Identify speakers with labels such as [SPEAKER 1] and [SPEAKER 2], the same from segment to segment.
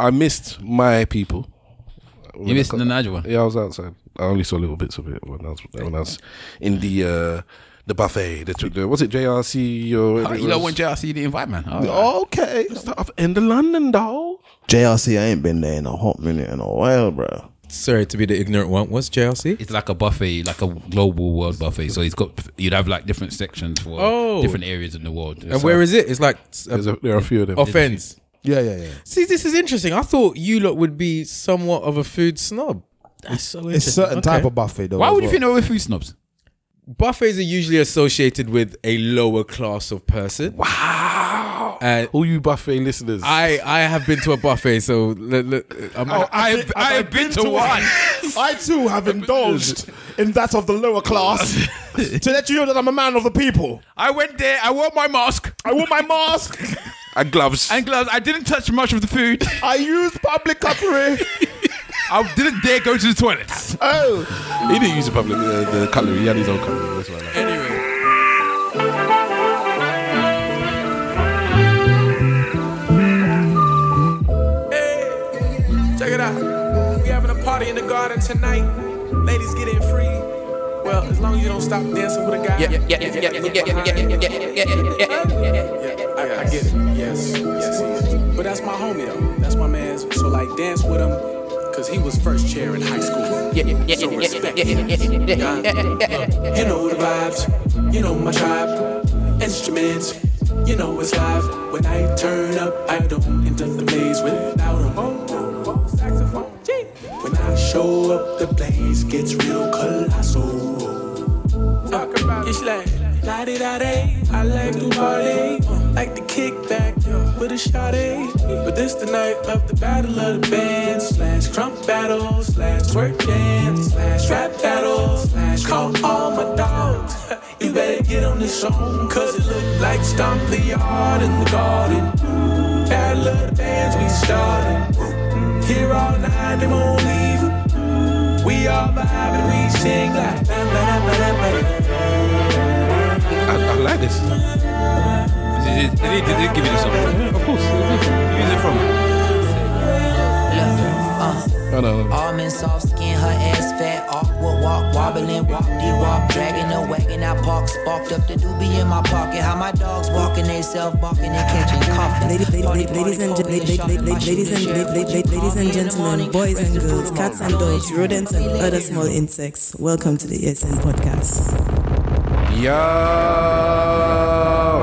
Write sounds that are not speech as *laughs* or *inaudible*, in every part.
[SPEAKER 1] I missed my people. When I
[SPEAKER 2] You missed
[SPEAKER 1] got-
[SPEAKER 2] the Najwa.
[SPEAKER 1] Yeah, I was outside. I only saw little bits of it when I was when I was in the uh, the buffet. The, the was it JRC or whatever it
[SPEAKER 2] Ah, You know
[SPEAKER 1] was?
[SPEAKER 2] when JRC the invite, man. Oh,
[SPEAKER 1] Okay, stuff in the London though.
[SPEAKER 3] JRC, I ain't been there in a hot minute in a while, bro.
[SPEAKER 4] Sorry to be the ignorant one. What's JLC?
[SPEAKER 2] It's like a buffet, like a global world buffet. So it's got you'd have like different sections for
[SPEAKER 4] Oh.
[SPEAKER 2] different areas in the world.
[SPEAKER 4] and where is it? It's like a
[SPEAKER 1] There's a, there are a few of them.
[SPEAKER 4] offense.
[SPEAKER 3] Yeah, yeah, yeah.
[SPEAKER 4] See, this is interesting. I thought you lot would be somewhat of a food snob.
[SPEAKER 2] That's so
[SPEAKER 3] It's certain type of buffet though.
[SPEAKER 2] Why
[SPEAKER 3] as
[SPEAKER 2] would you
[SPEAKER 3] well.
[SPEAKER 2] think they were food snobs?
[SPEAKER 4] Buffets are usually associated with a lower class of person.
[SPEAKER 1] Wow.
[SPEAKER 4] Uh,
[SPEAKER 1] All you buffet listeners.
[SPEAKER 4] I I have been to a buffet, so le- le- I'm,
[SPEAKER 2] I've, I've been, to one.
[SPEAKER 3] I too have indulged in that of the lower *laughs* class to let you know that I'm a man of the people.
[SPEAKER 2] I went there. I wore my mask
[SPEAKER 3] I wore my mask.
[SPEAKER 1] and gloves.
[SPEAKER 2] and gloves. I didn't touch much of the food. *laughs*
[SPEAKER 3] I used public cutlery.
[SPEAKER 2] I didn't dare go to the toilets.
[SPEAKER 3] Oh,
[SPEAKER 1] he didn't use the public uh, the cutlery. He had his own cutlery. That's why. I like it.
[SPEAKER 4] anyway.
[SPEAKER 5] Hey, check it out. We having a party in the garden tonight. Ladies getting free. Well, as long as you don't stop dancing with a guy. Yeah, yeah, yeah, yeah, yeah, yeah, I, I get it. Yes, yes, he is. But that's my homie though. That's my man's. So like, dance with him, cause he was first chair in high school. Yeah, yeah, yeah, so respect him. You know the vibes, you know my tribe, instruments, you know it's live. When I turn up, I don't enter the maze without 'em. When I show up, the place gets real colossal. Uh, It's like la di da day. I like to party, uh, like to kick back uh, with a shawty. But this the night of the battle of the bands slash crump battle slash twerk dance slash rap battle slash call all my dogs. *laughs* you better get on this song, cause it look like stomp the yard in the garden. Battle of the bands we started. Here all night, they won't leave. We all vibe and we sing like. "Ba, ba, ba, ba, ba."
[SPEAKER 1] I, I like this.
[SPEAKER 2] Did they, did they give you this song?
[SPEAKER 1] Of course.
[SPEAKER 2] Who's it from?
[SPEAKER 1] No, no, no.
[SPEAKER 6] All men Uh, soft skin, her ass fat, awkward walk, wobbling, walk, de walk, dragging a wagon. I park, sparked up the doobie in my pocket. How my dogs walking, they self barking and catching coughing.
[SPEAKER 7] Ladies and
[SPEAKER 6] Party, party,
[SPEAKER 7] ladies and
[SPEAKER 6] party, shopping, my
[SPEAKER 7] ladies and
[SPEAKER 6] shooting sheriff, what you
[SPEAKER 7] ladies
[SPEAKER 6] call me in
[SPEAKER 7] and
[SPEAKER 6] the
[SPEAKER 7] gentlemen,
[SPEAKER 6] morning,
[SPEAKER 7] boys and
[SPEAKER 6] breakfast
[SPEAKER 7] girls,
[SPEAKER 6] food
[SPEAKER 7] cats and
[SPEAKER 6] tomorrow.
[SPEAKER 7] dogs, rodents and other small insects. Welcome to the ESN podcast.
[SPEAKER 1] Yo.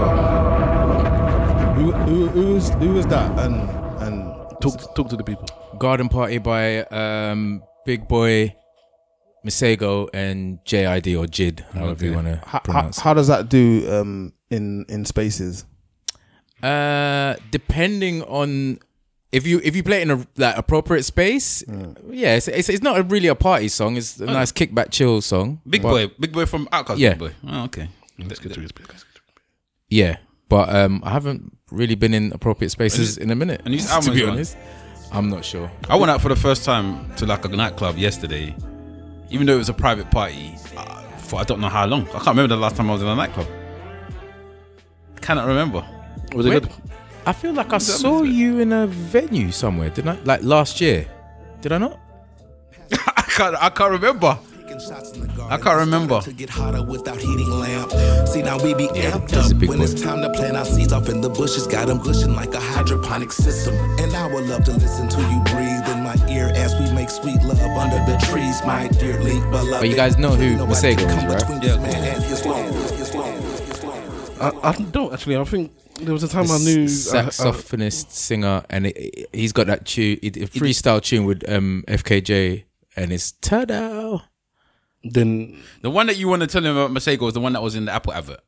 [SPEAKER 3] who, who, who, was, who was that? And and
[SPEAKER 1] Talk, talk to the people.
[SPEAKER 4] Garden party by um, Big Boy, Masego, and JID or Jid, however you want to
[SPEAKER 3] how, how,
[SPEAKER 4] pronounce. it.
[SPEAKER 3] how does that do um in in spaces?
[SPEAKER 4] Uh, depending on if you if you play it in a like appropriate space, yeah, it's, it's it's not really a party song. It's a nice kickback chill song.
[SPEAKER 2] Oh. Big boy, big boy from Outcast.
[SPEAKER 4] Yeah.
[SPEAKER 2] Big boy. Oh, okay.
[SPEAKER 1] Let's get to his business.
[SPEAKER 4] Yeah, but um, I haven't really been in appropriate spaces in a minute.
[SPEAKER 2] and his
[SPEAKER 4] *laughs* to
[SPEAKER 2] album's
[SPEAKER 4] be
[SPEAKER 2] gone.
[SPEAKER 4] honest, I'm not sure.
[SPEAKER 2] I went out for the first time to like a nightclub yesterday, even though it was a private party uh, for I don't know how long. I can't remember the last time I was in a nightclub. Cannot remember. *laughs*
[SPEAKER 1] Was it
[SPEAKER 4] Wait.
[SPEAKER 1] good?
[SPEAKER 4] I feel like I saw you in a venue somewhere, didn't I? Like last year, did I not?
[SPEAKER 2] I can't. I can't remember.
[SPEAKER 8] I
[SPEAKER 2] can't remember.
[SPEAKER 8] To get hotter without heating lamp. See now we be amped
[SPEAKER 4] that's a
[SPEAKER 8] up
[SPEAKER 4] big
[SPEAKER 8] when
[SPEAKER 4] boy.
[SPEAKER 8] it's time to plant our seeds off in the bushes. Got them gushing like a hydroponic system. And I would love to listen to you breathe in my ear as we make sweet love under the trees, my dearly beloved.
[SPEAKER 4] But you guys know who Masego is, right?
[SPEAKER 1] I, I don't actually. I think there was a time I
[SPEAKER 4] S-
[SPEAKER 1] knew. I, I,
[SPEAKER 4] saxophonist, singer, and it, it- he's got that tune, it, a freestyle tune with um, FKJ, and it's Tada.
[SPEAKER 1] then
[SPEAKER 2] The one that you want to tell him about Masego was the one that was in the Apple advert.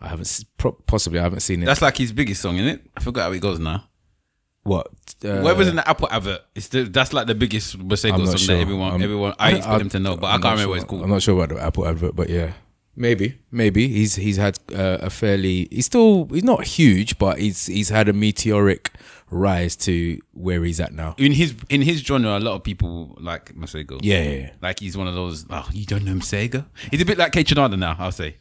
[SPEAKER 4] I haven't s- pro- possibly I haven't seen it.
[SPEAKER 2] That's like his biggest song, isn't it? I forgot how it goes now.
[SPEAKER 4] what? Uh,
[SPEAKER 2] Whatever's in the Apple advert, it's the, that's like the biggest Masego
[SPEAKER 4] I'm
[SPEAKER 2] song
[SPEAKER 4] not sure.
[SPEAKER 2] that everyone,
[SPEAKER 4] I'm-
[SPEAKER 2] everyone, I expect
[SPEAKER 4] I'm-
[SPEAKER 2] them to know, but
[SPEAKER 4] I'm
[SPEAKER 2] I
[SPEAKER 4] not
[SPEAKER 2] can't remember
[SPEAKER 4] sure.
[SPEAKER 2] what it's called.
[SPEAKER 4] I'm not sure about the Apple advert, but yeah, maybe, maybe he's he's had uh, a fairly he's still he's not huge, but he's he's had a meteoric rise to where he's at now.
[SPEAKER 2] in his in his genre, a lot of people like Masego.
[SPEAKER 4] Yeah, yeah, yeah.
[SPEAKER 2] like he's one of those. Oh, you don't know Masego? He's a bit like Kechinada now. I'll say.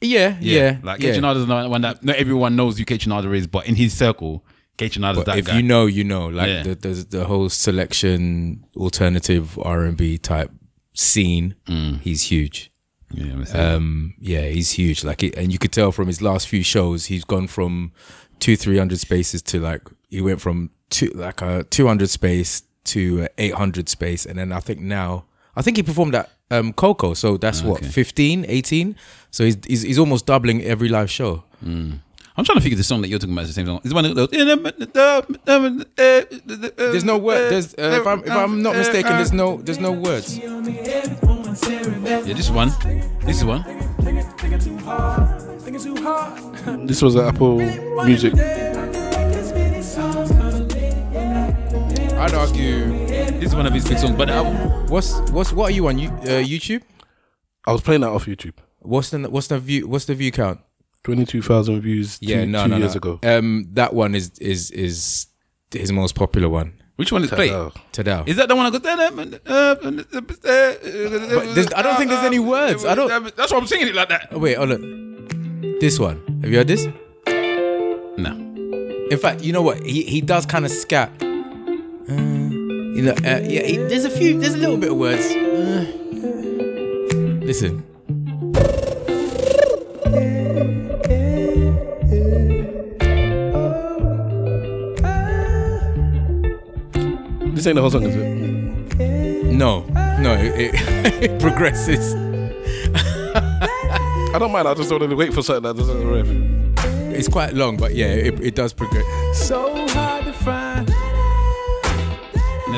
[SPEAKER 4] Yeah, yeah,
[SPEAKER 2] like
[SPEAKER 4] yeah.
[SPEAKER 2] Kechinada's not one that not everyone knows who Kechinada is, but in his circle, Gaetronada's
[SPEAKER 4] But
[SPEAKER 2] that
[SPEAKER 4] if
[SPEAKER 2] guy.
[SPEAKER 4] you know, you know. Like
[SPEAKER 2] Yeah.
[SPEAKER 4] the, the the whole selection alternative R and B type scene,
[SPEAKER 2] Mm.
[SPEAKER 4] he's huge.
[SPEAKER 2] yeah, I'm saying.
[SPEAKER 4] Um, yeah, he's huge. Like, it, and you could tell from his last few shows, he's gone from two three hundred spaces to like he went from two like a two hundred space to eight hundred space, and then I think now I think he performed at um, Coco, so
[SPEAKER 2] Ah,
[SPEAKER 4] that's what 15, 18? So he's, he's he's almost doubling every live show.
[SPEAKER 2] I'm trying to figure the song that you're talking about is the same song. It's one of those. There's
[SPEAKER 4] There's no word. There's uh, if I'm if I'm not mistaken, there's no there's no words.
[SPEAKER 2] Yeah, this one. This is one.
[SPEAKER 1] This was an Apple Music.
[SPEAKER 4] I'd argue.
[SPEAKER 2] This is one of his big songs. But uh, the album.
[SPEAKER 4] What's what's what are you on you, uh, YouTube?
[SPEAKER 1] I was playing that off YouTube.
[SPEAKER 4] What's the what's the view what's the view count?
[SPEAKER 1] Twenty-two thousand views. Two,
[SPEAKER 4] yeah, no,
[SPEAKER 1] two
[SPEAKER 4] no,
[SPEAKER 1] years
[SPEAKER 4] no.
[SPEAKER 1] ago.
[SPEAKER 4] Um, that one is is is his most popular one.
[SPEAKER 2] Which one is played?
[SPEAKER 1] Oh.
[SPEAKER 4] Tadao.
[SPEAKER 2] Is that the one I go? But
[SPEAKER 4] there's- I don't think there's any words. I don't-
[SPEAKER 2] That's why I'm singing it like that.
[SPEAKER 4] oh, wait, oh look, this one. Have you heard this?
[SPEAKER 2] No.
[SPEAKER 4] In fact, you know what? He he does kind of scat. Uh, you know, uh, yeah. He, there's a few. There's a little bit of words. Uh, listen.
[SPEAKER 1] This ain't the whole song, is it?
[SPEAKER 4] No, no. It, it, it *laughs* progresses.
[SPEAKER 1] I don't mind. I just don't really wait for something that doesn't arrive.
[SPEAKER 4] It's quite long, but yeah, it, it does progress.
[SPEAKER 2] Never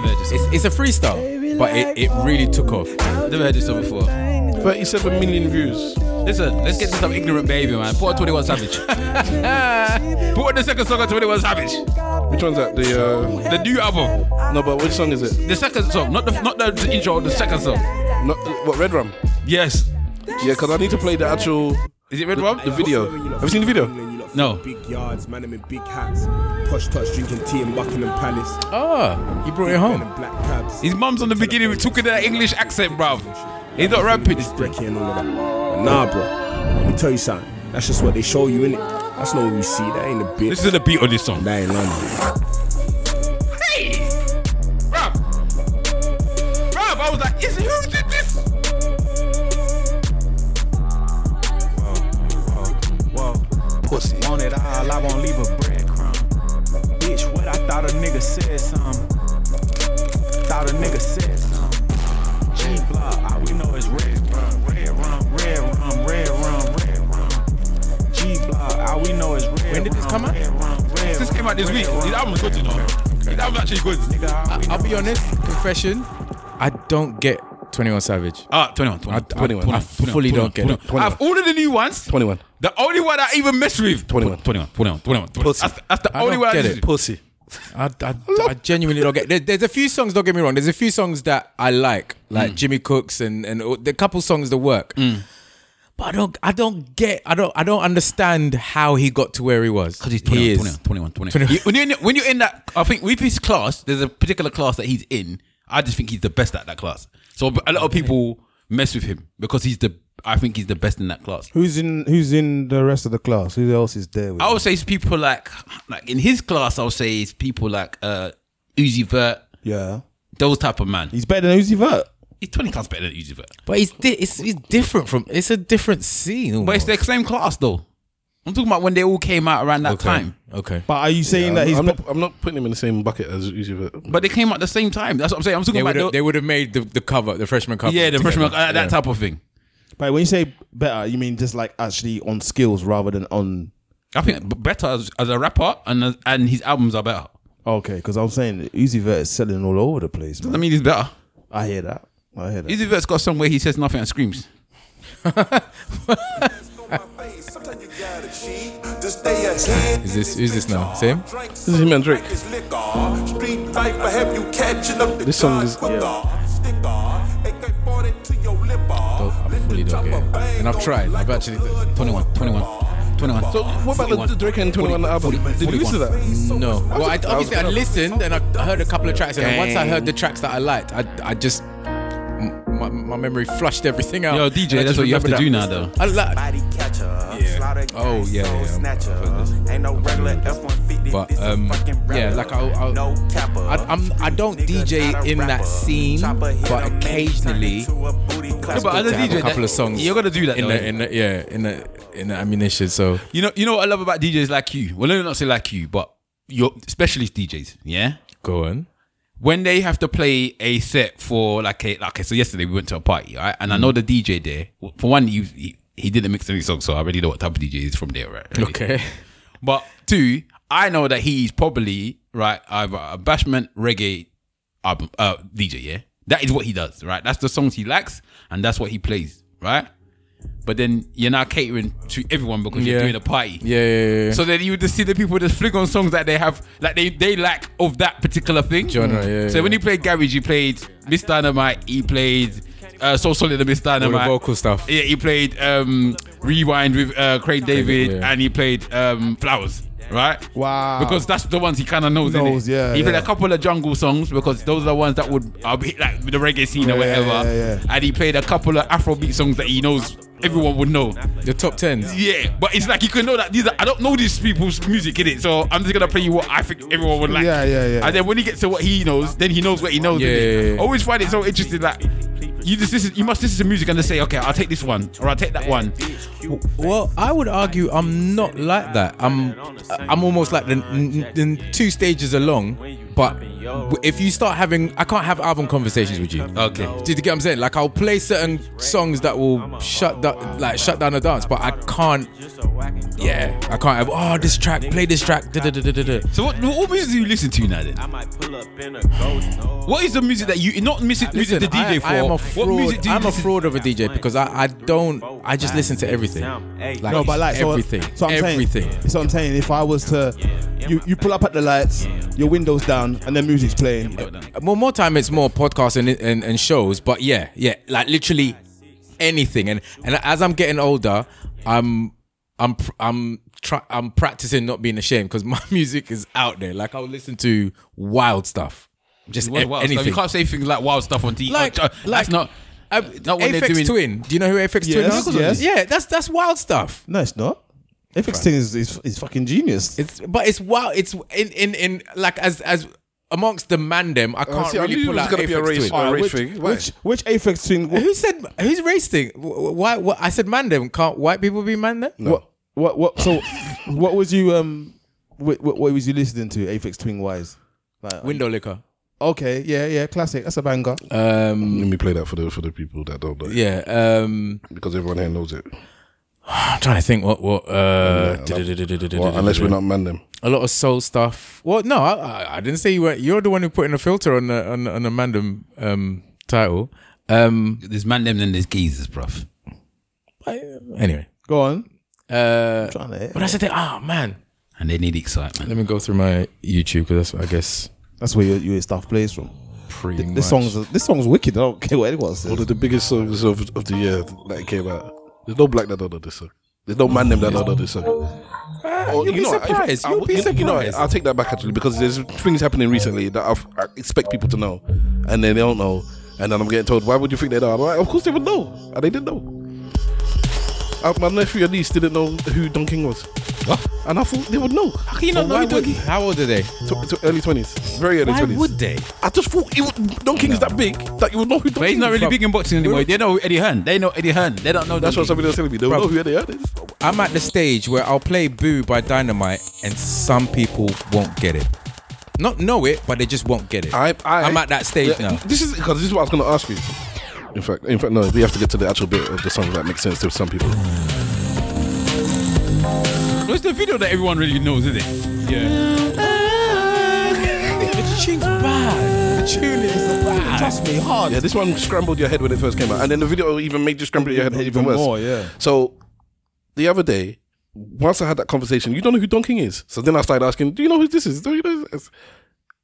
[SPEAKER 2] heard this.
[SPEAKER 4] It's, it's a freestyle, but it, it really took off.
[SPEAKER 2] Never heard this song before.
[SPEAKER 1] Thirty-seven million views.
[SPEAKER 2] Listen, let's get to some ignorant behavior, man. Put on
[SPEAKER 1] *laughs*
[SPEAKER 2] 21 Savage. Put on the second song of 21 Savage.
[SPEAKER 1] Which one's that? The uh,
[SPEAKER 2] The new album.
[SPEAKER 1] no, but which song is it?
[SPEAKER 2] The second song. Not the not the intro, the second song.
[SPEAKER 1] Not what Red Rum.
[SPEAKER 2] Yes.
[SPEAKER 1] Yeah, because I need to play the actual
[SPEAKER 2] Is it Red Rum?
[SPEAKER 1] the video. Have you seen the video?
[SPEAKER 2] No.
[SPEAKER 9] Big yards, man, I'm in big hats. Posh touch drinking tea in Buckingham Palace.
[SPEAKER 4] Ah, you brought it
[SPEAKER 9] Men
[SPEAKER 4] home.
[SPEAKER 9] in black cabs.
[SPEAKER 2] His mum's on the beginning with talking that English accent, bruv. He's not rampant.
[SPEAKER 9] It's Brecky and all of that. But nah, bro. Let me tell you something. That's just what they show you, innit? That's not what we see. That ain't a bit.
[SPEAKER 2] This is the beat on this song.
[SPEAKER 9] that ain't London.
[SPEAKER 2] Hey! Bruv! Bruv, I was like, is who did this?
[SPEAKER 10] Pussy. Want it all, I won't leave a breadcrumb. Bitch, what I thought a nigga said something. Thought a nigga said something. G block, all we know is red rum, red rum, red rum, red rum, red rum. G block, all we know is red
[SPEAKER 4] When did this
[SPEAKER 10] rum,
[SPEAKER 4] come out?
[SPEAKER 10] red rum, red
[SPEAKER 2] This came out this
[SPEAKER 10] rum,
[SPEAKER 2] week.
[SPEAKER 10] red
[SPEAKER 2] His
[SPEAKER 10] rum.
[SPEAKER 2] album's good, you know. His album's actually good.
[SPEAKER 10] Nigga, all we
[SPEAKER 4] I'll
[SPEAKER 10] know
[SPEAKER 4] be
[SPEAKER 10] is-
[SPEAKER 4] honest, confession. I don't get 21 Savage.
[SPEAKER 2] Ah, 21, 21,
[SPEAKER 4] I- I-
[SPEAKER 1] 21.
[SPEAKER 4] I fully don't get it.
[SPEAKER 2] I've ordered the new ones.
[SPEAKER 1] 21.
[SPEAKER 2] The only one I even mess with.
[SPEAKER 1] 21.
[SPEAKER 2] 21, 21, 21. 21.
[SPEAKER 1] Pussy.
[SPEAKER 2] That's, the- that's the
[SPEAKER 4] I
[SPEAKER 2] only
[SPEAKER 4] don't
[SPEAKER 2] one I
[SPEAKER 4] get
[SPEAKER 2] mess
[SPEAKER 4] it.
[SPEAKER 2] with.
[SPEAKER 1] Pussy.
[SPEAKER 4] I, I, I genuinely don't get. There, there's a few songs. Don't get me wrong. There's a few songs that I like,
[SPEAKER 2] Mm.
[SPEAKER 4] like Jimmy Cooks and and all- the couple songs that work. But I don't. I don't get. I don't. I don't understand how he got to where he was.
[SPEAKER 2] Because he's 21,
[SPEAKER 4] He is.
[SPEAKER 2] 21, 21, 21. You- when, you're in, when you're in that, I think with his class, there's a particular class that he's in. I just think he's the best at that class. So a lot of people mess with him because he's the, I think he's the best in that class.
[SPEAKER 11] Who's in Who's in the rest of the class? Who else is there? With
[SPEAKER 2] I
[SPEAKER 11] him?
[SPEAKER 2] would say it's people like, like in his class, I would say it's people like uh, Uzi Vert,
[SPEAKER 11] Yeah,
[SPEAKER 2] those type of man.
[SPEAKER 11] he's better than Uzi Vert.
[SPEAKER 2] He's 20 times better than Uzi Vert.
[SPEAKER 4] But it's, di- it's it's different from. It's a different scene.
[SPEAKER 2] But it's
[SPEAKER 4] almost.
[SPEAKER 2] the same class though. I'm talking about when they all came out around that
[SPEAKER 4] okay.
[SPEAKER 2] time.
[SPEAKER 4] Okay.
[SPEAKER 11] But are you saying that he's
[SPEAKER 1] I'm
[SPEAKER 11] pop-
[SPEAKER 1] not, I'm not putting him in the same bucket as Uzi Vert.
[SPEAKER 2] But they came out at the same time. That's what I'm saying. I'm talking
[SPEAKER 4] They would
[SPEAKER 2] about
[SPEAKER 4] have.
[SPEAKER 2] the,
[SPEAKER 4] They would have made the, the cover, the freshman cover.
[SPEAKER 2] yeah, the
[SPEAKER 4] together.
[SPEAKER 2] freshman, uh,
[SPEAKER 4] Yeah.
[SPEAKER 2] that type of thing.
[SPEAKER 11] But when you say better, you mean just like actually on skills rather than on.
[SPEAKER 2] I think b- better as, as a rapper and as, and his albums are better.
[SPEAKER 11] Okay, because I'm saying Uzi Vert is selling all over the place.
[SPEAKER 2] I
[SPEAKER 11] Man.
[SPEAKER 2] mean, he's better.
[SPEAKER 11] I hear that. I hear that.
[SPEAKER 2] Uzi Vert's got some where he says nothing and screams.
[SPEAKER 4] Is this is this now same?
[SPEAKER 1] This is him and Drake.
[SPEAKER 8] This
[SPEAKER 1] This song is-
[SPEAKER 4] Oh, I fully don't get it. And I've tried. I've actually
[SPEAKER 2] 21, 21, 21.
[SPEAKER 1] So what about the- the Drake and 21 album? Did you listen to that?
[SPEAKER 4] No. Well, I, obviously I listened and I heard a couple of tracks, and then once I heard the tracks that I liked, I, I just m- my, my memory flushed everything out.
[SPEAKER 2] Yo, DJ,
[SPEAKER 4] And I
[SPEAKER 2] that's
[SPEAKER 4] just
[SPEAKER 2] what you have to
[SPEAKER 4] remembered
[SPEAKER 2] do now,
[SPEAKER 4] that-
[SPEAKER 2] though.
[SPEAKER 4] I like,
[SPEAKER 10] Body catcher.
[SPEAKER 4] Oh yeah, yeah.
[SPEAKER 10] Ain't no regular F-150.
[SPEAKER 4] But um, yeah, like I, I, I, I'm, I don't DJ in that scene, but occasionally,
[SPEAKER 2] Yeah, but as a DJ,
[SPEAKER 4] a couple
[SPEAKER 2] that-
[SPEAKER 4] of songs.
[SPEAKER 2] you're gonna do that
[SPEAKER 4] in
[SPEAKER 2] though,
[SPEAKER 4] the, in the, yeah, in the, in the ammunition. So
[SPEAKER 2] You know, you know what I love about DJs like you. Well, let me not say like you, but your specialist DJs. Yeah,
[SPEAKER 4] go on.
[SPEAKER 2] When they have to play a set for like a like, okay, so yesterday we went to a party, right? And I
[SPEAKER 4] Mm.
[SPEAKER 2] know the DJ there. For one, you he, he didn't mix any songs, so I already know what type of DJ is from there, right? Already. *laughs*
[SPEAKER 4] Okay. *laughs*
[SPEAKER 2] But two, I know that he's probably right either a bashment reggae album uh, DJ. Yeah, that is what he does. Right, that's the songs he likes, and that's what he plays. Right. But then you're now catering to everyone because you're
[SPEAKER 4] Yeah.
[SPEAKER 2] doing a party.
[SPEAKER 4] Yeah, yeah, yeah, yeah.
[SPEAKER 2] So then you would just see the people just flick on songs that they have, like they they lack of that particular thing.
[SPEAKER 4] Genre, yeah,
[SPEAKER 2] So
[SPEAKER 4] yeah.
[SPEAKER 2] when you played Garage, you played Miss Dynamite. He played uh, So Solid and Miss Dynamite.
[SPEAKER 4] vocal stuff.
[SPEAKER 2] Yeah, he played um, Rewind with uh, Craig David,
[SPEAKER 4] yeah.
[SPEAKER 2] and he played um, Flowers. Right?
[SPEAKER 11] Wow.
[SPEAKER 2] Because that's the ones he kind of knows,
[SPEAKER 11] Knows,
[SPEAKER 2] innit?
[SPEAKER 11] yeah,
[SPEAKER 2] He played
[SPEAKER 11] yeah.
[SPEAKER 2] a couple of jungle songs because those are the ones that would uh, hit like the reggae scene
[SPEAKER 11] Yeah,
[SPEAKER 2] or whatever.
[SPEAKER 11] yeah, yeah, yeah.
[SPEAKER 2] And he played a couple of Afrobeat songs that he knows everyone would know.
[SPEAKER 4] The top tens.
[SPEAKER 2] Yeah, but it's like you can know that these are, I don't know these people's music in it, so I'm just gonna play you what I think everyone would like.
[SPEAKER 11] Yeah, yeah, yeah.
[SPEAKER 2] And then when he gets to what he knows, then he knows what he knows.
[SPEAKER 4] Yeah,
[SPEAKER 2] innit?
[SPEAKER 4] yeah,
[SPEAKER 2] I
[SPEAKER 4] yeah.
[SPEAKER 2] always find it so interesting that you just listen, you must listen to music and then say, okay, I'll take this one or I'll take that one.
[SPEAKER 4] Well, I would argue I'm not like that. I'm I'm almost like the, the two stages along. But if you start having, I can't have album conversations with you.
[SPEAKER 2] Okay.
[SPEAKER 4] Do you get what I'm saying? Like I'll play certain songs that will shut down, like shut down the dance, but I can't. Yeah, I can't have. Oh, this track, play this track. Da, da, da, da, da, da.
[SPEAKER 2] So what, what music do you listen to now then? What is the music that you not music, music the DJ for?
[SPEAKER 4] Uh, I, I am a
[SPEAKER 2] What
[SPEAKER 4] fraud.
[SPEAKER 2] music do you
[SPEAKER 4] I'm a
[SPEAKER 2] listen-
[SPEAKER 4] fraud of a DJ because I, I don't. I just listen to everything. Like,
[SPEAKER 11] no, but like so-
[SPEAKER 4] everything,
[SPEAKER 11] So, I'm
[SPEAKER 4] everything.
[SPEAKER 11] Saying, so I'm saying, if I was to, you, you pull up at the lights, your windows down, and then music's playing.
[SPEAKER 4] Well, more time it's more podcasts and, and and shows, but yeah, yeah, like literally anything. And and as I'm getting older, I'm I'm pr- I'm try, I'm practicing not being ashamed because my *laughs* music is out there. Like I'll listen to wild stuff, just
[SPEAKER 2] What-
[SPEAKER 4] a-
[SPEAKER 2] what-
[SPEAKER 4] anything.
[SPEAKER 2] You can't say things like wild stuff on TV.
[SPEAKER 4] Like-
[SPEAKER 2] that's
[SPEAKER 4] like-
[SPEAKER 2] not.
[SPEAKER 4] I,
[SPEAKER 2] not when they're
[SPEAKER 4] Aphex
[SPEAKER 2] doing-
[SPEAKER 4] Twin. Do you know who Aphex
[SPEAKER 11] Yes,
[SPEAKER 4] Twin
[SPEAKER 11] yes.
[SPEAKER 4] is? Yeah, that's that's wild stuff.
[SPEAKER 11] No, it's not. FX thing is, is, is fucking genius.
[SPEAKER 4] It's but it's wild. It's in in in like as as amongst the mandem. I can't
[SPEAKER 1] Uh, see, I knew
[SPEAKER 4] really
[SPEAKER 1] it
[SPEAKER 4] pull
[SPEAKER 1] was
[SPEAKER 4] out
[SPEAKER 1] gonna be a
[SPEAKER 4] Aphex
[SPEAKER 1] race
[SPEAKER 4] Twin.
[SPEAKER 1] war.
[SPEAKER 11] which,
[SPEAKER 1] thing, why?
[SPEAKER 11] which which Aphex thing? What,
[SPEAKER 4] Who said who's race thing? Wh- Why? wh I said mandem. Can't white people be mandem?
[SPEAKER 11] what what what? So what was you um? What, what, what was you listening to? Aphex Twin wise. Like,
[SPEAKER 4] Window liquor.
[SPEAKER 11] okay, yeah, yeah, classic. That's a banger.
[SPEAKER 4] Um,
[SPEAKER 1] Let me play that for the for the people that don't know it,
[SPEAKER 4] yeah. Um,
[SPEAKER 1] because everyone here knows it.
[SPEAKER 4] I'm trying to think what what. Uh,
[SPEAKER 1] Well, unless we're not man them.
[SPEAKER 4] a lot of soul stuff. Well, no, I, I, I didn't say you were. You're the one who put in a filter on the on, the- on the mandem um, title. Um,
[SPEAKER 2] There's man them and there's geezers, bruv.
[SPEAKER 4] anyway,
[SPEAKER 11] Go on.
[SPEAKER 4] uh,
[SPEAKER 11] Trying to-
[SPEAKER 4] but that's the thing. Ah, man.
[SPEAKER 2] And they need excitement.
[SPEAKER 4] Let me go through my YouTube because that's I guess
[SPEAKER 11] That's where your, your stuff plays from.
[SPEAKER 4] pretty.
[SPEAKER 11] This song's this song's wicked. I don't care what anyone says.
[SPEAKER 1] One of the biggest songs of, of the year that came out. There's no black that don't know this song. There's no man them that don't know this song.
[SPEAKER 11] Uh,
[SPEAKER 1] Oh,
[SPEAKER 4] you'll be
[SPEAKER 1] what, if-
[SPEAKER 4] surprised,
[SPEAKER 1] I
[SPEAKER 4] you'll
[SPEAKER 1] would-
[SPEAKER 4] be
[SPEAKER 1] you know- You know, what,
[SPEAKER 4] surprised.
[SPEAKER 1] I'll take that back actually because there's things happening recently that I've, I expect people to know, and then they don't know, and then I'm getting told, "Why would you think they know?" I'm like, "Of course they would know," and they didn't know. Uh, my nephew and niece didn't know who Don King was, and I thought they would know. How can you not know who Don King?
[SPEAKER 4] How old are they?
[SPEAKER 1] Tw- tw- early twenties, very early
[SPEAKER 4] Why
[SPEAKER 1] twenties.
[SPEAKER 4] would they?
[SPEAKER 1] I just thought it would, Don King is that big that you would know who Don
[SPEAKER 2] But
[SPEAKER 1] King
[SPEAKER 2] he's not
[SPEAKER 1] is.
[SPEAKER 2] really
[SPEAKER 1] Bruv.
[SPEAKER 2] big in boxing anymore. They know Eddie Hearn. They know Eddie Hearn. They don't know.
[SPEAKER 1] That's what somebody was telling me. They would know
[SPEAKER 4] Bruv.
[SPEAKER 1] who they are.
[SPEAKER 4] I'm at the stage where I'll play Boo by Dynamite and some people won't get it. Not know it, but they just won't get it.
[SPEAKER 1] I, I,
[SPEAKER 4] am at that stage
[SPEAKER 1] Yeah,
[SPEAKER 4] now.
[SPEAKER 1] This is because this is what I was going to ask you. In fact, in fact, no, we have to get to the actual bit of the song that makes sense to some people.
[SPEAKER 2] It's the video that everyone really knows, isn't it?
[SPEAKER 4] The tune's bad. The tune is bad.
[SPEAKER 11] Trust me, hard.
[SPEAKER 1] Yeah, this one scrambled your head when it first came out, and then the video even made you scramble your head even, worse.
[SPEAKER 11] more, yeah.
[SPEAKER 1] So the other day, once I had that conversation, you don't know who Don King is. So then I started asking, "Do you know who this is? Do you know?" Who this is?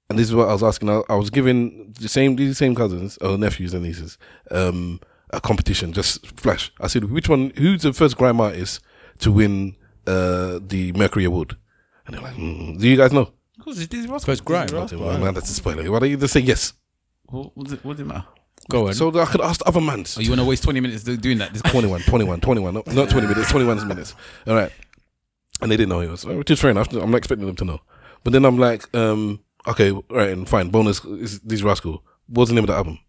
[SPEAKER 1] And this is what I was asking. I, I was giving the same these same cousins or nephews and nieces um, a competition, just flash. I said, "Which one? Who's the first grime artist to win uh, the Mercury Award?" And they're like, mm, "Do you guys know?"
[SPEAKER 2] Because it's Dizzy Rascal.
[SPEAKER 4] First grime.
[SPEAKER 1] Well, man, that's a spoiler. Why don't you just say yes?
[SPEAKER 2] What, what, does it, what does it matter?
[SPEAKER 1] Go on. So that I could ask the other man.
[SPEAKER 2] Oh, you want to waste 20 minutes do- doing that? This *laughs*
[SPEAKER 1] 21, 21, 21. No, not 20 minutes, 21 minutes. All right. And they didn't know he was, which is fair enough. I'm not expecting them to know. But then I'm like, um, okay, all right, and fine. Bonus is these rascal. What's the name of the album?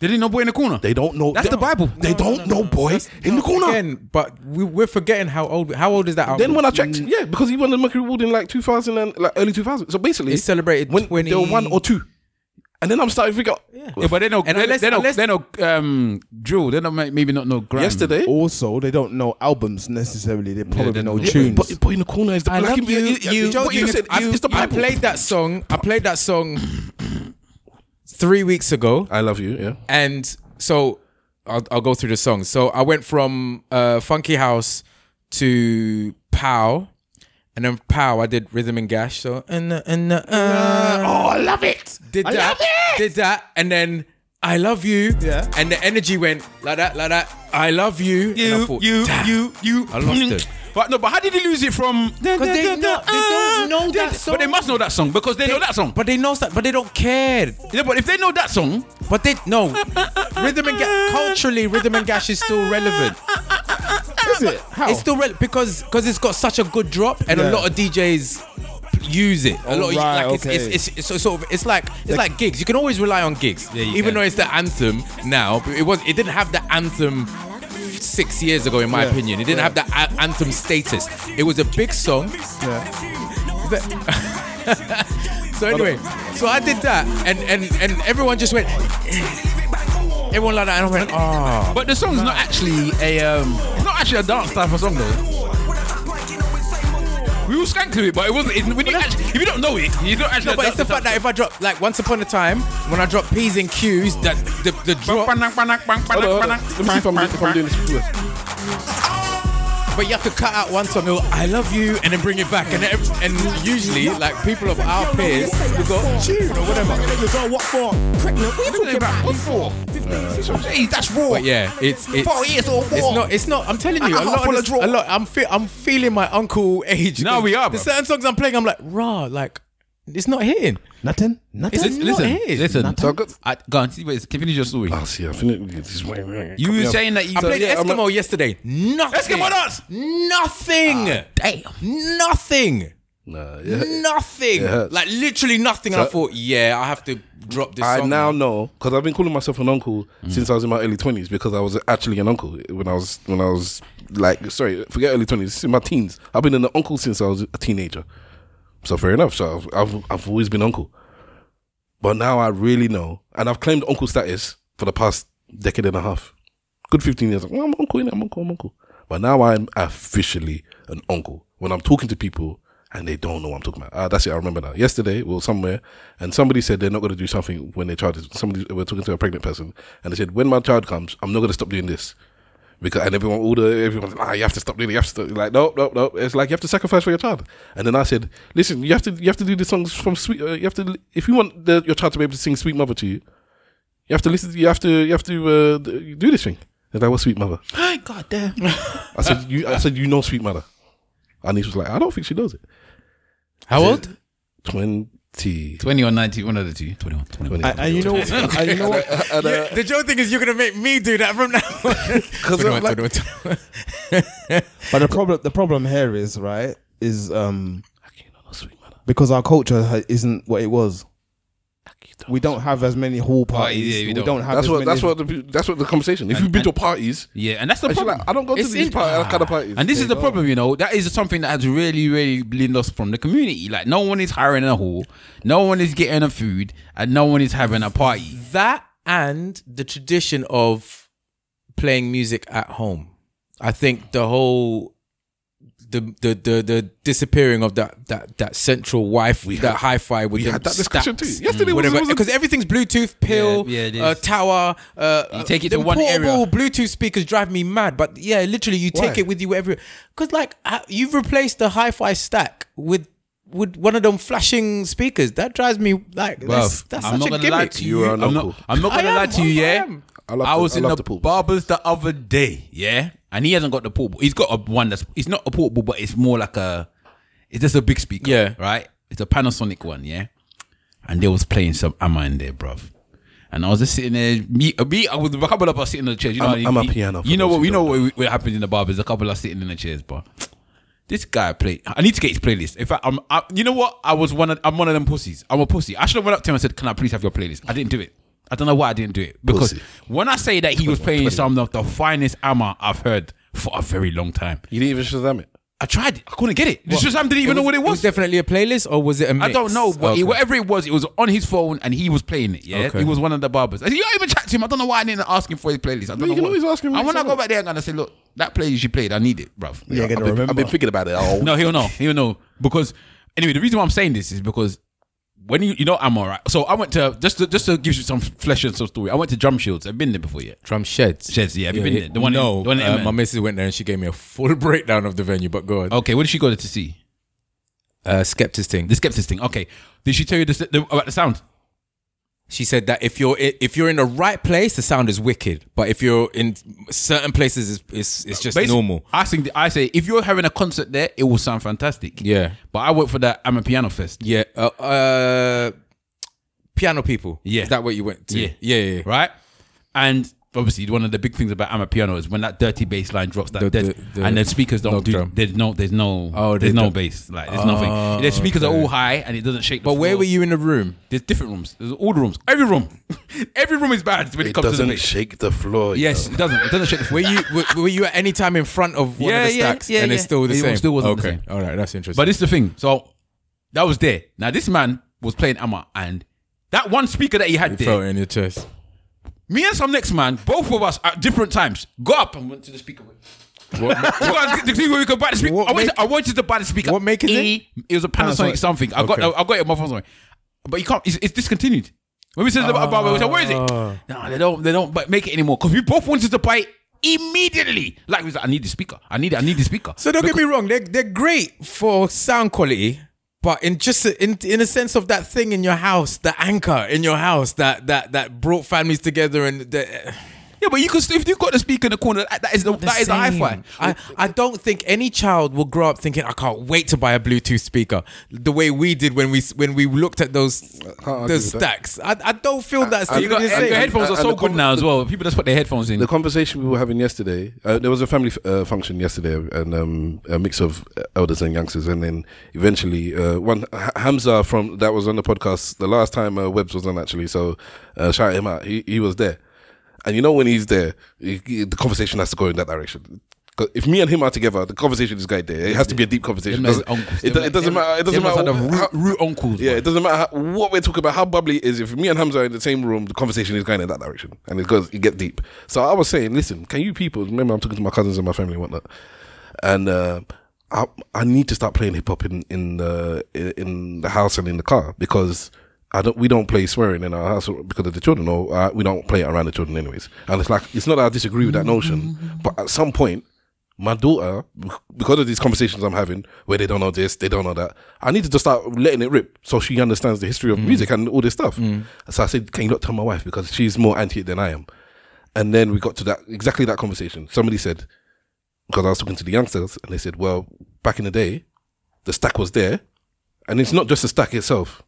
[SPEAKER 2] They didn't know Boy in the Corner.
[SPEAKER 1] They don't know.
[SPEAKER 2] That's the Bible.
[SPEAKER 1] They don't know Boy in the Corner.
[SPEAKER 4] Again, but we, we're forgetting how old. How old is that album?
[SPEAKER 1] Then when I checked,
[SPEAKER 4] Mm.
[SPEAKER 1] yeah, because he won the Mercury Award in like 2000 and like early 2000. So basically,
[SPEAKER 4] It celebrated
[SPEAKER 1] when
[SPEAKER 4] 20
[SPEAKER 1] they were one or two. And then I'm starting to figure out.
[SPEAKER 2] Yeah, but they know.
[SPEAKER 4] And
[SPEAKER 2] they,
[SPEAKER 4] unless-
[SPEAKER 2] they know.
[SPEAKER 4] unless-
[SPEAKER 2] they know. Um, drill. They don't ma- maybe not know. Grime.
[SPEAKER 1] Yesterday,
[SPEAKER 11] Also, they don't know albums necessarily. They probably
[SPEAKER 2] they
[SPEAKER 11] know
[SPEAKER 2] don't know.
[SPEAKER 11] tunes.
[SPEAKER 1] Boy, Boy in the Corner is the
[SPEAKER 4] I
[SPEAKER 1] black.
[SPEAKER 4] love you.
[SPEAKER 1] yeah,
[SPEAKER 4] you,
[SPEAKER 1] what you
[SPEAKER 4] you-
[SPEAKER 1] said,
[SPEAKER 4] I-
[SPEAKER 1] it's the
[SPEAKER 4] I
[SPEAKER 1] Bible.
[SPEAKER 4] played that song. I played that song three weeks ago.
[SPEAKER 1] I love you. Yeah.
[SPEAKER 4] And so I'll, I'll go through the songs. So I went from uh, Funky House to Pow. And then Pow, I did Rhythm and Gash. So, and, uh, and, uh, oh, I love it. Did that. Did that. And then I love you. Yeah. And the energy went like that, like that. I love you. and I
[SPEAKER 2] you,
[SPEAKER 4] thought,
[SPEAKER 2] you,
[SPEAKER 4] "Damn."
[SPEAKER 2] you, you.
[SPEAKER 4] I lost it.
[SPEAKER 2] But no, but how did he lose it from? Because
[SPEAKER 4] they not- they don't know that song.
[SPEAKER 2] But they must know that song because they, know that song.
[SPEAKER 4] But they know that, but they don't care.
[SPEAKER 2] yeah, but if they know that song,
[SPEAKER 4] But they, no. rhythm and Gash, culturally, Rhythm and Gash is still relevant.
[SPEAKER 11] Is it? How?
[SPEAKER 4] It's still rel- because because it's got such a good drop and a
[SPEAKER 11] Yeah. Oh,
[SPEAKER 4] lot of DJs use it. A lot of
[SPEAKER 11] right,
[SPEAKER 4] like
[SPEAKER 11] okay.
[SPEAKER 4] it's, it's, it's, it's sort of it's like it's like gigs. You can always rely on gigs,
[SPEAKER 2] you
[SPEAKER 4] even
[SPEAKER 2] can.
[SPEAKER 4] though it's the anthem now. But it was it didn't have the anthem six years ago, in my opinion. It didn't have that a- anthem status. It was a big song. *laughs* So anyway, so I did that, and and and everyone just went. *sighs* Everyone like that, and I went, oh.
[SPEAKER 2] but the song's not actually a um, it's not actually a dance type of song though. We all skank to it, but it wasn't. It, when you actually, if you don't know it, you don't actually.
[SPEAKER 4] No, but it's the fact that if I drop like once upon a time when I drop P's and Q's, that the, the drop.
[SPEAKER 1] Hold on, hold on. Let me see if I'm, if I'm doing this.
[SPEAKER 4] But you have to cut out one song. it'll, I love you, and then bring it back. And ev- and usually, like people of our peers, we go tune or whatever.
[SPEAKER 9] what for?
[SPEAKER 2] that's raw.
[SPEAKER 4] But yeah, it's it's, it's not it's not. I'm telling you, a lot, of this, a lot. I'm fe- I'm feeling my uncle age.
[SPEAKER 2] No, we are,
[SPEAKER 4] There's
[SPEAKER 2] bro.
[SPEAKER 4] certain songs I'm playing. I'm like raw, like it's not hitting.
[SPEAKER 11] Nothing. Nothing.
[SPEAKER 4] It's-
[SPEAKER 2] Listen,
[SPEAKER 4] not
[SPEAKER 2] listen,
[SPEAKER 4] it.
[SPEAKER 2] listen.
[SPEAKER 1] So I got-
[SPEAKER 2] I, go on, see, wait, finish your story.
[SPEAKER 1] Ah, see, I think this is way-
[SPEAKER 2] You were saying that you
[SPEAKER 4] I played
[SPEAKER 2] yeah, I'm
[SPEAKER 4] Eskimo
[SPEAKER 2] not-
[SPEAKER 4] yesterday. Nothing.
[SPEAKER 2] Eskimo dance.
[SPEAKER 4] Nothing.
[SPEAKER 2] Ah,
[SPEAKER 4] damn. Nothing.
[SPEAKER 1] Nah, yeah.
[SPEAKER 4] nothing.
[SPEAKER 1] hurts.
[SPEAKER 4] Like literally nothing. and I thought, yeah, I have to drop this
[SPEAKER 1] I
[SPEAKER 4] song.
[SPEAKER 1] now know because I've been calling myself an uncle since I was in my early twenties because I was actually an uncle when I was when I was like sorry forget early twenties in my teens I've been an uncle since I was a teenager so fair enough so I've I've, I've always been uncle but now I really know and I've claimed uncle status for the past decade and a half good fifteen years well, I'm uncle innit? I'm uncle I'm uncle but now I'm officially an uncle when I'm talking to people. And they don't know what I'm talking about. Ah, that's it. I remember now. Yesterday, we were somewhere, and somebody said they're not going to do something when their child is. Somebody we're talking to a pregnant person, and they said, "When my child comes, I'm not going to stop doing this." Because and everyone, all the everyone's like, ah, you have to stop doing it. You have to stop. like, nope, nope, nope. It's like you have to sacrifice for your child. And then I said, listen, you have to you have to do the songs from sweet. Uh, you have to if you want the, your child to be able to sing "Sweet Mother" to you, you have to listen. You have to you have to uh, d- do this thing. And that was "Sweet Mother."
[SPEAKER 2] God damn.
[SPEAKER 1] I said, you, I said, you know "Sweet Mother," and he was like, I don't think she knows it.
[SPEAKER 4] How old?
[SPEAKER 1] Twenty.
[SPEAKER 2] 20 or 19, one of the two. 21. 21.
[SPEAKER 11] And, and you know, and you know what?
[SPEAKER 4] Yeah, the joke thing is you're gonna make me do that from now
[SPEAKER 1] *laughs*
[SPEAKER 4] on. 21, 21, 21.
[SPEAKER 11] But the problem, the problem here is right is um
[SPEAKER 1] You know "Sweet Mother."
[SPEAKER 11] because our culture ha- isn't what it was. We don't have as many hall parties.
[SPEAKER 2] yeah, we
[SPEAKER 11] we,
[SPEAKER 2] don't.
[SPEAKER 11] don't. have
[SPEAKER 1] That's
[SPEAKER 11] as
[SPEAKER 1] what
[SPEAKER 11] many.
[SPEAKER 1] that's what the, pe- that's what the conversation. If you've been to parties,
[SPEAKER 2] Yeah, and that's the
[SPEAKER 1] and she's
[SPEAKER 2] problem.
[SPEAKER 1] like, I don't go to
[SPEAKER 2] It's
[SPEAKER 1] these
[SPEAKER 2] in-
[SPEAKER 1] par-
[SPEAKER 2] Ah.
[SPEAKER 1] kind of parties.
[SPEAKER 2] And this is the problem, you know. That is something that has really, really been lost from the community. Like, no one is hiring a hall, no one is getting a food, and no one is having a party.
[SPEAKER 4] that and the tradition of playing music at home. I think the whole the the the, the disappearing of that that that central Wi-Fi, that hi-fi with
[SPEAKER 1] we
[SPEAKER 4] the
[SPEAKER 1] had that discussion too. Yesterday was-
[SPEAKER 4] whatever,
[SPEAKER 1] was a-
[SPEAKER 4] because everything's Bluetooth, pill,
[SPEAKER 2] Yeah, yeah, it is.
[SPEAKER 4] uh, tower. Uh,
[SPEAKER 2] You take it
[SPEAKER 4] the
[SPEAKER 2] to one
[SPEAKER 4] portable
[SPEAKER 2] area.
[SPEAKER 4] Bluetooth speakers drive me mad, but yeah, literally, you take
[SPEAKER 1] Why?
[SPEAKER 4] it with you wherever. Because like ha- you've replaced the hi-fi stack with. With one of them flashing speakers, that drives me like that's, that's
[SPEAKER 2] I'm
[SPEAKER 4] such
[SPEAKER 2] not
[SPEAKER 4] a
[SPEAKER 2] gonna lie
[SPEAKER 4] gimmick.
[SPEAKER 2] to
[SPEAKER 1] You
[SPEAKER 2] you.
[SPEAKER 1] are
[SPEAKER 2] I'm
[SPEAKER 1] an
[SPEAKER 2] not,
[SPEAKER 1] uncle.
[SPEAKER 2] I'm not
[SPEAKER 4] I
[SPEAKER 2] gonna lie
[SPEAKER 4] am,
[SPEAKER 2] to you,
[SPEAKER 4] I
[SPEAKER 2] yeah.
[SPEAKER 4] am.
[SPEAKER 1] I love
[SPEAKER 2] I
[SPEAKER 1] the-
[SPEAKER 2] was
[SPEAKER 1] I
[SPEAKER 2] in
[SPEAKER 1] love
[SPEAKER 2] the,
[SPEAKER 1] the portables.
[SPEAKER 2] barber's the other day, yeah, and he hasn't got the portable. He's got a one that's it's not a portable, but it's more like a it's just a big speaker,
[SPEAKER 4] Yeah.
[SPEAKER 2] right? It's a Panasonic one, yeah. And they was playing some Amma in there, bruv. And I was just sitting there. Me, me, I was a couple of us sitting in the chairs. You know,
[SPEAKER 1] I'm-
[SPEAKER 2] what I
[SPEAKER 1] I'm a
[SPEAKER 2] mean?
[SPEAKER 1] piano for
[SPEAKER 2] You know
[SPEAKER 1] those
[SPEAKER 2] what?
[SPEAKER 1] who
[SPEAKER 2] We know what, what happened in the bar. There's a couple of us sitting in the chairs, but this guy play. I need to get his playlist. In fact, I'm. I, you know what? I was one. Of, I'm one of them pussies. I'm a pussy. I should have went up to him and said, "Can I please have your playlist?" I didn't do it. I don't know why I didn't do it because
[SPEAKER 1] Pussy.
[SPEAKER 2] when I say that he was
[SPEAKER 1] 21,
[SPEAKER 2] playing
[SPEAKER 1] 21.
[SPEAKER 2] some of the finest ama I've heard for a very long time.
[SPEAKER 1] You didn't even Shazam it.
[SPEAKER 2] I tried. it. I couldn't get it. This Shazam didn't even know what it was.
[SPEAKER 4] definitely a playlist, or was it a mix?
[SPEAKER 2] I don't know, but
[SPEAKER 4] Okay.
[SPEAKER 2] it, whatever it was, it was on his phone and he was playing it. Yeah,
[SPEAKER 4] Okay.
[SPEAKER 2] he was one of the barbers. And you don't even chat to him. I don't know why I didn't ask him for his playlist. I don't
[SPEAKER 1] you
[SPEAKER 2] know
[SPEAKER 1] can
[SPEAKER 2] what-
[SPEAKER 1] always ask him
[SPEAKER 2] And
[SPEAKER 1] next
[SPEAKER 2] when I
[SPEAKER 1] time.
[SPEAKER 2] go back there, I'm gonna say, look, that playlist you played, I need it, bruv.
[SPEAKER 1] Yeah, I've, been, I've been thinking about it. Oh, all.
[SPEAKER 2] No, he'll know. He'll know because anyway, the reason why I'm saying this is because when you you know I'm alright. So I went to just to, just to give you some flesh and some story. I went to Drum Shields. I've been there before, yeah.
[SPEAKER 4] Drum Sheds.
[SPEAKER 2] Sheds, yeah. Have you been
[SPEAKER 4] it-
[SPEAKER 2] there? The one in-
[SPEAKER 4] no,
[SPEAKER 2] the one in
[SPEAKER 4] uh,
[SPEAKER 2] Emmen.
[SPEAKER 4] my missus went there and she gave me a full *laughs* breakdown of the venue. But go on.
[SPEAKER 2] Okay, what did she go there to see?
[SPEAKER 4] Oh, Uh, Skeptis thing.
[SPEAKER 2] The Skeptis thing. Okay, did she tell you the, the, about the sound?
[SPEAKER 4] She said that if you're i- if you're in the right place, the sound is wicked. But if you're in certain places, it's it's, it's just
[SPEAKER 2] Basi-
[SPEAKER 4] normal.
[SPEAKER 2] I think I say if you're having a concert there, it will sound fantastic.
[SPEAKER 4] Yeah.
[SPEAKER 2] But I work for that. I'm a piano fest.
[SPEAKER 4] Yeah. Uh, uh, piano people.
[SPEAKER 2] Yeah.
[SPEAKER 4] Is that what you went to?
[SPEAKER 2] Yeah.
[SPEAKER 4] Yeah. yeah, yeah.
[SPEAKER 2] Right. And obviously, one of the big things about I'm a piano is when that dirty bass line drops, that
[SPEAKER 4] The-
[SPEAKER 2] dead,
[SPEAKER 4] the- the
[SPEAKER 2] and the speakers don't
[SPEAKER 4] knock
[SPEAKER 2] do.
[SPEAKER 4] drum.
[SPEAKER 2] There's no. There's no.
[SPEAKER 4] Oh, they
[SPEAKER 2] there's no
[SPEAKER 4] don't-
[SPEAKER 2] bass. Like there's
[SPEAKER 4] Oh,
[SPEAKER 2] nothing. The speakers are
[SPEAKER 4] okay.
[SPEAKER 2] all high and it doesn't shake. The
[SPEAKER 4] But where
[SPEAKER 2] floor.
[SPEAKER 4] were you in the room?
[SPEAKER 2] There's different rooms. There's all the rooms. Every room. *laughs* Every room is bad when it,
[SPEAKER 1] It
[SPEAKER 2] comes to the
[SPEAKER 1] doesn't
[SPEAKER 2] bass.
[SPEAKER 1] shake the floor. you
[SPEAKER 2] Yes,
[SPEAKER 1] know.
[SPEAKER 2] it doesn't. It doesn't shake the floor.
[SPEAKER 4] Were you were, were you at any time in front of one
[SPEAKER 2] Yeah,
[SPEAKER 4] of the
[SPEAKER 2] yeah,
[SPEAKER 4] stacks?
[SPEAKER 2] yeah,
[SPEAKER 4] and
[SPEAKER 2] yeah.
[SPEAKER 4] it's still the
[SPEAKER 2] It
[SPEAKER 4] same.
[SPEAKER 2] still wasn't the
[SPEAKER 4] okay.
[SPEAKER 2] same.
[SPEAKER 4] All right. That's interesting.
[SPEAKER 2] But this is the thing. So that was there. Now this man was playing Amma and that one speaker that he had
[SPEAKER 4] you
[SPEAKER 2] there.
[SPEAKER 4] felt it in your chest.
[SPEAKER 2] Me and some next man, both of us at different times, got up and went to the speaker. *laughs* We
[SPEAKER 4] What-
[SPEAKER 2] got the speaker, we could buy the speaker.
[SPEAKER 4] What
[SPEAKER 2] I, wanted,
[SPEAKER 4] make-
[SPEAKER 2] I wanted to buy the speaker.
[SPEAKER 4] What make is it?
[SPEAKER 2] it? It was a Panasonic,
[SPEAKER 4] Panasonic.
[SPEAKER 2] something. I got
[SPEAKER 4] Okay.
[SPEAKER 2] I got it on my phone somewhere. But you can't. It's, it's discontinued. When we said it's about Barbara, we said, "Where is
[SPEAKER 4] Ah.
[SPEAKER 2] it?" No, they don't. They don't bu- make it anymore because we both wanted to buy it immediately. Like we was like, "I need the speaker. I need. it, I need the speaker."
[SPEAKER 4] So don't get me wrong, they're they're great for sound quality, but in just in in a sense of that thing in your house, the anchor in your house that that that brought families together and the,
[SPEAKER 2] yeah, but you could still, if you got the speaker in the corner, that that is the,
[SPEAKER 4] the
[SPEAKER 2] that is the
[SPEAKER 4] same.
[SPEAKER 2] hi-fi.
[SPEAKER 4] I I don't think any child will grow up thinking I can't wait to buy a Bluetooth speaker the way we did when we s- when we looked at those
[SPEAKER 1] can't argue
[SPEAKER 4] those
[SPEAKER 1] with that.
[SPEAKER 4] stacks. I, I don't feel that's
[SPEAKER 2] You got,
[SPEAKER 4] the same.
[SPEAKER 2] your headphones are
[SPEAKER 1] And
[SPEAKER 2] so
[SPEAKER 1] the
[SPEAKER 2] good
[SPEAKER 1] com-
[SPEAKER 2] now as well. People just put their headphones in.
[SPEAKER 1] The conversation we were having yesterday, uh, there was a family f- uh, function yesterday, and um, a mix of elders and youngsters, and then eventually uh, one H- Hamza from that was on the podcast the last time uh, Webbs was on actually. So uh, shout him out. He he was there, and you know when he's there, he, he- the conversation has to go in that direction. 'Cause If me and him are together, the conversation is going there. It has to be a deep conversation.
[SPEAKER 2] Them
[SPEAKER 1] It doesn't-
[SPEAKER 2] man's uncles.
[SPEAKER 1] It,
[SPEAKER 2] Them
[SPEAKER 1] do- it doesn't
[SPEAKER 2] man-
[SPEAKER 1] matter. It doesn't
[SPEAKER 2] them man's
[SPEAKER 1] matter.
[SPEAKER 2] are the
[SPEAKER 1] how-
[SPEAKER 2] root- root uncles,
[SPEAKER 1] Yeah,
[SPEAKER 2] man.
[SPEAKER 1] it doesn't matter how, what we're talking about, how bubbly it is. If me and Hamza are in the same room, the conversation is going in that direction, and it goes, it gets deep. So I was saying, listen, can you people? Remember, I'm talking to my cousins and my family and whatnot, and uh, I I need to start playing hip hop in in the in the house and in the car because. I don't. We don't play swearing in our house because of the children, or uh, we don't play it around the children, anyways. And it's like it's not that I disagree with that notion, but at some point, my daughter, because of these conversations I'm having, where they don't know this, they don't know that, I need to just start letting it rip so she understands the history of music and all this stuff. So I said, Can you not tell my wife? Because she's more anti it than I am. And then we got to that exactly that conversation. Somebody said, because I was talking to the youngsters, and they said, Well, back in the day, the stack was there, and it's not just the stack itself,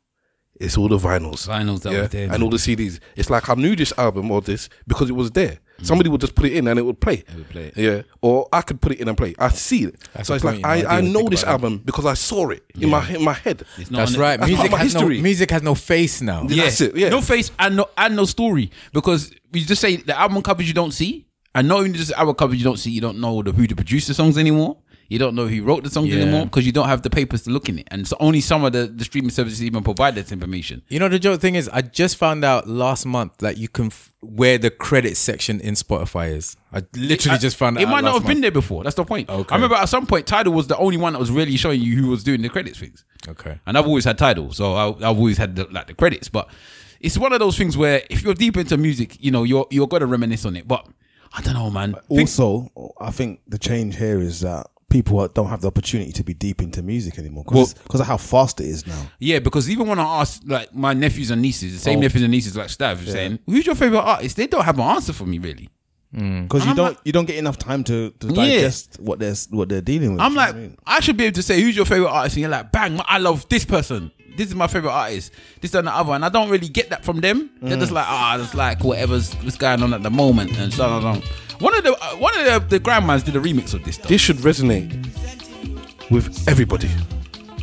[SPEAKER 1] it's all the vinyls
[SPEAKER 2] Vinyls that were there,
[SPEAKER 1] and all the CDs. It's like I knew this album or this because it was there. Somebody would just put it in and it would play. It
[SPEAKER 2] would play Mm. it.
[SPEAKER 1] Yeah. Or I could put it in and play. I see it.
[SPEAKER 4] That's
[SPEAKER 1] so
[SPEAKER 4] a
[SPEAKER 1] it's like
[SPEAKER 4] point, you know, I
[SPEAKER 1] I, I
[SPEAKER 4] didn't
[SPEAKER 1] know
[SPEAKER 4] think
[SPEAKER 1] this
[SPEAKER 4] about that.
[SPEAKER 1] album because I saw it in my in my head.
[SPEAKER 2] It's not
[SPEAKER 4] That's
[SPEAKER 2] on it.
[SPEAKER 4] right.
[SPEAKER 1] That's
[SPEAKER 4] music
[SPEAKER 1] part of my
[SPEAKER 4] has
[SPEAKER 1] history.
[SPEAKER 4] no music has no face now.
[SPEAKER 2] Yeah.
[SPEAKER 1] That's it, yeah.
[SPEAKER 2] No face and no and no story because you just say the album covers you don't see, and not only just the album covers you don't see, you don't know the, who to produce the songs anymore. You don't know who wrote the songs
[SPEAKER 4] Yeah.
[SPEAKER 2] anymore because you don't have the papers to look in it, and so only some of the, the streaming services even provide that information.
[SPEAKER 4] You know the joke thing is, I just found out last month that you can f- where the credit section in Spotify is. I literally just found
[SPEAKER 2] it
[SPEAKER 4] out.
[SPEAKER 2] might not
[SPEAKER 4] last
[SPEAKER 2] have been
[SPEAKER 4] month.
[SPEAKER 2] there before. That's the point.
[SPEAKER 4] Okay.
[SPEAKER 2] I remember at some point Tidal was the only one that was really showing you who was doing the credits things.
[SPEAKER 4] Okay.
[SPEAKER 2] And I've always had title, so I, I've always had the, like the credits. But it's one of those things where if you're deep into music, you know you're you're gonna reminisce on it. But I don't know, man. Things-
[SPEAKER 11] Also, I think the change here is that people don't have the opportunity to be deep into music anymore
[SPEAKER 2] Well-
[SPEAKER 11] because of how fast it is now.
[SPEAKER 2] yeah, because even when I ask like my nephews and nieces, the same
[SPEAKER 4] Oh.
[SPEAKER 2] nephews and nieces like Stav, saying who's your favorite artist, they don't have an answer for me really.
[SPEAKER 11] Because you don't you don't get enough time to, to
[SPEAKER 2] Yeah.
[SPEAKER 11] digest what they're what they're dealing with.
[SPEAKER 2] I'm
[SPEAKER 11] you know
[SPEAKER 2] like,
[SPEAKER 11] what I mean?
[SPEAKER 2] I should be able to say who's your favorite artist, and you're like, bang, I love this person. this is my favorite artist, this and the other, and I don't really get that from them. They're
[SPEAKER 12] Mm.
[SPEAKER 2] just like ah, it's like whatever's what's going on at the moment, and so on. and so on. One of the uh, one of the, the grandmas did a remix of this. Stuff.
[SPEAKER 1] This should resonate with everybody.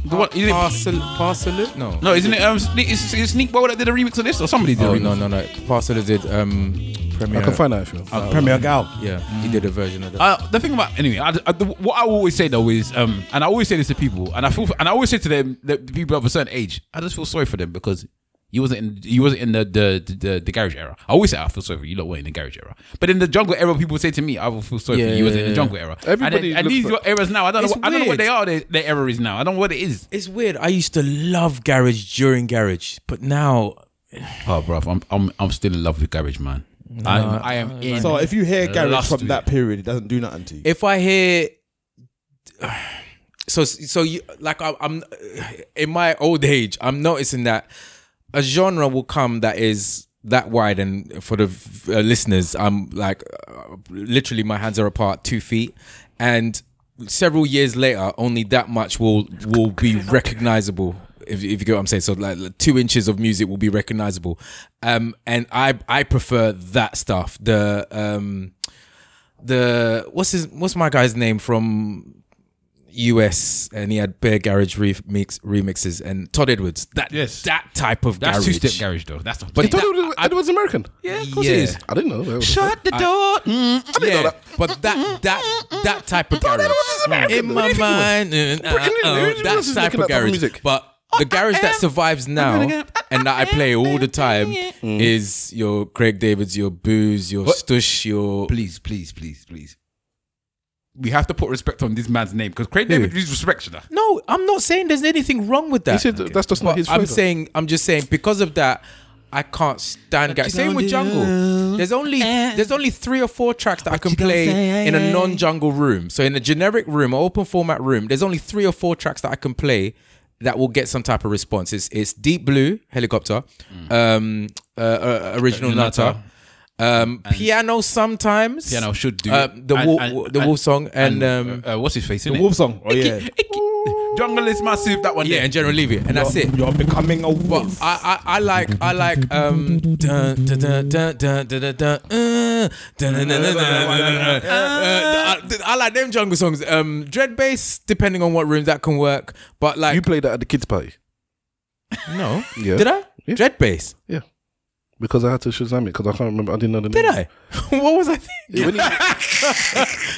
[SPEAKER 2] What, isn't it
[SPEAKER 4] parcel, parcel? No,
[SPEAKER 2] no, isn't it? Um, Sne- is, is Sneak Bowl that did a remix of this, or somebody did? a
[SPEAKER 4] Oh
[SPEAKER 2] remix?
[SPEAKER 4] no, no, no. Parcel did um, Premier.
[SPEAKER 2] I can find out if you want.
[SPEAKER 4] Uh,
[SPEAKER 2] Premier Gal.
[SPEAKER 4] Yeah, he did a version of that.
[SPEAKER 2] Uh, the thing about anyway, I, I, the, what I will always say though is, um, and I always say this to people, and I feel, and I always say to them, the the people of a certain age, I just feel sorry for them because you wasn't in, you wasn't in the the, the the the garage era. I always say I feel sorry for you. Lot were in the garage era, but in the jungle era, people say to me, I will feel sorry for
[SPEAKER 4] Yeah,
[SPEAKER 2] you. You wasn't
[SPEAKER 4] yeah,
[SPEAKER 2] in the
[SPEAKER 4] yeah.
[SPEAKER 2] jungle era.
[SPEAKER 4] Everybody
[SPEAKER 2] and, then- and
[SPEAKER 4] looks
[SPEAKER 2] these
[SPEAKER 4] like-
[SPEAKER 2] your eras now. I don't know.
[SPEAKER 4] It's
[SPEAKER 2] What, I don't know what
[SPEAKER 4] weird.
[SPEAKER 2] they are. Their, their era is now. I don't know what it is.
[SPEAKER 4] It's weird. I used to love garage during garage, but now
[SPEAKER 2] Oh, bro, I'm I'm I'm still in love with garage, man.
[SPEAKER 4] No,
[SPEAKER 2] I'm, I am in.
[SPEAKER 11] So if you hear garage
[SPEAKER 2] lust
[SPEAKER 11] from
[SPEAKER 2] with
[SPEAKER 11] that period, it doesn't do nothing to you.
[SPEAKER 4] if I hear *sighs* so so you like I, I'm in my old age, I'm noticing that a genre will come that is that wide and for the uh, listeners i'm like uh, literally my hands are apart two feet and several years later only that much will will be recognizable if, if you get what i'm saying so like like, two inches of music will be recognizable um and i i prefer that stuff the um the what's his what's my guy's name from US and he had Bear Garage remix, remixes and Todd Edwards that that type of
[SPEAKER 2] That's
[SPEAKER 4] garage
[SPEAKER 2] two-step garage, though. That's not-
[SPEAKER 4] but
[SPEAKER 2] It's
[SPEAKER 4] that,
[SPEAKER 2] Todd
[SPEAKER 1] Edwards- Edwards American
[SPEAKER 4] yeah
[SPEAKER 1] Of course it is. I didn't know. that.
[SPEAKER 4] Shut the
[SPEAKER 2] door. I
[SPEAKER 4] didn't know that. But that that that type of garage in my mind, uh, uh, uh, that type of garage. But the garage that survives now and that I play all the time is your Craig Davids, your Booze, your Stush, your
[SPEAKER 2] please, please, please, please. we have to put respect on this man's name because Craig
[SPEAKER 4] Who?
[SPEAKER 2] David is respected.
[SPEAKER 4] No, I'm not saying there's anything wrong with that.
[SPEAKER 2] He said that's just not
[SPEAKER 4] But
[SPEAKER 2] his
[SPEAKER 4] I'm
[SPEAKER 2] flavor.
[SPEAKER 4] saying I'm just saying because of that, I can't stand
[SPEAKER 2] you
[SPEAKER 4] guys. Same
[SPEAKER 2] gonna
[SPEAKER 4] with
[SPEAKER 2] do?
[SPEAKER 4] jungle. There's only there's only three or four tracks that I can play in a non-jungle room. So in a generic room, an open format room, there's only three or four tracks that I can play that will get some type of response. It's it's Deep Blue Helicopter,
[SPEAKER 2] Mm.
[SPEAKER 4] um, uh, uh, Original Nutter.
[SPEAKER 2] Nutter.
[SPEAKER 4] Um, piano sometimes.
[SPEAKER 2] Piano should do.
[SPEAKER 4] Uh, the
[SPEAKER 2] And-
[SPEAKER 4] wolf,
[SPEAKER 2] and-
[SPEAKER 4] the
[SPEAKER 2] and-
[SPEAKER 4] wolf song
[SPEAKER 2] and,
[SPEAKER 4] and, um,
[SPEAKER 2] uh, uh, what's his face?
[SPEAKER 4] The
[SPEAKER 2] innit?
[SPEAKER 4] wolf song. Oh,
[SPEAKER 2] Icky,
[SPEAKER 4] yeah.
[SPEAKER 2] icky. Jungle is massive. That one.
[SPEAKER 4] Yeah, and General Levy, and that's it. You're becoming
[SPEAKER 2] oh,
[SPEAKER 4] a wolf. I, I, I like, I like, um, dun, dun, dun, dun, dun, dun, dun, dun, uh, dun, dun, dun, dun, dun, dun, dun, uh, I I like them jungle songs. Um, dread bass, depending on what room that can work, but like you
[SPEAKER 1] played that at the kids' party.
[SPEAKER 4] No,
[SPEAKER 1] Yeah.
[SPEAKER 4] did I? Dread bass.
[SPEAKER 1] Yeah. Because I had to Shazam it because I can't remember. I didn't know the
[SPEAKER 4] Did
[SPEAKER 1] name.
[SPEAKER 4] I? *laughs* what was I thinking?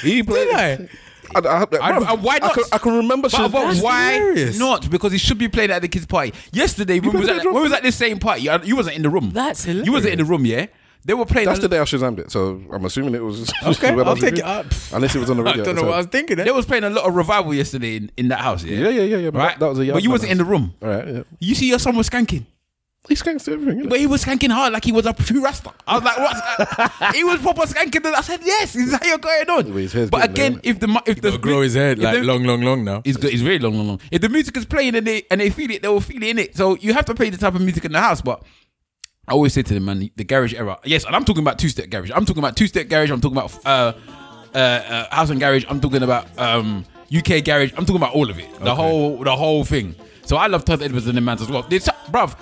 [SPEAKER 1] *laughs* He played.
[SPEAKER 4] Did I?
[SPEAKER 1] I, I, bruv,
[SPEAKER 2] I- why
[SPEAKER 1] I
[SPEAKER 2] not?
[SPEAKER 1] can, I can remember.
[SPEAKER 2] But,
[SPEAKER 1] Shazam.
[SPEAKER 2] but why not? Because he should be playing at the kids' party. Yesterday, when we, was at, when we was at this same party, you- you wasn't in the room. That's hilarious. You wasn't in the room, yeah? They were playing.
[SPEAKER 1] That's
[SPEAKER 2] a-
[SPEAKER 1] the day I Shazammed it, so I'm assuming it was. *laughs*
[SPEAKER 2] Okay,
[SPEAKER 1] when I
[SPEAKER 2] I'll
[SPEAKER 1] was
[SPEAKER 2] take
[SPEAKER 1] reviewing.
[SPEAKER 2] it up.
[SPEAKER 1] Unless it was on the radio. at the time.
[SPEAKER 4] thinking.
[SPEAKER 2] They was playing a lot of revival yesterday in, in that house. Yeah,
[SPEAKER 1] Yeah, yeah, yeah, yeah. but
[SPEAKER 2] Right,
[SPEAKER 1] That, that was a.
[SPEAKER 2] but you wasn't in the room.
[SPEAKER 1] All right. Yeah.
[SPEAKER 2] You see, your son was skanking.
[SPEAKER 1] He skanks everything.
[SPEAKER 2] But he was skanking hard, like he was a true rasta. I was like, what? *laughs* he was proper skanking, and I said, yes, is that you're going on? But again, if the mu- if the
[SPEAKER 4] grow his head
[SPEAKER 2] if
[SPEAKER 4] like
[SPEAKER 2] the-
[SPEAKER 4] long, long, long now.
[SPEAKER 2] He's good. He's very long, long, long. If the music is playing and they and they feel it, they will feel it in it. So you have to play the type of music in the house. But I always say to them, man, the garage era. Yes, and I'm talking about two step garage. I'm talking about two step garage. I'm talking about uh, uh, uh, house and garage. I'm talking about um, UK garage. I'm talking about all of it. The whole the whole thing. So I love Todd Edwards and the Mans as well. This, bruv,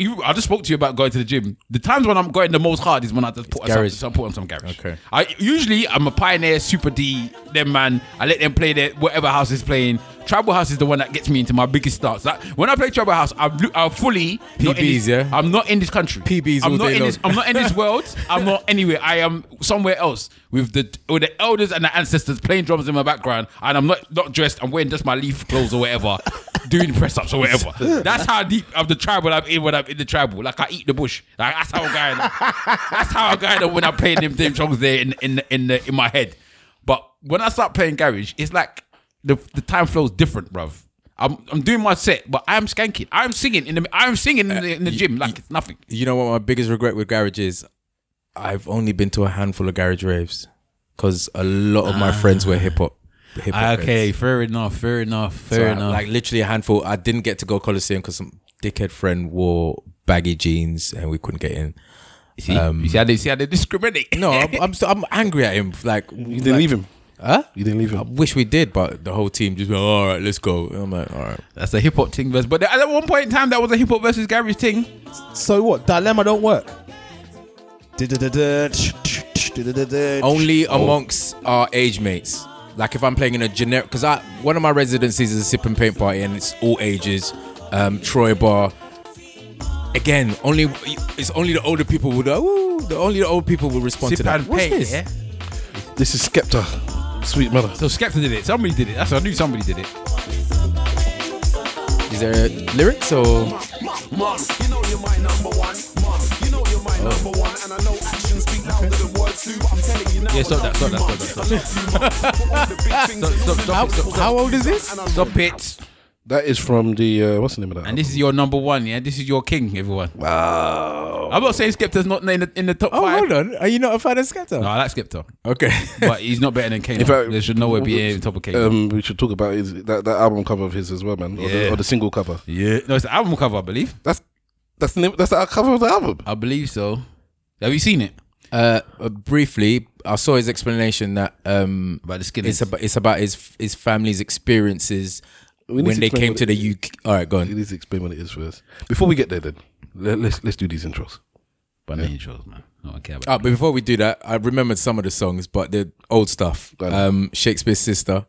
[SPEAKER 2] you, I just spoke to you about going to the gym. The times when I'm going the most hard is when I just put on some,
[SPEAKER 4] garage.
[SPEAKER 2] so I put on some garage.
[SPEAKER 4] Okay.
[SPEAKER 2] I usually I'm a pioneer, super D, them man. I let them play their whatever house is playing. Tribal house is the one that gets me into my biggest starts. Like, when I play tribal house, I'm, lu- I'm fully not in
[SPEAKER 4] PBs,
[SPEAKER 2] this-
[SPEAKER 4] yeah?
[SPEAKER 2] I'm not in this country. PBs. I'm
[SPEAKER 4] all
[SPEAKER 2] not
[SPEAKER 4] day
[SPEAKER 2] in
[SPEAKER 4] long.
[SPEAKER 2] this. I'm not in this world. I'm not anywhere. I am somewhere else with the with the elders and the ancestors playing drums in my background, and I'm not not dressed. I'm wearing just my leaf clothes or whatever, *laughs* doing press ups or whatever. That's how deep of the tribal I'm in when I'm in the tribal. Like I eat the bush. Like that's how guy. that's how I guy when I'm playing them them songs there in in the, in the, in my head. But when I start playing garage, it's like the the time flow's different, bruv. I'm, I'm doing my set, but I'm skanking. I'm singing in the I'm singing in the, in the gym like it's nothing.
[SPEAKER 4] You know what my biggest regret with garage is? I've only been to a handful of garage raves because a lot of my
[SPEAKER 2] Ah.
[SPEAKER 4] friends were hip hop. Hip hop heads.
[SPEAKER 2] fair enough, Ah, fair enough,
[SPEAKER 4] So I- like literally a handful. I didn't get to go Coliseum because some dickhead friend wore baggy jeans and we couldn't get in.
[SPEAKER 2] see, you see how they see how they discriminate. *laughs*
[SPEAKER 4] no, I'm, I'm, still, I'm angry at him. Like you
[SPEAKER 1] didn't leave him.
[SPEAKER 4] Huh? Uh,
[SPEAKER 1] You didn't leave him. I
[SPEAKER 4] wish we did, but the whole team just went, all right, let's go. And I'm like, all right.
[SPEAKER 2] That's a hip hop thing versus. But at one point in time, that was a hip hop versus garage thing.
[SPEAKER 11] So what? Dilemma don't work.
[SPEAKER 4] Only
[SPEAKER 2] Oh.
[SPEAKER 4] amongst our age mates. Like if I'm playing in a generic, because I one of my residencies is a sip and paint party, and it's all ages. Um, Troy Bar. Again, only it's only the older people would. Ooh, the only the old people will respond to
[SPEAKER 2] Sip
[SPEAKER 4] that.
[SPEAKER 2] and
[SPEAKER 4] What's
[SPEAKER 2] paint,
[SPEAKER 4] this?
[SPEAKER 2] yeah?
[SPEAKER 1] This is Skepta. Sweet mother.
[SPEAKER 2] So Skepta did it. Somebody did it. That's I knew somebody did it.
[SPEAKER 4] Is there lyrics or?
[SPEAKER 8] Mom, you know you're my number one. Mom, you know you're my
[SPEAKER 2] Oh.
[SPEAKER 8] number one. And I know actions speak louder than words too. But I'm telling you now.
[SPEAKER 2] Yeah, stop that, stop that, stop that, stop that. *laughs* Stop, stop, stop, stop. How old is this? Stop it.
[SPEAKER 1] That is from the uh, what's the name of that?
[SPEAKER 2] And this is your number one, yeah? This is your king, everyone.
[SPEAKER 1] Wow.
[SPEAKER 2] I'm not saying Skepta's not in the, in the top five.
[SPEAKER 4] Oh, Hold on, are you not a fan of Skepta?
[SPEAKER 2] No, I like Skepta.
[SPEAKER 4] Okay. *laughs*
[SPEAKER 2] But he's not better than Kano.
[SPEAKER 1] In fact,
[SPEAKER 2] there should nowhere be any top of Kano.
[SPEAKER 1] Um, we should talk about his, that, that album cover of his as well, man, or,
[SPEAKER 2] Yeah.
[SPEAKER 1] the, or the single cover.
[SPEAKER 2] yeah. No, it's the album cover, I believe.
[SPEAKER 1] That's that's the name, that's the cover of the album.
[SPEAKER 2] I believe so. Have you seen it?
[SPEAKER 4] Uh, uh, briefly, I saw his explanation that um,
[SPEAKER 2] about the skin.
[SPEAKER 4] It's about it's about his his family's experiences
[SPEAKER 1] need
[SPEAKER 4] when
[SPEAKER 1] to
[SPEAKER 4] they
[SPEAKER 1] explain
[SPEAKER 4] came
[SPEAKER 1] what
[SPEAKER 4] to
[SPEAKER 1] it
[SPEAKER 4] the UK. All right, go
[SPEAKER 1] You
[SPEAKER 4] on.
[SPEAKER 1] need to explain what it is first. Before we get there, then let, let's let's do these intros.
[SPEAKER 2] But yeah. intros, man. No one care about
[SPEAKER 4] Ah, but before we do that, I remembered some of the songs, but the old stuff.
[SPEAKER 1] on.
[SPEAKER 4] Um, Shakespeare's sister.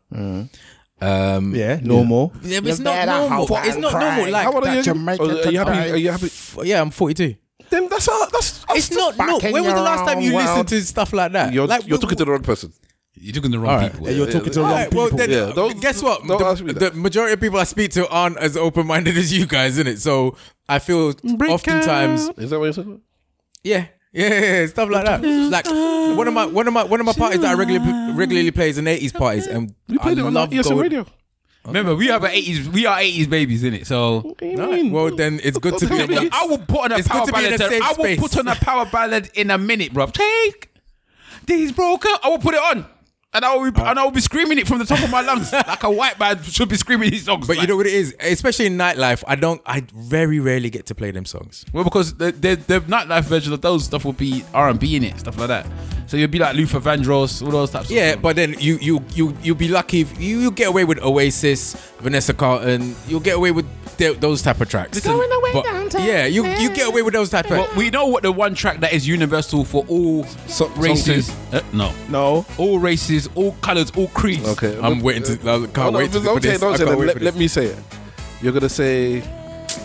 [SPEAKER 4] Um,
[SPEAKER 11] Yeah, normal.
[SPEAKER 4] Yeah, but it's not normal. It's not normal. Like,
[SPEAKER 1] How old are you? Oh, are you happy? Are you happy?
[SPEAKER 4] f- yeah, I'm 42.
[SPEAKER 1] Then that's our, that's. that's
[SPEAKER 4] It's not normal. When was the last time you listened to stuff like that?
[SPEAKER 1] You're,
[SPEAKER 4] like,
[SPEAKER 1] you're
[SPEAKER 4] w-
[SPEAKER 1] talking to the wrong person.
[SPEAKER 2] Oh, You're talking the wrong
[SPEAKER 4] Alright.
[SPEAKER 2] people.
[SPEAKER 11] Yeah, you're talking to the wrong
[SPEAKER 4] Alright, well,
[SPEAKER 11] people.
[SPEAKER 4] then,
[SPEAKER 1] Yeah, don't-
[SPEAKER 4] guess what?
[SPEAKER 1] don't
[SPEAKER 4] the,
[SPEAKER 1] ask me that.
[SPEAKER 4] the majority of people I speak to aren't as open minded as you guys, isn't it? So I feel oftentimes
[SPEAKER 1] Is that what you're saying?
[SPEAKER 4] Yeah. Yeah, yeah, yeah, stuff like that. Like one of my one of my one of my parties that I regularly regularly play is an eighties parties, and
[SPEAKER 1] We
[SPEAKER 4] I
[SPEAKER 1] played it on
[SPEAKER 4] love
[SPEAKER 1] ESN
[SPEAKER 4] going-
[SPEAKER 1] radio.
[SPEAKER 2] Remember, we have an 80s, we are 80s babies, innit? So.
[SPEAKER 4] Alright, well, then it's good to
[SPEAKER 2] *laughs*
[SPEAKER 4] be.
[SPEAKER 2] Yo, I will put on a
[SPEAKER 4] It's good
[SPEAKER 2] power
[SPEAKER 4] to be in
[SPEAKER 2] ballad.
[SPEAKER 4] the
[SPEAKER 2] sir.
[SPEAKER 4] same
[SPEAKER 2] I will
[SPEAKER 4] space.
[SPEAKER 2] put on a power ballad in a minute, bruv. Take these broken. I will put it on. And I will be, and I will be screaming it from the top of my lungs *laughs* like a white man should be screaming his songs.
[SPEAKER 4] But you
[SPEAKER 2] like.
[SPEAKER 4] know what it is, especially in nightlife. I don't. I very rarely get to play them songs.
[SPEAKER 2] well because the the, the nightlife version of those stuff will be R and B in it, stuff like that. So you'll be like Luther Vandross, all those types. of
[SPEAKER 4] Yeah,
[SPEAKER 2] songs.
[SPEAKER 4] but then you you you you'll be lucky if you you get away with Oasis, Vanessa Carlton. You'll get away with th- those type of tracks.
[SPEAKER 2] Listen, Going away
[SPEAKER 4] But- Yeah, you you get away with those type of.
[SPEAKER 2] But we know what the one track that is universal for all races. Uh, no,
[SPEAKER 11] No.
[SPEAKER 2] all races, all colors, all creeds.
[SPEAKER 1] Okay.
[SPEAKER 4] I'm waiting to. I can't
[SPEAKER 1] Oh, no,
[SPEAKER 4] wait to
[SPEAKER 1] don't
[SPEAKER 4] for
[SPEAKER 1] say,
[SPEAKER 4] this.
[SPEAKER 1] don't
[SPEAKER 4] I
[SPEAKER 1] say
[SPEAKER 4] can't
[SPEAKER 1] that.
[SPEAKER 4] wait
[SPEAKER 1] Let,
[SPEAKER 4] for
[SPEAKER 1] let
[SPEAKER 4] this.
[SPEAKER 1] me say it. You're gonna say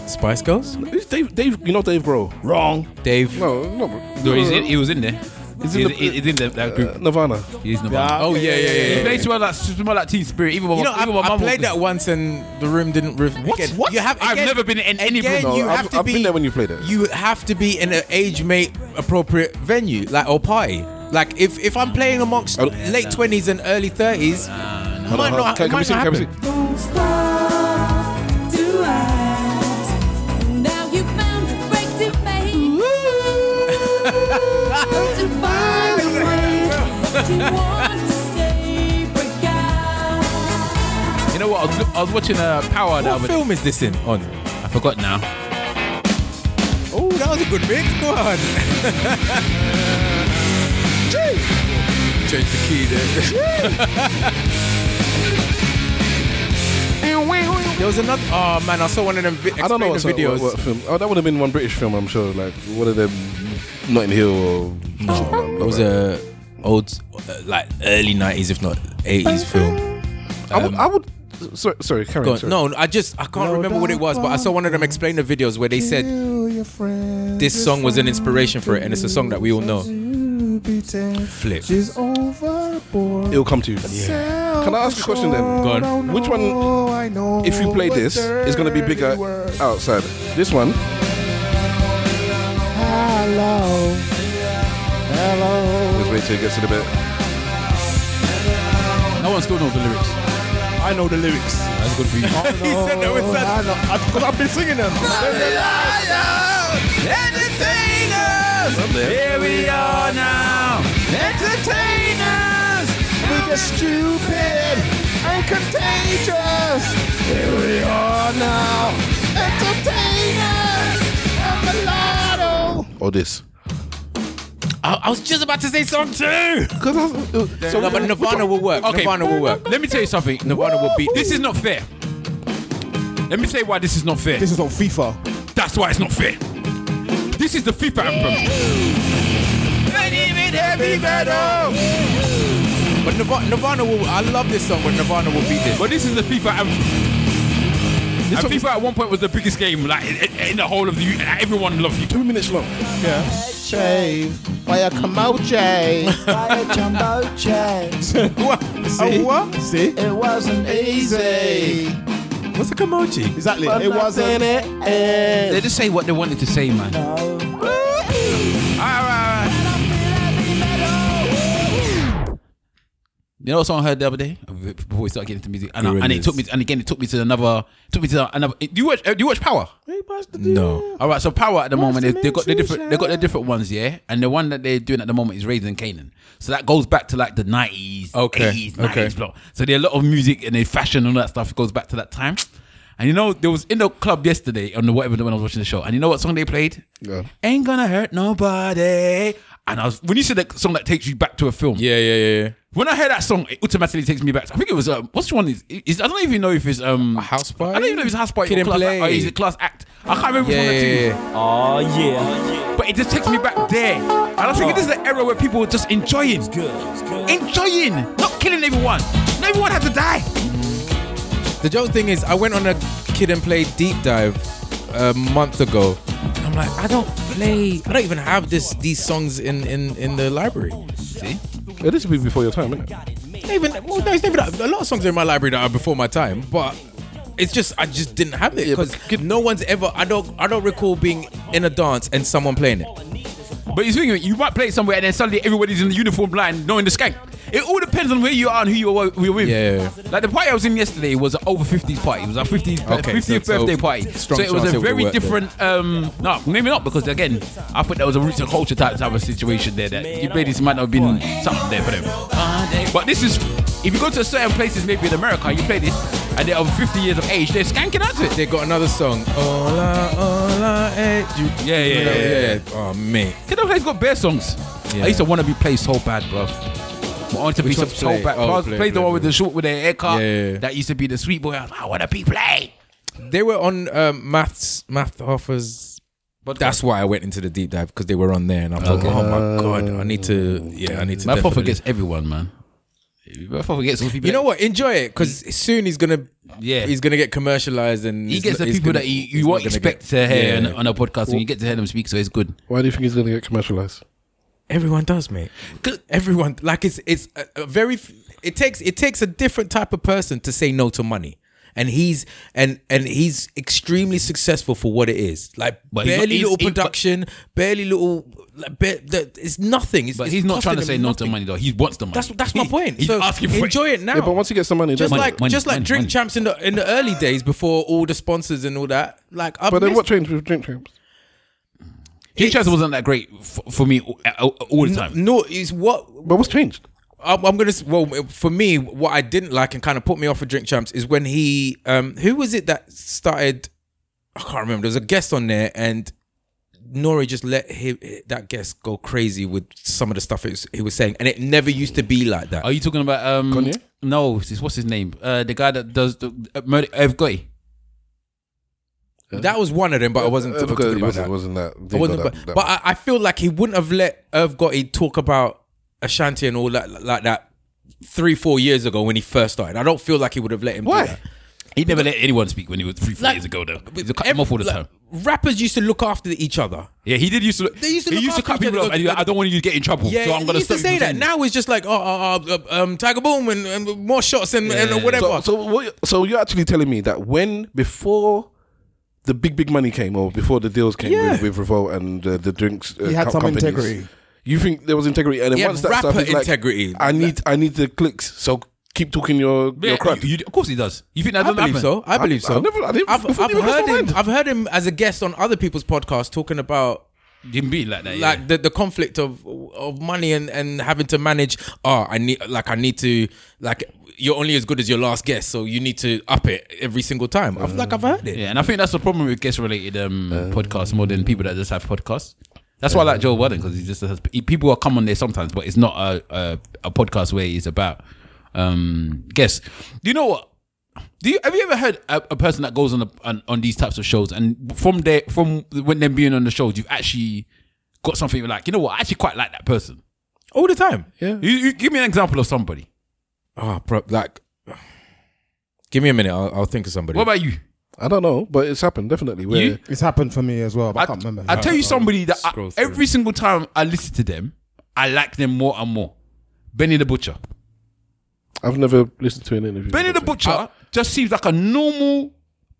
[SPEAKER 4] Spice Girls,
[SPEAKER 1] It's Dave, Dave, you know Dave Bro.
[SPEAKER 11] Wrong.
[SPEAKER 4] Dave.
[SPEAKER 1] No, no,
[SPEAKER 2] No, he's in, he was in there. He's
[SPEAKER 1] in
[SPEAKER 2] in,
[SPEAKER 1] the-
[SPEAKER 2] he's in that- that group.
[SPEAKER 1] Uh, Nirvana.
[SPEAKER 2] he's in the band.
[SPEAKER 4] Oh yeah, yeah, yeah.
[SPEAKER 2] He
[SPEAKER 4] yeah.
[SPEAKER 2] played smell like smell like Teen Spirit. Even my
[SPEAKER 4] You know, I,
[SPEAKER 2] even my
[SPEAKER 4] I
[SPEAKER 2] mum
[SPEAKER 4] played
[SPEAKER 2] was-
[SPEAKER 4] that once and the room didn't. Re- what?
[SPEAKER 11] What?
[SPEAKER 4] You have,
[SPEAKER 2] I've
[SPEAKER 4] again-
[SPEAKER 2] never been in any room.
[SPEAKER 4] again,
[SPEAKER 1] No,
[SPEAKER 4] You
[SPEAKER 1] I've-
[SPEAKER 4] have to
[SPEAKER 1] I've
[SPEAKER 4] be,
[SPEAKER 1] been there when you played it.
[SPEAKER 4] You have to be in an age mate appropriate venue, like or party. Like if, if I'm playing amongst
[SPEAKER 1] Oh,
[SPEAKER 4] late twenties and early thirties, might
[SPEAKER 1] Hold on,
[SPEAKER 4] not.
[SPEAKER 1] can,
[SPEAKER 4] Might
[SPEAKER 1] can we see? Can
[SPEAKER 4] not
[SPEAKER 1] we see?
[SPEAKER 4] happen.
[SPEAKER 12] Don't stop to us. Now you found the break to make. to find a way to want to say, break out.
[SPEAKER 2] You know what? I was, I was watching uh, Power the
[SPEAKER 4] What
[SPEAKER 2] other day.
[SPEAKER 4] film is this in? On.
[SPEAKER 2] I forgot now.
[SPEAKER 4] Oh, that was a good mix. Go on. *laughs* Change the key there. There was another. Oh man, I saw one of them. Vi-
[SPEAKER 1] I don't know what,
[SPEAKER 4] explainer videos.
[SPEAKER 1] what, what film. Oh, that would have been one British film, I'm sure. Like one of them, Notting Hill or. No,
[SPEAKER 4] It was a old, uh, like early nineties, if not eighties film.
[SPEAKER 1] I would. I would sorry, sorry, carry
[SPEAKER 4] Go
[SPEAKER 1] on.
[SPEAKER 4] on.
[SPEAKER 1] Sorry.
[SPEAKER 4] No, I just I can't remember what it was, but I saw one of them explain the videos where they said this song was an inspiration for it, and it's a song that we all know. Flip.
[SPEAKER 1] it'll come to you. Can I ask a question then?
[SPEAKER 4] Go on.
[SPEAKER 1] Which one, if you play this, is going to be bigger outside? This one.
[SPEAKER 11] Hello. Hello.
[SPEAKER 1] Just wait till it gets to the bit.
[SPEAKER 2] No one still knows the lyrics.
[SPEAKER 11] I know the lyrics.
[SPEAKER 2] That's good for you.
[SPEAKER 4] He said no, it's not.
[SPEAKER 11] Because I've been singing them.
[SPEAKER 2] Here we are now. Entertainers.
[SPEAKER 11] We get stupid and contagious. Here we are now. Entertainers. I'm a lotto.
[SPEAKER 1] Or this.
[SPEAKER 4] I, I was just about to say song two.
[SPEAKER 2] So
[SPEAKER 4] uh, So no, but Nirvana will work. Nirvana will work.
[SPEAKER 2] Let me tell you something. Nirvana will beat. This is not fair. Let me tell you why this is not fair.
[SPEAKER 11] This is on FIFA.
[SPEAKER 2] That's why it's not fair. This is the FIFA anthem.
[SPEAKER 4] But Nirvana, Nirvana will. I love this song, but Nirvana will beat this.
[SPEAKER 2] But this is the FIFA anthem.
[SPEAKER 4] This
[SPEAKER 2] and FIFA at one point was the biggest game like in, in- in the whole of the U- like, everyone loved you. Two minutes long.
[SPEAKER 11] Yeah. Shave. Why a camoche?
[SPEAKER 13] Why a jumbo check?
[SPEAKER 11] what?
[SPEAKER 13] See?
[SPEAKER 11] Oh, what? See?
[SPEAKER 13] It wasn't easy.
[SPEAKER 4] What's a kamochi?
[SPEAKER 11] Exactly.
[SPEAKER 13] But
[SPEAKER 11] it wasn't.
[SPEAKER 13] nothing is.
[SPEAKER 2] They just say what they wanted to say, man. You know what song I heard the other day before we started getting into music, and, I- and it
[SPEAKER 4] Gorillaz.
[SPEAKER 2] took me and again it took me to another took me to another. Do you watch? uh, Do you watch Power?
[SPEAKER 4] No.
[SPEAKER 2] All right, so Power at the moment they, they got the different they got the different ones, yeah, and the one that they're doing at the moment is Raising Canaan. So that goes back to like the nineties,
[SPEAKER 4] Okay,
[SPEAKER 2] eighties,
[SPEAKER 4] okay.
[SPEAKER 2] nineties, blah. So there are a lot of music and their fashion and all that stuff goes back to that time. And you know, there was in the club yesterday on the whatever when I was watching the show, and you know what song they played? Ain't gonna hurt nobody. And I was when you said that song that takes you back to a film.
[SPEAKER 4] Yeah, yeah, yeah. yeah.
[SPEAKER 2] When I hear that song, it automatically takes me back. I think it was um, what's the one is, is I don't even know if it's um house party. I don't even know if it's house party
[SPEAKER 4] Kid
[SPEAKER 2] or class
[SPEAKER 4] and
[SPEAKER 2] act, or
[SPEAKER 4] Play.
[SPEAKER 2] is it class act. I can't remember
[SPEAKER 4] Yeah,
[SPEAKER 2] which one that
[SPEAKER 4] yeah, yeah.
[SPEAKER 2] Oh yeah. But it just takes me back there. And I think this is an era where people were just enjoying. Enjoying, not killing everyone. Not everyone had to die.
[SPEAKER 4] The joke thing is, I went on a kid and play deep dive a month ago. And I'm like, I don't play. I don't even have this these songs in in in the library. See,
[SPEAKER 1] yeah, this would be before your time, isn't it?
[SPEAKER 4] Even well, no, it's never that. A lot of songs are in my library that are before my time, but. It's just I just didn't have it because no one's ever I don't I don't recall being in a dance and someone playing it.
[SPEAKER 2] But you think you might play it somewhere and then suddenly everybody's in the uniform line, knowing the skank. It all depends on where you are and who you are, who you're with.
[SPEAKER 4] Yeah.
[SPEAKER 2] Like the party I was in yesterday was an over 50s party. It was our 50s,
[SPEAKER 4] Okay,
[SPEAKER 2] 50th
[SPEAKER 4] so- so
[SPEAKER 2] birthday party.
[SPEAKER 4] strong
[SPEAKER 2] So it was
[SPEAKER 4] chance
[SPEAKER 2] a
[SPEAKER 4] it would
[SPEAKER 2] very
[SPEAKER 4] work then.
[SPEAKER 2] different. Um, no, maybe not because again, I thought that was a roots and culture type type of situation there. That you ladies might not have been something there for them. But this is, if you go to certain places, maybe in America, you play this, and they're over 50 years of age, they're skanking out to it.
[SPEAKER 4] They got another song. Hola, hola, eh. You,
[SPEAKER 2] yeah, yeah,
[SPEAKER 4] you know,
[SPEAKER 2] yeah, yeah.
[SPEAKER 4] Oh, mate.
[SPEAKER 2] Kid Play has got bare songs. I used to want to be played so bad, bro. I wanted to be
[SPEAKER 4] Which
[SPEAKER 2] so,
[SPEAKER 4] one's
[SPEAKER 2] so
[SPEAKER 4] Play?
[SPEAKER 2] bad.
[SPEAKER 4] Oh,
[SPEAKER 2] Bro, I
[SPEAKER 4] Play,
[SPEAKER 2] played the
[SPEAKER 4] Play,
[SPEAKER 2] one with
[SPEAKER 4] Play.
[SPEAKER 2] the short with the haircut.
[SPEAKER 4] Yeah, yeah, yeah.
[SPEAKER 2] That used to be the sweet boy. I, was like, I want to be played.
[SPEAKER 4] They were on um, maths, math offers. But that's why I went into the deep dive because they were on there, and I'm
[SPEAKER 2] Okay.
[SPEAKER 4] like, oh my god, I need to, yeah, I need to.
[SPEAKER 2] Math offer
[SPEAKER 4] definitely-
[SPEAKER 2] gets everyone, man. Math offer gets all people.
[SPEAKER 4] You know what? Enjoy it because soon he's gonna,
[SPEAKER 2] yeah,
[SPEAKER 4] he's gonna get commercialized, and
[SPEAKER 2] He
[SPEAKER 4] he's
[SPEAKER 2] gets
[SPEAKER 4] not-
[SPEAKER 2] the
[SPEAKER 4] he's
[SPEAKER 2] people
[SPEAKER 4] gonna-
[SPEAKER 2] that you,
[SPEAKER 4] he's
[SPEAKER 2] you won't
[SPEAKER 4] not gonna
[SPEAKER 2] expect
[SPEAKER 4] get-
[SPEAKER 2] to hear
[SPEAKER 4] Yeah.
[SPEAKER 2] on, on a podcast, and you get to hear them speak, so it's good.
[SPEAKER 1] Why do you think he's going to get commercialized?
[SPEAKER 4] Everyone does, mate. Everyone like it's it's a, a very it takes it takes a different type of person to say no to money. And he's and and he's extremely successful for what it is. Like
[SPEAKER 2] But he's not-
[SPEAKER 4] barely
[SPEAKER 2] he's-
[SPEAKER 4] little
[SPEAKER 2] he- but-
[SPEAKER 4] production, barely little like ba- the, it's nothing. It's,
[SPEAKER 2] But
[SPEAKER 4] it's
[SPEAKER 2] he's not
[SPEAKER 4] costing
[SPEAKER 2] trying to
[SPEAKER 4] him
[SPEAKER 2] say no to
[SPEAKER 4] nothing.
[SPEAKER 2] money, though. He wants the money.
[SPEAKER 4] That's that's my point.
[SPEAKER 2] He's
[SPEAKER 4] so
[SPEAKER 2] asking for it.
[SPEAKER 4] enjoy it now.
[SPEAKER 1] Yeah, but once he gets some money,
[SPEAKER 4] just
[SPEAKER 1] then-
[SPEAKER 4] like
[SPEAKER 1] Money,
[SPEAKER 4] just like
[SPEAKER 1] money,
[SPEAKER 4] drink
[SPEAKER 1] money.
[SPEAKER 4] champs in the in the early days before all the sponsors and all that. Like I've
[SPEAKER 1] but then
[SPEAKER 4] missed-
[SPEAKER 1] what changed with Drink Champs?
[SPEAKER 2] He chose wasn't that great for, for me all, all the time.
[SPEAKER 4] No, it's what.
[SPEAKER 1] But what's changed?
[SPEAKER 4] I'm, I'm gonna. s- Well, for me, what I didn't like and kind of put me off for Drink Champs is when he, um, who was it that started? I can't remember. There was a guest on there, and Nori just let him, that guest go crazy with some of the stuff he was, he was saying, and it never used to be like that.
[SPEAKER 2] Are you talking about um?
[SPEAKER 1] Kanye?
[SPEAKER 2] No, it's- what's his name? Uh, the guy that does the uh, murder. Ev Goy.
[SPEAKER 4] That was one of them, but I wasn't
[SPEAKER 1] Uh,
[SPEAKER 4] talking
[SPEAKER 1] because
[SPEAKER 4] about
[SPEAKER 1] it wasn't,
[SPEAKER 4] that.
[SPEAKER 1] wasn't that.
[SPEAKER 4] I
[SPEAKER 1] they
[SPEAKER 4] wasn't,
[SPEAKER 1] got
[SPEAKER 4] but
[SPEAKER 1] that- that-
[SPEAKER 4] but I, I feel like he wouldn't have let Irv Gotti talk about Ashanti and all that like that three four years ago when he first started. I don't feel like he would have let him.
[SPEAKER 2] Why?
[SPEAKER 4] Do that.
[SPEAKER 2] He never let anyone speak when he was three, four
[SPEAKER 4] Like-
[SPEAKER 2] years ago, though. He cut him off all the time.
[SPEAKER 4] Rappers used to look after each other.
[SPEAKER 2] Yeah, he did used to.
[SPEAKER 4] They used to
[SPEAKER 2] he
[SPEAKER 4] look
[SPEAKER 2] used to
[SPEAKER 4] after
[SPEAKER 2] cut
[SPEAKER 4] each
[SPEAKER 2] people
[SPEAKER 4] other.
[SPEAKER 2] off, and he was like, I don't want you to get in trouble.
[SPEAKER 4] Yeah,
[SPEAKER 2] so I'm
[SPEAKER 4] he
[SPEAKER 2] gonna
[SPEAKER 4] used to
[SPEAKER 2] stop you
[SPEAKER 4] say
[SPEAKER 2] from
[SPEAKER 4] that.
[SPEAKER 2] saying
[SPEAKER 4] Now it's just like, oh, oh, oh uh, um, Tiger Boom and, and more shots and, and whatever.
[SPEAKER 1] So, so, what, so you're actually telling me that when before the big big money came, or before the deals came
[SPEAKER 4] Yeah.
[SPEAKER 1] with, with Revolt and uh, the drinks, uh,
[SPEAKER 11] He had
[SPEAKER 1] co-
[SPEAKER 11] some
[SPEAKER 1] companies,
[SPEAKER 11] integrity.
[SPEAKER 1] You think there was integrity, and then
[SPEAKER 4] Yeah,
[SPEAKER 1] once that stuff
[SPEAKER 4] rapper
[SPEAKER 1] is like,
[SPEAKER 4] integrity.
[SPEAKER 1] I need I need the clicks. So keep talking your your
[SPEAKER 2] Yeah,
[SPEAKER 1] crap.
[SPEAKER 2] you- you- of course he does. You think that
[SPEAKER 4] I
[SPEAKER 2] doesn't
[SPEAKER 4] believe
[SPEAKER 2] happen?
[SPEAKER 4] so. I believe so.
[SPEAKER 1] I never, I didn't,
[SPEAKER 4] I've,
[SPEAKER 1] it
[SPEAKER 4] I've
[SPEAKER 1] didn't cross
[SPEAKER 4] heard
[SPEAKER 1] my
[SPEAKER 4] him.
[SPEAKER 1] mind.
[SPEAKER 4] I've heard him as a guest on other people's podcasts talking about
[SPEAKER 2] Didn't be like that.
[SPEAKER 4] like the, the conflict of of money and and having to manage. Oh, I need like I need to like you're only as good as your last guest, so you need to up it every single time. I've like I've heard it.
[SPEAKER 2] yeah. yeah, and I think that's the problem with guest related um, podcasts more than people that just have podcasts. That's why I like Joe Budden because he just has he- people are come on there sometimes, but it's not a a, a podcast where it's about um guests. Do you know what? Do you have you ever heard a, a person that goes on, a, on on these types of shows and from there from when them being on the shows, you've actually got something you're like you know what? I actually quite like that person
[SPEAKER 4] all the time.
[SPEAKER 1] Yeah,
[SPEAKER 2] you, you give me an example of somebody.
[SPEAKER 4] Oh, bro, like, *sighs* give me a minute. I'll, I'll think of somebody.
[SPEAKER 2] What about you?
[SPEAKER 1] I don't know, but it's happened definitely. Where
[SPEAKER 2] You?
[SPEAKER 11] It's happened for me as well, but I,
[SPEAKER 2] I,
[SPEAKER 11] can't remember.
[SPEAKER 2] I tell you somebody that I-
[SPEAKER 11] Oh, Scroll through.
[SPEAKER 2] every single time I listen to them, I like them more and more. Benny the Butcher.
[SPEAKER 1] I've never listened to an interview.
[SPEAKER 2] Benny the Butcher just seems like a normal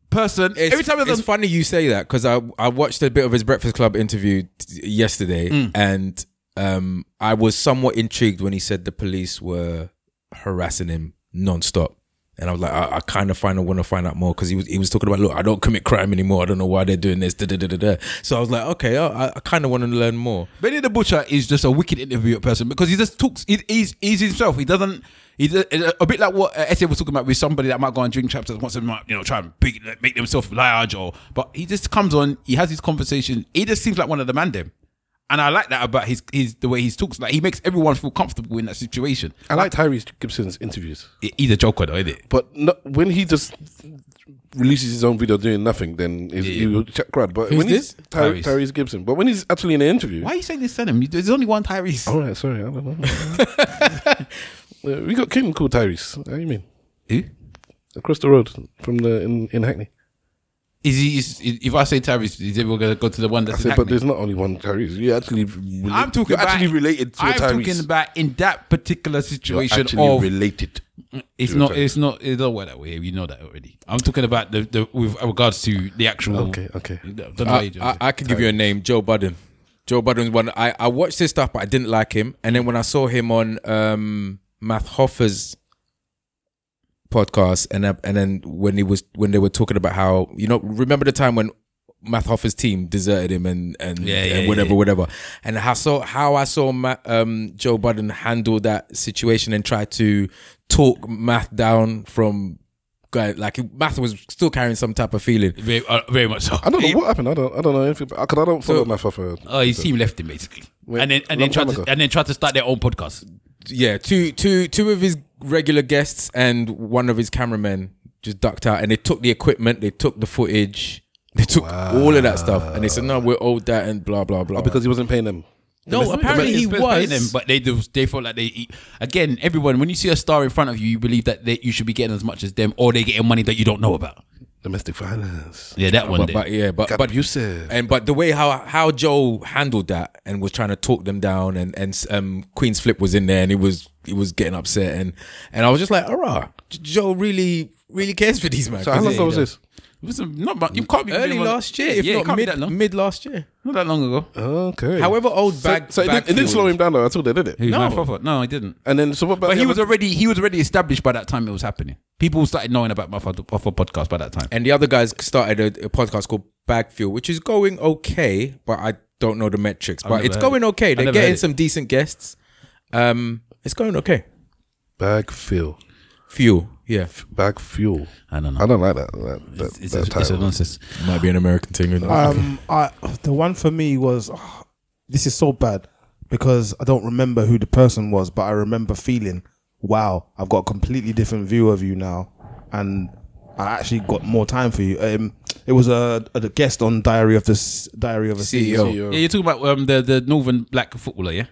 [SPEAKER 2] person. every time
[SPEAKER 4] it's funny you say that because I I watched a bit of his Breakfast Club interview t- yesterday,
[SPEAKER 2] Mm.
[SPEAKER 4] and um, I was somewhat intrigued when he said the police were harassing him nonstop. And I was like, I, I kind of find I want to find out more because he was he was talking about, look, I don't commit crime anymore. I don't know why they're doing this. Da, da, da, da, da. So I was like, okay, I, I kind of want to learn more.
[SPEAKER 2] Benny the Butcher is just a wicked interview person because he just talks. He, he's, he's himself. He doesn't. He does, a bit like what uh, SA was talking about with somebody that might go and drink traps and wants to might, you know try and big, make themselves large or. But he just comes on. He has his conversation. He just seems like one of the man them. And I like that about his, his the way he talks. Like he makes everyone feel comfortable in that situation.
[SPEAKER 1] I like Tyrese Gibson's interviews.
[SPEAKER 2] He's a joker, though, isn't it?
[SPEAKER 1] But no, when he just releases his own video doing nothing, then he- he will check crowd. But
[SPEAKER 2] Who's
[SPEAKER 1] when he's
[SPEAKER 2] this?
[SPEAKER 1] Ty-
[SPEAKER 2] Tyrese.
[SPEAKER 1] Tyrese. Gibson. But when he's actually in an interview,
[SPEAKER 2] Why are you saying this to him? You- There's only one Tyrese.
[SPEAKER 1] All right, Oh, sorry, *laughs* I don't know. Uh, we got Kim called Tyrese. How you mean?
[SPEAKER 2] Who?
[SPEAKER 1] Across the road from the in, in Hackney.
[SPEAKER 2] Is he? Is, if I say Tyrese, is everyone gonna go to the one
[SPEAKER 1] I
[SPEAKER 2] that's in
[SPEAKER 1] said, but
[SPEAKER 2] Hackney?
[SPEAKER 1] there's not only one Tyrese. You actually, rela-
[SPEAKER 2] I'm talking
[SPEAKER 1] you're
[SPEAKER 2] about
[SPEAKER 1] actually related to a
[SPEAKER 2] I'm
[SPEAKER 1] Tyrese.
[SPEAKER 2] talking about in that particular
[SPEAKER 1] You're
[SPEAKER 2] situation
[SPEAKER 1] actually
[SPEAKER 2] of
[SPEAKER 1] related.
[SPEAKER 2] It's
[SPEAKER 1] to a
[SPEAKER 2] not.
[SPEAKER 1] Tyrese.
[SPEAKER 2] It's not. It don't work that way. You know that already. I'm talking about the, the with regards to the actual.
[SPEAKER 1] Okay, okay.
[SPEAKER 2] I don't know how
[SPEAKER 4] I,
[SPEAKER 2] you do
[SPEAKER 4] I,
[SPEAKER 2] it.
[SPEAKER 4] I could give you a name, Joe Budden. Joe Budden's one. I, I watched his stuff, but I didn't like him. And then when I saw him on um, Math Hoffer's podcast, and I, and then when he was when they were talking about how you know remember the time when Math Hoffer's team deserted him and and,
[SPEAKER 2] Yeah,
[SPEAKER 4] and
[SPEAKER 2] yeah, yeah,
[SPEAKER 4] whatever
[SPEAKER 2] yeah.
[SPEAKER 4] whatever, and how so how I saw Ma, um, Joe Budden handle that situation and try to talk Math down from. Like Math was still carrying some type of feeling.
[SPEAKER 2] Very, uh, very much so.
[SPEAKER 1] I don't know what happened. I don't. I don't know anything. Because I don't follow
[SPEAKER 4] So-
[SPEAKER 1] my father.
[SPEAKER 2] Oh, his team left him basically,
[SPEAKER 1] Wait,
[SPEAKER 2] and then
[SPEAKER 1] long
[SPEAKER 2] and then tried
[SPEAKER 1] time
[SPEAKER 2] to
[SPEAKER 1] ago.
[SPEAKER 2] and then tried to start their own podcast.
[SPEAKER 4] yeah, two two two of his regular guests and one of his cameramen just ducked out, and they took the equipment, they took the footage, they took all of that stuff, and they said, "No, we're old that and blah blah blah."
[SPEAKER 1] because he wasn't paying them.
[SPEAKER 4] No, Oh, apparently he
[SPEAKER 2] Spurs paid
[SPEAKER 4] was.
[SPEAKER 2] them, but they do- they felt like they eat. again. Everyone, when you see a star in front of you, you believe that they, you should be getting as much as them, or they getting money that you don't know about.
[SPEAKER 1] Domestic violence.
[SPEAKER 2] Yeah, that one.
[SPEAKER 4] But,
[SPEAKER 2] did.
[SPEAKER 4] but yeah, but but
[SPEAKER 1] abusive.
[SPEAKER 4] and but the way how how Joe handled that and was trying to talk them down, and and um, Queen's Flip was in there, and he was he was getting upset, and and I was just like, "Alright, Joe really really cares for these man."
[SPEAKER 1] So how long ago was this?
[SPEAKER 2] It was not much. You can't be
[SPEAKER 4] Early last year, if
[SPEAKER 2] it
[SPEAKER 4] not
[SPEAKER 2] can't be
[SPEAKER 4] mid-
[SPEAKER 2] that long.
[SPEAKER 4] mid last year.
[SPEAKER 2] Not that long ago.
[SPEAKER 1] Okay.
[SPEAKER 4] However old
[SPEAKER 1] So-
[SPEAKER 4] bag,
[SPEAKER 1] so it, didn't, it didn't
[SPEAKER 4] Bagfield-
[SPEAKER 1] slow him down though. I thought they did it.
[SPEAKER 2] Who,
[SPEAKER 4] No.
[SPEAKER 2] Matt Crawford? no, I didn't.
[SPEAKER 1] And then so what about?
[SPEAKER 2] But
[SPEAKER 1] the
[SPEAKER 2] he was
[SPEAKER 1] other-
[SPEAKER 2] already he was already established by that time it was happening. People started knowing about my Father Puffer podcast by that time.
[SPEAKER 4] and the other guys started a, a podcast called Bagfield, which is going okay, but I don't know the metrics.
[SPEAKER 2] I've
[SPEAKER 4] but
[SPEAKER 2] never
[SPEAKER 4] it's
[SPEAKER 2] heard
[SPEAKER 4] going
[SPEAKER 2] it.
[SPEAKER 4] okay.
[SPEAKER 2] I've
[SPEAKER 4] They're
[SPEAKER 2] never heard
[SPEAKER 4] getting
[SPEAKER 2] it.
[SPEAKER 4] some decent guests. Um, it's going okay.
[SPEAKER 1] bag fuel.
[SPEAKER 4] Fuel, yeah.
[SPEAKER 1] Bag fuel.
[SPEAKER 2] I don't know.
[SPEAKER 1] I don't like that. that, that
[SPEAKER 2] It's,
[SPEAKER 1] that
[SPEAKER 2] a, it's a
[SPEAKER 1] title.
[SPEAKER 2] nonsense.
[SPEAKER 4] Might be an American thing. you know.
[SPEAKER 11] Um, I the one for me was ah, this is so bad because I don't remember who the person was, but I remember feeling, wow, I've got a completely different view of you now, and I actually got more time for you. Um, it was a, a guest on Diary of the S- Diary of a E CEO,
[SPEAKER 2] Yeah, you're talking about um, the the Northern black footballer, yeah.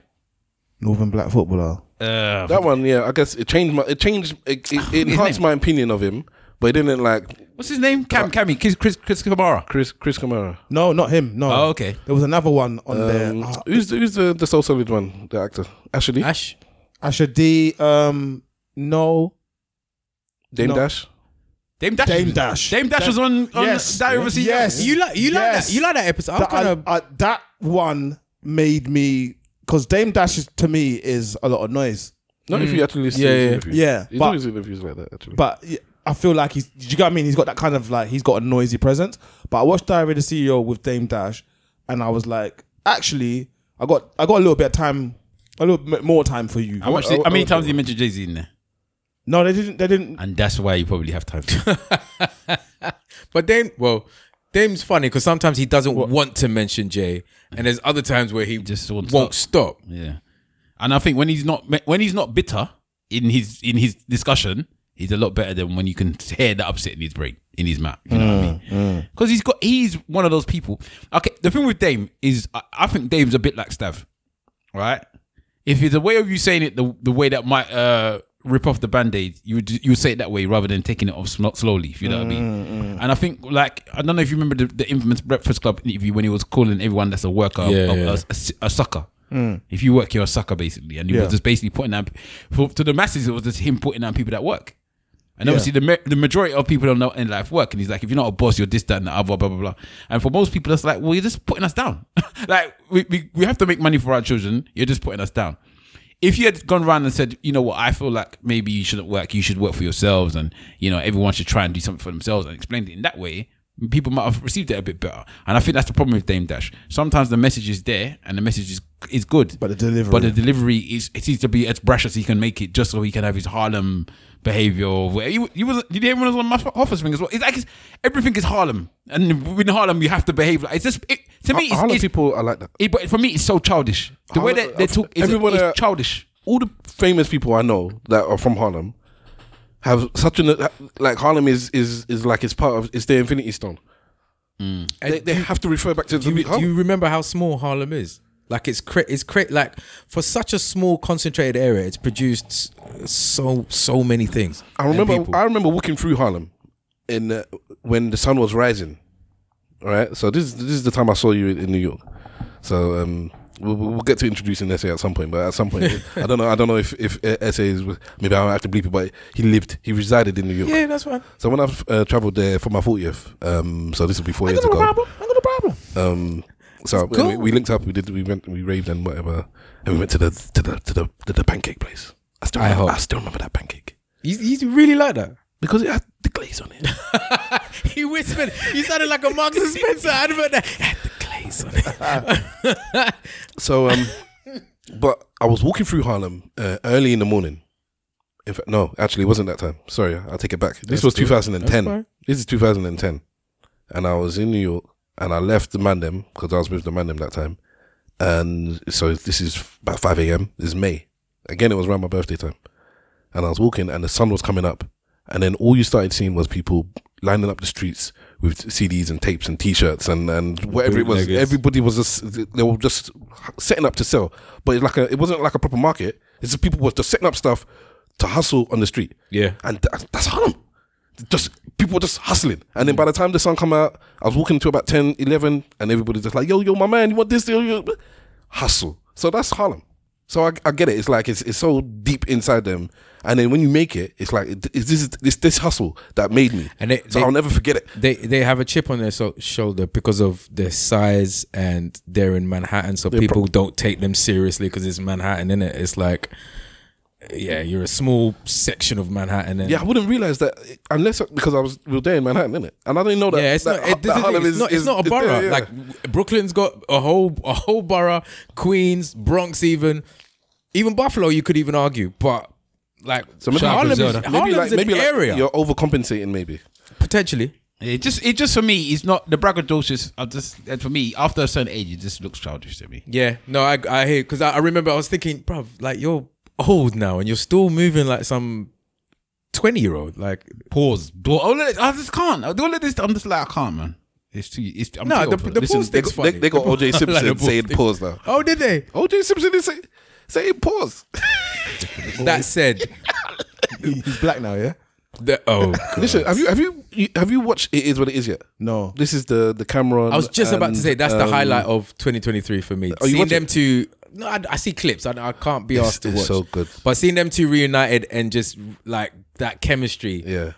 [SPEAKER 11] Northern Black footballer.
[SPEAKER 2] Uh,
[SPEAKER 1] That one, yeah. I guess it changed my. It changed. It, it, it enhanced my opinion of him, but it didn't like
[SPEAKER 2] what's his name? Cam Cammy Chris Chris Chris Kamara.
[SPEAKER 1] Chris Chris Kamara.
[SPEAKER 11] No, not him. No.
[SPEAKER 2] Oh, okay.
[SPEAKER 11] There was another one on there. uh,
[SPEAKER 1] Um, who's the, who's the the soul solid one? The actor Ashley Lee?
[SPEAKER 4] Ash,
[SPEAKER 11] Asher D. Um, no.
[SPEAKER 1] Dame
[SPEAKER 11] No.
[SPEAKER 1] Dash.
[SPEAKER 2] Dame Dash.
[SPEAKER 11] Dame Dash.
[SPEAKER 2] Dame Dash was on, on
[SPEAKER 11] Yes.
[SPEAKER 2] Diary of a CEO.
[SPEAKER 11] Yes.
[SPEAKER 4] you like you like
[SPEAKER 11] Yes.
[SPEAKER 4] that you like that episode. I'm
[SPEAKER 11] that,
[SPEAKER 4] kind of
[SPEAKER 11] I- I- that one made me because Dame Dash is, to me is a lot of noise.
[SPEAKER 1] Not if you actually listen
[SPEAKER 4] Yeah,
[SPEAKER 1] to his
[SPEAKER 4] yeah.
[SPEAKER 1] interviews.
[SPEAKER 11] Yeah,
[SPEAKER 1] he's
[SPEAKER 11] but-
[SPEAKER 1] always in interviews like that. Actually,
[SPEAKER 11] But y- I feel like he's. Do you get what I mean? He's got that kind of like he's got a noisy presence. But I watched Diary of the CEO with Dame Dash, and I was like, actually, I got I got a little bit of time, a little bit more time for you.
[SPEAKER 2] How much? did- How many times did you mention Jay Z in there?
[SPEAKER 11] No, they didn't. They didn't.
[SPEAKER 2] And that's why you probably have time.
[SPEAKER 4] but then well, Dame's funny because sometimes he doesn't want to mention Jay, and there's other times where *laughs* he
[SPEAKER 2] just
[SPEAKER 4] won't
[SPEAKER 2] stop. Yeah, and I think when he's not when he's not bitter in his in his discussion, he's a lot better than when you can hear that upset in his brain in his mouth. You know what I mean? Because he's got he's one of those people. Okay, the thing with Dame is I, I think Dame's a bit like Stav, right? If it's a way of you saying it the, the way that might uh, rip off the band-aid, you would you would say it that way rather than taking it off sm- slowly, if you know what I mean. And I think like I don't know if you remember the, the infamous Breakfast Club interview when he was calling everyone that's a worker
[SPEAKER 4] Yeah,
[SPEAKER 2] a,
[SPEAKER 4] yeah.
[SPEAKER 2] a- a sucker.
[SPEAKER 4] Mm.
[SPEAKER 2] If you work, you're a sucker basically, and he
[SPEAKER 4] Yeah.
[SPEAKER 2] was just basically putting down for, to the masses. It was just him putting down people that work. And
[SPEAKER 4] Yeah.
[SPEAKER 2] obviously, the ma- the majority of people don't know in life work. And he's like, if you're not a boss, you're this, that, and the other, blah, blah, blah. And for most people, that's like, well, you're just putting us down. *laughs* like, we, we, we have to make money for our children. You're just putting us down. If you had gone around and said, you know what, I feel like maybe you shouldn't work, you should work for yourselves, and, you know, everyone should try and do something for themselves and explained it in that way, people might have received it a bit better. And I think that's the problem with Dame Dash. Sometimes the message is there and the message is, is good. But the
[SPEAKER 11] delivery.
[SPEAKER 2] But the delivery is, it seems to be as brash as he can make it just so he can have his Harlem behavior. Where he, he was, did everyone was on my office thing as well? It's like it's, everything is Harlem. And in Harlem, you have to behave like, it's just, it, to me,
[SPEAKER 1] Ha-
[SPEAKER 2] it's,
[SPEAKER 1] Harlem
[SPEAKER 2] it's-
[SPEAKER 1] people are like that.
[SPEAKER 2] It, but for me, it's so childish. The way
[SPEAKER 1] Harlem-
[SPEAKER 2] that they talk is,
[SPEAKER 1] everyone, uh,
[SPEAKER 2] is childish.
[SPEAKER 1] all the famous people I know that are from Harlem have such an like Harlem is is is like it's part of it's their Infinity Stone. They, they have to refer back to the
[SPEAKER 4] Do you, do you remember how small Harlem is? Like it's cra- it's cra- like for such a small concentrated area, it's produced s- so so many things.
[SPEAKER 1] I
[SPEAKER 4] and
[SPEAKER 1] remember
[SPEAKER 4] people.
[SPEAKER 1] I remember walking through Harlem in uh, when the sun was rising. All right, so this is this is the time I saw you in, in New York. So um, we'll, we'll we'll get to introducing Essay at some point, but at some point
[SPEAKER 4] *laughs*
[SPEAKER 1] I don't know I don't know if if uh, Essay is maybe I have to bleep it, but he lived he resided in New York.
[SPEAKER 4] Yeah, that's fine.
[SPEAKER 1] So when I've uh, travelled there for my fortieth, um, so this will be four years ago. Um, so
[SPEAKER 4] That's cool.
[SPEAKER 1] we, we linked up. We did. We went. We raved and whatever. And we went to the to the to the to the pancake place. I still
[SPEAKER 4] I
[SPEAKER 1] remember,
[SPEAKER 4] hope.
[SPEAKER 1] I still remember that pancake
[SPEAKER 4] You, you really like that?
[SPEAKER 1] because it had the glaze on it.
[SPEAKER 4] he whispered. You sounded like
[SPEAKER 11] *laughs*
[SPEAKER 4] a Marks and Spencer advert. that
[SPEAKER 1] uh,
[SPEAKER 4] had the glaze on it.
[SPEAKER 1] so
[SPEAKER 4] *laughs*
[SPEAKER 1] um, but I was walking through Harlem uh, early in the morning. In fact, no, actually, it wasn't that time. Sorry, I'll take it back. This
[SPEAKER 4] That's
[SPEAKER 1] was
[SPEAKER 4] cool.
[SPEAKER 1] 2010.
[SPEAKER 4] That's fine.
[SPEAKER 1] This is 2010, and I was in New York, and I left the Mandem because I was with the Mandem that time, and so this is about 5 a.m. This is May. Again, it was around my birthday time, and I was walking, and the sun was coming up, and then all you started seeing was people lining up the streets with CDs and tapes and T-shirts and and whatever it was.
[SPEAKER 4] Bootleggers.
[SPEAKER 1] Everybody was just they were just setting up to sell, but it's like a, it wasn't like a proper market. It's just people were just setting up stuff to hustle on the street.
[SPEAKER 4] Yeah.
[SPEAKER 1] and tha- that's Harlem. Just people were just hustling, and then by the time the sun come out, I was walking to about 10, 11 and everybody's just like, "Yo, yo, my man, you want this? Yo, yo. hustle." So that's Harlem. So I, I get it. It's like it's it's so deep inside them, and then when you make it, it's like it, it's this this this hustle that made me, and so I'll never forget it.
[SPEAKER 4] They they have a chip on their so- shoulder because of their size and they're in Manhattan, so
[SPEAKER 1] They're
[SPEAKER 4] people
[SPEAKER 1] pro-
[SPEAKER 4] don't take them seriously because it's Manhattan, innit? It's like, yeah, you're a small section of Manhattan. And
[SPEAKER 1] Yeah, I wouldn't realize that unless because I was we were there in Manhattan, innit? And I didn't know that.
[SPEAKER 4] Yeah, it's
[SPEAKER 1] that,
[SPEAKER 4] not. It, this
[SPEAKER 1] that
[SPEAKER 4] is it.
[SPEAKER 1] Harlem
[SPEAKER 4] it's,
[SPEAKER 1] is-
[SPEAKER 4] not, it's
[SPEAKER 1] is-
[SPEAKER 4] not a
[SPEAKER 1] is there,
[SPEAKER 4] borough.
[SPEAKER 1] yeah.
[SPEAKER 4] Like w- Brooklyn's got a whole a whole borough. Queens, Bronx, even even Buffalo. You could even argue, but like
[SPEAKER 1] so maybe
[SPEAKER 4] Harlem is,
[SPEAKER 1] maybe
[SPEAKER 4] Harlem's
[SPEAKER 1] like
[SPEAKER 4] an
[SPEAKER 1] maybe like
[SPEAKER 4] area.
[SPEAKER 1] you're overcompensating, maybe.
[SPEAKER 4] Potentially.
[SPEAKER 2] It just, it just for me, it's not the braggadocious. I just, and for me, after a certain age, it just looks childish to me.
[SPEAKER 4] yeah, no, I I hear because I, I remember I was thinking, bruv, like you're old now and you're still moving like some twenty year old. Like
[SPEAKER 2] pause. Do- All of this, oh, I just can't. All of this, I'm just like, I can't, man. It's too. It's, I'm
[SPEAKER 4] No,
[SPEAKER 2] too
[SPEAKER 4] the-
[SPEAKER 2] old for
[SPEAKER 4] the
[SPEAKER 2] this.
[SPEAKER 4] pause
[SPEAKER 2] they,
[SPEAKER 4] thing's
[SPEAKER 2] got- they-
[SPEAKER 4] funny.
[SPEAKER 2] they got
[SPEAKER 1] The pause-
[SPEAKER 2] *laughs*
[SPEAKER 4] *laughs*
[SPEAKER 2] OJ Simpson
[SPEAKER 1] Like the pause
[SPEAKER 2] saying
[SPEAKER 1] thing.
[SPEAKER 2] pause now.
[SPEAKER 4] Oh, did they?
[SPEAKER 1] OJ Simpson did say say
[SPEAKER 4] *laughs*
[SPEAKER 1] pause. Oh.
[SPEAKER 4] that said,
[SPEAKER 11] he's black now, yeah.
[SPEAKER 4] The, oh,
[SPEAKER 1] *laughs* Listen, have you have you you- have you watched It Is What It Is yet?
[SPEAKER 11] No.
[SPEAKER 1] This is the the Cameron.
[SPEAKER 4] I was just about to
[SPEAKER 1] and,
[SPEAKER 4] say that's the
[SPEAKER 1] um,
[SPEAKER 4] highlight of 2023 for me.
[SPEAKER 1] Oh, you
[SPEAKER 4] seeing
[SPEAKER 1] watch
[SPEAKER 4] them two, no, I, I see clips. I, I can't be
[SPEAKER 1] It's-
[SPEAKER 4] asked to
[SPEAKER 1] it's
[SPEAKER 4] watch.
[SPEAKER 1] so good.
[SPEAKER 4] but seeing them two reunited and just like that chemistry,
[SPEAKER 1] yeah,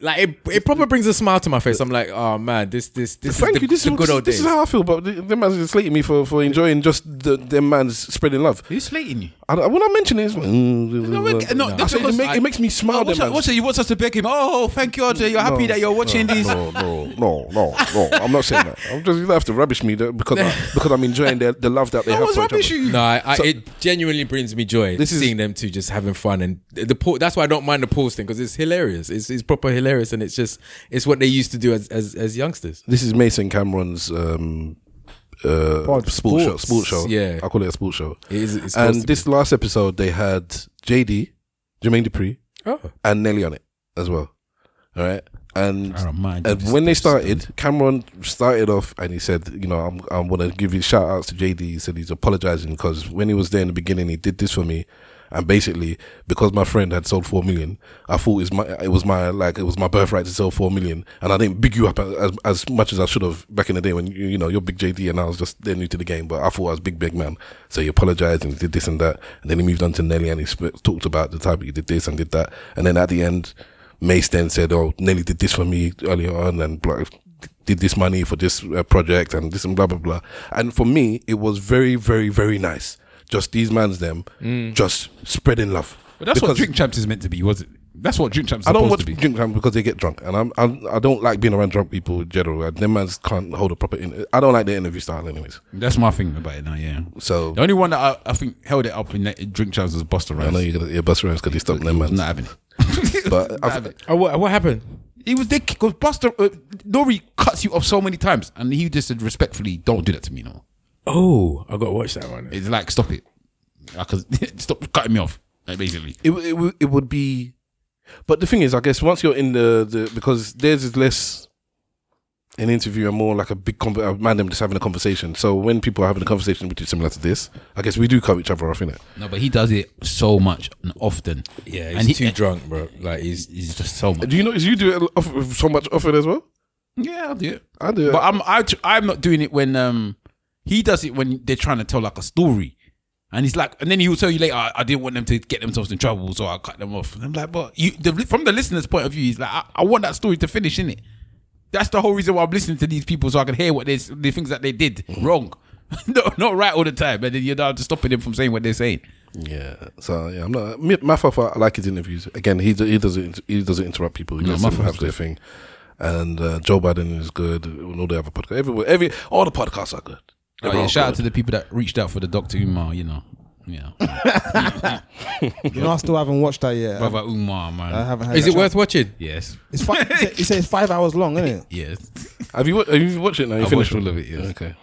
[SPEAKER 4] like it, it probably brings a smile to my face. I'm like, oh man, this this this
[SPEAKER 1] Thank
[SPEAKER 4] is the,
[SPEAKER 1] you. This
[SPEAKER 4] the
[SPEAKER 1] is
[SPEAKER 4] good old
[SPEAKER 1] this,
[SPEAKER 4] days.
[SPEAKER 1] is how I feel. But th- them man's slating me for for enjoying just the, them man's spreading love.
[SPEAKER 2] Who's slating you?
[SPEAKER 1] I, don't- when I mention it, it's like, mm, *laughs*
[SPEAKER 2] no,
[SPEAKER 1] I
[SPEAKER 2] that's
[SPEAKER 1] say it,
[SPEAKER 2] because
[SPEAKER 1] make,
[SPEAKER 2] I-
[SPEAKER 1] it makes me smile.
[SPEAKER 2] What's
[SPEAKER 1] then,
[SPEAKER 2] that? What's that? You want us to beg him? Oh, thank you, Audrey. You're happy
[SPEAKER 1] No,
[SPEAKER 2] that you're watching
[SPEAKER 1] no,
[SPEAKER 2] this.
[SPEAKER 1] No, no, no, no, no. I'm not saying that. I'm just you don't have to rubbish me though, because I,
[SPEAKER 4] *laughs*
[SPEAKER 1] because I'm enjoying the, the love that they have for each other.
[SPEAKER 4] No, I, I,
[SPEAKER 1] So-
[SPEAKER 4] it genuinely brings me joy. This seeing them two just having fun and the, the pau- That's why I don't mind the pause thing because it's hilarious. It's, it's proper hilarious and it's just it's what they used to do as as, as youngsters.
[SPEAKER 1] This is Mason Cameron's um, uh,
[SPEAKER 4] Pod.
[SPEAKER 1] sports, show.
[SPEAKER 4] Sports.
[SPEAKER 1] Sports show.
[SPEAKER 4] Yeah.
[SPEAKER 1] I call it a sports show.
[SPEAKER 4] It is- it's supposed
[SPEAKER 1] and
[SPEAKER 4] to
[SPEAKER 1] this last episode, they had JD, Jermaine Dupri,
[SPEAKER 4] Oh.
[SPEAKER 1] and Nelly on it as well. All right. And,
[SPEAKER 2] I don't mind
[SPEAKER 1] and
[SPEAKER 2] this-
[SPEAKER 1] Uh, when they started, Cameron started off and he said, you know, I'm, I'm going to give you shout outs to JD. He said he's apologizing because when he was there in the beginning, he did this for me. And basically, because my friend had sold four million, I thought it was my it was my like it was my birthright to sell four million, and I didn't big you up as as much as I should have back in the day when you you know you're big JD and I was just then new to the game, but I thought I was big big man. So he apologized and he did this and that, and then he moved on to Nelly and he sp- talked about the type he did this and did that, and then at the end, Mace then said, "Oh, Nelly did this for me earlier on, and blah, did this money for this uh, project, and this and blah blah blah." And for me, it was very, very, very nice. Just these man's them, just spreading love.
[SPEAKER 2] Mm. But that's what
[SPEAKER 1] Because-
[SPEAKER 2] Drink Champs is meant to be, was it? That's what Drink Champs.
[SPEAKER 1] I don't
[SPEAKER 2] supposed
[SPEAKER 1] watch
[SPEAKER 2] to be.
[SPEAKER 1] drink champs because they get drunk, and I'm, I'm I don't like being around drunk people in general. Like, Them man's can't hold a proper. In- I don't like their interview style, anyways.
[SPEAKER 2] That's my thing about it now. Yeah.
[SPEAKER 1] So
[SPEAKER 2] The only one that I, I think held it up in that drink Champs was Buster Rhymes.
[SPEAKER 1] I know you're gonna yeah, bust around because he stopped them man's
[SPEAKER 2] not having
[SPEAKER 1] *laughs*
[SPEAKER 2] it.
[SPEAKER 1] But I've-
[SPEAKER 4] Oh, what, what happened?
[SPEAKER 2] He was dick because Buster uh, Nori cuts you off so many times, and he just said respectfully, "Don't do that to me no." more."
[SPEAKER 4] Oh, I gotta watch that one.
[SPEAKER 2] It's like stop it, because *laughs* stop cutting me off. Like, basically,
[SPEAKER 1] it, w- it, w- it would be but the thing is i guess once you're in the, the because theirs is less an interview and more like a big con- a man them just having a conversation so when people are having a conversation which is similar to this i guess we do cut each other off in it
[SPEAKER 2] no, but he does it so much and often.
[SPEAKER 4] Yeah,
[SPEAKER 2] and
[SPEAKER 4] he's too drunk, bro. Like he's
[SPEAKER 2] he's just so much.
[SPEAKER 1] do you notice you do it off, so much often as well
[SPEAKER 2] Yeah, I'll do it.
[SPEAKER 1] I do it.
[SPEAKER 2] But I'm I, tr- I'm not doing it when um he does it when they're trying to tell like a story, and he's like, and then he will tell you later, I, I didn't want them to get themselves in trouble, so I cut them off. And I'm like, but you the, from the listener's point of view, he's like, I, I want that story to finish in it. That's the whole reason why I'm listening to these people, so I can hear what they s- the things that they did wrong, *laughs* no, not right all the time, and then you're not stopping them from saying what they're saying.
[SPEAKER 1] yeah so yeah i'm not me- my father i like his interviews again he do- he doesn't he doesn't interrupt people he
[SPEAKER 2] No,
[SPEAKER 1] lets
[SPEAKER 2] my
[SPEAKER 1] them
[SPEAKER 2] father's
[SPEAKER 1] have their thing and uh, joe biden is good and all the other podcasts everywhere every all the podcasts are good
[SPEAKER 2] Oh, yeah,
[SPEAKER 1] Everyone's
[SPEAKER 2] shout out
[SPEAKER 1] good.
[SPEAKER 2] to the people that reached out for the Doctor Umar, you know, you know,
[SPEAKER 11] You know, I still haven't watched that yet.
[SPEAKER 2] brother Umar, man.
[SPEAKER 11] I haven't had
[SPEAKER 4] Is
[SPEAKER 11] a
[SPEAKER 4] it worth watching?
[SPEAKER 2] Yes.
[SPEAKER 11] It's five. It's, it's five hours long, isn't it?
[SPEAKER 2] Yes.
[SPEAKER 1] Have you wa- have you watched it now? You
[SPEAKER 2] I
[SPEAKER 1] finished
[SPEAKER 2] watched all of it. Yes.
[SPEAKER 1] Okay.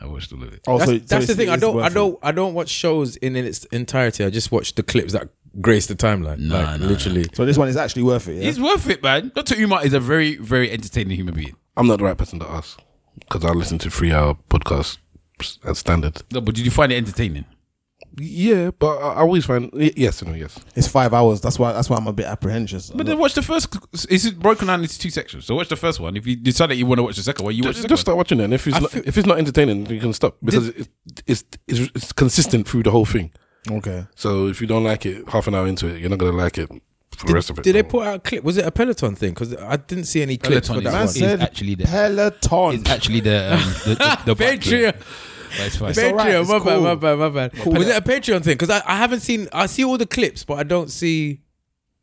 [SPEAKER 2] I watched all of it.
[SPEAKER 11] Oh,
[SPEAKER 4] that's,
[SPEAKER 11] so- so
[SPEAKER 4] that's the
[SPEAKER 11] it's-
[SPEAKER 4] thing. I
[SPEAKER 11] it's
[SPEAKER 4] don't, I
[SPEAKER 11] worth it.
[SPEAKER 4] don't, I don't watch shows in its entirety. I just watch the clips that grace the timeline.
[SPEAKER 2] Nah,
[SPEAKER 4] like,
[SPEAKER 2] nah,
[SPEAKER 4] literally.
[SPEAKER 11] So this one is actually worth it. Yeah?
[SPEAKER 2] It's worth it, man. Dr. Umar is a very, very entertaining human being.
[SPEAKER 1] I'm not the right person to ask because I listen to three hour podcasts as standard.
[SPEAKER 2] No, but did you find it entertaining?
[SPEAKER 1] Yeah, but I I always find y- yes and no, yes.
[SPEAKER 11] It's five hours. That's why. That's why I'm a bit apprehensive.
[SPEAKER 2] But then watch the first. It's broken down into two sections. So watch the first one. If you decide that you want to watch the second one, you watch
[SPEAKER 1] Just,
[SPEAKER 2] the second
[SPEAKER 1] just start watching it. And if it's
[SPEAKER 2] I
[SPEAKER 1] not,
[SPEAKER 2] feel-
[SPEAKER 1] if it's not entertaining, you can stop because it, it's, it's it's consistent through the whole thing.
[SPEAKER 11] Okay.
[SPEAKER 1] So if you don't like it, half an hour into it, you're not gonna like it for the rest of it.
[SPEAKER 4] Did they put out a clip? Was it a Peloton thing? Because I didn't see any clips for
[SPEAKER 2] Peloton
[SPEAKER 4] that
[SPEAKER 2] is-
[SPEAKER 4] one.
[SPEAKER 2] is actually the
[SPEAKER 11] Peloton.
[SPEAKER 2] It's actually the *laughs* um, the, the, the
[SPEAKER 4] Patreon.
[SPEAKER 2] But it's fine.
[SPEAKER 11] It's all right,
[SPEAKER 4] Patreon,
[SPEAKER 11] it's
[SPEAKER 4] my, bad,
[SPEAKER 11] cool.
[SPEAKER 4] my bad, my bad,
[SPEAKER 11] Cool.
[SPEAKER 4] Was it a Patreon thing? Because I, I haven't seen, I see all the clips, but I don't see.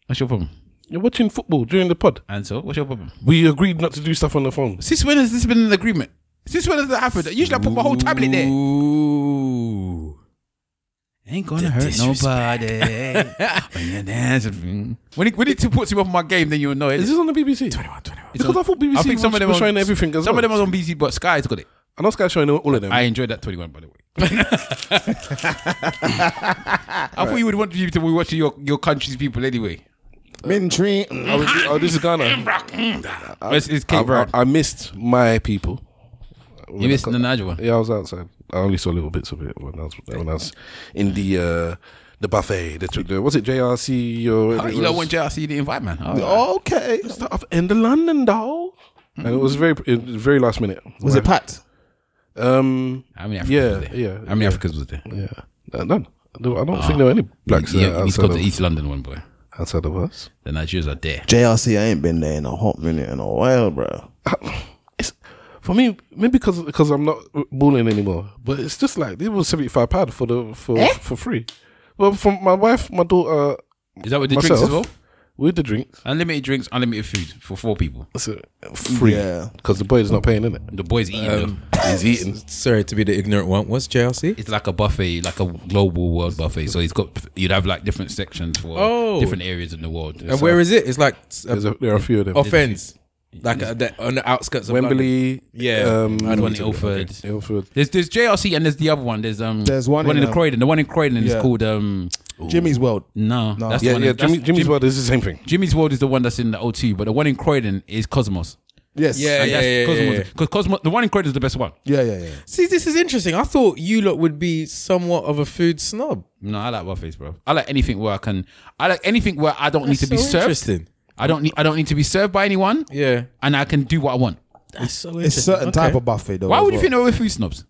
[SPEAKER 2] What's your problem?
[SPEAKER 1] You're watching football during the pod.
[SPEAKER 2] And so, what's your problem?
[SPEAKER 1] We agreed not to do stuff on the phone.
[SPEAKER 2] Since when has this been an agreement? Since when has that happened? Usually I put my whole tablet there.
[SPEAKER 4] Ooh.
[SPEAKER 2] Ain't gonna hurt nobody. *laughs* when you dance, mm. when it, when it puts you off my game, then you'll know it.
[SPEAKER 1] Is this on the BBC?
[SPEAKER 2] It's
[SPEAKER 1] Because
[SPEAKER 2] on-
[SPEAKER 1] I thought BBC was- was showing everything as
[SPEAKER 2] some
[SPEAKER 1] well.
[SPEAKER 2] of them was on BBC, but Sky's got it.
[SPEAKER 1] I know Sky's showing all of them.
[SPEAKER 2] I enjoyed that 21,
[SPEAKER 4] *laughs*
[SPEAKER 2] by the way. I thought you would want you to be watching your, your country's people anyway.
[SPEAKER 11] Mintry.
[SPEAKER 1] Oh, is it- oh, this is Ghana.
[SPEAKER 2] It's, it's
[SPEAKER 1] I,
[SPEAKER 2] Cape Verde.
[SPEAKER 1] I- I missed my people.
[SPEAKER 2] You missed the Niger one.
[SPEAKER 1] Yeah, I was outside. I only saw little bits of it when I was when I was in the uh, the buffet. The, the was it JRC or
[SPEAKER 2] Oh, you don't want JRC to invite, man. Oh, All right.
[SPEAKER 1] okay, stuff in the London doll. And it was very it was very last minute.
[SPEAKER 11] Was it packed?
[SPEAKER 1] Um,
[SPEAKER 2] How many Africans
[SPEAKER 1] yeah,
[SPEAKER 2] was there?
[SPEAKER 1] yeah,
[SPEAKER 2] How many Africans was there?
[SPEAKER 1] yeah. Uh, none. I don't, I don't think there were any blacks
[SPEAKER 2] You,
[SPEAKER 1] yeah,
[SPEAKER 2] you need to
[SPEAKER 1] outside,
[SPEAKER 2] go
[SPEAKER 1] of,
[SPEAKER 2] to East London one, boy.
[SPEAKER 1] outside of us.
[SPEAKER 2] The Nigerians are there.
[SPEAKER 11] JRC. I ain't been there in a hot minute in a while, bro.
[SPEAKER 1] For me, maybe because because I'm not balling anymore, but it's just like it was seventy five pound for the for for free. Well, from my wife, my daughter.
[SPEAKER 2] Is that with the drinks as well?
[SPEAKER 1] With the drinks.
[SPEAKER 2] Unlimited drinks, unlimited food for four people.
[SPEAKER 1] Free. Because the boy's not paying, in it?
[SPEAKER 2] The boy's eating.
[SPEAKER 4] Um,
[SPEAKER 2] though. He's eating.
[SPEAKER 4] Sorry to be the ignorant one. What's JLC?
[SPEAKER 2] It's like a buffet, like a global world buffet. So he's got you'd have like different sections for
[SPEAKER 4] Oh.
[SPEAKER 2] different areas in the world.
[SPEAKER 4] And where is it? It's like uh,
[SPEAKER 1] There's a- there are a few of them.
[SPEAKER 4] Offense, like uh, the- on the outskirts of
[SPEAKER 1] Wembley,
[SPEAKER 4] London. Yeah,
[SPEAKER 1] um,
[SPEAKER 4] I know what
[SPEAKER 2] one in
[SPEAKER 4] you're talking about.
[SPEAKER 2] Ilford.
[SPEAKER 4] Okay.
[SPEAKER 2] There's there's JRC and there's the other one. There's um
[SPEAKER 11] There's one
[SPEAKER 2] one
[SPEAKER 11] in,
[SPEAKER 2] in,
[SPEAKER 11] um,
[SPEAKER 2] Croydon. The one in Croydon
[SPEAKER 11] yeah.
[SPEAKER 2] is called um
[SPEAKER 11] Jimmy's World.
[SPEAKER 2] No,
[SPEAKER 11] No.
[SPEAKER 2] that's
[SPEAKER 11] Yeah,
[SPEAKER 2] the one
[SPEAKER 11] yeah,
[SPEAKER 2] that's-
[SPEAKER 11] Jimmy- Jimmy's World is the same thing.
[SPEAKER 2] Jimmy's World is the one that's in the O2, but the one in Croydon is Cosmos.
[SPEAKER 11] Yes. Yeah,
[SPEAKER 2] And
[SPEAKER 11] yeah,
[SPEAKER 2] that's
[SPEAKER 11] yeah,
[SPEAKER 2] Cosmos.
[SPEAKER 11] yeah, yeah.
[SPEAKER 2] Because Cosmos, the one in Croydon is the best one.
[SPEAKER 11] Yeah, yeah, yeah.
[SPEAKER 4] See, this is interesting. I thought you lot would be somewhat of a food snob.
[SPEAKER 2] No, I like buffets, bro. I like anything where I can. I like anything where I don't need to
[SPEAKER 4] That's
[SPEAKER 2] be
[SPEAKER 4] so
[SPEAKER 2] served.
[SPEAKER 4] interesting.
[SPEAKER 2] I don't need. I don't need to be served by anyone.
[SPEAKER 4] Yeah,
[SPEAKER 2] and I can do what I want. That's so
[SPEAKER 11] It's certain type of buffet though.
[SPEAKER 2] Why
[SPEAKER 11] as
[SPEAKER 2] would you
[SPEAKER 11] well.
[SPEAKER 2] think they were food snobs?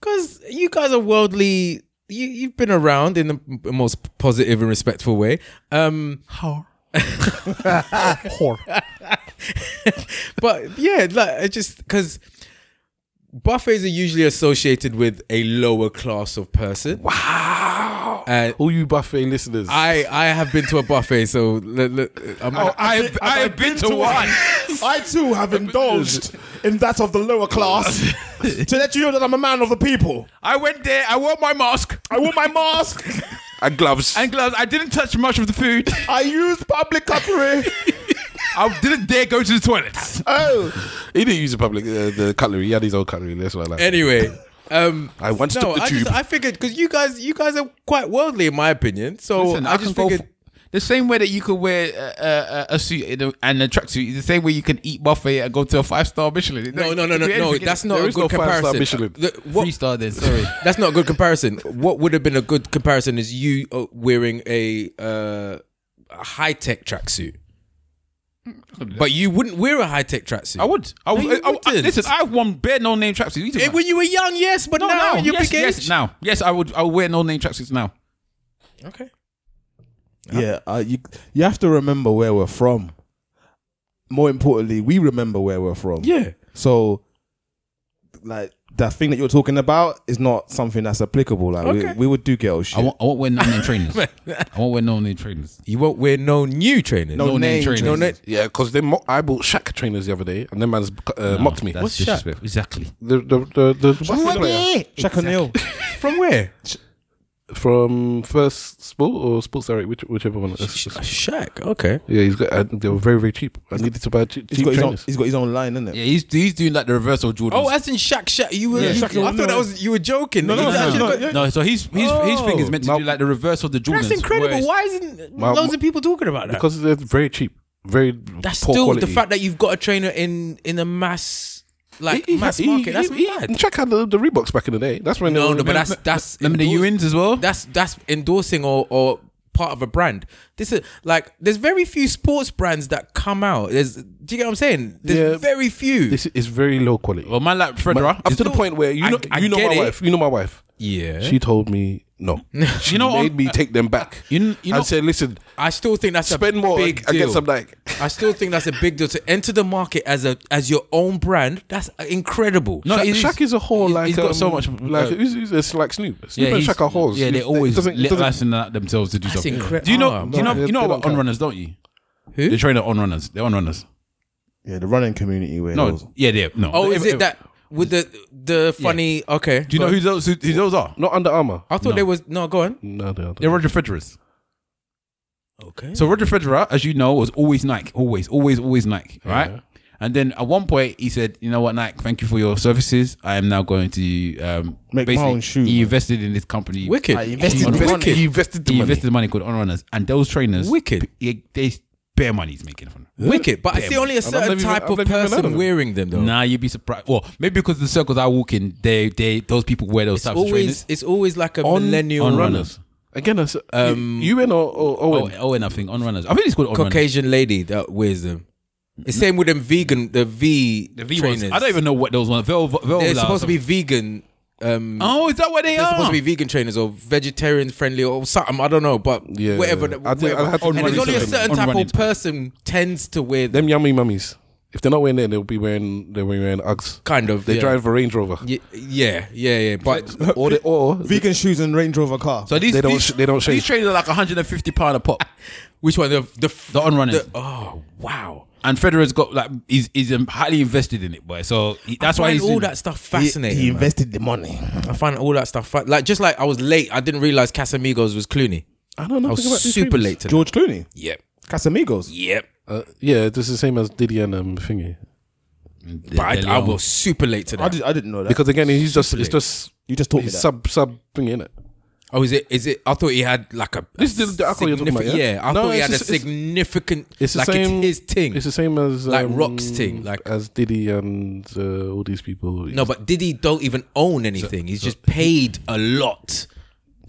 [SPEAKER 4] Because you guys are worldly. You, you've been around in the m- most positive and respectful way. Um, *laughs* but yeah, like, it just because buffets are usually associated with a lower class of person. Wow.
[SPEAKER 1] All you buffet listeners.
[SPEAKER 4] I, I have been to a buffet, so le- le- I'm,
[SPEAKER 2] I've, I've been to one.
[SPEAKER 3] I too
[SPEAKER 2] *laughs*
[SPEAKER 3] have indulged in that of the lower class to let you know that I'm a man of the people.
[SPEAKER 2] I went there. I wore my mask.
[SPEAKER 3] I wore my mask.
[SPEAKER 1] And gloves.
[SPEAKER 2] And gloves. I didn't touch much of the food.
[SPEAKER 3] I used public cutlery.
[SPEAKER 2] *laughs* I didn't dare go to the toilets.
[SPEAKER 3] Oh,
[SPEAKER 1] he didn't use the public uh, the cutlery. He had his own cutlery. That's what I like.
[SPEAKER 4] *laughs* anyway. Um,
[SPEAKER 1] I once
[SPEAKER 4] no,
[SPEAKER 1] took the
[SPEAKER 4] I,
[SPEAKER 1] tube.
[SPEAKER 4] just, I figured because you guys you guys are quite worldly in my opinion,
[SPEAKER 2] *laughs*
[SPEAKER 4] so
[SPEAKER 2] Listen,
[SPEAKER 4] I,
[SPEAKER 2] Oh, I
[SPEAKER 4] just
[SPEAKER 2] can go
[SPEAKER 4] figured.
[SPEAKER 2] The same way that you could wear uh, uh, a suit in a- and a tracksuit, the same way you can eat buffet and go to a five star Michelin. It
[SPEAKER 4] No,
[SPEAKER 2] don't-
[SPEAKER 4] no, no,
[SPEAKER 2] it
[SPEAKER 4] no,
[SPEAKER 2] don't
[SPEAKER 4] no.
[SPEAKER 2] even-
[SPEAKER 4] That's not
[SPEAKER 2] there
[SPEAKER 4] a
[SPEAKER 2] is no
[SPEAKER 4] good
[SPEAKER 2] five-star
[SPEAKER 4] comparison.
[SPEAKER 2] Michelin.
[SPEAKER 4] The- what-
[SPEAKER 2] Three star then, sorry.
[SPEAKER 4] *laughs* That's not a good comparison. What would have been a good comparison is you uh, wearing a, uh, a high tech tracksuit, but you wouldn't wear a high tech tracksuit.
[SPEAKER 2] I would. I,
[SPEAKER 4] No,
[SPEAKER 2] would.
[SPEAKER 4] you
[SPEAKER 2] I, I,
[SPEAKER 4] wouldn't.
[SPEAKER 2] listen, I've worn bare no name tracksuits.
[SPEAKER 4] Eh, When you were young, yes, but
[SPEAKER 2] No,
[SPEAKER 4] now,
[SPEAKER 2] now
[SPEAKER 4] you
[SPEAKER 2] yes,
[SPEAKER 4] big
[SPEAKER 2] yes,
[SPEAKER 4] age.
[SPEAKER 2] now. Yes, I would. I would wear no name tracksuits now.
[SPEAKER 4] Okay.
[SPEAKER 11] Yeah, uh, you you have to remember where we're from. More importantly, we remember where we're from.
[SPEAKER 4] Yeah.
[SPEAKER 11] So, like that thing that you're talking about is not something that's applicable. Like
[SPEAKER 4] Okay.
[SPEAKER 11] we, we would do girl shit.
[SPEAKER 2] I won't, I won't wear no name *laughs* trainers. I won't wear no name trainers.
[SPEAKER 4] You won't wear no new trainers.
[SPEAKER 2] No, name, trainers.
[SPEAKER 4] No name.
[SPEAKER 1] Yeah, because they mo- I bought Shaq trainers the other day, and them man's uh, mocked me.
[SPEAKER 2] That's disrespectful. Exactly.
[SPEAKER 1] The the the, the, the basketball player
[SPEAKER 11] Shaq O'Neal.
[SPEAKER 4] From where?
[SPEAKER 1] from First Sport or Sports Direct, which, whichever one.
[SPEAKER 4] Shaq. Okay.
[SPEAKER 1] Yeah, he's got. Uh, they were very very cheap. I needed to buy cheap,
[SPEAKER 11] He's
[SPEAKER 1] cheap
[SPEAKER 11] got, his own,
[SPEAKER 1] trainers.
[SPEAKER 11] he's got his own line, isn't it?
[SPEAKER 2] Yeah, he's he's doing like the reverse of Jordan.
[SPEAKER 4] Oh, as in Shaq. Shaq. You were.
[SPEAKER 11] Yeah,
[SPEAKER 4] you-
[SPEAKER 11] Shaq
[SPEAKER 4] I
[SPEAKER 11] O'Neal.
[SPEAKER 4] thought that was you were joking.
[SPEAKER 11] No, no,
[SPEAKER 4] He's
[SPEAKER 11] no,
[SPEAKER 4] actually
[SPEAKER 11] no,
[SPEAKER 4] got-
[SPEAKER 11] yeah.
[SPEAKER 2] no. So his his his thing is meant to
[SPEAKER 1] Oh.
[SPEAKER 2] do like the reverse of the Jordans.
[SPEAKER 4] That's incredible.
[SPEAKER 2] whereas-
[SPEAKER 4] Why isn't
[SPEAKER 1] My-
[SPEAKER 4] loads of people talking about that?
[SPEAKER 1] Because they're very cheap, very
[SPEAKER 4] That's
[SPEAKER 1] poor
[SPEAKER 4] still
[SPEAKER 1] quality.
[SPEAKER 4] the fact that you've got a trainer in in a mass like
[SPEAKER 1] He- he-
[SPEAKER 4] mass
[SPEAKER 1] he-
[SPEAKER 4] market.
[SPEAKER 1] he-
[SPEAKER 4] that's
[SPEAKER 1] he-
[SPEAKER 4] mad.
[SPEAKER 1] Shaq had the, the Reeboks back in the day. That's when they
[SPEAKER 4] no,
[SPEAKER 1] were-
[SPEAKER 4] no, but that's that's
[SPEAKER 2] Remember the
[SPEAKER 4] endorse-
[SPEAKER 2] Ewins as well.
[SPEAKER 4] That's that's endorsing or or part of a brand. This is like there's very few sports brands that come out. There's do you get what I'm saying? There's
[SPEAKER 1] Yeah.
[SPEAKER 4] very few.
[SPEAKER 1] This is very low quality.
[SPEAKER 2] Well, my like Federer.
[SPEAKER 1] Up to the point where you
[SPEAKER 4] I-
[SPEAKER 1] know
[SPEAKER 4] I
[SPEAKER 1] you know
[SPEAKER 4] get
[SPEAKER 1] my
[SPEAKER 4] it.
[SPEAKER 1] wife. You know my wife.
[SPEAKER 4] yeah,
[SPEAKER 1] She told me no. She
[SPEAKER 2] Eh? *laughs* You know,
[SPEAKER 1] made
[SPEAKER 2] on-
[SPEAKER 1] me take them back.
[SPEAKER 2] *laughs* You kn- you know-
[SPEAKER 1] and said, "Listen,
[SPEAKER 4] I still think that's
[SPEAKER 1] spend
[SPEAKER 4] a
[SPEAKER 1] more and
[SPEAKER 4] big
[SPEAKER 1] and
[SPEAKER 4] deal.
[SPEAKER 1] get some
[SPEAKER 2] *laughs*
[SPEAKER 1] like."
[SPEAKER 4] I still think that's a big deal to enter the market as a as your own brand. That's incredible.
[SPEAKER 2] No,
[SPEAKER 1] Shaq,
[SPEAKER 2] it is-
[SPEAKER 1] Shaq is a whore.
[SPEAKER 2] he's-
[SPEAKER 1] like
[SPEAKER 2] he's got
[SPEAKER 1] um,
[SPEAKER 2] so much uh,
[SPEAKER 1] Like he's, he's, it's like Snoop. Snoop and
[SPEAKER 2] he's-
[SPEAKER 1] Shaq are whores.
[SPEAKER 2] Yeah, they
[SPEAKER 1] It
[SPEAKER 2] always
[SPEAKER 1] doesn't- it
[SPEAKER 2] let
[SPEAKER 1] doesn't-
[SPEAKER 2] us and that themselves to do
[SPEAKER 4] That's
[SPEAKER 2] something.
[SPEAKER 4] incredible.
[SPEAKER 2] Do you know?
[SPEAKER 4] Ah,
[SPEAKER 2] do you know?
[SPEAKER 1] man.
[SPEAKER 2] You know
[SPEAKER 1] They
[SPEAKER 2] about
[SPEAKER 1] don't
[SPEAKER 2] on runners, don't you?
[SPEAKER 4] Who?
[SPEAKER 2] They train at on runners. They're on runners.
[SPEAKER 11] Yeah, the running community where it was-
[SPEAKER 2] No, yeah, they no.
[SPEAKER 4] oh,
[SPEAKER 2] They-
[SPEAKER 4] is
[SPEAKER 2] they-
[SPEAKER 4] it that with the the funny? Okay,
[SPEAKER 2] Do you know who those who, who those are?
[SPEAKER 1] Not Under Armour.
[SPEAKER 4] I thought
[SPEAKER 2] No.
[SPEAKER 4] there was no. Go on.
[SPEAKER 1] No, they don't.
[SPEAKER 2] They're Roger Federer's.
[SPEAKER 4] Okay.
[SPEAKER 2] So Roger Federer, as you know, was always Nike, always, always, always Nike, right?
[SPEAKER 1] Yeah.
[SPEAKER 2] And then at one point he said, "You know what, Nike? Thank you for your services. I am now going to um,
[SPEAKER 11] Make my
[SPEAKER 2] basically-
[SPEAKER 11] own shoe,
[SPEAKER 2] He
[SPEAKER 11] man.
[SPEAKER 2] invested in this company,
[SPEAKER 4] Wicked.
[SPEAKER 11] I
[SPEAKER 1] He
[SPEAKER 11] invested
[SPEAKER 2] On-
[SPEAKER 11] in
[SPEAKER 1] invested,
[SPEAKER 11] running.
[SPEAKER 1] he invested the
[SPEAKER 2] He
[SPEAKER 1] money.
[SPEAKER 2] invested the money called on runners, and those trainers,
[SPEAKER 4] Wicked.
[SPEAKER 2] p- they bare money's making fun.
[SPEAKER 4] Wicked, but I see only a certain
[SPEAKER 1] never even-
[SPEAKER 4] type
[SPEAKER 1] I've
[SPEAKER 4] of
[SPEAKER 1] never even heard of
[SPEAKER 4] person
[SPEAKER 1] them.
[SPEAKER 4] wearing them though.
[SPEAKER 2] Nah, you'd be surprised. Well, maybe because the circles I walk in, they they those people wear those
[SPEAKER 4] it's
[SPEAKER 2] types of
[SPEAKER 4] always
[SPEAKER 2] trainers.
[SPEAKER 4] it's always like a
[SPEAKER 1] On-
[SPEAKER 4] millennial
[SPEAKER 2] On runners,
[SPEAKER 1] Again, that's,
[SPEAKER 4] Um,
[SPEAKER 1] um, you, and or, or
[SPEAKER 2] oh,
[SPEAKER 1] Owen.
[SPEAKER 2] oh, and I think on runners. I think it's called on runners.
[SPEAKER 4] Caucasian lady that wears them. It's same with them vegan the V
[SPEAKER 2] The V ones.
[SPEAKER 4] trainers.
[SPEAKER 2] I don't even know what those ones. Vel, Vel,
[SPEAKER 4] They're
[SPEAKER 2] Vela or
[SPEAKER 4] supposed to be
[SPEAKER 2] something.
[SPEAKER 4] vegan. Um,
[SPEAKER 2] Oh, is that what they
[SPEAKER 4] they're
[SPEAKER 2] are?
[SPEAKER 4] supposed to be vegan trainers or vegetarian friendly or something. I don't know, but
[SPEAKER 1] Yeah.
[SPEAKER 4] whatever.
[SPEAKER 1] I think- I
[SPEAKER 4] whatever.
[SPEAKER 1] had to
[SPEAKER 4] and there's
[SPEAKER 1] run
[SPEAKER 4] only a
[SPEAKER 1] into them.
[SPEAKER 4] certain
[SPEAKER 2] On
[SPEAKER 4] type
[SPEAKER 2] running
[SPEAKER 4] of
[SPEAKER 2] into them.
[SPEAKER 4] person tends to wear them.
[SPEAKER 1] Them yummy mummies. If they're not wearing it, they'll be wearing they're wearing Uggs.
[SPEAKER 4] Kind of.
[SPEAKER 1] They
[SPEAKER 4] yeah.
[SPEAKER 1] drive a Range Rover.
[SPEAKER 4] Ye- yeah, yeah, yeah. But
[SPEAKER 1] *laughs* or they, or
[SPEAKER 11] vegan shoes and Range Rover car.
[SPEAKER 2] So these
[SPEAKER 1] They don't
[SPEAKER 2] these,
[SPEAKER 1] sh- they don't shave.
[SPEAKER 2] These trainers are like 150 pound a pop.
[SPEAKER 4] Which one? The the,
[SPEAKER 2] the on runners.
[SPEAKER 4] oh wow.
[SPEAKER 2] And Federer's got like he's he's um, highly invested in it, boy. So he, that's why
[SPEAKER 4] find
[SPEAKER 2] he's
[SPEAKER 4] all
[SPEAKER 2] doing
[SPEAKER 4] that
[SPEAKER 2] it.
[SPEAKER 4] stuff fascinating. man.
[SPEAKER 11] invested the money.
[SPEAKER 4] I find all that stuff fa- like just like I was late. I didn't realize Casamigos was Clooney.
[SPEAKER 1] I don't know
[SPEAKER 4] I was
[SPEAKER 1] nothing about these
[SPEAKER 4] super
[SPEAKER 1] people.
[SPEAKER 4] late to that.
[SPEAKER 11] George Clooney.
[SPEAKER 4] Yep.
[SPEAKER 11] Casamigos.
[SPEAKER 4] Yep.
[SPEAKER 1] Uh, yeah, this is the same as Diddy and um, Thingy.
[SPEAKER 4] But I, I was super late to that.
[SPEAKER 11] I, did, I didn't know that.
[SPEAKER 1] Because again, he's just
[SPEAKER 4] Super
[SPEAKER 1] it's
[SPEAKER 4] late.
[SPEAKER 1] just
[SPEAKER 11] you just taught me
[SPEAKER 1] he's
[SPEAKER 11] that.
[SPEAKER 1] sub sub thing in it.
[SPEAKER 4] Oh, is it? Is it? I thought he had like a.
[SPEAKER 1] This is the alcohol you're talking about,
[SPEAKER 4] significant-
[SPEAKER 1] yeah?
[SPEAKER 4] I
[SPEAKER 1] No,
[SPEAKER 4] thought he
[SPEAKER 1] it's
[SPEAKER 4] had
[SPEAKER 1] just-
[SPEAKER 4] a
[SPEAKER 1] it's-
[SPEAKER 4] significant.
[SPEAKER 1] It's the
[SPEAKER 4] like
[SPEAKER 1] same.
[SPEAKER 4] It's his thing.
[SPEAKER 1] It's the same as
[SPEAKER 4] like
[SPEAKER 1] um,
[SPEAKER 4] Rock's thing. Like
[SPEAKER 1] as Diddy and uh, all these people.
[SPEAKER 4] no, but Diddy don't even own anything. He's just paid a lot.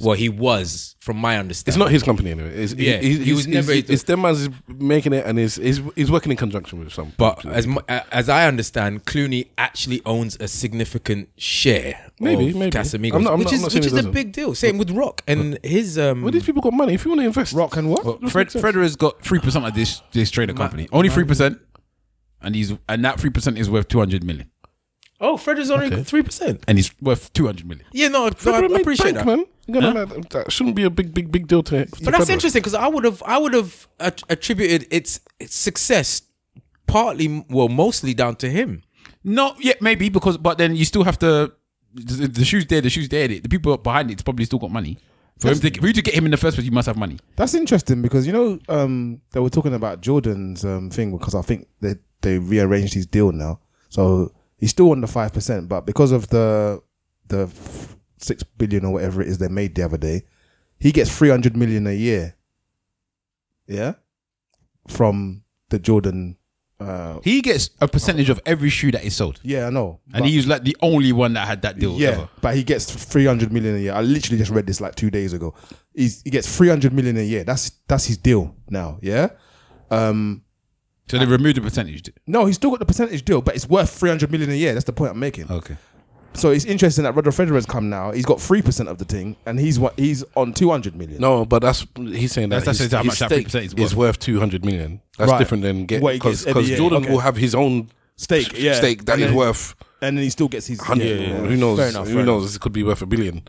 [SPEAKER 4] Well, he was, from my
[SPEAKER 1] It's
[SPEAKER 4] understanding.
[SPEAKER 1] not his company anyway. It's,
[SPEAKER 4] Yeah,
[SPEAKER 1] he,
[SPEAKER 4] he was never-
[SPEAKER 1] It's, it's them as making it, and he's, he's he's working in conjunction with some.
[SPEAKER 4] But as mu- a- as I understand, Clooney actually owns a significant share
[SPEAKER 1] Maybe,
[SPEAKER 4] of
[SPEAKER 1] maybe.
[SPEAKER 4] Casamigos,
[SPEAKER 1] I'm not- I'm
[SPEAKER 4] which
[SPEAKER 1] not-
[SPEAKER 4] is
[SPEAKER 1] I'm not saying
[SPEAKER 4] which
[SPEAKER 1] he
[SPEAKER 4] is a
[SPEAKER 1] doesn't.
[SPEAKER 4] big deal. Same with Rock and his um.
[SPEAKER 1] well, these people got money. If you want to invest,
[SPEAKER 11] Rock and what?
[SPEAKER 1] Doesn't
[SPEAKER 2] Fred
[SPEAKER 1] make sense.
[SPEAKER 2] Federer's got three percent of this this trader company. Only three percent, and he's and that three percent is worth two hundred million,
[SPEAKER 4] oh, Fred is only three percent.
[SPEAKER 2] and he's worth two hundred million.
[SPEAKER 4] Yeah, no, no, I
[SPEAKER 1] Federer made
[SPEAKER 4] appreciate
[SPEAKER 1] bank,
[SPEAKER 4] that.
[SPEAKER 1] man. You gotta let- that shouldn't be a big, big, big deal to.
[SPEAKER 4] But that's interesting because I would have I would have at- attributed its, its success partly well mostly down to him.
[SPEAKER 2] No, yeah, maybe because but then you still have to the, the shoes there, the shoes there. The people behind it's probably still got money. For him to for you to get him in the first place, you must have money.
[SPEAKER 11] That's interesting because you know um, they were talking about Jordan's um, thing because I think they they rearranged his deal now, so he's still on the five percent, but because of the the f- six billion or whatever it is they made the other day, he gets three hundred million a year. Yeah, from the Jordan. Uh,
[SPEAKER 2] He gets a percentage of every shoe that is sold,
[SPEAKER 11] yeah, I know.
[SPEAKER 2] and he was like the only one that had that deal.
[SPEAKER 11] yeah,
[SPEAKER 2] ever.
[SPEAKER 11] but he gets 300 million a year. I literally just read this like two days ago. He's, he gets 300 million a year. That's that's his deal now. Yeah. Um,
[SPEAKER 2] So they removed the percentage.
[SPEAKER 11] no, he's still got the percentage deal, but it's worth 300 million a year. That's the point I'm making.
[SPEAKER 2] Okay.
[SPEAKER 11] So it's interesting that Roger Federer's come now. He's got 3% of the thing and he's what he's on 200 million.
[SPEAKER 1] No, but that's he's saying that
[SPEAKER 2] That's-
[SPEAKER 1] his,
[SPEAKER 2] that's how
[SPEAKER 1] his
[SPEAKER 2] much that
[SPEAKER 1] stake
[SPEAKER 2] 3% is worth.
[SPEAKER 1] is worth two hundred million. That's
[SPEAKER 11] Right.
[SPEAKER 1] different than get
[SPEAKER 11] What he gets
[SPEAKER 1] because
[SPEAKER 11] every year,
[SPEAKER 1] Jordan
[SPEAKER 11] okay.
[SPEAKER 1] will have his own
[SPEAKER 11] Stake, yeah.
[SPEAKER 1] stake that
[SPEAKER 11] And
[SPEAKER 1] is
[SPEAKER 11] then-
[SPEAKER 1] worth
[SPEAKER 11] And then he still gets his
[SPEAKER 1] hundred.
[SPEAKER 11] Yeah, yeah, yeah.
[SPEAKER 1] Who knows?
[SPEAKER 11] Fair enough,
[SPEAKER 1] Who
[SPEAKER 11] fair
[SPEAKER 1] knows? This could be worth a billion.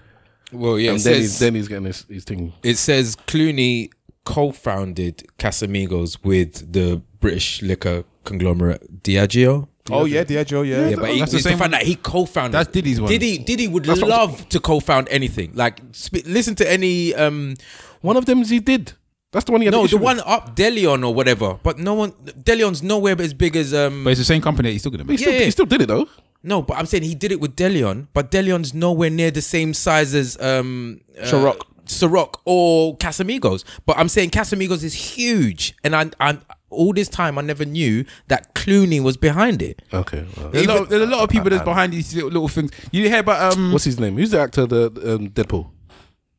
[SPEAKER 4] Well, yeah,
[SPEAKER 1] and
[SPEAKER 4] it
[SPEAKER 1] then
[SPEAKER 4] says-
[SPEAKER 1] he's then he's getting his, his thing.
[SPEAKER 4] It says Clooney co-founded Casamigos with the British liquor conglomerate Diageo.
[SPEAKER 11] Oh yeah, Diageo, yeah.
[SPEAKER 4] Yeah, but he,
[SPEAKER 2] Oh, that's the
[SPEAKER 4] it's the
[SPEAKER 2] same-
[SPEAKER 4] fact that he co-founded.
[SPEAKER 2] That's Diddy's one.
[SPEAKER 4] Diddy, Diddy would
[SPEAKER 1] That's what I'm-
[SPEAKER 4] love to co-found anything. Like, sp- listen to any um,
[SPEAKER 1] One of them is he did. That's the one he had
[SPEAKER 4] no,
[SPEAKER 1] the,
[SPEAKER 4] the
[SPEAKER 1] issue
[SPEAKER 4] one up Delion or whatever. But no one, Delion's nowhere but as big as um.
[SPEAKER 2] But it's the same company that he's talking
[SPEAKER 1] With.
[SPEAKER 2] about.
[SPEAKER 1] He, still,
[SPEAKER 4] yeah, yeah.
[SPEAKER 1] he still did it though.
[SPEAKER 4] No, but I'm saying he did it with Delion, but Delion's nowhere near the same size as um uh,
[SPEAKER 11] Ciroc.
[SPEAKER 4] Ciroc or Casamigos. But I'm saying Casamigos is huge, and I, I all this time I never knew that Clooney was behind it.
[SPEAKER 1] Okay. well.
[SPEAKER 2] There's a, lot, there's a lot of people that's behind these little, little things. You hear about um
[SPEAKER 1] Uh, What's his name? Who's the actor? The um, Deadpool.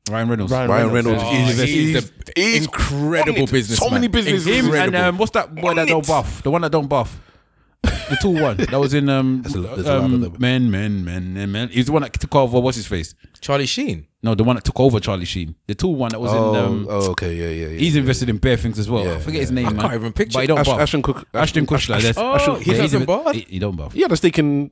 [SPEAKER 2] Ryan Reynolds?
[SPEAKER 11] Ryan
[SPEAKER 1] Ryan Reynolds.
[SPEAKER 11] Reynolds.
[SPEAKER 1] is-
[SPEAKER 4] Oh, he's
[SPEAKER 1] is-
[SPEAKER 4] the
[SPEAKER 1] is
[SPEAKER 4] incredible
[SPEAKER 1] on it. So
[SPEAKER 4] businessman.
[SPEAKER 1] many businesses.
[SPEAKER 2] Him and
[SPEAKER 1] Incredible.
[SPEAKER 2] um, what's that boy that don't buff? The one that don't buff. The tall one that was in um,
[SPEAKER 1] a lot- there's a lot of
[SPEAKER 2] um,
[SPEAKER 1] them.
[SPEAKER 2] men, men, men, men, men. He's the one that took over. What's his face?
[SPEAKER 4] Charlie Sheen.
[SPEAKER 2] No, the one that took over Charlie Sheen. The tall one that was
[SPEAKER 1] Oh,
[SPEAKER 2] in. Um,
[SPEAKER 1] oh, okay, yeah, yeah, yeah.
[SPEAKER 2] he's invested in bare things as well.
[SPEAKER 1] Yeah,
[SPEAKER 2] I forget
[SPEAKER 1] yeah.
[SPEAKER 2] his name.
[SPEAKER 4] I
[SPEAKER 2] man.
[SPEAKER 4] can't even picture
[SPEAKER 2] But he don't
[SPEAKER 1] Ash-
[SPEAKER 2] buff.
[SPEAKER 1] Ashton Cook-
[SPEAKER 2] Ashton Kutcher.
[SPEAKER 1] Ash-
[SPEAKER 2] that's-
[SPEAKER 1] Oh,
[SPEAKER 2] Ashton-
[SPEAKER 4] he
[SPEAKER 2] yeah, he's
[SPEAKER 4] doesn't
[SPEAKER 2] inve-
[SPEAKER 4] buff?
[SPEAKER 2] He, he don't buff.
[SPEAKER 1] He had a stake in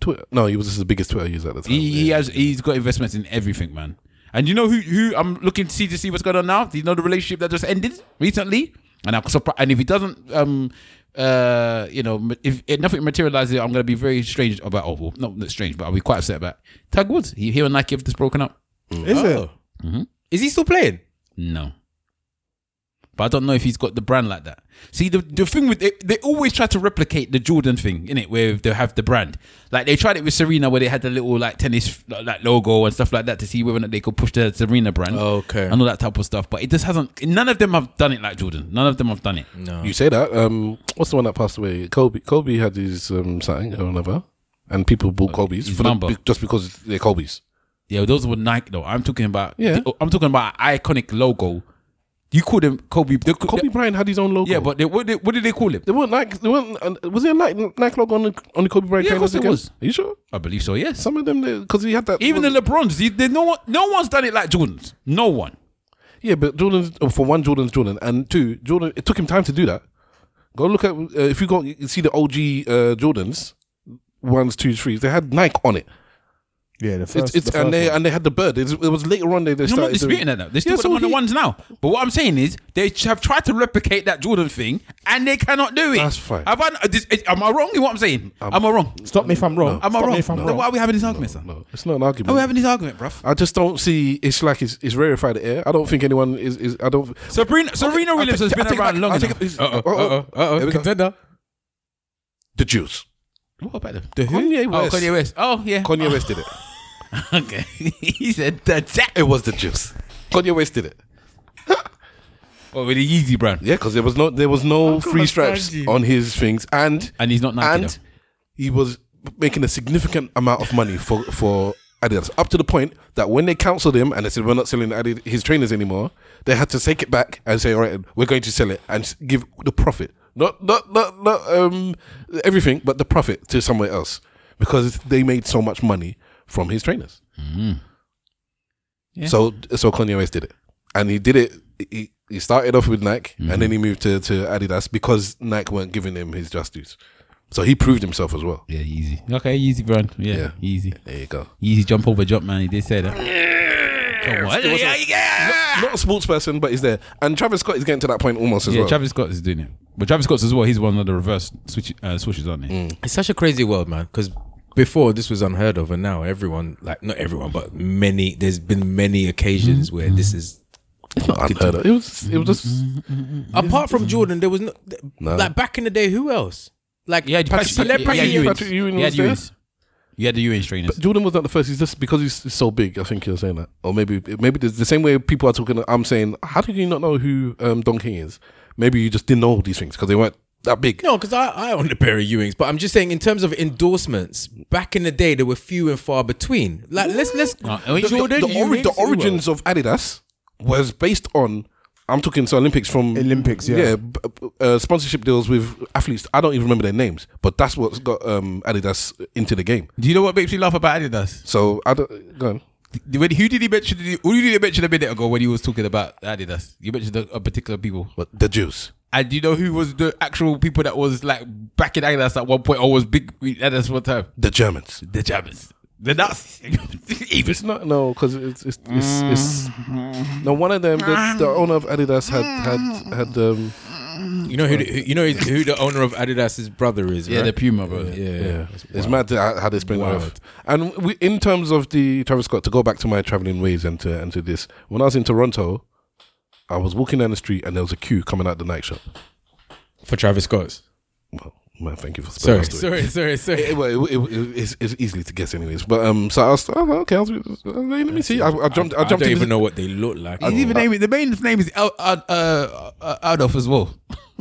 [SPEAKER 1] Twitter. No, he was just the biggest Twitter user at the time.
[SPEAKER 2] He, he
[SPEAKER 1] yeah.
[SPEAKER 2] has. He's got investments in everything, man. And you know who? Who I'm looking to see to see what's going on now. Do you know the relationship that just ended recently? And I'm surprised. And if he doesn't, um, uh, you know, ma- if, if nothing materializes, I'm gonna be very strange about. Oh, well, not, not strange, but I'll be quite upset about Tag Woods. He, he and Nike have just broken up.
[SPEAKER 11] Is it?
[SPEAKER 4] Is he still playing?
[SPEAKER 2] No. But I don't know if he's got the brand like that. See, the, the thing with it, they always try to replicate the Jordan thing, innit? Where they have the brand. Like they tried it with Serena, where they had the little like tennis like logo and stuff like that to see whether or not they could push the Serena brand.
[SPEAKER 4] Okay.
[SPEAKER 2] And all that type of stuff. But it just hasn't, none of them have done it like Jordan. None of them have done it.
[SPEAKER 1] You say that. Um, what's the one that passed away? Kobe. Kobe had his um, something or another, and people bought Kobe's
[SPEAKER 2] Uh, his
[SPEAKER 1] for the,
[SPEAKER 2] number.
[SPEAKER 1] be- just because they're Kobe's.
[SPEAKER 2] Yeah, those were Nike though. I'm talking about,
[SPEAKER 1] Yeah.
[SPEAKER 2] I'm talking about an iconic logo. You call them Kobe. they-
[SPEAKER 1] Kobe
[SPEAKER 2] they-
[SPEAKER 1] Bryant had his own logo.
[SPEAKER 2] yeah, but they, what, they, what did they call it?
[SPEAKER 1] they weren't like they weren't. Uh, was there a Nike, Nike logo on the, on the Kobe Bryant?
[SPEAKER 2] Yeah,
[SPEAKER 1] trainers
[SPEAKER 2] of course it
[SPEAKER 1] again?
[SPEAKER 2] was.
[SPEAKER 1] Are you sure?
[SPEAKER 2] I believe so, yes.
[SPEAKER 1] Some of them because he had that.
[SPEAKER 2] Even
[SPEAKER 1] was-
[SPEAKER 2] the LeBrons, they, they, no one, no one's done it like Jordan's. No one.
[SPEAKER 1] yeah, but Jordan's oh, for one, Jordan's Jordan, and two, Jordan. It took him time to do that. Go look at uh, if you go you see the OG uh, Jordans ones, twos, threes. They had Nike on it.
[SPEAKER 11] Yeah, the
[SPEAKER 1] It's, it's, and they and they had the bird. It's, it was later on they, they
[SPEAKER 2] I'm
[SPEAKER 1] started
[SPEAKER 2] not disputing
[SPEAKER 1] doing-
[SPEAKER 2] that. Though. They still
[SPEAKER 1] Yeah,
[SPEAKER 2] got
[SPEAKER 1] so
[SPEAKER 2] them on the
[SPEAKER 1] he-
[SPEAKER 2] ones now. But what I'm saying is they ch- have tried to replicate that Jordan thing and they cannot do it. That's
[SPEAKER 1] fine.
[SPEAKER 2] Have I, uh, this- uh, am I wrong in what I'm saying? am I wrong?
[SPEAKER 11] Stop me if I'm wrong.
[SPEAKER 2] Am I
[SPEAKER 11] Stop me
[SPEAKER 2] wrong?
[SPEAKER 11] if I'm
[SPEAKER 2] Then
[SPEAKER 11] wrong.
[SPEAKER 2] Why are we having this argument, sir?
[SPEAKER 1] It's not an argument.
[SPEAKER 2] Are we having this argument, bruv?
[SPEAKER 1] I just don't see. It's like it's, it's rarefied air. I don't think anyone is. is I don't.
[SPEAKER 2] Sabrina, Serena
[SPEAKER 1] I'll
[SPEAKER 2] Williams
[SPEAKER 1] take-
[SPEAKER 2] has
[SPEAKER 1] I'll
[SPEAKER 2] been
[SPEAKER 1] take it
[SPEAKER 2] around
[SPEAKER 1] back.
[SPEAKER 2] long
[SPEAKER 1] I'll take
[SPEAKER 2] enough.
[SPEAKER 1] it-
[SPEAKER 2] Uh-oh,
[SPEAKER 1] uh-oh,
[SPEAKER 2] uh-oh,
[SPEAKER 1] Here we go.
[SPEAKER 2] Oh, contender.
[SPEAKER 1] The Jews.
[SPEAKER 2] What about them?
[SPEAKER 1] Kanye West.
[SPEAKER 2] Oh, Kanye West. Oh, yeah.
[SPEAKER 1] Kanye West did it.
[SPEAKER 2] okay. *laughs* he said that's it.
[SPEAKER 1] *laughs* It was the Jews. Kanye West did it.
[SPEAKER 2] What Oh, with the Yeezy brand?
[SPEAKER 1] Yeah, because there was no there was no free stripes
[SPEAKER 2] thank you.
[SPEAKER 1] on his things, and
[SPEAKER 2] And he's not Nike,
[SPEAKER 1] and
[SPEAKER 2] though.
[SPEAKER 1] he was making a significant amount of money for for Adidas up to the point that when they cancelled him and they said we're not selling Adidas, his trainers anymore, they had to take it back and say all right, we're going to sell it and s- give the profit, not not not not um everything, but the profit to somewhere else because they made so much money from his trainers.
[SPEAKER 2] Hmm. Yeah.
[SPEAKER 1] So so Kanye West did it, and he did it. He, he started off with Nike,
[SPEAKER 2] Hmm.
[SPEAKER 1] and then he moved to, to Adidas because Nike weren't giving him his just dues. So he proved himself as well.
[SPEAKER 2] Yeah, easy. Okay, easy, brand. Yeah, easy.
[SPEAKER 1] There you go.
[SPEAKER 2] Easy jump over jump, man. He did say that. Come on.
[SPEAKER 1] Still wasn't- Not, not a sports person, but he's there. And Travis Scott is getting to that point almost as
[SPEAKER 2] yeah,
[SPEAKER 1] well.
[SPEAKER 2] Travis Scott is doing it. But Travis Scott's as well. He's one of the reverse switch, uh, switches, aren't
[SPEAKER 1] Mm.
[SPEAKER 2] he?
[SPEAKER 4] It's such a crazy world, man. Because before this was unheard of, and now everyone, like not everyone, but many, there's been many occasions
[SPEAKER 2] Mm-hmm.
[SPEAKER 4] where this is. It's
[SPEAKER 1] not unheard of. It was. It was just.
[SPEAKER 2] Mm-hmm.
[SPEAKER 4] Apart from Jordan, there was no,
[SPEAKER 1] No.
[SPEAKER 4] like back in the day. Who else? Like
[SPEAKER 2] Yeah,
[SPEAKER 4] Patrick- celebrity-
[SPEAKER 2] yeah, Ewing's.
[SPEAKER 1] Patrick Ewing
[SPEAKER 2] He had
[SPEAKER 1] was there.
[SPEAKER 2] Ewing's. You had the Ewing trainers.
[SPEAKER 1] But Jordan was not the first. He's just because he's, he's so big. I think you're saying that, or maybe maybe the, the same way people are talking. I'm saying, how did you not know who um, Don King is? Maybe you just didn't know all these things because they weren't that big.
[SPEAKER 4] No, because I, I own a pair of Ewings, but I'm just saying in terms of endorsements, back in the day there were few and far between. Like let's let's
[SPEAKER 2] Uh,
[SPEAKER 1] The, the-
[SPEAKER 4] Jordan,
[SPEAKER 1] the ori-
[SPEAKER 4] Ewings,
[SPEAKER 1] the
[SPEAKER 4] who else?
[SPEAKER 1] origins of Adidas was based on. I'm talking so Olympics from
[SPEAKER 11] Olympics, yeah.
[SPEAKER 1] b- b- uh, sponsorship deals with athletes. I don't even remember their names, but that's what's got um, Adidas into the game.
[SPEAKER 2] Do you know what makes me laugh about Adidas?
[SPEAKER 1] So I don't, go on.
[SPEAKER 2] When, who did he mention? Who did he mention a minute ago when he was talking about Adidas? You mentioned a, a particular people.
[SPEAKER 1] But the Jews.
[SPEAKER 2] And do you know who was the actual people that was like back in Adidas at one point or was big with Adidas one time?
[SPEAKER 1] The Germans.
[SPEAKER 2] The Germans. The Nazis. *laughs* Even.
[SPEAKER 1] It's not no, because it's it's, it's, it's
[SPEAKER 11] Mm-hmm.
[SPEAKER 1] no one of them. The, the owner of Adidas had had had um,
[SPEAKER 4] You know who, the, who you know who the owner of Adidas' brother is,
[SPEAKER 2] Yeah,
[SPEAKER 4] right?
[SPEAKER 2] the Puma, bro. Yeah.
[SPEAKER 4] yeah.
[SPEAKER 1] yeah. It's mad that I had this been off. And we, in terms of the Travis Scott, to go back to my traveling ways and to and to this, when I was in Toronto, I was walking down the street and there was a queue coming out the night shop.
[SPEAKER 4] For Travis Scott's.
[SPEAKER 1] Well, man, thank you for
[SPEAKER 4] Sorry,
[SPEAKER 1] spoiling my story.
[SPEAKER 4] sorry, sorry, sorry.
[SPEAKER 1] It, well, it, it, it, it's, it's easily to guess, anyways. But um, so I was oh, okay. I was, let me see. I, I jumped. I,
[SPEAKER 4] I
[SPEAKER 1] jumped.
[SPEAKER 4] don't
[SPEAKER 1] in
[SPEAKER 4] even
[SPEAKER 1] the-
[SPEAKER 4] know what they look like.
[SPEAKER 2] His even name, the main name is Al, Ad- uh, uh, Adolf as well.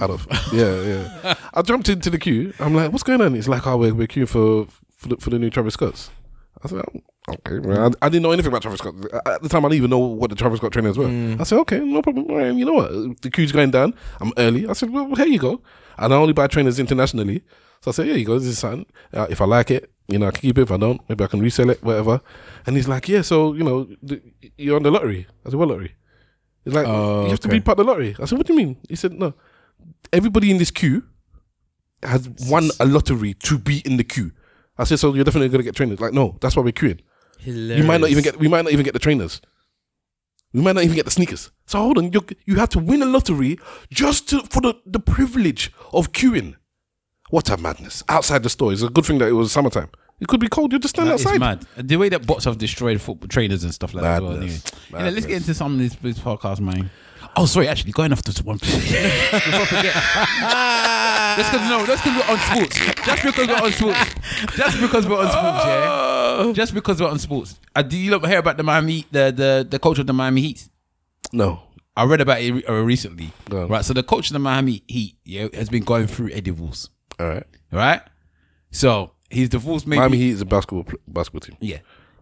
[SPEAKER 1] out of yeah yeah i jumped into the queue i'm like what's going on it's like oh we're, we're queuing for for the, for the new travis scott's i said oh, okay well, I, I didn't know anything about travis scott at the time i didn't even know what the travis scott trainers were
[SPEAKER 4] Mm.
[SPEAKER 1] i said okay no problem All right, you know what the queue's going down i'm early i said well here you go and i only buy trainers internationally so i said here you go this is something uh, if i like it you know i can keep it if i don't maybe i can resell it whatever and he's like yeah so you know the, you're on the lottery i said what lottery He's like,
[SPEAKER 4] Oh,
[SPEAKER 1] you have to
[SPEAKER 4] okay.
[SPEAKER 1] be part of the lottery. I said, what do you mean? He said, no. Everybody in this queue has won a lottery to be in the queue. I said, so you're definitely gonna get trainers. Like, no, that's why we're queuing. You might not even get. We might not even get the trainers. We might not even get the sneakers. So hold on, you you had to win a lottery just to, for the, the privilege of queuing. What a madness! Outside the store, it's a good thing that it was summertime. It could be cold. You're just standing
[SPEAKER 2] That is
[SPEAKER 1] outside.
[SPEAKER 2] mad. The way that bots have destroyed football trainers and stuff like that. As well, anyway.
[SPEAKER 1] Madness.
[SPEAKER 2] You know, let's get into some of this, this podcast, man. Oh, sorry, actually, going off to one. *laughs* Before I *laughs* forget. That's because no, that's because we're on sports. Just because we're on sports. Just because we're on sports, yeah. Just because we're on sports. Uh, did you not hear about the Miami, the the the coach of the Miami Heat?
[SPEAKER 1] No,
[SPEAKER 2] I read about it re- uh, recently.
[SPEAKER 1] Go on.
[SPEAKER 2] Right, so the coach of the Miami Heat yeah, has been going through a divorce.
[SPEAKER 1] all right.
[SPEAKER 2] Right, so he's divorced. Maybe
[SPEAKER 1] Miami Heat is a basketball pl- basketball team.
[SPEAKER 2] yeah.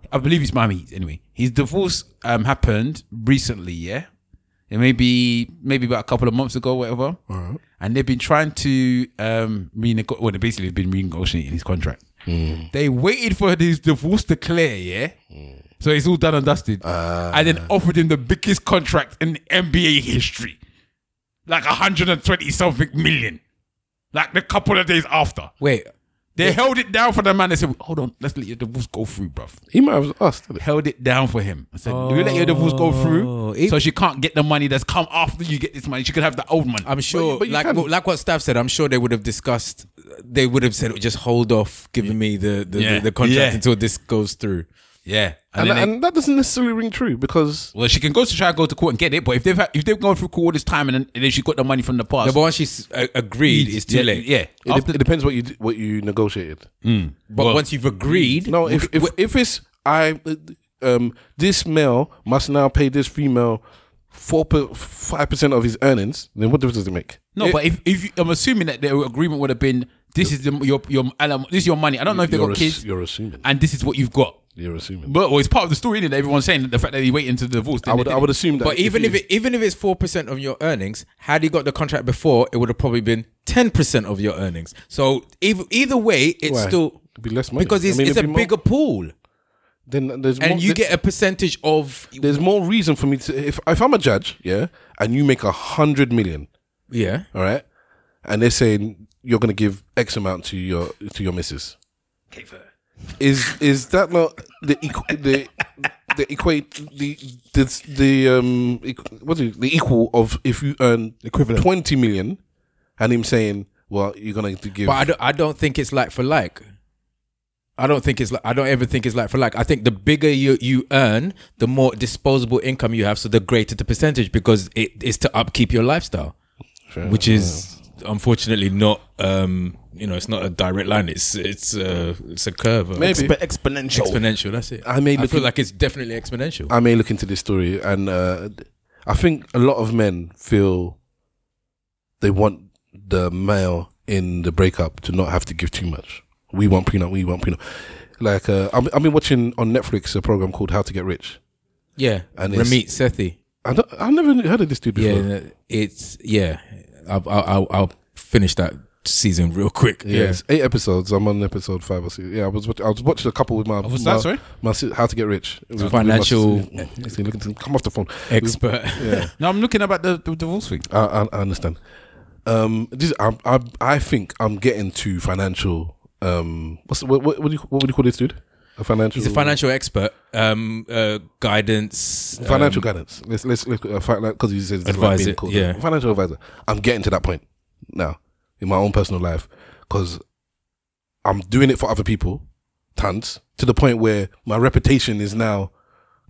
[SPEAKER 2] I believe it's Miami Heat anyway. His divorce um, happened recently, yeah? It may be maybe about a couple of months ago, whatever. And they've been trying to um renegotiate well, they basically have been renegotiating his contract. They waited for his divorce to clear, yeah? So it's all done and dusted. and then offered him the biggest contract in NBA history. Like 120 something million. Like the couple of days after.
[SPEAKER 4] Wait.
[SPEAKER 2] They held it down for the man. They said, "Hold on, let's let your divorce go through, bruv."
[SPEAKER 1] He might have asked.
[SPEAKER 2] Held it down for him. I said, "Do you let your divorce go through, so she can't get the money that's come after you get this money? She could have the old money."
[SPEAKER 4] I'm sure, like like what staff said, I'm sure they would have discussed. They would have said, "Just hold off giving me the the,
[SPEAKER 2] Yeah.
[SPEAKER 4] the, the contract
[SPEAKER 2] Yeah.
[SPEAKER 4] until this goes through."
[SPEAKER 2] yeah,
[SPEAKER 1] And,
[SPEAKER 2] then
[SPEAKER 1] that- and that doesn't necessarily ring true because
[SPEAKER 2] Well, she can go to try to go to court and get it, but if they've had, if they've gone through court all this time and then, and then she got the money from the past,
[SPEAKER 4] No, but once she's uh, agreed, it's too
[SPEAKER 2] yeah,
[SPEAKER 4] late.
[SPEAKER 2] Yeah,
[SPEAKER 1] it, dep- it depends what you d- what you negotiated.
[SPEAKER 4] Mm. But once you've agreed,
[SPEAKER 1] no, if if, if it's I, um, this male must now pay this female four five percent of his earnings, then what difference does it make?
[SPEAKER 2] no, but if, if you, I'm assuming that their agreement would have been this is the, your your alum- this is your money. I don't know if they
[SPEAKER 1] You're
[SPEAKER 2] got
[SPEAKER 1] ass-
[SPEAKER 2] kids,
[SPEAKER 1] You're assuming.
[SPEAKER 2] and this is what you've got.
[SPEAKER 1] You're assuming.
[SPEAKER 2] But well, it's part of the story, isn't it? Everyone's saying that the fact that he waited until the divorce. then
[SPEAKER 1] I would-
[SPEAKER 2] they
[SPEAKER 1] I
[SPEAKER 2] did
[SPEAKER 1] would
[SPEAKER 2] it.
[SPEAKER 1] assume that
[SPEAKER 4] But even if it, even if it's four percent of your earnings, had you got the contract before, it would have probably been ten percent of your earnings. So either, either way, it's
[SPEAKER 1] Why?
[SPEAKER 4] still
[SPEAKER 1] It'd be less money.
[SPEAKER 4] because
[SPEAKER 1] I
[SPEAKER 4] it's,
[SPEAKER 1] mean,
[SPEAKER 4] it's a
[SPEAKER 1] it'd be more-
[SPEAKER 4] bigger pool,
[SPEAKER 1] Then there's
[SPEAKER 4] and
[SPEAKER 1] more,
[SPEAKER 4] you
[SPEAKER 1] there-
[SPEAKER 4] get a percentage of
[SPEAKER 1] there's more reason for me to if if I'm a judge, yeah, and you make a hundred million,
[SPEAKER 4] yeah.
[SPEAKER 1] all right, and they're saying you're going to give X amount to your to your missus. Is is that not the equ- the the equate the the, the um equ- what is it, the equal of if you earn
[SPEAKER 11] equivalent
[SPEAKER 1] twenty million, and him saying, well, you're going to give
[SPEAKER 4] But I don't, I don't think it's like for like. I don't think it's like I don't ever think it's like for like. I think the bigger you, you earn, the more disposable income you have, so the greater the percentage because it is to upkeep your lifestyle, which is unfortunately not um you know it's not a direct line. It's it's uh, it's a curve.
[SPEAKER 1] Maybe. Exp-
[SPEAKER 11] exponential.
[SPEAKER 4] Exponential. That's it.
[SPEAKER 1] I may
[SPEAKER 4] I
[SPEAKER 1] look
[SPEAKER 4] feel
[SPEAKER 1] in-
[SPEAKER 4] like it's definitely exponential.
[SPEAKER 1] I may look into this story, and uh, I think a lot of men feel they want the male in the breakup to not have to give too much. We want prenup. We want prenup. Like uh, I've, I've been watching on Netflix a program called How to Get Rich.
[SPEAKER 4] Yeah,
[SPEAKER 1] And it's-
[SPEAKER 4] Ramit Sethi.
[SPEAKER 1] I don't, I've never heard of this dude before.
[SPEAKER 4] Yeah, it's yeah. I'll I'll, I'll finish that season real quick.
[SPEAKER 1] Yeah, it's eight episodes. I'm on episode five or six. Yeah, I was watch- I was watching a couple with my
[SPEAKER 4] What's
[SPEAKER 1] my,
[SPEAKER 4] that, sorry?
[SPEAKER 1] my si- How to Get Rich With- with my
[SPEAKER 4] Financial- *laughs*
[SPEAKER 1] sister. See, look at him, come off the phone
[SPEAKER 4] Expert.
[SPEAKER 1] Yeah,
[SPEAKER 2] No, I'm looking about the, the divorce thing.
[SPEAKER 1] I, I, I understand. Um, this, I, I, I think I'm getting to financial. Um, what's, what, what, what, do you, what would you call this dude? A financial.
[SPEAKER 4] He's a financial expert. Um, uh, guidance.
[SPEAKER 1] Financial
[SPEAKER 4] um,
[SPEAKER 1] guidance. Let's let's look at because you said this is
[SPEAKER 4] Advisor,
[SPEAKER 1] like being called.
[SPEAKER 4] yeah.
[SPEAKER 1] Financial advisor. I'm getting to that point now in my own personal life because I'm doing it for other people, tons to the point where my reputation is now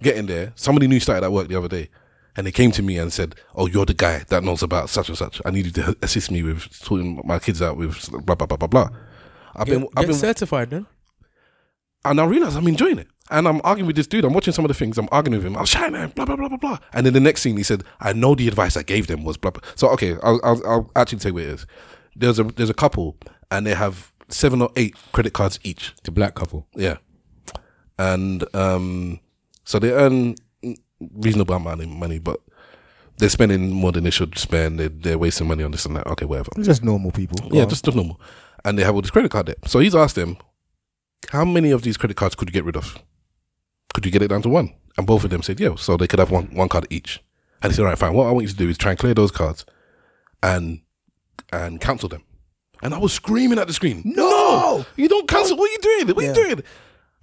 [SPEAKER 1] getting there. Somebody new started at work the other day, and they came to me and said, "Oh, you're the guy that knows about such and such. I need you to assist me with sorting my kids out with blah blah blah blah blah." I've
[SPEAKER 4] Get,
[SPEAKER 1] been I've
[SPEAKER 4] get
[SPEAKER 1] been
[SPEAKER 4] certified then.
[SPEAKER 1] and I realize I'm enjoying it. And I'm arguing with this dude. I'm watching some of the things. I'm arguing with him. I'm shouting at him. Blah blah blah blah blah. And then the next scene, he said, "I know the advice I gave them was blah." blah. So okay, I'll, I'll, I'll actually tell you what it is. There's a there's a couple, and they have seven or eight credit cards each.
[SPEAKER 4] The black couple.
[SPEAKER 1] Yeah, and um, so they earn reasonable amount of money, but they're spending more than they should spend. They, they're wasting money on this and that. Okay, whatever.
[SPEAKER 11] They're just normal people. Go
[SPEAKER 1] Yeah,
[SPEAKER 11] on.
[SPEAKER 1] just just normal. And they have all this credit card debt. So he's asked them, how many of these credit cards could you get rid of? Could you get it down to one? And both of them said, yeah. So they could have one, one card each. And he said, all right, fine. What I want you to do is try and clear those cards and and cancel them. And I was screaming at the screen, no, you don't cancel. What are you doing? What are you doing?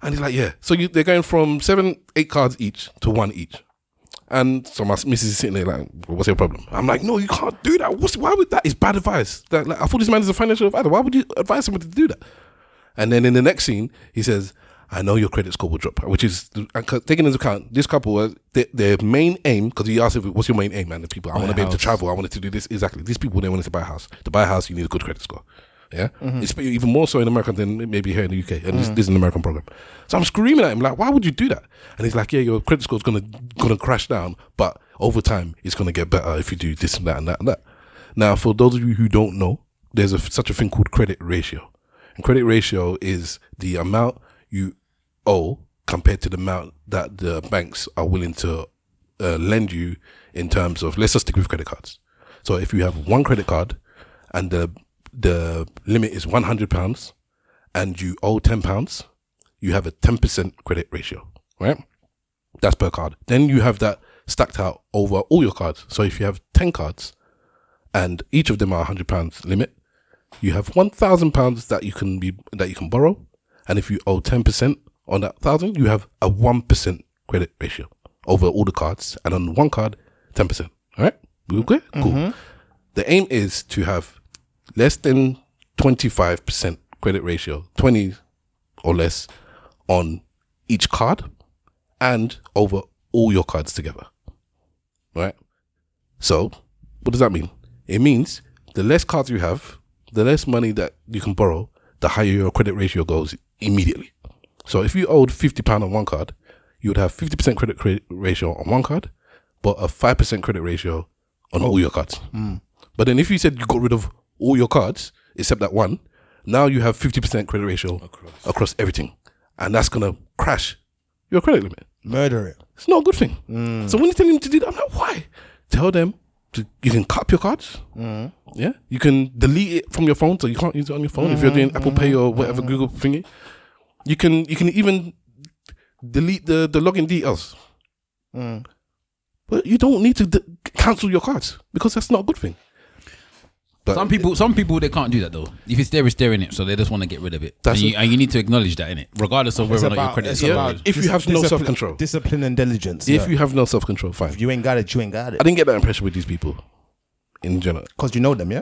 [SPEAKER 1] And he's like, yeah. So you, they're going from seven, eight cards each to one each. And so my missus is sitting there like, what's your problem? I'm like, no, you can't do that. What's, why would that? It's bad advice. That, like, I thought this man is a financial advisor. Why would you advise someone to do that? And then in the next scene, he says, I know your credit score will drop, which is and c- taking into account this couple, was- their, their main aim, because he asked, if, what's your main aim, man? The people, I
[SPEAKER 4] Buy
[SPEAKER 1] want
[SPEAKER 4] a
[SPEAKER 1] to be able to
[SPEAKER 4] house.
[SPEAKER 1] travel. I wanted to do this. Exactly. These people, they wanted to buy a house. To buy a house, you need a good credit score. Yeah.
[SPEAKER 4] Mhm.
[SPEAKER 1] It's even more so in America than maybe here in the UK. And this,
[SPEAKER 4] Mhm.
[SPEAKER 1] this is an American program. So I'm screaming at him, like, why would you do that? And he's like, yeah, your credit score's gonna gonna crash down, but over time it's gonna get better if you do this and that and that and that. Now, for those of you who don't know, there's a, such a thing called credit ratio. And credit ratio is the amount you owe compared to the amount that the banks are willing to uh, lend you in terms of, let's just stick with credit cards. So if you have one credit card and the, the limit is £100 and you owe £10, you have a 10% credit ratio, right? That's per card. Then you have that stacked out over all your cards. So if you have 10 cards and each of them are £100 limit, you have one thousand pounds that you can be that you can borrow, and if you owe ten percent on that thousand, you have a one percent credit ratio over all the cards, and on one card, ten percent. All right, we okay? Cool. The aim is to have less than twenty five percent credit ratio, twenty or less, on each card, and over all your cards together. Right. So, what does that mean? It means the less cards you have, the less money that you can borrow, the higher your credit ratio goes immediately. So, if you owed £50 on one card, you would have 50% credit cra- ratio on one card, but a 5% credit ratio on all your cards.
[SPEAKER 11] Mm.
[SPEAKER 1] But then, if you said you got rid of all your cards except that one, now you have 50% credit ratio across, everything. And that's going to crash your credit limit.
[SPEAKER 11] Murder it.
[SPEAKER 1] It's not a good thing.
[SPEAKER 11] Mm.
[SPEAKER 1] So, when you tell him to do that, I'm like, why? Tell them to, you can cut up your cards.
[SPEAKER 11] Mm.
[SPEAKER 1] Yeah, you can delete it from your phone, so you can't use it on your phone if
[SPEAKER 11] Mm.
[SPEAKER 1] you're doing Apple Pay or whatever Google thingy. You can you can even delete the the login details,
[SPEAKER 11] Mm.
[SPEAKER 1] but you don't need to d- cancel your cards because that's not a good thing. But-
[SPEAKER 2] some people, some people, they can't do that though. If it's there, it's there in it, so they just want to get rid of it.
[SPEAKER 1] That's
[SPEAKER 2] and, you,
[SPEAKER 1] it.
[SPEAKER 2] and you need to acknowledge that in it, regardless of
[SPEAKER 11] It's
[SPEAKER 2] whether or not your
[SPEAKER 11] about-
[SPEAKER 2] credit
[SPEAKER 11] it's
[SPEAKER 2] is
[SPEAKER 11] about
[SPEAKER 2] good.
[SPEAKER 1] If you
[SPEAKER 11] dis-
[SPEAKER 1] have no
[SPEAKER 11] discipline-
[SPEAKER 1] self-control.
[SPEAKER 11] discipline and diligence.
[SPEAKER 1] If
[SPEAKER 11] yeah.
[SPEAKER 1] you have no self control, fine.
[SPEAKER 11] If you ain't got it, you ain't got it.
[SPEAKER 1] I didn't get that impression with these people in general.
[SPEAKER 11] Because you know them, yeah.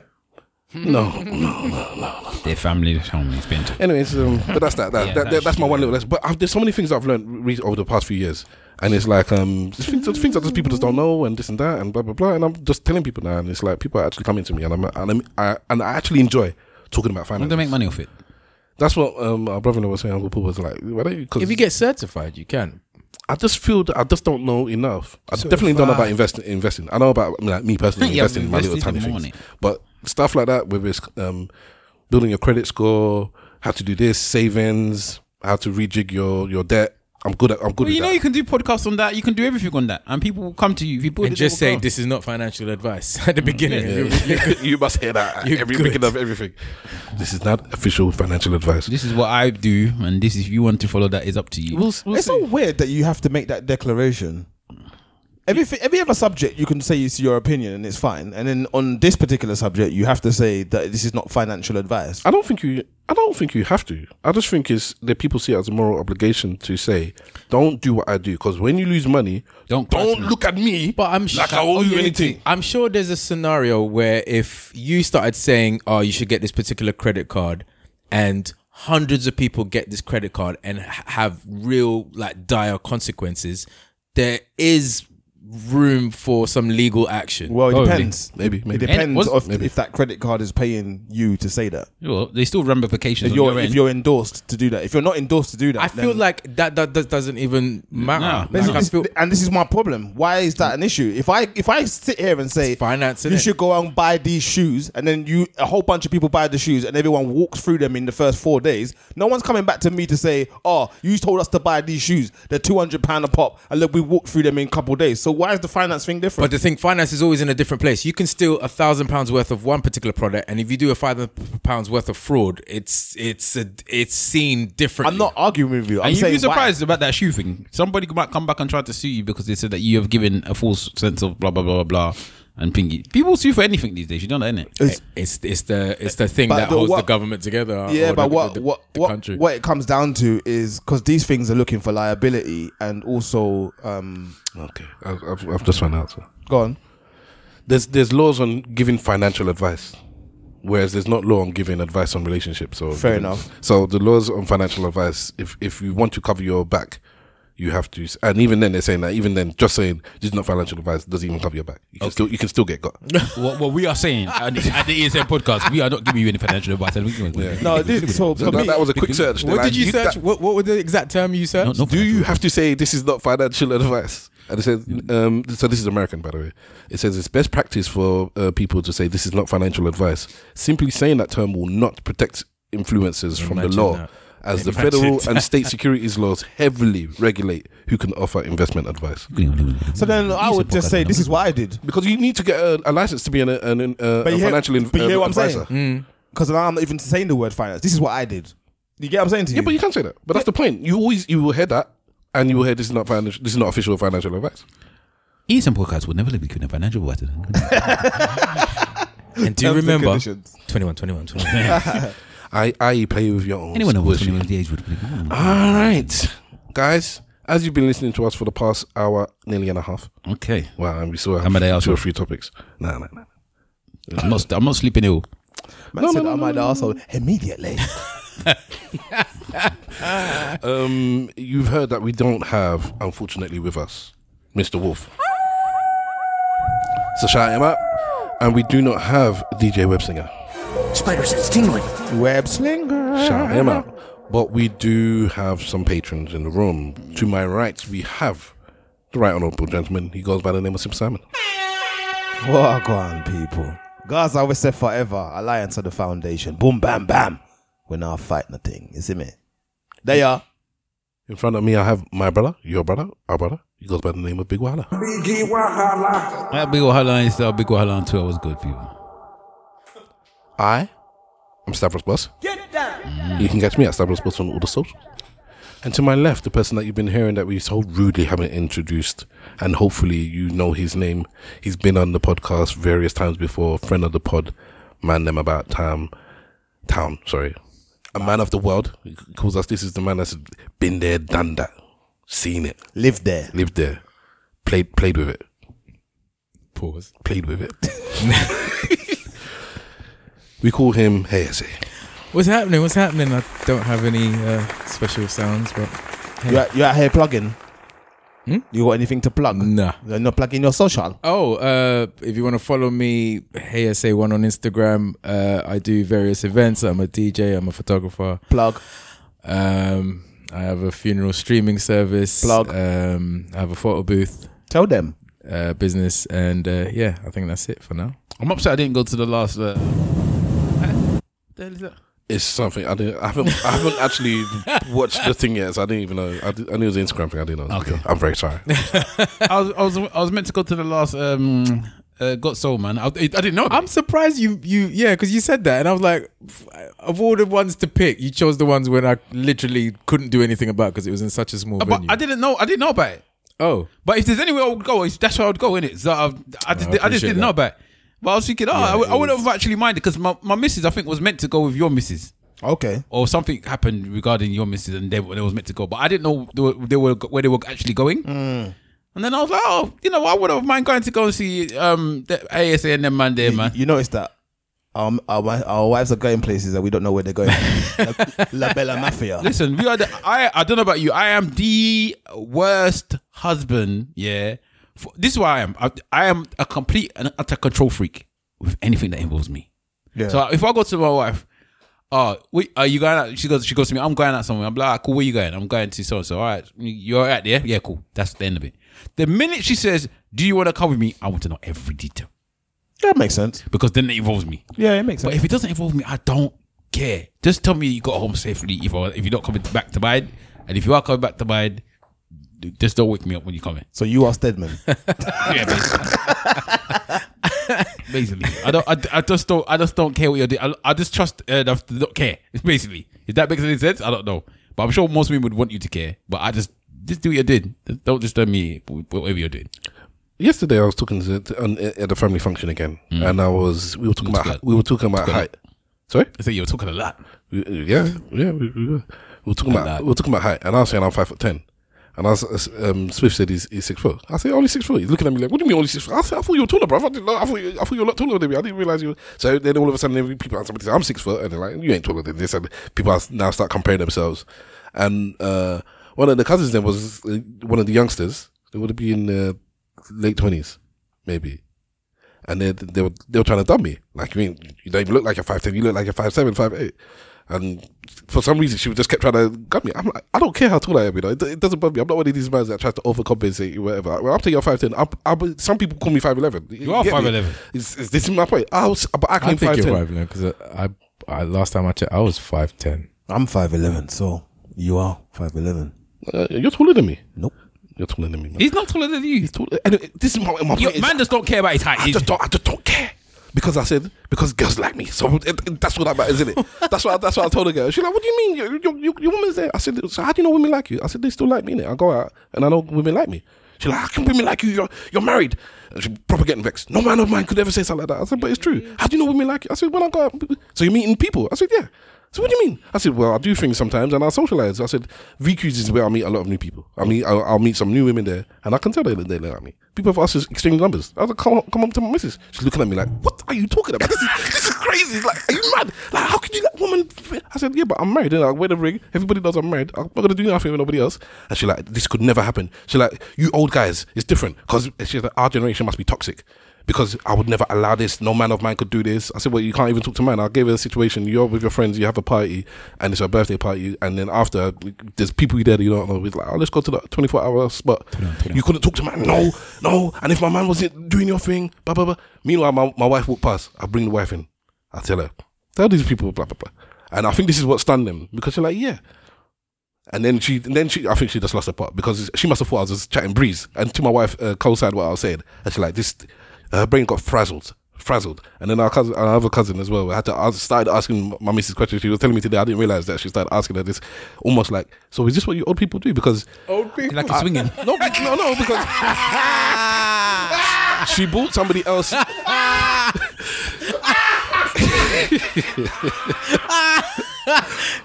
[SPEAKER 1] No, no, no, no.
[SPEAKER 2] Their family, their home, it's been.
[SPEAKER 1] Anyways, um, but that's that. that, that,
[SPEAKER 2] Yeah, that's
[SPEAKER 1] that that's my one little lesson. But I've, there's so many things I've learned re- over the past few years, and it's like um, there's things, there's things that just people just don't know, and this and that, and blah blah blah. And I'm just telling people now, and it's like people are actually coming to me, and I'm and, I'm, I, and I actually enjoy talking about finance.
[SPEAKER 2] They make money off it.
[SPEAKER 1] That's what um, our brother-in-law was saying. Uncle Paul was like, "Why don't you?" Cause
[SPEAKER 4] If you get certified, you can.
[SPEAKER 1] I just feel that I just don't know enough. I
[SPEAKER 4] So
[SPEAKER 1] definitely
[SPEAKER 4] if
[SPEAKER 1] don't know
[SPEAKER 4] I-
[SPEAKER 1] about investing. Investing, I know about I mean, like me personally
[SPEAKER 2] Yeah,
[SPEAKER 1] investing in my little
[SPEAKER 2] invested
[SPEAKER 1] tiny
[SPEAKER 2] in
[SPEAKER 1] things,
[SPEAKER 2] money.
[SPEAKER 1] but stuff like that, whether it's um, building your credit score, how to do this, savings, how to rejig your your debt. I'm good at. I'm good
[SPEAKER 2] Well, you
[SPEAKER 1] at
[SPEAKER 2] know,
[SPEAKER 1] that.
[SPEAKER 2] you can do podcasts on that. You can do everything on that, and people will come to you if you build
[SPEAKER 4] And
[SPEAKER 2] it, they
[SPEAKER 4] just
[SPEAKER 2] will
[SPEAKER 4] say
[SPEAKER 2] come.
[SPEAKER 4] this is not financial advice *laughs* at the beginning.
[SPEAKER 1] Yeah.
[SPEAKER 4] You're- you're
[SPEAKER 1] *laughs*
[SPEAKER 4] good.
[SPEAKER 1] you must hear that
[SPEAKER 4] You're
[SPEAKER 1] every
[SPEAKER 4] good.
[SPEAKER 1] beginning of everything. This is not official financial advice.
[SPEAKER 2] This is what I do, and this if you want to follow that is up to you.
[SPEAKER 11] it's so weird that you have to make that declaration. Every every other subject you can say it's your opinion and it's fine, and then on this particular subject you have to say that this is not financial advice.
[SPEAKER 1] I don't think you. I don't think you have to. I just think it's that people see it as a moral obligation to say, "Don't do what I do," because when you lose money,
[SPEAKER 2] don't
[SPEAKER 1] don't look at me.
[SPEAKER 4] But I'm Oh,
[SPEAKER 1] like I owe you anything.
[SPEAKER 4] I'm sure there's a scenario where if you started saying, "Oh, you should get this particular credit card," and hundreds of people get this credit card and ha- have real like dire consequences, there is room for some legal action.
[SPEAKER 11] Well, it depends.
[SPEAKER 1] Maybe, maybe.
[SPEAKER 11] It
[SPEAKER 4] And
[SPEAKER 11] depends
[SPEAKER 4] was-
[SPEAKER 11] of, if that credit card is paying you to say that.
[SPEAKER 2] Well, they still ramifications.
[SPEAKER 11] If
[SPEAKER 2] on
[SPEAKER 11] you're
[SPEAKER 2] your
[SPEAKER 11] if
[SPEAKER 2] end.
[SPEAKER 11] you're endorsed to do that, if you're not endorsed to do that,
[SPEAKER 4] I feel
[SPEAKER 11] then-
[SPEAKER 4] like that that, that doesn't even matter.
[SPEAKER 11] But
[SPEAKER 4] Like, I
[SPEAKER 11] this-
[SPEAKER 4] feel
[SPEAKER 11] and this is my problem. Why is that an issue? If I if I sit here and say
[SPEAKER 4] finance,
[SPEAKER 11] you
[SPEAKER 4] innit?
[SPEAKER 11] should go out and buy these shoes, and then you a whole bunch of people buy the shoes, and everyone walks through them in the first four days. No one's coming back to me to say, "Oh, you told us to buy these shoes. They're two hundred pound a pop, and look, we walked through them in a couple of days." So why is the finance thing different?
[SPEAKER 4] But the thing, finance is always in a different place. You can steal a thousand pounds worth of one particular product, and if you do a five pounds worth of fraud, it's it's a, it's seen differently.
[SPEAKER 11] I'm not arguing with you. I'm
[SPEAKER 2] and you'd
[SPEAKER 11] saying
[SPEAKER 2] be
[SPEAKER 11] why.
[SPEAKER 2] surprised about that shoe thing. Somebody might come back and try to sue you because they said that you have given a false sense of blah blah blah blah blah and pingy. People sue for anything these days. You know that, innit?
[SPEAKER 4] It's it's, the it's the thing
[SPEAKER 11] But
[SPEAKER 4] that
[SPEAKER 11] the
[SPEAKER 4] holds
[SPEAKER 11] what-
[SPEAKER 4] the government together.
[SPEAKER 11] Yeah,
[SPEAKER 4] or
[SPEAKER 11] but
[SPEAKER 4] Oh, the-
[SPEAKER 11] what
[SPEAKER 4] the-
[SPEAKER 11] what
[SPEAKER 4] the
[SPEAKER 11] what,
[SPEAKER 4] country.
[SPEAKER 11] what it comes down to is because these things are looking for liability and also um,
[SPEAKER 1] Okay, I've, I've, I've just found out. So.
[SPEAKER 11] Go on.
[SPEAKER 1] There's there's laws on giving financial advice, whereas there's not law on giving advice on relationships. So
[SPEAKER 11] Fair enough.
[SPEAKER 1] So the laws on financial advice, if if you want to cover your back, you have to. s- And even then, they're saying that even then, just saying this is not financial advice doesn't even cover your back. You can still you can still
[SPEAKER 4] *laughs*
[SPEAKER 1] get got.
[SPEAKER 2] what, what we are *laughs* saying at the, at the ESM podcast, we are not giving you any financial advice.
[SPEAKER 11] No, this- so
[SPEAKER 1] So that, that was a quick search. They're
[SPEAKER 4] What
[SPEAKER 1] like,
[SPEAKER 4] did you, search?
[SPEAKER 1] that-
[SPEAKER 4] what what was the exact term you searched?
[SPEAKER 1] do you have to say this is not financial advice? And it says, um, so this is American, by the way. It says it's best practice for uh, people to say this is not financial advice. Simply saying that term will not protect influencers from the
[SPEAKER 4] Imagine
[SPEAKER 1] law,
[SPEAKER 4] that.
[SPEAKER 1] as the
[SPEAKER 4] Imagine
[SPEAKER 1] federal
[SPEAKER 4] that.
[SPEAKER 1] and state securities laws heavily regulate who can offer investment advice.
[SPEAKER 11] So then I would just say this is what I did.
[SPEAKER 1] Because you need to get a, a license to be an, an, an, uh,
[SPEAKER 11] But
[SPEAKER 1] a
[SPEAKER 11] you hear-
[SPEAKER 1] financial in-
[SPEAKER 11] but you hear
[SPEAKER 1] uh,
[SPEAKER 11] what I'm
[SPEAKER 1] advisor.
[SPEAKER 4] Mm.
[SPEAKER 11] saying? Because now I'm not even saying the word finance. This is what I did. You get what I'm saying to you?
[SPEAKER 1] Yeah, but you can say that. But that's the point. You always you will hear that, and you will hear this is not financial. This is not official financial advice.
[SPEAKER 2] E ESM podcast would never be given a financial advice.
[SPEAKER 4] And do you
[SPEAKER 11] Terms and
[SPEAKER 4] remember?
[SPEAKER 11] conditions.
[SPEAKER 4] 21, 21, 21.
[SPEAKER 11] *laughs*
[SPEAKER 1] I, I play with your own.
[SPEAKER 4] Anyone over
[SPEAKER 1] bullshit.
[SPEAKER 4] 21 years would play.
[SPEAKER 2] "Hmm,
[SPEAKER 1] All right, guys. As you've been listening to us for the past hour, nearly and a half.
[SPEAKER 2] Okay.
[SPEAKER 1] Wow, and we still have
[SPEAKER 2] I'm at the
[SPEAKER 1] two or
[SPEAKER 2] arsehole.
[SPEAKER 1] three topics. No, no, no.
[SPEAKER 2] I'm not, I'm not sleeping ill.
[SPEAKER 11] Man said, I'm at the arsehole immediately. *laughs*
[SPEAKER 1] um, you've heard that we don't have, unfortunately, with us, Mr. Wolf. So shout him out. And we do not have DJ Websinger.
[SPEAKER 13] Spider sense tingling.
[SPEAKER 1] Web Slinger. Shout him out. But we do have some patrons in the room. To my right, we have the right honourable gentleman. He goes by the name of Sim Simon.
[SPEAKER 11] What go on, people? Guys, I always say forever, alliance of the foundation. Boom, bam, bam. We now fight nothing. You see me? There you are.
[SPEAKER 1] In front of me, I have my brother, your brother, our brother. He goes by the name of Big Wahala.
[SPEAKER 10] Biggie Wahala.
[SPEAKER 2] That big Wahala on Insta, big Wahala on Twitter was good, people.
[SPEAKER 1] I am Stavros Boss. You can catch me at Stavros Boss on all the socials. And to my left, the person that you've been hearing that we so rudely haven't introduced, and hopefully you know his name. He's been on the podcast various times before, friend of the pod, man them about time, town, sorry. A man of the world. He calls us, this is the man that's been there, done that, seen it.
[SPEAKER 11] Lived there.
[SPEAKER 1] Lived there. Played, played with it.
[SPEAKER 4] Pause.
[SPEAKER 1] Played with it. *laughs* we call him Hayes.
[SPEAKER 4] What's happening? What's happening? I don't have any uh, special sounds, but hey.
[SPEAKER 11] You, out, you out here plugging? You got anything to plug?
[SPEAKER 4] Hmm? Nah.
[SPEAKER 11] You're not plugging your social?
[SPEAKER 4] Oh, uh, if you want to follow me, hey SA1 on Instagram. Uh, I do various events. I'm a DJ. I'm a photographer.
[SPEAKER 11] Plug.
[SPEAKER 4] Um, I have a funeral streaming service. Plug. Um, I have a photo booth.
[SPEAKER 11] Tell them.
[SPEAKER 4] Uh, business and uh, yeah, I think that's it for now.
[SPEAKER 2] I'm upset I didn't go to the last. Uh,
[SPEAKER 1] It's something I didn't. I haven't. I haven't actually watched the thing yet, so I didn't even know. I, did, I knew it was an Instagram thing. I didn't know. It was okay, I'm very sorry.
[SPEAKER 2] I was, I was I was meant to go to the last um uh, Got Soul man. I, I didn't know.
[SPEAKER 4] I'm surprised you you yeah because you said that and I was like, f- of all the ones to pick, you chose the ones when I literally couldn't do anything about because it was in such a small venue.
[SPEAKER 2] I didn't know. I didn't know about it.
[SPEAKER 4] Oh,
[SPEAKER 2] but if there's anywhere I would go, it's- that's where I would go in it. So I, I just
[SPEAKER 4] I
[SPEAKER 2] did- I, just
[SPEAKER 4] appreciate
[SPEAKER 2] didn't
[SPEAKER 4] that.
[SPEAKER 2] know about it. But I was thinking, oh, I would-
[SPEAKER 4] it
[SPEAKER 2] I, would have actually minded because my, my missus I think was meant to go with your missus.
[SPEAKER 11] Okay.
[SPEAKER 2] Or something happened regarding your missus and they, they was meant to go, but I didn't know they were, they were where they were actually going.
[SPEAKER 4] Hmm.
[SPEAKER 2] And then I was like, oh, you know, I would have mind going to go and see um the ASA and them man there, man.
[SPEAKER 11] You notice that um, our, wi- our wives are going places that we don't know where they're going. La, La Bella Mafia.
[SPEAKER 2] Listen, we are the, I I don't know about you. I am the worst husband. Yeah, For- this is why I am. I, I am a complete and utter control freak with anything that involves me.
[SPEAKER 11] Yeah.
[SPEAKER 2] So if I go to my wife, oh, wait, are you going out? She goes, she goes to me. I'm going out somewhere. I'm like, "Ah, cool. Where you going? I'm going to so and so. All right, you're out there. Yeah, cool. That's the end of it. The minute she says, "Do you want to come with me?" I want to know every detail.
[SPEAKER 11] That makes sense
[SPEAKER 2] because then it involves me.
[SPEAKER 11] Yeah, it makes
[SPEAKER 2] But if it doesn't involve me, I don't care. Just tell me you got home safely. If I, if you're not coming back to mine, and if you are coming back to mine, d- just don't wake me up when you come in.
[SPEAKER 11] So you are Stedman.
[SPEAKER 2] yeah, basically. basically, I don't. I, I just don't. I just don't care what you're doing. I, I just trust uh, enough to not care. Basically, if that makes any sense, I don't know. But I'm sure most women would want you to care. But I just just do what you did. Don't disturb me. with Whatever you're doing.
[SPEAKER 1] Yesterday, I was talking to, to on, at the family function again,
[SPEAKER 2] Mm.
[SPEAKER 1] and I was we were talking about we were talking about
[SPEAKER 2] Talk a lot.
[SPEAKER 1] height. Sorry,
[SPEAKER 2] I said you were talking a lot.
[SPEAKER 1] We- Yeah, yeah, we, we were. We were talking
[SPEAKER 2] A
[SPEAKER 1] about
[SPEAKER 2] lot.
[SPEAKER 1] we were talking about height, and I was saying I'm five foot ten, and I was, um, Swift said he's, he's six foot. I said only six foot. He's looking at me like, what do you mean only six foot? I said I thought you were taller, bro. I didn't know. I thought you, I thought you were a lot taller than me. I didn't realize you. Were. So then all of a sudden, every- people somebody says I'm six foot, and they're like, you ain't taller than this, and people are, now start comparing themselves. And uh, one of the cousins then was uh, one of the youngsters. They would have been uh, late twenties, maybe and they they were they were trying to dumb me. Like you mean you don't even look like a five ten, you look like a five seven, five eight. And for some reason, she just kept trying to gun me. I'm like, I don't care how tall I am, you know. It, it doesn't bother me. I'm not one of these guys that tries to overcompensate you, whatever. Well, I'll take your five ten. I'm, I'm, some people call me five eleven.
[SPEAKER 2] You are 5'11".
[SPEAKER 1] Is, is this my point? I was, but I
[SPEAKER 4] I
[SPEAKER 1] claim
[SPEAKER 4] think
[SPEAKER 1] five
[SPEAKER 4] you're
[SPEAKER 1] ten.
[SPEAKER 4] five now because I, I, I last time I checked, I was five ten.
[SPEAKER 11] I'm five eleven, so you are five eleven.
[SPEAKER 1] Uh, you're taller than me.
[SPEAKER 11] Nope.
[SPEAKER 1] You're taller than me. Man.
[SPEAKER 2] He's not taller than you. He's
[SPEAKER 1] taller. Anyway, this is my, my
[SPEAKER 2] Your
[SPEAKER 1] point is-
[SPEAKER 2] man just don't care about his height.
[SPEAKER 1] I just don't. I just don't care. Because I said because girls like me, so it, it- that's what that matters, isn't it? That's what that's what I told the girl. She's like, "What do you mean? Your, your, your, your woman's there?" I said, "So how do you know women like you?" I said, "They still like me." Innit? I go out and I know women like me. She's like, how can women like you? You're, you're married. And she's proper getting vexed. No man of mine could ever say something like that. I said, but it's true. How do you know women like you? I said, well, I got. So you're meeting people? I said, yeah. So what do you mean? I said, well, I do things sometimes, and I socialize. I said, VQs is where I meet a lot of new people. I mean, I'll, I'll meet some new women there, and I can tell they they look at me. People have asked us exchange numbers. I was like, come on, come on to my missus. She's looking at me like, what are you talking about? This is, this is crazy. Like, are you mad? Like, how could you let woman? I said, yeah, but I'm married. And I wear the ring. Everybody knows I'm married. I'm not gonna do nothing with nobody else. And she like, this could never happen. She like, you old guys, it's different because she's like, our generation must be toxic because I would never allow this. No man of mine could do this. I said, well, you can't even talk to man. I gave her the situation. You're with your friends, you have a party, and it's a birthday party, and then after, there's people there that you don't know. It's like, oh, let's go to the 24 hour spot. You couldn't talk to man. No, no. And if my man wasn't doing your thing, blah, blah, blah. Meanwhile, my, my wife walked past. I bring the wife in. I tell her, tell these people, blah, blah, blah. And I think this is what stunned them because you're like, yeah, and then she, and then she, I think she just lost her part because she must have thought I was just chatting breeze. And to my wife, uh, co-signed what I was saying, and she like this, her brain got frazzled, frazzled. And then our cousin, our other cousin as well, I had to ask, started asking my missus questions. She was telling me today, I didn't realize that she started asking her this, almost like, so is this what you old people do? Because
[SPEAKER 2] Old people. Like it's swinging.
[SPEAKER 1] *laughs* no, no, no,
[SPEAKER 2] *laughs*
[SPEAKER 1] because she bought somebody else.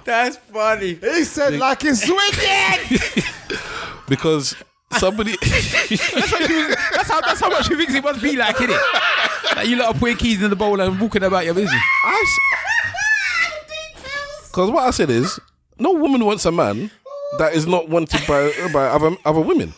[SPEAKER 3] That's funny. He said like it's wicked.
[SPEAKER 1] because somebody
[SPEAKER 2] *laughs* that's, what you- that's how that's how much you think it must be like, innit? Like you lot of putting keys in the bowl and walking about your business.
[SPEAKER 4] *laughs*
[SPEAKER 1] Because what I said is, no woman wants a man that is not wanted by by other other women.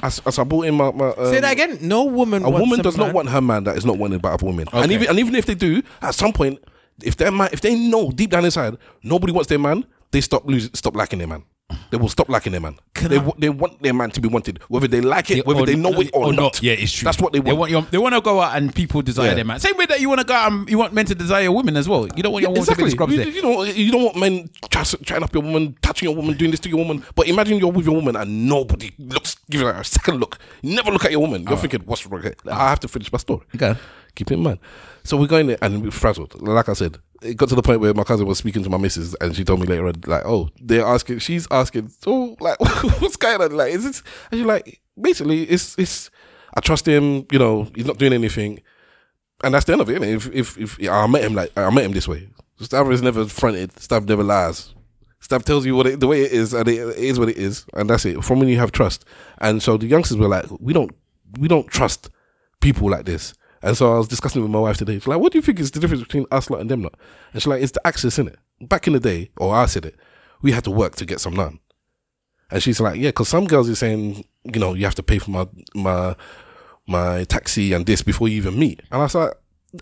[SPEAKER 1] As, as I brought in my, my um,
[SPEAKER 4] Say that again. No woman.
[SPEAKER 1] A
[SPEAKER 4] wants
[SPEAKER 1] woman does
[SPEAKER 4] man-
[SPEAKER 1] not want her man that is not wanted by other women. And
[SPEAKER 4] Okay.
[SPEAKER 1] even and even if they do, at some point, if their man, if they know deep down inside nobody wants their man, they stop losing, stop liking their man. They will stop liking their man. they, wa- they want their man to be wanted, whether they like it, whether
[SPEAKER 2] Or-
[SPEAKER 1] they know it or, not.
[SPEAKER 2] Yeah, it's true.
[SPEAKER 1] That's what they want.
[SPEAKER 2] They want, your, they want to go out and people desire
[SPEAKER 1] Yeah.
[SPEAKER 2] their man. Same way that you want to go out and you want men to desire women as well. You don't want your
[SPEAKER 1] Yeah,
[SPEAKER 2] woman to
[SPEAKER 1] exactly.
[SPEAKER 2] be scrubs
[SPEAKER 1] you,
[SPEAKER 2] there.
[SPEAKER 1] you don't, you don't want men chas- chatting up your woman, touching your woman, doing this to your woman. But imagine you're with your woman and nobody looks, giving her a second look. You never look at your woman. You're
[SPEAKER 2] Alright.
[SPEAKER 1] thinking, what's wrong? here? I have to finish my story.
[SPEAKER 2] Ah. Okay.
[SPEAKER 1] Keep it in mind. So we're going there and we're frazzled. Like I said, it got to the point where my cousin was speaking to my missus and she told me later, on, like, oh, they're asking, she's asking, so, like, *laughs* what's going on? Like, is this, and she's like, basically, it's, it's, I trust him, you know, he's not doing anything and that's the end of it. Innit? If if if yeah, I met him like I met him this way, Stav is never fronted. Stav never lies. Stav tells you what it, the way it is, and it, it is what it is, and that's it. From when you have trust, and so the youngsters were like, we don't we don't trust people like this. And so I was discussing with my wife today. She's like, what do you think is the difference between us lot and them lot? And she's like, it's the access in it. Back in the day, or I said it, we had to work to get some none. And she's like, yeah, because some girls are saying, you know, you have to pay for my my my taxi and this before you even meet. And I was like,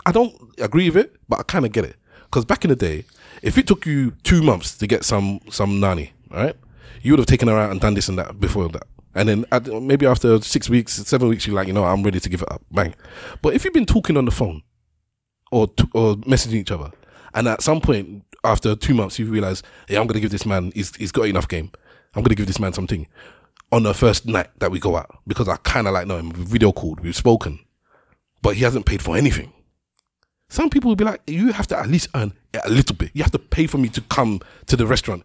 [SPEAKER 1] I don't agree with it, but I kind of get it. Because back in the day, if it took you two months to get some some nanny, all right, you would have taken her out and done this and that before that. And then at, maybe after six weeks, seven weeks, you're like, you know, I'm ready to give it up, bang. But if you've been talking on the phone or t- or messaging each other, and at some point after two months, you realize, yeah, I'm gonna give this man. He's he's got enough game. I'm gonna give this man something on the first night that we go out because I kind of like know him. We've video called, we've spoken, but he hasn't paid for anything. Some people will be like, you have to at least earn a little bit. You have to pay for me to come to the restaurant.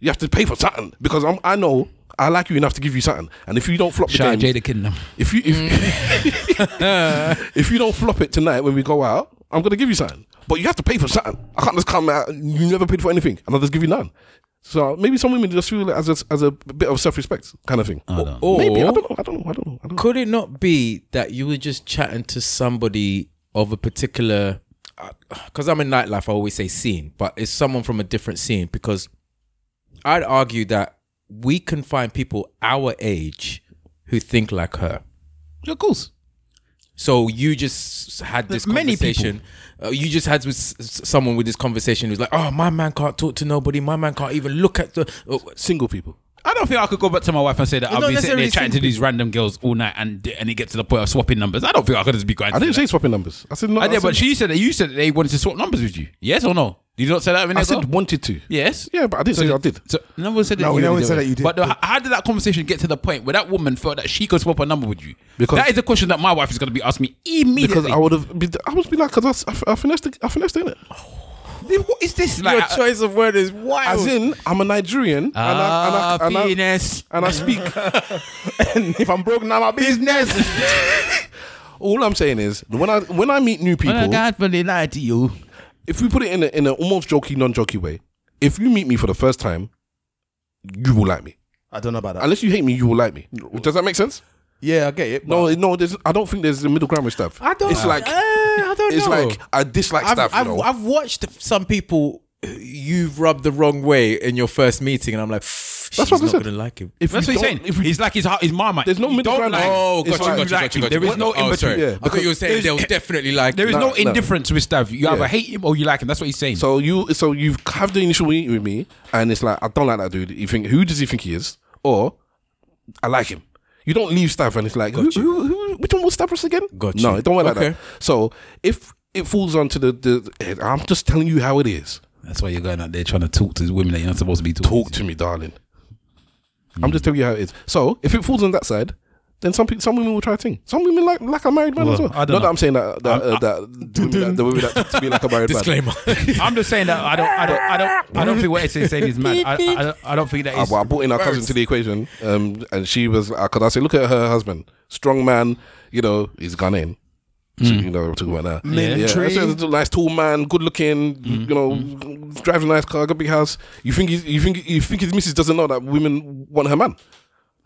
[SPEAKER 1] You have to pay for something because I'm, I know I like you enough to give you something. And if you don't flop the
[SPEAKER 2] Shout out
[SPEAKER 1] game,
[SPEAKER 2] Jada Kingdom.
[SPEAKER 1] if you *laughs* if, if you don't flop it tonight when we go out, I'm gonna give you something. But you have to pay for something. I can't just come out. and You never paid for anything, and I'll just give you none. So maybe some women just feel it as a, as a bit of self respect kind of thing. Or,
[SPEAKER 4] Or-
[SPEAKER 1] maybe I don't know. I don't know. I don't know.
[SPEAKER 4] Could it not be that you were just chatting to somebody of a particular? Because I'm in nightlife, I always say scene, but it's someone from a different scene. Because I'd argue that we can find people our age who think like her.
[SPEAKER 2] Of course.
[SPEAKER 4] So you just had this
[SPEAKER 2] Many
[SPEAKER 4] conversation. Uh, you just had with s- s- someone with this conversation who's like, "Oh, my man can't talk to nobody. My man can't even look at the uh,
[SPEAKER 1] single people."
[SPEAKER 2] I don't think I could go back to my wife and say that
[SPEAKER 4] It's
[SPEAKER 2] I've
[SPEAKER 4] not
[SPEAKER 2] been sitting
[SPEAKER 4] necessarily
[SPEAKER 2] there chatting to
[SPEAKER 4] simple.
[SPEAKER 2] these random girls all night and and it gets to the point of swapping numbers. I don't think I could just be going.
[SPEAKER 1] I didn't say swapping numbers. I said no.
[SPEAKER 2] I did, but
[SPEAKER 1] said-
[SPEAKER 2] she said that you said that they wanted to swap numbers with you. Yes or no? Did you not say that?
[SPEAKER 1] I said wanted to.
[SPEAKER 2] Yes.
[SPEAKER 1] Yeah, but I didn't say I did.
[SPEAKER 2] So no one said that.
[SPEAKER 1] No,
[SPEAKER 2] you
[SPEAKER 1] no
[SPEAKER 2] did,
[SPEAKER 1] one
[SPEAKER 2] did
[SPEAKER 1] said
[SPEAKER 2] we?
[SPEAKER 1] that you did.
[SPEAKER 2] But the- how did that conversation get to the point where that woman felt that she could swap a number with you?
[SPEAKER 1] Because-
[SPEAKER 2] that is a question that my wife is going to be asking me immediately.
[SPEAKER 1] because I would have. been- I was be like, because I, I finessed. it- I finessed in it. innit?
[SPEAKER 2] What is this? Like, I- uh,
[SPEAKER 1] choice of word is wild. As in, I'm a Nigerian.
[SPEAKER 2] Ah,
[SPEAKER 1] and, I, and, I, and, I,
[SPEAKER 2] penis.
[SPEAKER 1] and I *laughs* speak. and if I'm broke, now my business. *laughs* All I'm saying is, when I when I meet new people,
[SPEAKER 2] I can't really lie to you.
[SPEAKER 1] If we put it in a, in an almost jokey, non jokey way, if you meet me for the first time, you will like me.
[SPEAKER 11] I don't know about that.
[SPEAKER 1] Unless you hate me, you will like me. Does that make sense?
[SPEAKER 11] Yeah, I get
[SPEAKER 4] Uh,
[SPEAKER 11] it.
[SPEAKER 1] No, no, there's, I don't think there's the middle ground with stuff.
[SPEAKER 11] I don't.
[SPEAKER 1] It's like
[SPEAKER 11] uh, I don't
[SPEAKER 1] it's
[SPEAKER 11] know.
[SPEAKER 1] like I dislike
[SPEAKER 4] I've,
[SPEAKER 1] stuff.
[SPEAKER 4] I've,
[SPEAKER 1] you know?
[SPEAKER 4] I've watched some people you've rubbed the wrong way in your first meeting, and I'm like, that's
[SPEAKER 2] what
[SPEAKER 4] what
[SPEAKER 2] I
[SPEAKER 4] I'm not
[SPEAKER 2] said.
[SPEAKER 4] going to like him.
[SPEAKER 1] If
[SPEAKER 2] That's
[SPEAKER 1] you
[SPEAKER 2] what he's
[SPEAKER 1] don't-
[SPEAKER 2] saying. He's like his heart, his marmite.
[SPEAKER 1] There's no
[SPEAKER 2] You
[SPEAKER 1] middle
[SPEAKER 2] don't
[SPEAKER 1] ground.
[SPEAKER 2] Like,
[SPEAKER 4] Oh,
[SPEAKER 1] It's like-
[SPEAKER 4] gotcha, gotcha, gotcha,
[SPEAKER 2] Exactly.
[SPEAKER 4] gotcha.
[SPEAKER 2] There is no
[SPEAKER 4] Oh,
[SPEAKER 2] in between. eh,
[SPEAKER 4] sorry. I thought you were saying there was definitely like
[SPEAKER 2] there is
[SPEAKER 1] No,
[SPEAKER 2] no
[SPEAKER 1] no.
[SPEAKER 2] indifference with stuff. You either
[SPEAKER 1] Yeah.
[SPEAKER 2] hate him or you like him. That's what he's saying.
[SPEAKER 1] So you so you have the initial meeting with me, and it's like I don't like that dude. You think who does he think he is, or I like him. You don't leave stuff, and it's like who, who, who, which one was Stavros again?
[SPEAKER 4] Got
[SPEAKER 1] No,
[SPEAKER 4] you.
[SPEAKER 1] it don't work like
[SPEAKER 4] Okay.
[SPEAKER 1] that. So if it falls onto the, the, I'm just telling you how it is.
[SPEAKER 2] That's why you're going out there trying to talk to women that you're not supposed to be talking.
[SPEAKER 1] Talk to me, darling. I'm just telling you how it is. So if it falls on that side, then some people, some women will try a thing. Some women like like a married man as
[SPEAKER 2] Well,
[SPEAKER 1] well.
[SPEAKER 2] I don't
[SPEAKER 1] Not
[SPEAKER 2] know.
[SPEAKER 1] that I'm saying that that, uh, that, the women that the women that talk to me like a
[SPEAKER 2] *laughs*
[SPEAKER 1] married man.
[SPEAKER 4] Disclaimer.
[SPEAKER 2] I'm just saying that I don't, I don't, I don't, I don't think what Essay's saying is mad. I, I, I, don't, I don't think that
[SPEAKER 1] I,
[SPEAKER 2] is.
[SPEAKER 1] I brought in our cousin to the equation, um, and she was because I said, "Look at her husband, strong man. You know, he's gone in.
[SPEAKER 2] Hmm.
[SPEAKER 1] So, you know, what I'm talking about that.
[SPEAKER 11] Military.
[SPEAKER 1] I said, "He's a nice tall man, good looking.
[SPEAKER 2] Hmm.
[SPEAKER 1] You know, drives a nice car, got a big house. You think he's, you think you think his missus doesn't know that women want her man?"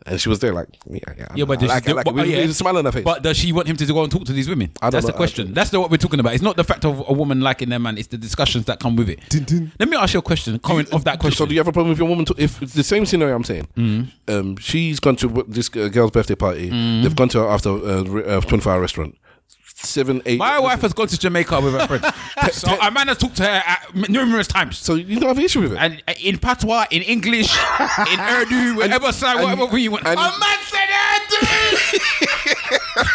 [SPEAKER 1] And she was there, like, "Yeah, yeah,
[SPEAKER 2] Yeah, but
[SPEAKER 1] I
[SPEAKER 2] does
[SPEAKER 1] like,
[SPEAKER 2] she
[SPEAKER 1] it, I
[SPEAKER 2] do-
[SPEAKER 1] like it."
[SPEAKER 2] but-
[SPEAKER 1] With-
[SPEAKER 2] oh, yeah.
[SPEAKER 1] with a smile on her face.
[SPEAKER 2] But does she want him to go and talk to these women?
[SPEAKER 1] I don't
[SPEAKER 2] That's
[SPEAKER 1] know.
[SPEAKER 2] the question. That's the, what we're talking about. It's not the fact of a woman liking their man. It's the discussions that come with it. Let me ask you a question. Comment off that question.
[SPEAKER 1] So do you have a problem with your woman? To, if it's the same scenario I'm saying, um, she's gone to w- this uh, girl's birthday party. They've gone to her after uh, re- uh, 24 hour restaurant. Seven, eight.
[SPEAKER 2] My wife has gone to Jamaica
[SPEAKER 1] *laughs*
[SPEAKER 2] with her friend. so a man has talked to her at m- numerous times.
[SPEAKER 1] So you don't have an issue with it.
[SPEAKER 2] And uh, in patois, in English,
[SPEAKER 1] *laughs*
[SPEAKER 2] in Urdu, whatever side,
[SPEAKER 1] and-
[SPEAKER 2] whatever way you want.
[SPEAKER 1] and-
[SPEAKER 2] a man said
[SPEAKER 1] *laughs*
[SPEAKER 2] Urdu.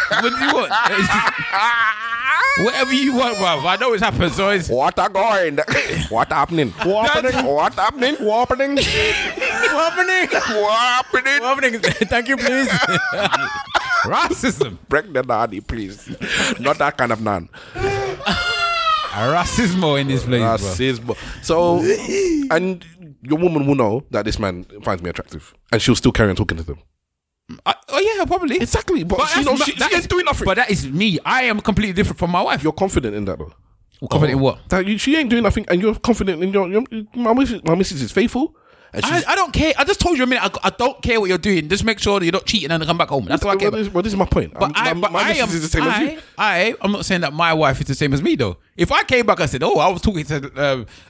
[SPEAKER 2] what do you want? *laughs* It's
[SPEAKER 1] Ah.
[SPEAKER 2] just- whatever you want, bruv. I know it's happened. So it's
[SPEAKER 1] What are going? *coughs* What happening? What happening? What happening? What *coughs* happening?
[SPEAKER 4] happening?
[SPEAKER 1] What
[SPEAKER 4] happening? *laughs* Thank you, please.
[SPEAKER 2] *laughs* racism.
[SPEAKER 1] Break the nanny, please. Not that kind of nan.
[SPEAKER 2] Racismo in this place, bruv.
[SPEAKER 1] Racism. *coughs* So, and your woman will know that this man finds me attractive, and she'll still carry on talking to them.
[SPEAKER 2] I- oh yeah, probably.
[SPEAKER 1] Exactly, but, she
[SPEAKER 2] that's
[SPEAKER 1] knows
[SPEAKER 2] not-
[SPEAKER 1] she, she
[SPEAKER 2] that
[SPEAKER 1] ain't
[SPEAKER 2] is-
[SPEAKER 1] doing nothing.
[SPEAKER 2] But that is me. I am completely different from my wife.
[SPEAKER 1] You're confident in that though.
[SPEAKER 2] confident in what?
[SPEAKER 1] That you, she ain't doing nothing, and you're confident in your, your my missus. My missus is faithful, and
[SPEAKER 2] I,
[SPEAKER 1] she's.
[SPEAKER 2] I don't care. I just told you a minute. ago, I, don't care what you're doing. Just make sure that you're not cheating and come back home. That's what I care.
[SPEAKER 1] well,
[SPEAKER 2] about.
[SPEAKER 1] this, well, this is my point. I'm-
[SPEAKER 2] But I,
[SPEAKER 1] my,
[SPEAKER 2] but
[SPEAKER 1] my
[SPEAKER 2] I
[SPEAKER 1] missus
[SPEAKER 2] am.
[SPEAKER 1] is the same
[SPEAKER 2] I,
[SPEAKER 1] as you.
[SPEAKER 2] I, I'm not saying that my wife is the same as me though. If I came back and said, "Oh, I was talking to,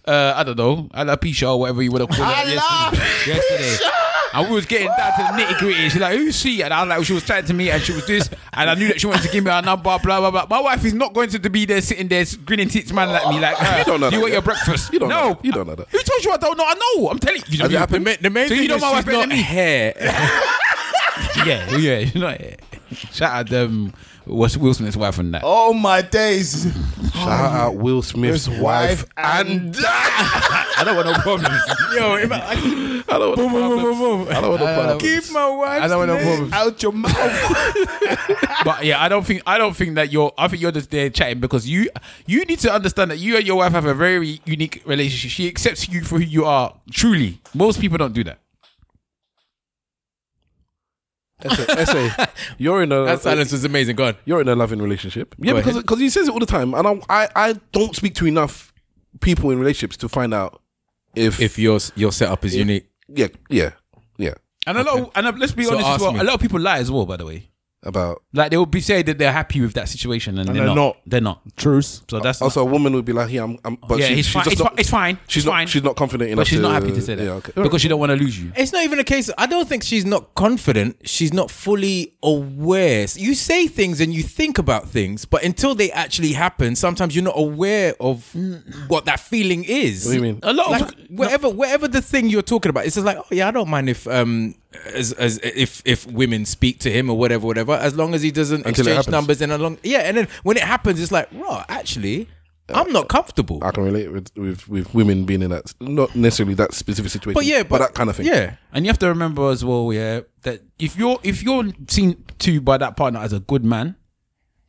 [SPEAKER 2] uh, uh, I don't know, Alapisha or whatever you want to call her yesterday, yesterday," and we was getting down to the nitty gritty, she's like, "Who's she?" And I was like, "She was trying to me, and she was this," and I knew that she wanted to give me her number, blah blah blah. My wife is not going to be there sitting there grinning tits man like me, like, her.
[SPEAKER 1] You don't know
[SPEAKER 2] Do
[SPEAKER 1] that,
[SPEAKER 2] you want
[SPEAKER 1] yeah.
[SPEAKER 2] your breakfast?"
[SPEAKER 1] You don't
[SPEAKER 2] no,
[SPEAKER 1] know. You don't know that.
[SPEAKER 2] Who told you I don't know? I know. I'm telling you. you.
[SPEAKER 1] Has it
[SPEAKER 2] know-
[SPEAKER 1] happened?
[SPEAKER 4] The main
[SPEAKER 2] So
[SPEAKER 4] thing
[SPEAKER 2] you know
[SPEAKER 4] is
[SPEAKER 2] my wife
[SPEAKER 4] she's
[SPEAKER 2] better than
[SPEAKER 4] not
[SPEAKER 2] me.
[SPEAKER 4] hair.
[SPEAKER 2] Yeah, oh, *laughs* yeah, you know, yeah. Shout out um, what's Will Smith's wife and that.
[SPEAKER 3] *laughs* Oh my days.
[SPEAKER 1] Shout out Will Smith's
[SPEAKER 3] His
[SPEAKER 1] wife.
[SPEAKER 3] wife and
[SPEAKER 2] *laughs* I don't want no problems.
[SPEAKER 11] *laughs*
[SPEAKER 4] Yo, if I-
[SPEAKER 1] I don't want no problems. I don't want no problems.
[SPEAKER 4] keep my wife.
[SPEAKER 2] I don't want no problems.
[SPEAKER 3] Out your mouth.
[SPEAKER 2] But yeah, I don't think I don't think that you're. I think you're just there chatting because you you need to understand that you and your wife have a very unique relationship. She accepts you for who you are. Truly, most people don't do that. *laughs*
[SPEAKER 1] Essay, essay. You're in a
[SPEAKER 4] That silence was amazing. Go on.
[SPEAKER 1] you're in a loving relationship. Yeah,
[SPEAKER 4] Go
[SPEAKER 1] because
[SPEAKER 4] ahead.
[SPEAKER 1] because he says it all the time, and I, I I don't speak to enough people in relationships to find out if
[SPEAKER 4] If your your setup is unique,
[SPEAKER 1] yeah yeah yeah
[SPEAKER 2] And a lot. Of, and uh, let's be
[SPEAKER 4] So
[SPEAKER 2] honest as
[SPEAKER 4] ask
[SPEAKER 2] well.
[SPEAKER 4] me.
[SPEAKER 2] A lot of people lie as well. By the way,
[SPEAKER 1] about
[SPEAKER 2] like they will be saying that they're happy with that situation and, they're,
[SPEAKER 11] they're
[SPEAKER 2] not.
[SPEAKER 11] not.
[SPEAKER 2] They're not.
[SPEAKER 11] Truth.
[SPEAKER 2] So that's
[SPEAKER 1] also a woman would be like yeah I'm, I'm but
[SPEAKER 2] not, yeah.
[SPEAKER 1] she,
[SPEAKER 2] it's,
[SPEAKER 1] she's
[SPEAKER 2] fine.
[SPEAKER 1] just
[SPEAKER 2] It's,
[SPEAKER 1] not,
[SPEAKER 2] fi- it's fine.
[SPEAKER 1] she's
[SPEAKER 2] it's
[SPEAKER 1] not
[SPEAKER 2] fine.
[SPEAKER 1] she's not confident enough
[SPEAKER 2] but she's not
[SPEAKER 1] to-
[SPEAKER 2] happy to say that
[SPEAKER 1] yeah okay
[SPEAKER 2] because she don't want to lose you.
[SPEAKER 4] It's not even a case. I don't think she's not confident. She's not fully aware. You say things and you think about things, but until they actually happen, sometimes you're not aware of what that feeling is.
[SPEAKER 1] What do you mean?
[SPEAKER 2] A lot of
[SPEAKER 4] Like whatever, whatever the thing you're talking about, it's just like, oh yeah, I don't mind if um as as if if women speak to him or whatever, whatever, as long as he doesn't
[SPEAKER 1] Until it
[SPEAKER 4] exchange
[SPEAKER 1] happens.
[SPEAKER 4] numbers and along, yeah, and then when it happens, it's like, raw, actually,
[SPEAKER 1] Uh,
[SPEAKER 4] I'm not comfortable.
[SPEAKER 1] I can relate with, with with women being in that not necessarily that specific situation
[SPEAKER 4] but yeah, but,
[SPEAKER 1] that kind of thing
[SPEAKER 4] yeah.
[SPEAKER 2] And you have to remember as well, yeah, that if you're if you're seen to by that partner as a good man,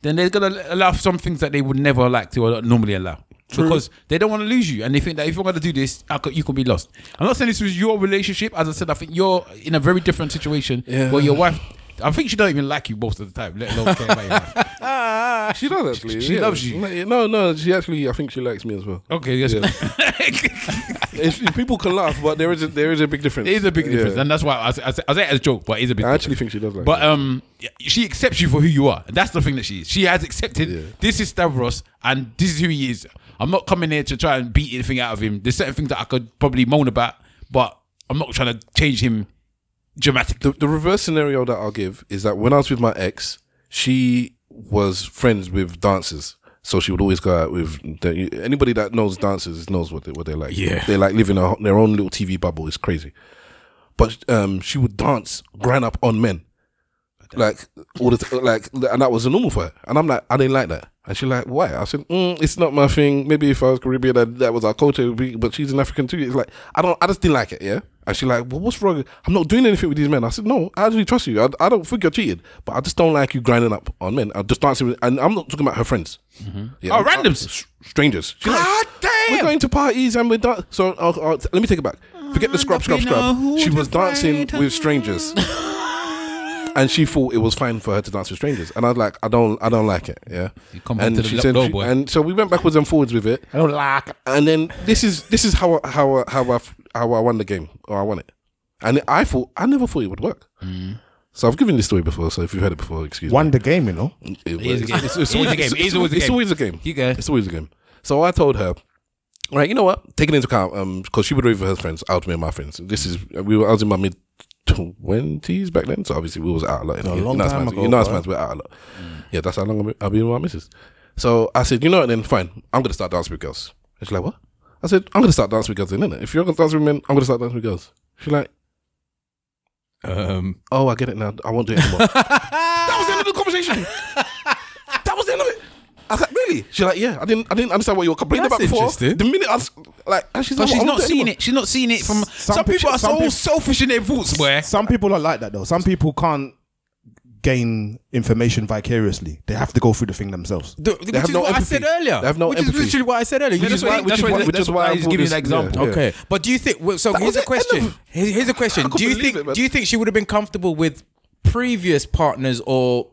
[SPEAKER 2] then they're gonna allow some things that they would never like to or not normally allow.
[SPEAKER 11] True.
[SPEAKER 2] because they don't want to lose you, and they think that if you're going to do this, I could, you could be lost. I'm not saying this was your relationship. As I said, I think you're in a very different situation
[SPEAKER 1] Yeah.
[SPEAKER 2] where your wife. I think she don't even like you most of the time. Let alone care about your wife.
[SPEAKER 1] *laughs* she does actually.
[SPEAKER 2] She
[SPEAKER 1] yeah.
[SPEAKER 2] loves you.
[SPEAKER 1] No, no, she actually. I think she likes me as well.
[SPEAKER 2] Okay, yes. *laughs*
[SPEAKER 1] It's- people can laugh, but there is a, there is a big difference.
[SPEAKER 2] It is a big difference,
[SPEAKER 1] Yeah.
[SPEAKER 2] and that's why I, say- I, say- I say it as a joke, but it is a big. I
[SPEAKER 1] actually think she does like.
[SPEAKER 2] But um, she accepts you for who you are. That's the thing that she is. She has accepted this is Stavros, and this is who he is. I'm not coming here to try and beat anything out of him. There's certain things that I could probably moan about, but I'm not trying to change him dramatically.
[SPEAKER 1] The, the reverse scenario that I'll give is that when I was with my ex, she was friends with dancers. So she would always go out with the, anybody that knows dancers knows what they what they're like.
[SPEAKER 4] Yeah.
[SPEAKER 1] they like living a, their own little TV bubble. It's crazy, but um, she would dance, grind up on men, like all the t- like, and that was normal for her. And I'm like, I didn't like that. And she like, why? I said, mm, it's not my thing. Maybe if I was Caribbean, that, that was our culture. it would be- But she's an African too. It's like I don't, I just didn't like it. Yeah. And she like, well, what's wrong? I'm not doing anything with these men. I said, no, I actually trust you. I, I don't think you're cheating, but I just don't like you grinding up on men. I just dancing, with, and I'm not talking about her friends.
[SPEAKER 2] Oh,
[SPEAKER 1] I'm-
[SPEAKER 2] randoms.
[SPEAKER 1] I'm- s- strangers. She like, We're going to parties and we're dancing. So uh, uh, let me take it back. Forget the scrub, scrub, scrub. She was dancing with strangers. *laughs* And she thought it was fine for her to dance with strangers, and I was like, I don't, I don't like it, yeah.
[SPEAKER 2] come
[SPEAKER 1] and
[SPEAKER 2] to the
[SPEAKER 1] she
[SPEAKER 2] lo-
[SPEAKER 1] said,
[SPEAKER 2] low
[SPEAKER 1] she-
[SPEAKER 2] boy.
[SPEAKER 1] and so we went backwards and forwards with it. I don't like. And then this is this is how I- how I- how I how I won the game or I won it, and I thought I never thought it would work.
[SPEAKER 2] Mm.
[SPEAKER 1] So I've given this story before. So if you've heard it before, excuse me.
[SPEAKER 11] Won the game, you know.
[SPEAKER 1] It
[SPEAKER 2] is a game.
[SPEAKER 1] It's,
[SPEAKER 2] It is
[SPEAKER 1] *laughs* it's always
[SPEAKER 2] a
[SPEAKER 1] a game.
[SPEAKER 2] game. It is always a
[SPEAKER 1] It's
[SPEAKER 2] game.
[SPEAKER 1] always a game.
[SPEAKER 2] You go.
[SPEAKER 1] It's always a game. So I told her, all right, you know what? Taking into account, um, because she would rave with her friends, out with me and my friends. This is we were. I was in my mid twenties back then, so obviously we was out a lot. You know,
[SPEAKER 11] A long
[SPEAKER 1] you know, us
[SPEAKER 11] time
[SPEAKER 1] mans-
[SPEAKER 11] ago,
[SPEAKER 1] you know us
[SPEAKER 11] bro.
[SPEAKER 1] mans, we're out a lot. Yeah, that's how long I've been- I've been with my missus. So I said, you know what? Then fine, I'm gonna start dancing with girls. And she's like, what? I said, I'm gonna start dancing with girls. Then innit? if you're gonna dance with men, I'm gonna start dancing with girls. She's like,
[SPEAKER 4] Um,
[SPEAKER 1] oh, I get it now. I won't do it anymore. that was the end of the conversation. *laughs* that was the end of it. I was like, really? She's like, yeah. I didn't, I didn't understand what you were complaining
[SPEAKER 2] That's
[SPEAKER 1] about before.
[SPEAKER 2] interesting.
[SPEAKER 1] The minute I was like, and she's
[SPEAKER 2] But
[SPEAKER 1] like,
[SPEAKER 2] she's
[SPEAKER 1] "I
[SPEAKER 2] not
[SPEAKER 1] won't do
[SPEAKER 2] seeing
[SPEAKER 1] anymore."
[SPEAKER 2] it. She's not seeing it from. Some, people are so selfish in their thoughts.
[SPEAKER 1] Eh?
[SPEAKER 2] Where
[SPEAKER 11] some people are like that though. Some people can't gain information vicariously. They have to go through the thing themselves.
[SPEAKER 4] The- which is what I said earlier.
[SPEAKER 11] They have no
[SPEAKER 4] which
[SPEAKER 11] empathy.
[SPEAKER 4] is literally what I said earlier.
[SPEAKER 11] Which is why- which is why- which is why I brought this- yeah, yeah.
[SPEAKER 4] Okay, but do you think? well, So
[SPEAKER 11] That
[SPEAKER 4] here's
[SPEAKER 11] was
[SPEAKER 4] a
[SPEAKER 11] the end of-
[SPEAKER 4] question. Here's here's
[SPEAKER 1] *laughs*
[SPEAKER 4] a question. Do you think? do you think she would have been comfortable with previous partners or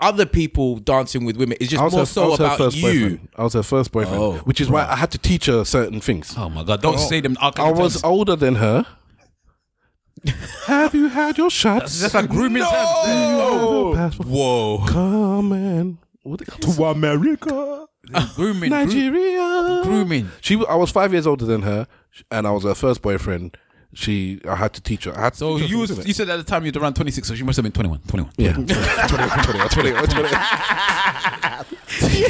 [SPEAKER 4] other people dancing with women? It's
[SPEAKER 1] I
[SPEAKER 4] just
[SPEAKER 1] was her- I
[SPEAKER 4] more so
[SPEAKER 1] was her
[SPEAKER 4] about
[SPEAKER 1] first
[SPEAKER 4] you.
[SPEAKER 1] boyfriend. I was her first boyfriend,
[SPEAKER 4] Oh,
[SPEAKER 1] which is why I had to teach her certain things.
[SPEAKER 2] Oh my god, don't say them
[SPEAKER 1] I
[SPEAKER 2] archaic
[SPEAKER 1] was
[SPEAKER 2] terms.
[SPEAKER 1] older than
[SPEAKER 4] *laughs*
[SPEAKER 1] her. Have you had your shots?
[SPEAKER 2] That's a grooming no! *laughs* Whoa.
[SPEAKER 1] Come and to America,
[SPEAKER 2] grooming,
[SPEAKER 1] Nigeria,
[SPEAKER 2] grooming.
[SPEAKER 1] She, I was five years older than her, and I was her first boyfriend. She, I had to teach her. I had to
[SPEAKER 2] So
[SPEAKER 1] teach her
[SPEAKER 2] you
[SPEAKER 1] things, innit?
[SPEAKER 2] was,
[SPEAKER 4] *laughs*
[SPEAKER 2] you said at the time you'd around 26, so she must have been 21. 21. *laughs*
[SPEAKER 1] Yeah.
[SPEAKER 2] 21, 21, 21, 21.
[SPEAKER 11] *laughs*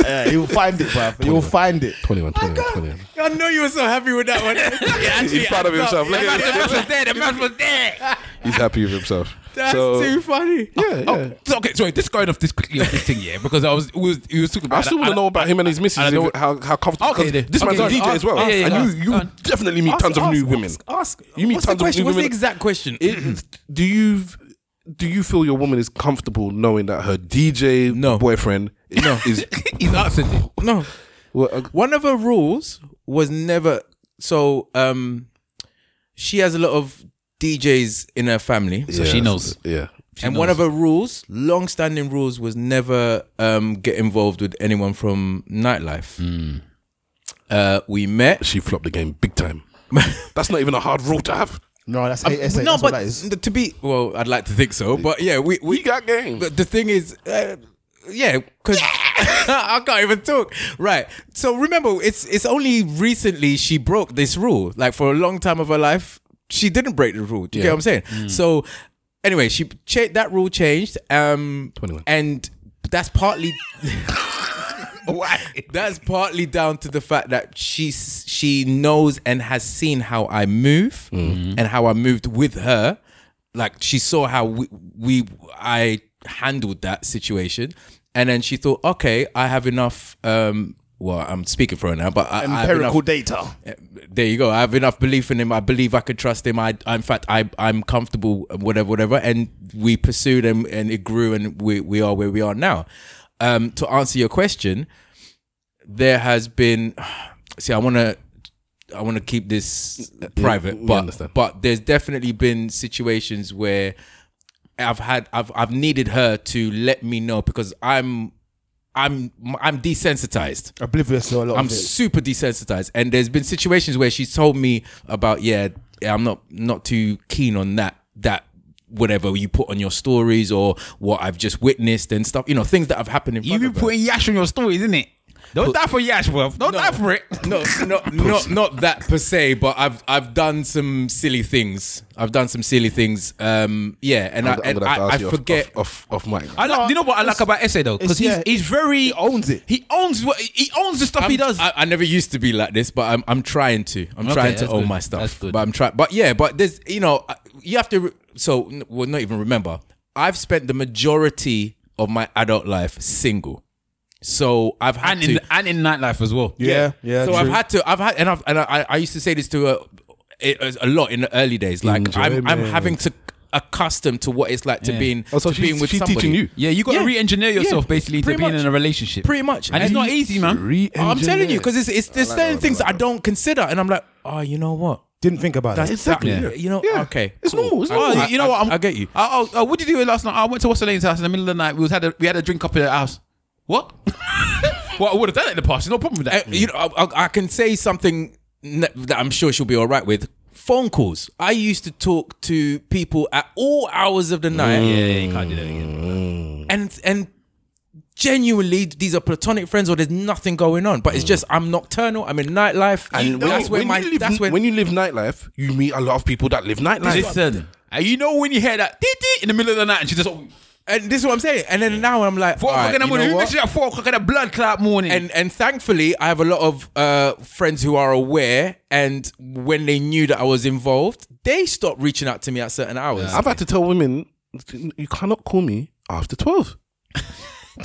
[SPEAKER 11] Yeah, you'll find it, bruv. You'll find it.
[SPEAKER 1] 21, 21, 21.
[SPEAKER 4] I know you were so happy
[SPEAKER 2] *laughs*
[SPEAKER 4] with that one.
[SPEAKER 1] He's proud of himself. Look at him. He's happy with himself.
[SPEAKER 4] That's
[SPEAKER 1] so,
[SPEAKER 4] too funny.
[SPEAKER 1] Yeah, yeah.
[SPEAKER 2] Oh, So, okay, sorry, this going off this quickly off this thing, yeah, because I was, we was, we was talking about
[SPEAKER 1] I still want to know about him and his missus.
[SPEAKER 2] I know-
[SPEAKER 1] if- how how comfortable?
[SPEAKER 2] Okay,
[SPEAKER 1] 'cause
[SPEAKER 2] then.
[SPEAKER 1] this
[SPEAKER 2] Okay,
[SPEAKER 1] man's a
[SPEAKER 2] then.
[SPEAKER 1] DJ as well,
[SPEAKER 2] Ask- yeah, yeah,
[SPEAKER 1] and
[SPEAKER 2] yeah.
[SPEAKER 1] you, you
[SPEAKER 2] Go on.
[SPEAKER 1] definitely meet
[SPEAKER 2] Ask-
[SPEAKER 1] tons of
[SPEAKER 2] ask- Mm-hmm.
[SPEAKER 1] new women.
[SPEAKER 4] Ask.
[SPEAKER 1] You meet
[SPEAKER 4] what's the
[SPEAKER 1] tons
[SPEAKER 4] question?
[SPEAKER 1] of new
[SPEAKER 4] What's the
[SPEAKER 1] women.
[SPEAKER 4] exact question?
[SPEAKER 1] It- do you do you feel your woman is comfortable knowing that her DJ boyfriend is, is uh,
[SPEAKER 2] he's answered it.
[SPEAKER 4] No. One of her rules was never so um she has a lot of DJs in her family.
[SPEAKER 2] So she knows.
[SPEAKER 1] Yeah.
[SPEAKER 2] She
[SPEAKER 4] and one
[SPEAKER 2] knows.
[SPEAKER 4] of her rules, long standing rules, was never um, get involved with anyone from nightlife.
[SPEAKER 2] Hmm.
[SPEAKER 4] Uh, we met.
[SPEAKER 1] She flopped the game big
[SPEAKER 2] *laughs*
[SPEAKER 1] time. That's not even a hard rule to have.
[SPEAKER 11] No, that's
[SPEAKER 4] Um,
[SPEAKER 11] ASA.
[SPEAKER 4] no,
[SPEAKER 11] that's
[SPEAKER 4] but
[SPEAKER 11] what that is.
[SPEAKER 4] th- to be well, I'd like to think so, but yeah, we we
[SPEAKER 1] got game.
[SPEAKER 4] But the thing is, uh, yeah, because *laughs* I can't even talk. Right. So remember, it's it's only recently she broke this rule. Like for a long time of her life, she didn't break the rule. Do you
[SPEAKER 2] Yeah. Hmm.
[SPEAKER 4] get what I'm saying? So anyway, she cha- that rule changed. Um, and that's partly. Why? That's partly down to the fact that she she knows and has seen how I move and how I moved with her. Like she saw how we, we I handled that situation, and then she thought, okay, I have enough. Um, well, I'm speaking for her now, but I, I have
[SPEAKER 11] Empirical
[SPEAKER 4] enough, eh,
[SPEAKER 11] data.
[SPEAKER 4] there you go. I have enough belief in him. I believe I could trust him. I, I in fact, I, I'm comfortable. Whatever, whatever. And we pursued and and it grew, and we we are where we are now. Um, to answer your question, there has been. *sighs* See, I want to. I want to keep this private,
[SPEAKER 1] we
[SPEAKER 4] but
[SPEAKER 1] understand.
[SPEAKER 4] but there's definitely been situations where I've had I've I've needed her to let me know because I'm I'm I'm desensitized.
[SPEAKER 11] Oblivious to a lot
[SPEAKER 4] I'm
[SPEAKER 11] of it.
[SPEAKER 4] super desensitized, and there's been situations where she's told me about yeah, yeah, I'm not not too keen on that that whatever you put on your stories or what I've just witnessed and stuff. You know, things that have happened in front you of her.
[SPEAKER 2] putting yash on your stories, isn't it? Don't die for yash, bruv. Don't die for it.
[SPEAKER 4] No,
[SPEAKER 2] *laughs*
[SPEAKER 4] no, not not that per se, but I've I've done some silly things. I've done some silly things. Um, yeah, and i
[SPEAKER 1] I'm
[SPEAKER 4] and
[SPEAKER 1] gonna have to
[SPEAKER 4] I,
[SPEAKER 1] ask
[SPEAKER 4] I
[SPEAKER 1] you off-
[SPEAKER 4] forget
[SPEAKER 1] off off, off mic.
[SPEAKER 2] I like, you know what I like about Essay though, because
[SPEAKER 4] it's-
[SPEAKER 2] he's,
[SPEAKER 4] yeah,
[SPEAKER 2] he's very owns it. He owns what he owns the stuff he does.
[SPEAKER 4] I, I never used to be like this, but I'm I'm trying to. I'm
[SPEAKER 2] Okay,
[SPEAKER 4] trying to
[SPEAKER 2] that's
[SPEAKER 4] own
[SPEAKER 2] good.
[SPEAKER 4] my stuff. But I'm trying. But yeah, but there's you know I- you have to. Re- so n- well, not even remember. I've spent the majority of my adult life single. So I've had
[SPEAKER 2] And
[SPEAKER 4] to,
[SPEAKER 2] in and in nightlife as well.
[SPEAKER 4] So I've had to. I've had and I've and I, I used to say this to a, a, a lot in the early days. Like I'm I'm
[SPEAKER 2] Enjoyment.
[SPEAKER 4] having to accustom to what it's like to
[SPEAKER 2] Yeah.
[SPEAKER 4] being
[SPEAKER 2] Oh, so
[SPEAKER 4] to
[SPEAKER 2] she's-
[SPEAKER 4] being with
[SPEAKER 2] she's
[SPEAKER 4] somebody.
[SPEAKER 2] teaching you. Yeah, you gotta re-engineer yourself basically to
[SPEAKER 4] pretty
[SPEAKER 2] being in a relationship.
[SPEAKER 4] Pretty much,
[SPEAKER 2] And it's not easy, man.
[SPEAKER 4] Oh, I'm telling you because it's it's there's
[SPEAKER 2] I like that
[SPEAKER 4] certain
[SPEAKER 2] one,
[SPEAKER 4] things that I don't consider, and I'm like, oh, you know what?
[SPEAKER 11] Didn't think about
[SPEAKER 4] That's
[SPEAKER 2] Exactly.
[SPEAKER 4] that-
[SPEAKER 2] Yeah.
[SPEAKER 4] You know, okay,
[SPEAKER 2] It's normal.
[SPEAKER 4] it's normal.
[SPEAKER 2] Oh, you know what? I'm,
[SPEAKER 4] I get you.
[SPEAKER 2] I, I, I, what did you do last night? I went to Wasselane's house in the middle of the night. We was had a, we had a drink up at the house.
[SPEAKER 4] *laughs*
[SPEAKER 2] What? well, I would have done it in the past. No problem with that.
[SPEAKER 4] Uh, you know, I, I- I can say something n- that I'm sure she'll be all right with. Phone calls. I used to talk to people at all hours of the night.
[SPEAKER 2] Yeah, yeah, you can't do that Mm.
[SPEAKER 4] again. And and genuinely, these are platonic friends, or there's nothing going on. But it's
[SPEAKER 2] Mm.
[SPEAKER 4] just I'm nocturnal. I'm in nightlife, and that's where
[SPEAKER 1] when
[SPEAKER 4] my
[SPEAKER 1] you live,
[SPEAKER 4] that's when
[SPEAKER 1] when you live nightlife, you meet a lot of people that live nightlife.
[SPEAKER 2] Listen, and you know when you hear that "Dee, dee," in the middle of the night, and she just.
[SPEAKER 4] And this is what I'm saying. And then now I'm like,
[SPEAKER 2] four o'clock in the morning. You mentioned at four o'clock in the blood clot morning.
[SPEAKER 4] And and thankfully, I have a lot of uh, friends who are aware, and when they knew that I was involved, they stopped reaching out to me at certain hours.
[SPEAKER 1] I've had to tell women, you cannot call me after twelve.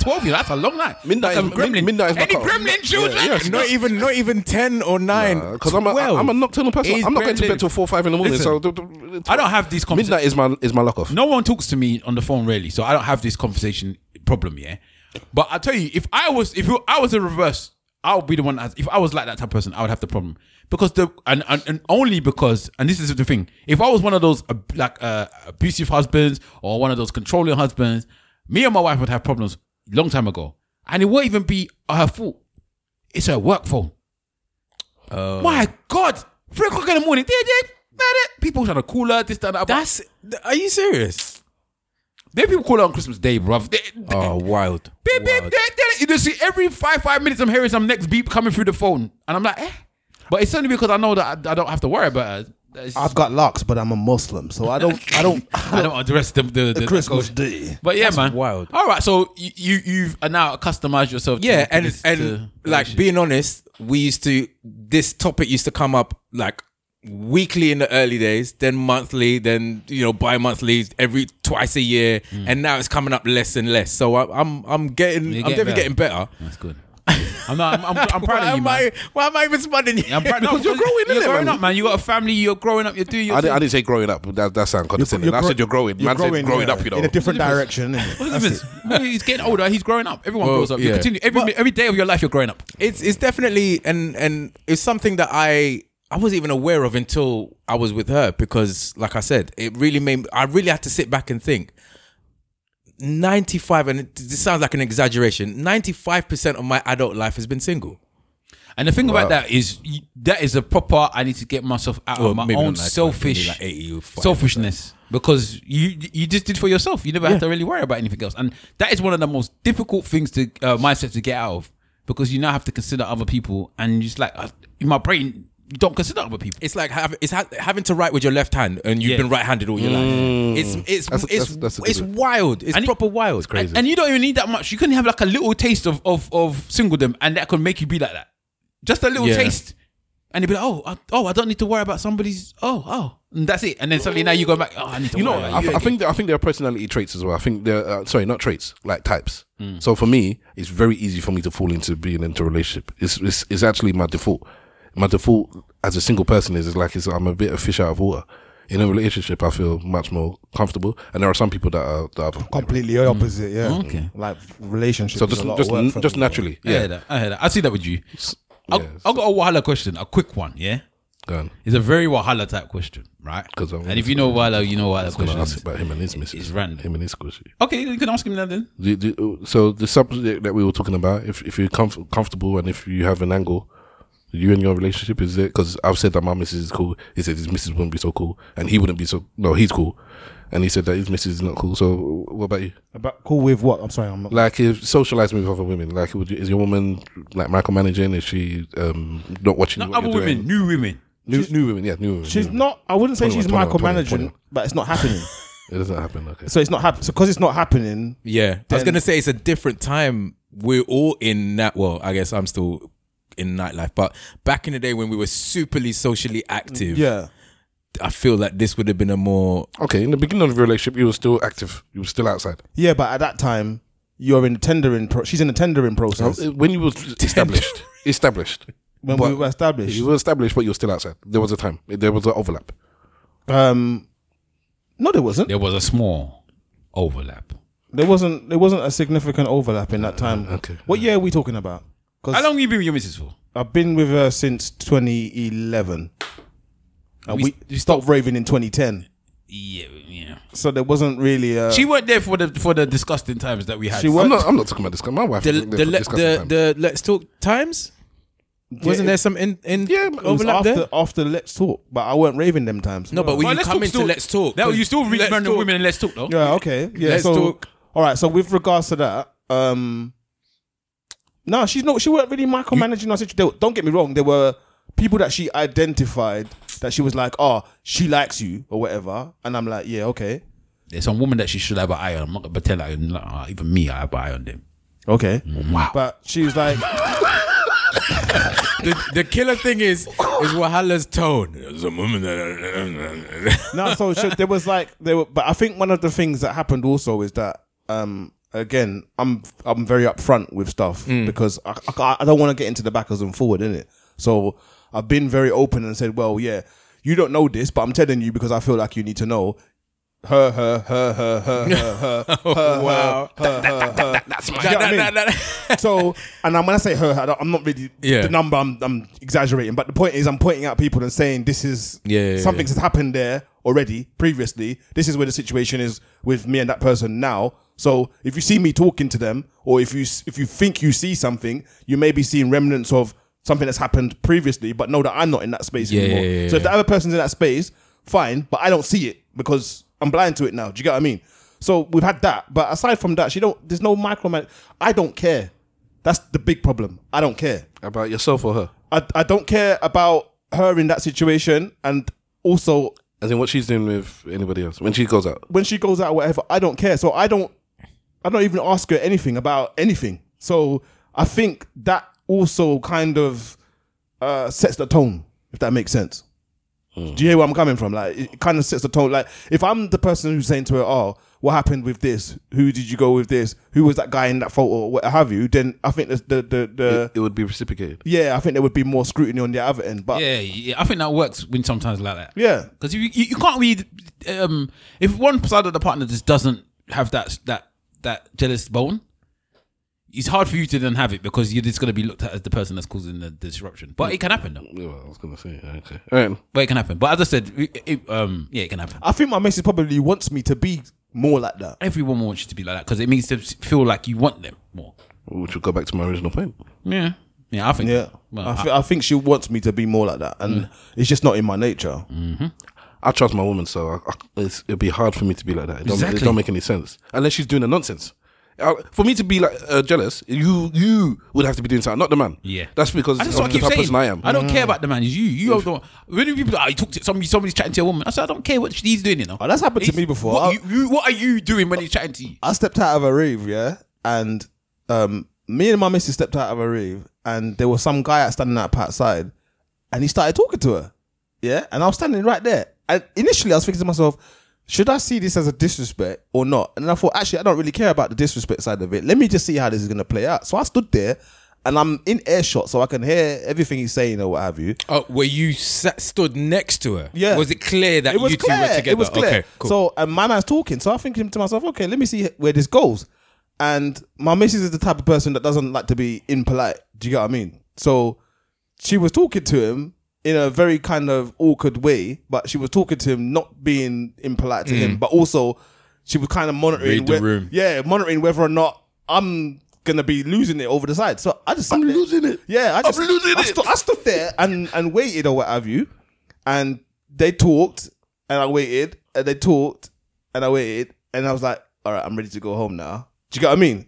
[SPEAKER 2] 12 years, that's a long night.
[SPEAKER 1] Midnight,
[SPEAKER 4] Like
[SPEAKER 1] is,
[SPEAKER 4] a
[SPEAKER 1] gremlin.
[SPEAKER 4] gremlin.
[SPEAKER 1] midnight is
[SPEAKER 4] Any
[SPEAKER 1] my cut-off.
[SPEAKER 4] gremlin children?
[SPEAKER 1] yes.
[SPEAKER 4] Not even- not even ten or nine.
[SPEAKER 1] Because I'm, a,
[SPEAKER 4] 12.
[SPEAKER 1] I'm a nocturnal person.
[SPEAKER 4] He's
[SPEAKER 1] I'm not going to
[SPEAKER 4] gremlin.
[SPEAKER 1] bed till four, five in the morning.
[SPEAKER 2] Listen,
[SPEAKER 1] so
[SPEAKER 2] I don't have these conversations.
[SPEAKER 1] Midnight is my is my lock off.
[SPEAKER 2] No one talks to me on the phone really, so I don't have this conversation problem. Yeah, but I tell you, if I was if I was a reverse, I would be the one. That, if I was like that type of person, I would have the problem because the and, and and only because and this is the thing. If I was one of those ab- like uh, abusive husbands or one of those controlling husbands, me and my wife would have problems long time ago, and it won't even be her fault. It's her work phone. Oh. My God, three o'clock in the morning. dee, dee, dee, dee. People trying to call her this, that, that.
[SPEAKER 4] That's. Are you serious?
[SPEAKER 2] Then people call her on Christmas Day, bruv. They,
[SPEAKER 4] oh, wild.
[SPEAKER 2] beep, beep,
[SPEAKER 4] Wild.
[SPEAKER 2] they, they, you just see every five five minutes I'm hearing some next beep coming through the phone, and I'm like, eh. But it's only because I know that I, I don't have to worry about her. It's-
[SPEAKER 11] I've got locks, but I'm a Muslim, so I don't.
[SPEAKER 1] *laughs*
[SPEAKER 11] I don't.
[SPEAKER 2] I don't address the the, the
[SPEAKER 11] Christmas
[SPEAKER 2] the-
[SPEAKER 11] Day.
[SPEAKER 2] But yeah,
[SPEAKER 4] That's
[SPEAKER 2] man,
[SPEAKER 4] wild.
[SPEAKER 2] All right, so you, you you've uh, now customized yourself. to-
[SPEAKER 4] Yeah,
[SPEAKER 2] to
[SPEAKER 4] and
[SPEAKER 2] this- to-
[SPEAKER 4] and like being honest, we used to this topic used to come up like weekly in the early days, then monthly, then you know bi-monthly, every twice a year, and now it's coming up less and less. So I, I'm I'm getting
[SPEAKER 2] Hmm. You're
[SPEAKER 4] I'm
[SPEAKER 2] getting
[SPEAKER 4] definitely
[SPEAKER 2] better.
[SPEAKER 4] getting better.
[SPEAKER 2] That's good. I'm not. I'm, I'm, I'm proud
[SPEAKER 4] *laughs* Why
[SPEAKER 2] of you,
[SPEAKER 4] am
[SPEAKER 2] man.
[SPEAKER 4] I- why am I even smiling?
[SPEAKER 2] I'm proud,
[SPEAKER 4] *laughs*
[SPEAKER 2] no,
[SPEAKER 1] Because you're growing,
[SPEAKER 2] You're
[SPEAKER 1] innit,
[SPEAKER 2] growing
[SPEAKER 1] man?
[SPEAKER 2] up, man. You got a family. You're growing up. You're doing your
[SPEAKER 1] I, di- I
[SPEAKER 2] thing.
[SPEAKER 1] didn't say growing up. That that sound condescending. I said you're growing. Man said growing
[SPEAKER 11] yeah,
[SPEAKER 1] up. You know,
[SPEAKER 11] in a different direction. innit?
[SPEAKER 2] What's the difference? He's getting older. He's growing up. Everyone
[SPEAKER 4] Well,
[SPEAKER 2] grows up. You
[SPEAKER 4] yeah.
[SPEAKER 2] continue every every day of your life. You're growing up.
[SPEAKER 4] It's it's definitely and and it's something that I I wasn't even aware of until I was with her because like I said, it really made I really had to sit back and think. 95 and it- this sounds like an exaggeration. 95% of my adult life has been single.
[SPEAKER 2] And the thing
[SPEAKER 4] Wow.
[SPEAKER 2] about that is y- that is a proper. I need to get myself out
[SPEAKER 4] Well,
[SPEAKER 2] of my
[SPEAKER 4] maybe not
[SPEAKER 2] own
[SPEAKER 4] 95,
[SPEAKER 2] selfish
[SPEAKER 4] maybe like 80 or 5%.
[SPEAKER 2] selfishness because you you just did for yourself. You never had to really worry about anything else, and that is one of the most difficult things to uh, mindset to get out of because you now have to consider other people, and it's like uh, in my brain you don't consider other people.
[SPEAKER 4] It's like have, it's ha- having to write with your left hand and you've
[SPEAKER 2] Yeah.
[SPEAKER 4] been right-handed all your
[SPEAKER 1] Mm.
[SPEAKER 4] life. It's it's
[SPEAKER 1] That's-
[SPEAKER 4] it's
[SPEAKER 1] that's- that's a good
[SPEAKER 4] it's
[SPEAKER 1] one.
[SPEAKER 4] wild. It's
[SPEAKER 2] And-
[SPEAKER 4] proper wild. It's
[SPEAKER 2] And, and you don't even need that much. You can have like a little taste of of of singledom, and that can make you be like that. Just a little
[SPEAKER 4] Yeah.
[SPEAKER 2] taste, and you'd be like, oh, I, oh, I don't need to worry about somebody's. Oh, oh, and that's it. And then suddenly now you go back. Oh, I need to.
[SPEAKER 1] you know,
[SPEAKER 2] worry about
[SPEAKER 1] I, I think there- I think there are personality traits as well. I think there, uh, sorry, not traits, like types.
[SPEAKER 11] Hmm.
[SPEAKER 1] So for me, it's very easy for me to fall into being into a relationship. It's it's, it's actually my default. My default as a single person is, is like it's, I'm a bit of fish out of water. in a relationship, I feel much more comfortable. And there are some people that are, that are
[SPEAKER 11] completely opposite. Yeah.
[SPEAKER 2] Okay.
[SPEAKER 11] Like relationships.
[SPEAKER 1] Mm. So
[SPEAKER 11] is
[SPEAKER 1] just-
[SPEAKER 11] a lot of
[SPEAKER 1] just-
[SPEAKER 11] work for
[SPEAKER 1] just
[SPEAKER 11] me.
[SPEAKER 1] naturally,
[SPEAKER 2] I hear that. I hear that. I see that with you. I'll, I'll got a Wahala question, a quick one. Yeah.
[SPEAKER 1] Go on.
[SPEAKER 2] It's a very Wahala type question, right?
[SPEAKER 1] 'Cause I'm-
[SPEAKER 2] and if you know Wahala, you know
[SPEAKER 1] I
[SPEAKER 2] Wahala
[SPEAKER 1] was gonna
[SPEAKER 2] question.
[SPEAKER 1] ask about him and his missus. It's
[SPEAKER 2] random.
[SPEAKER 1] Him and his squishy.
[SPEAKER 2] Okay, you can ask him that then.
[SPEAKER 1] The, the, uh, so the subject that we were talking about, if if you're comf- comfortable and if you have an angle, you and your relationship is it? Because I've said that my missus is cool. He said his missus wouldn't be so cool, and he wouldn't be so. No, he's cool, and he said that his missus is not cool. So what about you?
[SPEAKER 11] About cool with what? I'm sorry. I'm not.
[SPEAKER 1] Like if socializing with other women, like would you, is your woman like micromanaging? Is she um not watching?
[SPEAKER 2] Not
[SPEAKER 1] what
[SPEAKER 2] other
[SPEAKER 1] you're doing?
[SPEAKER 2] women, new women.
[SPEAKER 1] new new women, yeah, new women.
[SPEAKER 11] She's
[SPEAKER 1] new women.
[SPEAKER 11] not. I wouldn't say
[SPEAKER 1] Twenty
[SPEAKER 11] she's
[SPEAKER 1] one, twenty one,
[SPEAKER 11] micromanaging,
[SPEAKER 1] twenty one.
[SPEAKER 11] but it's not happening.
[SPEAKER 1] It doesn't happen. Okay.
[SPEAKER 11] so it's not happening. So because it's not happening.
[SPEAKER 4] Yeah, I was
[SPEAKER 11] then-
[SPEAKER 4] gonna say it's a different time. We're all in that. Well, I guess I'm still in nightlife, but back in the day when we were superly socially active,
[SPEAKER 11] Yeah.
[SPEAKER 4] I feel like this would have been a more
[SPEAKER 1] okay. In the beginning of the relationship, you were still active. You were still outside.
[SPEAKER 11] Yeah, but at that time, you're in tendering. Pro- she's in the tendering process.
[SPEAKER 1] Uh, when you were established, *laughs* established.
[SPEAKER 11] When we were established.
[SPEAKER 1] you were established, but you were still outside. There was a time. There was an overlap.
[SPEAKER 11] Um, no, there wasn't.
[SPEAKER 2] There was a small overlap.
[SPEAKER 11] There wasn't. There wasn't a significant overlap in that time.
[SPEAKER 1] Okay.
[SPEAKER 11] What year are we talking about? 'Cause
[SPEAKER 2] How long you been with your missus for?
[SPEAKER 11] I've been with her since 2011. And
[SPEAKER 2] We-
[SPEAKER 11] we, stopped raving in 2010,
[SPEAKER 2] Yeah, yeah.
[SPEAKER 11] so there wasn't really. A,
[SPEAKER 2] she weren't there for the for the disgusting times that we had.
[SPEAKER 11] She I'm weren't- not-
[SPEAKER 1] I'm not talking about this. My wife
[SPEAKER 4] the the, le- the, the let's talk times. Wasn't there some in in
[SPEAKER 11] it was
[SPEAKER 4] overlap
[SPEAKER 11] after
[SPEAKER 4] there?
[SPEAKER 11] after Let's Talk, but I weren't raving them times.
[SPEAKER 4] No, but when
[SPEAKER 2] Well,
[SPEAKER 4] you
[SPEAKER 2] Let's
[SPEAKER 4] come
[SPEAKER 2] Talk
[SPEAKER 4] into
[SPEAKER 2] still-
[SPEAKER 4] let's talk,
[SPEAKER 2] that- you still read
[SPEAKER 4] Let's
[SPEAKER 2] random
[SPEAKER 4] Talk.
[SPEAKER 2] women and Let's Talk though.
[SPEAKER 11] Yeah, okay. Yeah,
[SPEAKER 4] Let's
[SPEAKER 11] so,
[SPEAKER 4] talk.
[SPEAKER 11] All right, so with regards to that, um no, she's not she weren't really micromanaging our situation. They- Don't get me wrong, there were people that she identified that she was like, "Oh, she likes you" or whatever, and I'm like, "Yeah, okay."
[SPEAKER 2] There's some woman that she should have an eye on. I'm not gonna pretend like uh, even me I have an eye on them.
[SPEAKER 11] Okay.
[SPEAKER 2] Wow.
[SPEAKER 11] But she was like,
[SPEAKER 4] the, the killer thing *laughs* is is Wahala's tone. There's a woman that
[SPEAKER 11] no, so she, there was like there were, but I think one of the things that happened also is that um again I'm I'm very upfront with stuff
[SPEAKER 4] Mm.
[SPEAKER 11] because I, I, I don't want to get into the backwards and forward in it. So I've been very open and said, well, yeah, you don't know this, but I'm telling you because I feel like you need to know. Her, her, her, her, her,
[SPEAKER 4] *laughs*
[SPEAKER 11] her, her, her,
[SPEAKER 4] Wow.
[SPEAKER 11] her, her, her, her.
[SPEAKER 4] That's
[SPEAKER 11] Do you get what I mean?
[SPEAKER 4] *laughs*
[SPEAKER 11] so, and I'm, when I say her, I don't- I'm not really
[SPEAKER 4] Yeah.
[SPEAKER 11] the number. I'm, I'm exaggerating, but the point is, I'm pointing out people and saying this is
[SPEAKER 4] Yeah, yeah, yeah.
[SPEAKER 11] something's happened there already previously. This is where the situation is with me and that person now. So if you see me talking to them, or if you s- if you think you see something, you may be seeing remnants of something that's happened previously, but know that I'm not in that space
[SPEAKER 4] Yeah,
[SPEAKER 11] anymore.
[SPEAKER 4] yeah, yeah,
[SPEAKER 11] so if the
[SPEAKER 4] yeah.
[SPEAKER 11] other person's in that space, fine, but I don't see it because I'm blind to it now. Do you get what I mean? So we've had that, but aside from that, she don't. There's no microman. I don't care. That's the big problem. I don't care.
[SPEAKER 1] About yourself or her?
[SPEAKER 11] I, I don't care about her in that situation. And also,
[SPEAKER 1] As in what she's doing with anybody else when she goes out.
[SPEAKER 11] when she goes out, or whatever, I don't care. So I don't, I don't even ask her anything about anything. So I think that also kind of uh, sets the tone, if that makes sense. Do you hear where I'm coming from? Like, it kind of sets the tone. Like, if I'm the person who's saying to her, "Oh, what happened with this? Who did you go with this? Who was that guy in that photo? Or what have you?" Then I think the the the, the
[SPEAKER 1] It, it would be reciprocated.
[SPEAKER 11] yeah, I think there would be more scrutiny on the other end. But
[SPEAKER 2] Yeah, yeah, I think that works when sometimes like that.
[SPEAKER 11] Yeah.
[SPEAKER 2] because you, you you can't read um if one side of the partner just doesn't have that that that jealous bone, it's hard for you to then have it because you're just gonna be looked at as the person that's causing the disruption. But it can happen though.
[SPEAKER 1] Yeah, I was gonna say. Okay. All right.
[SPEAKER 2] But it can happen. But as I said, it, it, um yeah, it can happen.
[SPEAKER 11] I think my missus probably wants me to be more like that.
[SPEAKER 2] Everyone wants you to be like that because it means to feel like you want them more.
[SPEAKER 1] Which will go back to my original point.
[SPEAKER 2] Yeah, yeah, I think.
[SPEAKER 11] Yeah.
[SPEAKER 2] Well,
[SPEAKER 11] I,
[SPEAKER 2] I- Mm.
[SPEAKER 11] thi- I think she wants me to be more like that, and it's just not in my nature.
[SPEAKER 1] I trust my woman, so I, I, it's, it'd be hard for me to be like that. It don't,
[SPEAKER 11] Exactly.
[SPEAKER 1] it don't make any sense unless she's doing a nonsense. Uh, for me to be like uh, jealous, you you would have to be doing something, not the man.
[SPEAKER 2] Yeah.
[SPEAKER 1] that's because
[SPEAKER 2] I just
[SPEAKER 1] of
[SPEAKER 2] what
[SPEAKER 1] the
[SPEAKER 2] I keep
[SPEAKER 1] type of
[SPEAKER 2] saying.
[SPEAKER 1] person I am.
[SPEAKER 2] I don't care about the man. It's you. You are the one. When people are, like, "Oh, you talk to somebody, somebody's chatting to a woman. I said, I don't care what she's doing. You know,
[SPEAKER 11] that's happened to me before.
[SPEAKER 2] What, you, you, what are you doing when he's chatting to you?
[SPEAKER 11] I stepped out of a rave, yeah, and um, me and my missus stepped out of a rave, and there was some guy out standing out outside, and he started talking to her, yeah, and I was standing right there, and initially I was thinking to myself, should I see this as a disrespect or not? And then I thought, actually, I don't really care about the disrespect side of it. Let me just see how this is gonna play out. So I stood there, and I'm in earshot, so I can hear everything he's saying or what have you.
[SPEAKER 4] Oh, where you sat, stood next to her?
[SPEAKER 11] Yeah.
[SPEAKER 4] Was it clear that
[SPEAKER 11] It was
[SPEAKER 4] you two were
[SPEAKER 11] clear.
[SPEAKER 4] together?
[SPEAKER 11] It was clear.
[SPEAKER 4] Okay, cool.
[SPEAKER 11] So and my man's talking. So I'm thinking to myself, okay, let me see where this goes. And my missus is the type of person that doesn't like to be impolite. Do you get what I mean? So she was talking to him in a very kind of awkward way, but she was talking to him not being impolite to
[SPEAKER 4] Mm.
[SPEAKER 11] him, but also she was kind of monitoring
[SPEAKER 4] Read the
[SPEAKER 11] whe-
[SPEAKER 4] room.
[SPEAKER 11] Yeah, monitoring whether or not I'm gonna be losing it over the side. So I just I'm losing it. Yeah, I just I'm losing I it. I stood there and and waited or what have you, and they talked and I waited and they talked and I waited and I was like, all right, I'm ready to go home now. Do you get what I mean?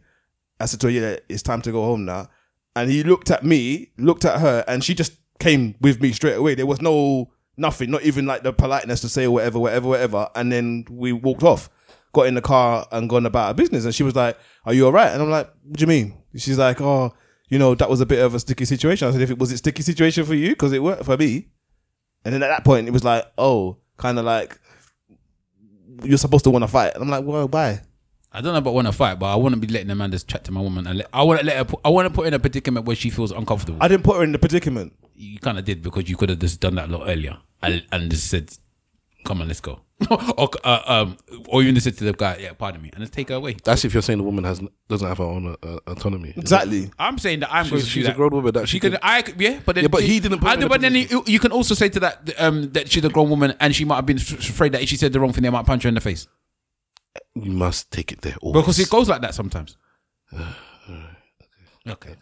[SPEAKER 11] I said to her, yeah, it's time to go home now. And he looked at me, looked at her, and she just came with me straight away. There was no nothing, not even like the politeness to say whatever, whatever, whatever. And then we walked off, got in the car and gone about our business. And she was like, Are you all right? And I'm like, What do you mean? She's like, Oh, you know, that was a bit of a sticky situation. I said, If it was a sticky situation for you, because it worked for me. And then at that point, it was like, Oh, kind of like, you're supposed to want to fight. And I'm like, well, why?
[SPEAKER 2] I don't know about want to fight, but I wouldn't be letting a man just chat to my woman. And let, I want to let her. Put, I want to put her in a predicament where she feels uncomfortable.
[SPEAKER 11] I didn't put her in the predicament.
[SPEAKER 2] You kind of did because you could have just done that a lot earlier and, and just said, "Come on, let's go," *laughs* or uh, um, or even just said to the guy, "Yeah, pardon me," and just take her away.
[SPEAKER 1] That's if you're saying the woman has doesn't have her own uh, autonomy.
[SPEAKER 11] Exactly.
[SPEAKER 2] I'm saying that I'm
[SPEAKER 1] She's-
[SPEAKER 2] going to do
[SPEAKER 1] she's a
[SPEAKER 2] that.
[SPEAKER 1] grown woman that she
[SPEAKER 2] could.
[SPEAKER 1] can-
[SPEAKER 2] I could- yeah, but then
[SPEAKER 1] Yeah, but he didn't put her
[SPEAKER 2] I
[SPEAKER 1] in
[SPEAKER 2] know,
[SPEAKER 1] the
[SPEAKER 2] but then you, you can also say to that um, that she's a grown woman and she might have been f- afraid that if she said the wrong thing, they might punch her in the face.
[SPEAKER 1] You must take it there. Always.
[SPEAKER 2] Because it goes like that sometimes. okay.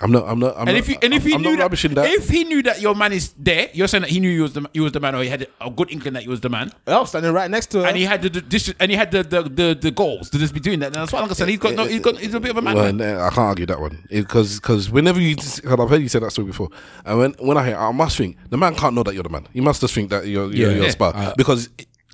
[SPEAKER 1] I'm not. I'm not. I'm not,
[SPEAKER 2] and if you and if
[SPEAKER 1] I'm,
[SPEAKER 2] he
[SPEAKER 1] I'm
[SPEAKER 2] knew
[SPEAKER 1] not
[SPEAKER 2] that,
[SPEAKER 1] rubbishing that.
[SPEAKER 2] if he knew that your man is there, you're saying that he knew you was the you was the man, or he had a good inkling that you was the man.
[SPEAKER 11] I was standing right next to her,
[SPEAKER 2] and he had the, the dis- and he had the the, the the goals to just be doing that. And that's why, like I said, he's got no, he's got he's a bit of a man.
[SPEAKER 1] Well, no, I can't argue that one because because whenever you cause I've heard you say that story before, and when when I hear, I must think the man can't know that you're the man. He must just think that you're you're,
[SPEAKER 2] Yeah.
[SPEAKER 1] you're
[SPEAKER 2] Yeah.
[SPEAKER 1] a spa
[SPEAKER 2] Uh,
[SPEAKER 1] because.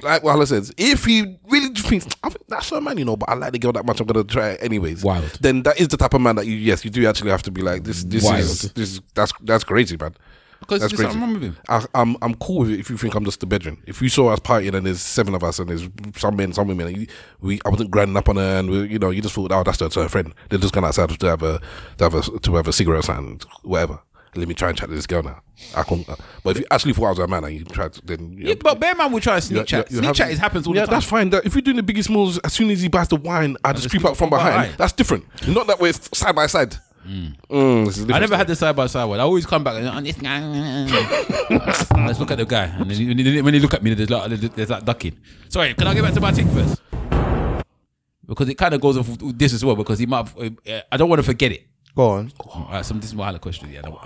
[SPEAKER 1] Like what Allah says, if he really thinks I think that's her man, you know, but I like the girl that much, I'm gonna try it anyways. Wild. Then that is the type of man that you, yes, you do actually have to be like this. This is
[SPEAKER 2] Wild.
[SPEAKER 1] this is- that's that's crazy, man.
[SPEAKER 2] Because
[SPEAKER 1] that's
[SPEAKER 2] there's something wrong with him.
[SPEAKER 1] I, I'm I'm cool with it if you think I'm just the bedroom. If you saw us partying and there's seven of us and there's some men, some women, and you, we I wasn't grinding up on her and we, you know you just thought oh that's her, it's her friend. They're just gone outside to have a to have a to have a cigarette or something, whatever. Let me try and chat to this girl now. I can but if you actually thought I was a man and you tried, to, then you
[SPEAKER 2] Yeah, but bear man will try and sneak chat. Sneak chat is happens all
[SPEAKER 1] yeah,
[SPEAKER 2] the time.
[SPEAKER 1] that's fine. That if you're doing the biggest moves, as soon as he buys the wine, I just creep up from
[SPEAKER 2] behind. Hmm.
[SPEAKER 1] behind. That's different. Not that we're side by side. Mm, this is
[SPEAKER 2] I
[SPEAKER 1] different.
[SPEAKER 2] never had the side by side one. I always come back and "Oh,
[SPEAKER 1] *laughs*
[SPEAKER 2] this guy. Let's look at the guy. And then when they- when they look at me, there's like there's like ducking. Sorry, can I get back to my thing first? Because it kind of goes off with this as well. Because he might. Have, uh, I don't want to forget it.
[SPEAKER 11] Go on.
[SPEAKER 2] All right, so this is my other question. Yeah, I don't-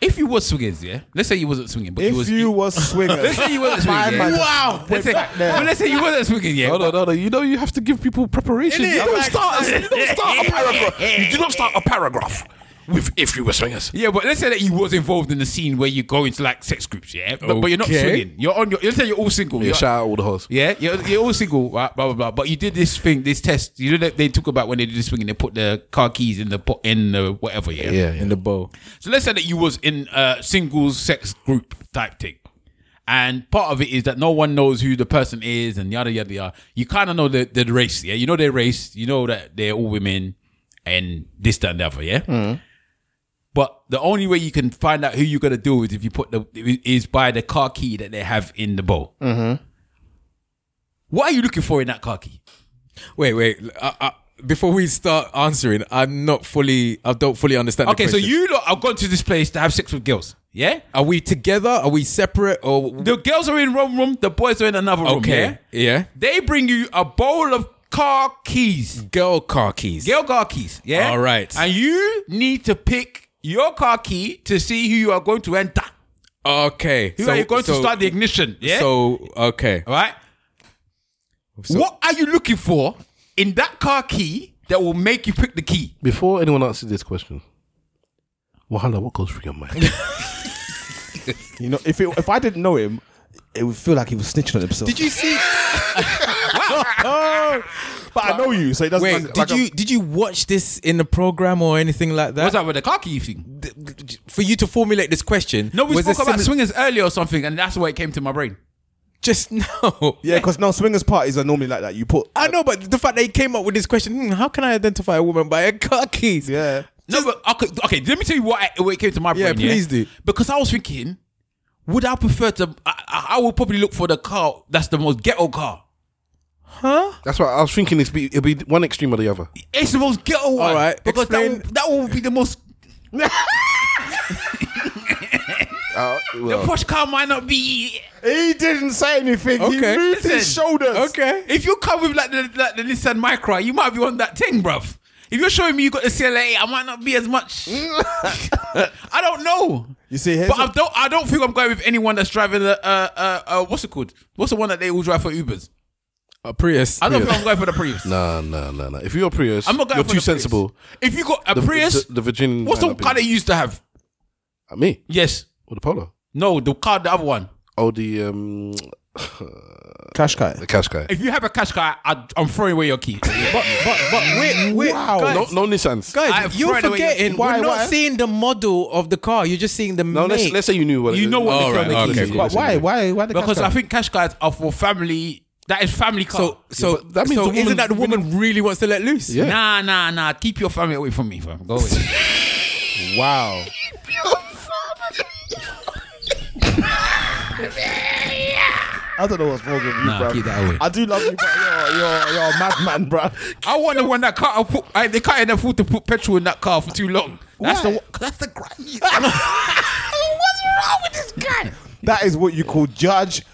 [SPEAKER 2] if you was swingers, yeah. Let's say you wasn't swinging, but
[SPEAKER 11] If
[SPEAKER 2] you was.
[SPEAKER 11] you was swinging,
[SPEAKER 2] let's say you
[SPEAKER 11] *laughs*
[SPEAKER 2] wasn't swinging. Yeah.
[SPEAKER 11] wow.
[SPEAKER 2] Let's say, but let's say you wasn't swinging. Yeah.
[SPEAKER 1] No, no, no, no. You know you have to give people preparation.
[SPEAKER 2] Innit?
[SPEAKER 1] You don't
[SPEAKER 2] Like-
[SPEAKER 1] start. You don't start a
[SPEAKER 2] *laughs*
[SPEAKER 1] paragraph. You do not start a paragraph with if you were swingers.
[SPEAKER 2] Yeah, but let's say that you was involved in the scene where you go into like sex groups, yeah. But, but you're not
[SPEAKER 1] Okay.
[SPEAKER 2] swinging. You're on your. Let's say you're all single.
[SPEAKER 1] Yeah,
[SPEAKER 2] You're-
[SPEAKER 1] shout out all the hoes.
[SPEAKER 2] Yeah, you're, you're all single, right? Blah blah blah. But you did this thing, this test. You know that they talk about when they do this thing and they put the car keys in the pot in the whatever. Yeah,
[SPEAKER 1] Yeah, yeah.
[SPEAKER 4] in the bowl.
[SPEAKER 2] So let's say that you was in a singles sex group type thing, and part of it is that no one knows who the person is and yada yada yada. You kind of know the, the race, yeah. You know their race. You know that they're all women, and this that and the other, yeah. But the only way you can find out who you're gonna do is if you put the is by the car key that they have in the bowl.
[SPEAKER 11] Mm-hmm.
[SPEAKER 2] What are you looking for in that car key?
[SPEAKER 4] Wait, wait. I, I, before we start answering, I'm not fully. I don't fully understand.
[SPEAKER 2] Okay,
[SPEAKER 4] the
[SPEAKER 2] so
[SPEAKER 4] question.
[SPEAKER 2] you lot have gone to this place to have sex with girls. Yeah,
[SPEAKER 4] are we together? Are we separate? Or
[SPEAKER 2] the girls are in one room, the boys are in another room.
[SPEAKER 4] okay,
[SPEAKER 2] yeah?
[SPEAKER 4] yeah.
[SPEAKER 2] They bring you a bowl of car keys.
[SPEAKER 4] Girl car keys.
[SPEAKER 2] Girl car keys. Yeah.
[SPEAKER 4] All right.
[SPEAKER 2] And you need to pick your car key to see who you are going to enter.
[SPEAKER 4] Okay,
[SPEAKER 2] Who are you going to start the ignition? Yeah.
[SPEAKER 4] So okay,
[SPEAKER 2] all right. what are you looking for in that car key that will make you pick the key?
[SPEAKER 1] Before anyone answers this question, Wahala, what goes through your mind?
[SPEAKER 11] You know, if it, if I didn't know him, it would feel like he was snitching on himself. Oh.
[SPEAKER 4] Did you see?
[SPEAKER 11] but I know you, so it doesn't.
[SPEAKER 4] Wait,
[SPEAKER 11] like-
[SPEAKER 4] did
[SPEAKER 11] like
[SPEAKER 4] you did you watch this in the program or anything like that?
[SPEAKER 2] What's that with the car key thing?
[SPEAKER 4] For you to formulate this question,
[SPEAKER 2] No, we
[SPEAKER 4] was
[SPEAKER 2] spoke
[SPEAKER 4] it
[SPEAKER 2] about
[SPEAKER 4] simi-
[SPEAKER 2] swingers earlier or something, and that's why it came to my brain.
[SPEAKER 4] Just *laughs* now.
[SPEAKER 11] Yeah, because no swingers parties are normally like that. You put
[SPEAKER 4] I know, but the fact that he came up with this question, hmm, how can I identify a woman by her car keys?
[SPEAKER 11] Yeah.
[SPEAKER 2] No, but okay, okay, let me tell you what, I, what came to my brain.
[SPEAKER 4] please do.
[SPEAKER 2] Because I was thinking, would I prefer to? I, I I would probably look for the car that's the most ghetto car.
[SPEAKER 1] Huh? That's why I was thinking it's be, it'll be one extreme or the other.
[SPEAKER 2] It's the most ghetto one. All right, because that will, that will be the most. *laughs* The posh car might not be.
[SPEAKER 3] He didn't say anything. He moved his
[SPEAKER 2] shoulders. Okay. If you come with like the, like the Nissan Micra, you might be on that thing, bruv. If you're showing me you got the CLA, I might not be as much. *laughs* I don't know.
[SPEAKER 11] You see, here's
[SPEAKER 2] but I don't. I don't think I'm going with anyone that's driving a uh, uh, uh, what's it called? What's the one that they all drive for Ubers?
[SPEAKER 4] A Prius.
[SPEAKER 2] I don't think I'm going for the Prius.
[SPEAKER 1] Nah, nah, nah, nah. If you're a Prius,
[SPEAKER 2] I'm not going
[SPEAKER 1] you're
[SPEAKER 2] for
[SPEAKER 1] too
[SPEAKER 2] the Prius.
[SPEAKER 1] sensible.
[SPEAKER 2] If you got a
[SPEAKER 1] The-
[SPEAKER 2] Prius,
[SPEAKER 1] the, the Virginian.
[SPEAKER 2] what's the car they used to have?
[SPEAKER 1] At me?
[SPEAKER 2] Yes.
[SPEAKER 1] Or the Polo?
[SPEAKER 2] No, the car, the other one.
[SPEAKER 1] Oh, the um,
[SPEAKER 11] cash guy.
[SPEAKER 1] The cash guy.
[SPEAKER 2] If you have a cash car, I, I'm throwing away your key. but
[SPEAKER 4] but but wait wait guys.
[SPEAKER 1] No, no Nissans.
[SPEAKER 2] *laughs* I have
[SPEAKER 4] Guys, you're
[SPEAKER 2] fried away your-
[SPEAKER 4] forgetting.
[SPEAKER 2] Why-
[SPEAKER 4] we're not
[SPEAKER 2] why?
[SPEAKER 4] seeing the model of the car. You're just seeing the
[SPEAKER 1] No,
[SPEAKER 4] make.
[SPEAKER 1] let's, let's say you knew what. it
[SPEAKER 4] You
[SPEAKER 1] is.
[SPEAKER 4] know what All the right, Cash Guy okay, is. cool. But why-
[SPEAKER 11] why? Why?
[SPEAKER 2] Because I think cash guys are for family. That is family car.
[SPEAKER 4] So so so isn't that the woman really, wants to let loose?
[SPEAKER 2] Nah, nah, nah. Keep your family away from me, fam. Go away.
[SPEAKER 4] wow.
[SPEAKER 11] I don't know what's wrong with you,
[SPEAKER 2] Nah,
[SPEAKER 11] bro.
[SPEAKER 2] keep that away.
[SPEAKER 11] I do love you, but you're, you're, you're a madman, bro.
[SPEAKER 2] I want the one that can't I'll put. I, they can't afford to put petrol in that car for too long. That's the the. That's the grind.
[SPEAKER 12] *laughs*
[SPEAKER 2] *laughs*
[SPEAKER 12] What's wrong with this guy?
[SPEAKER 11] That is what you call judgment.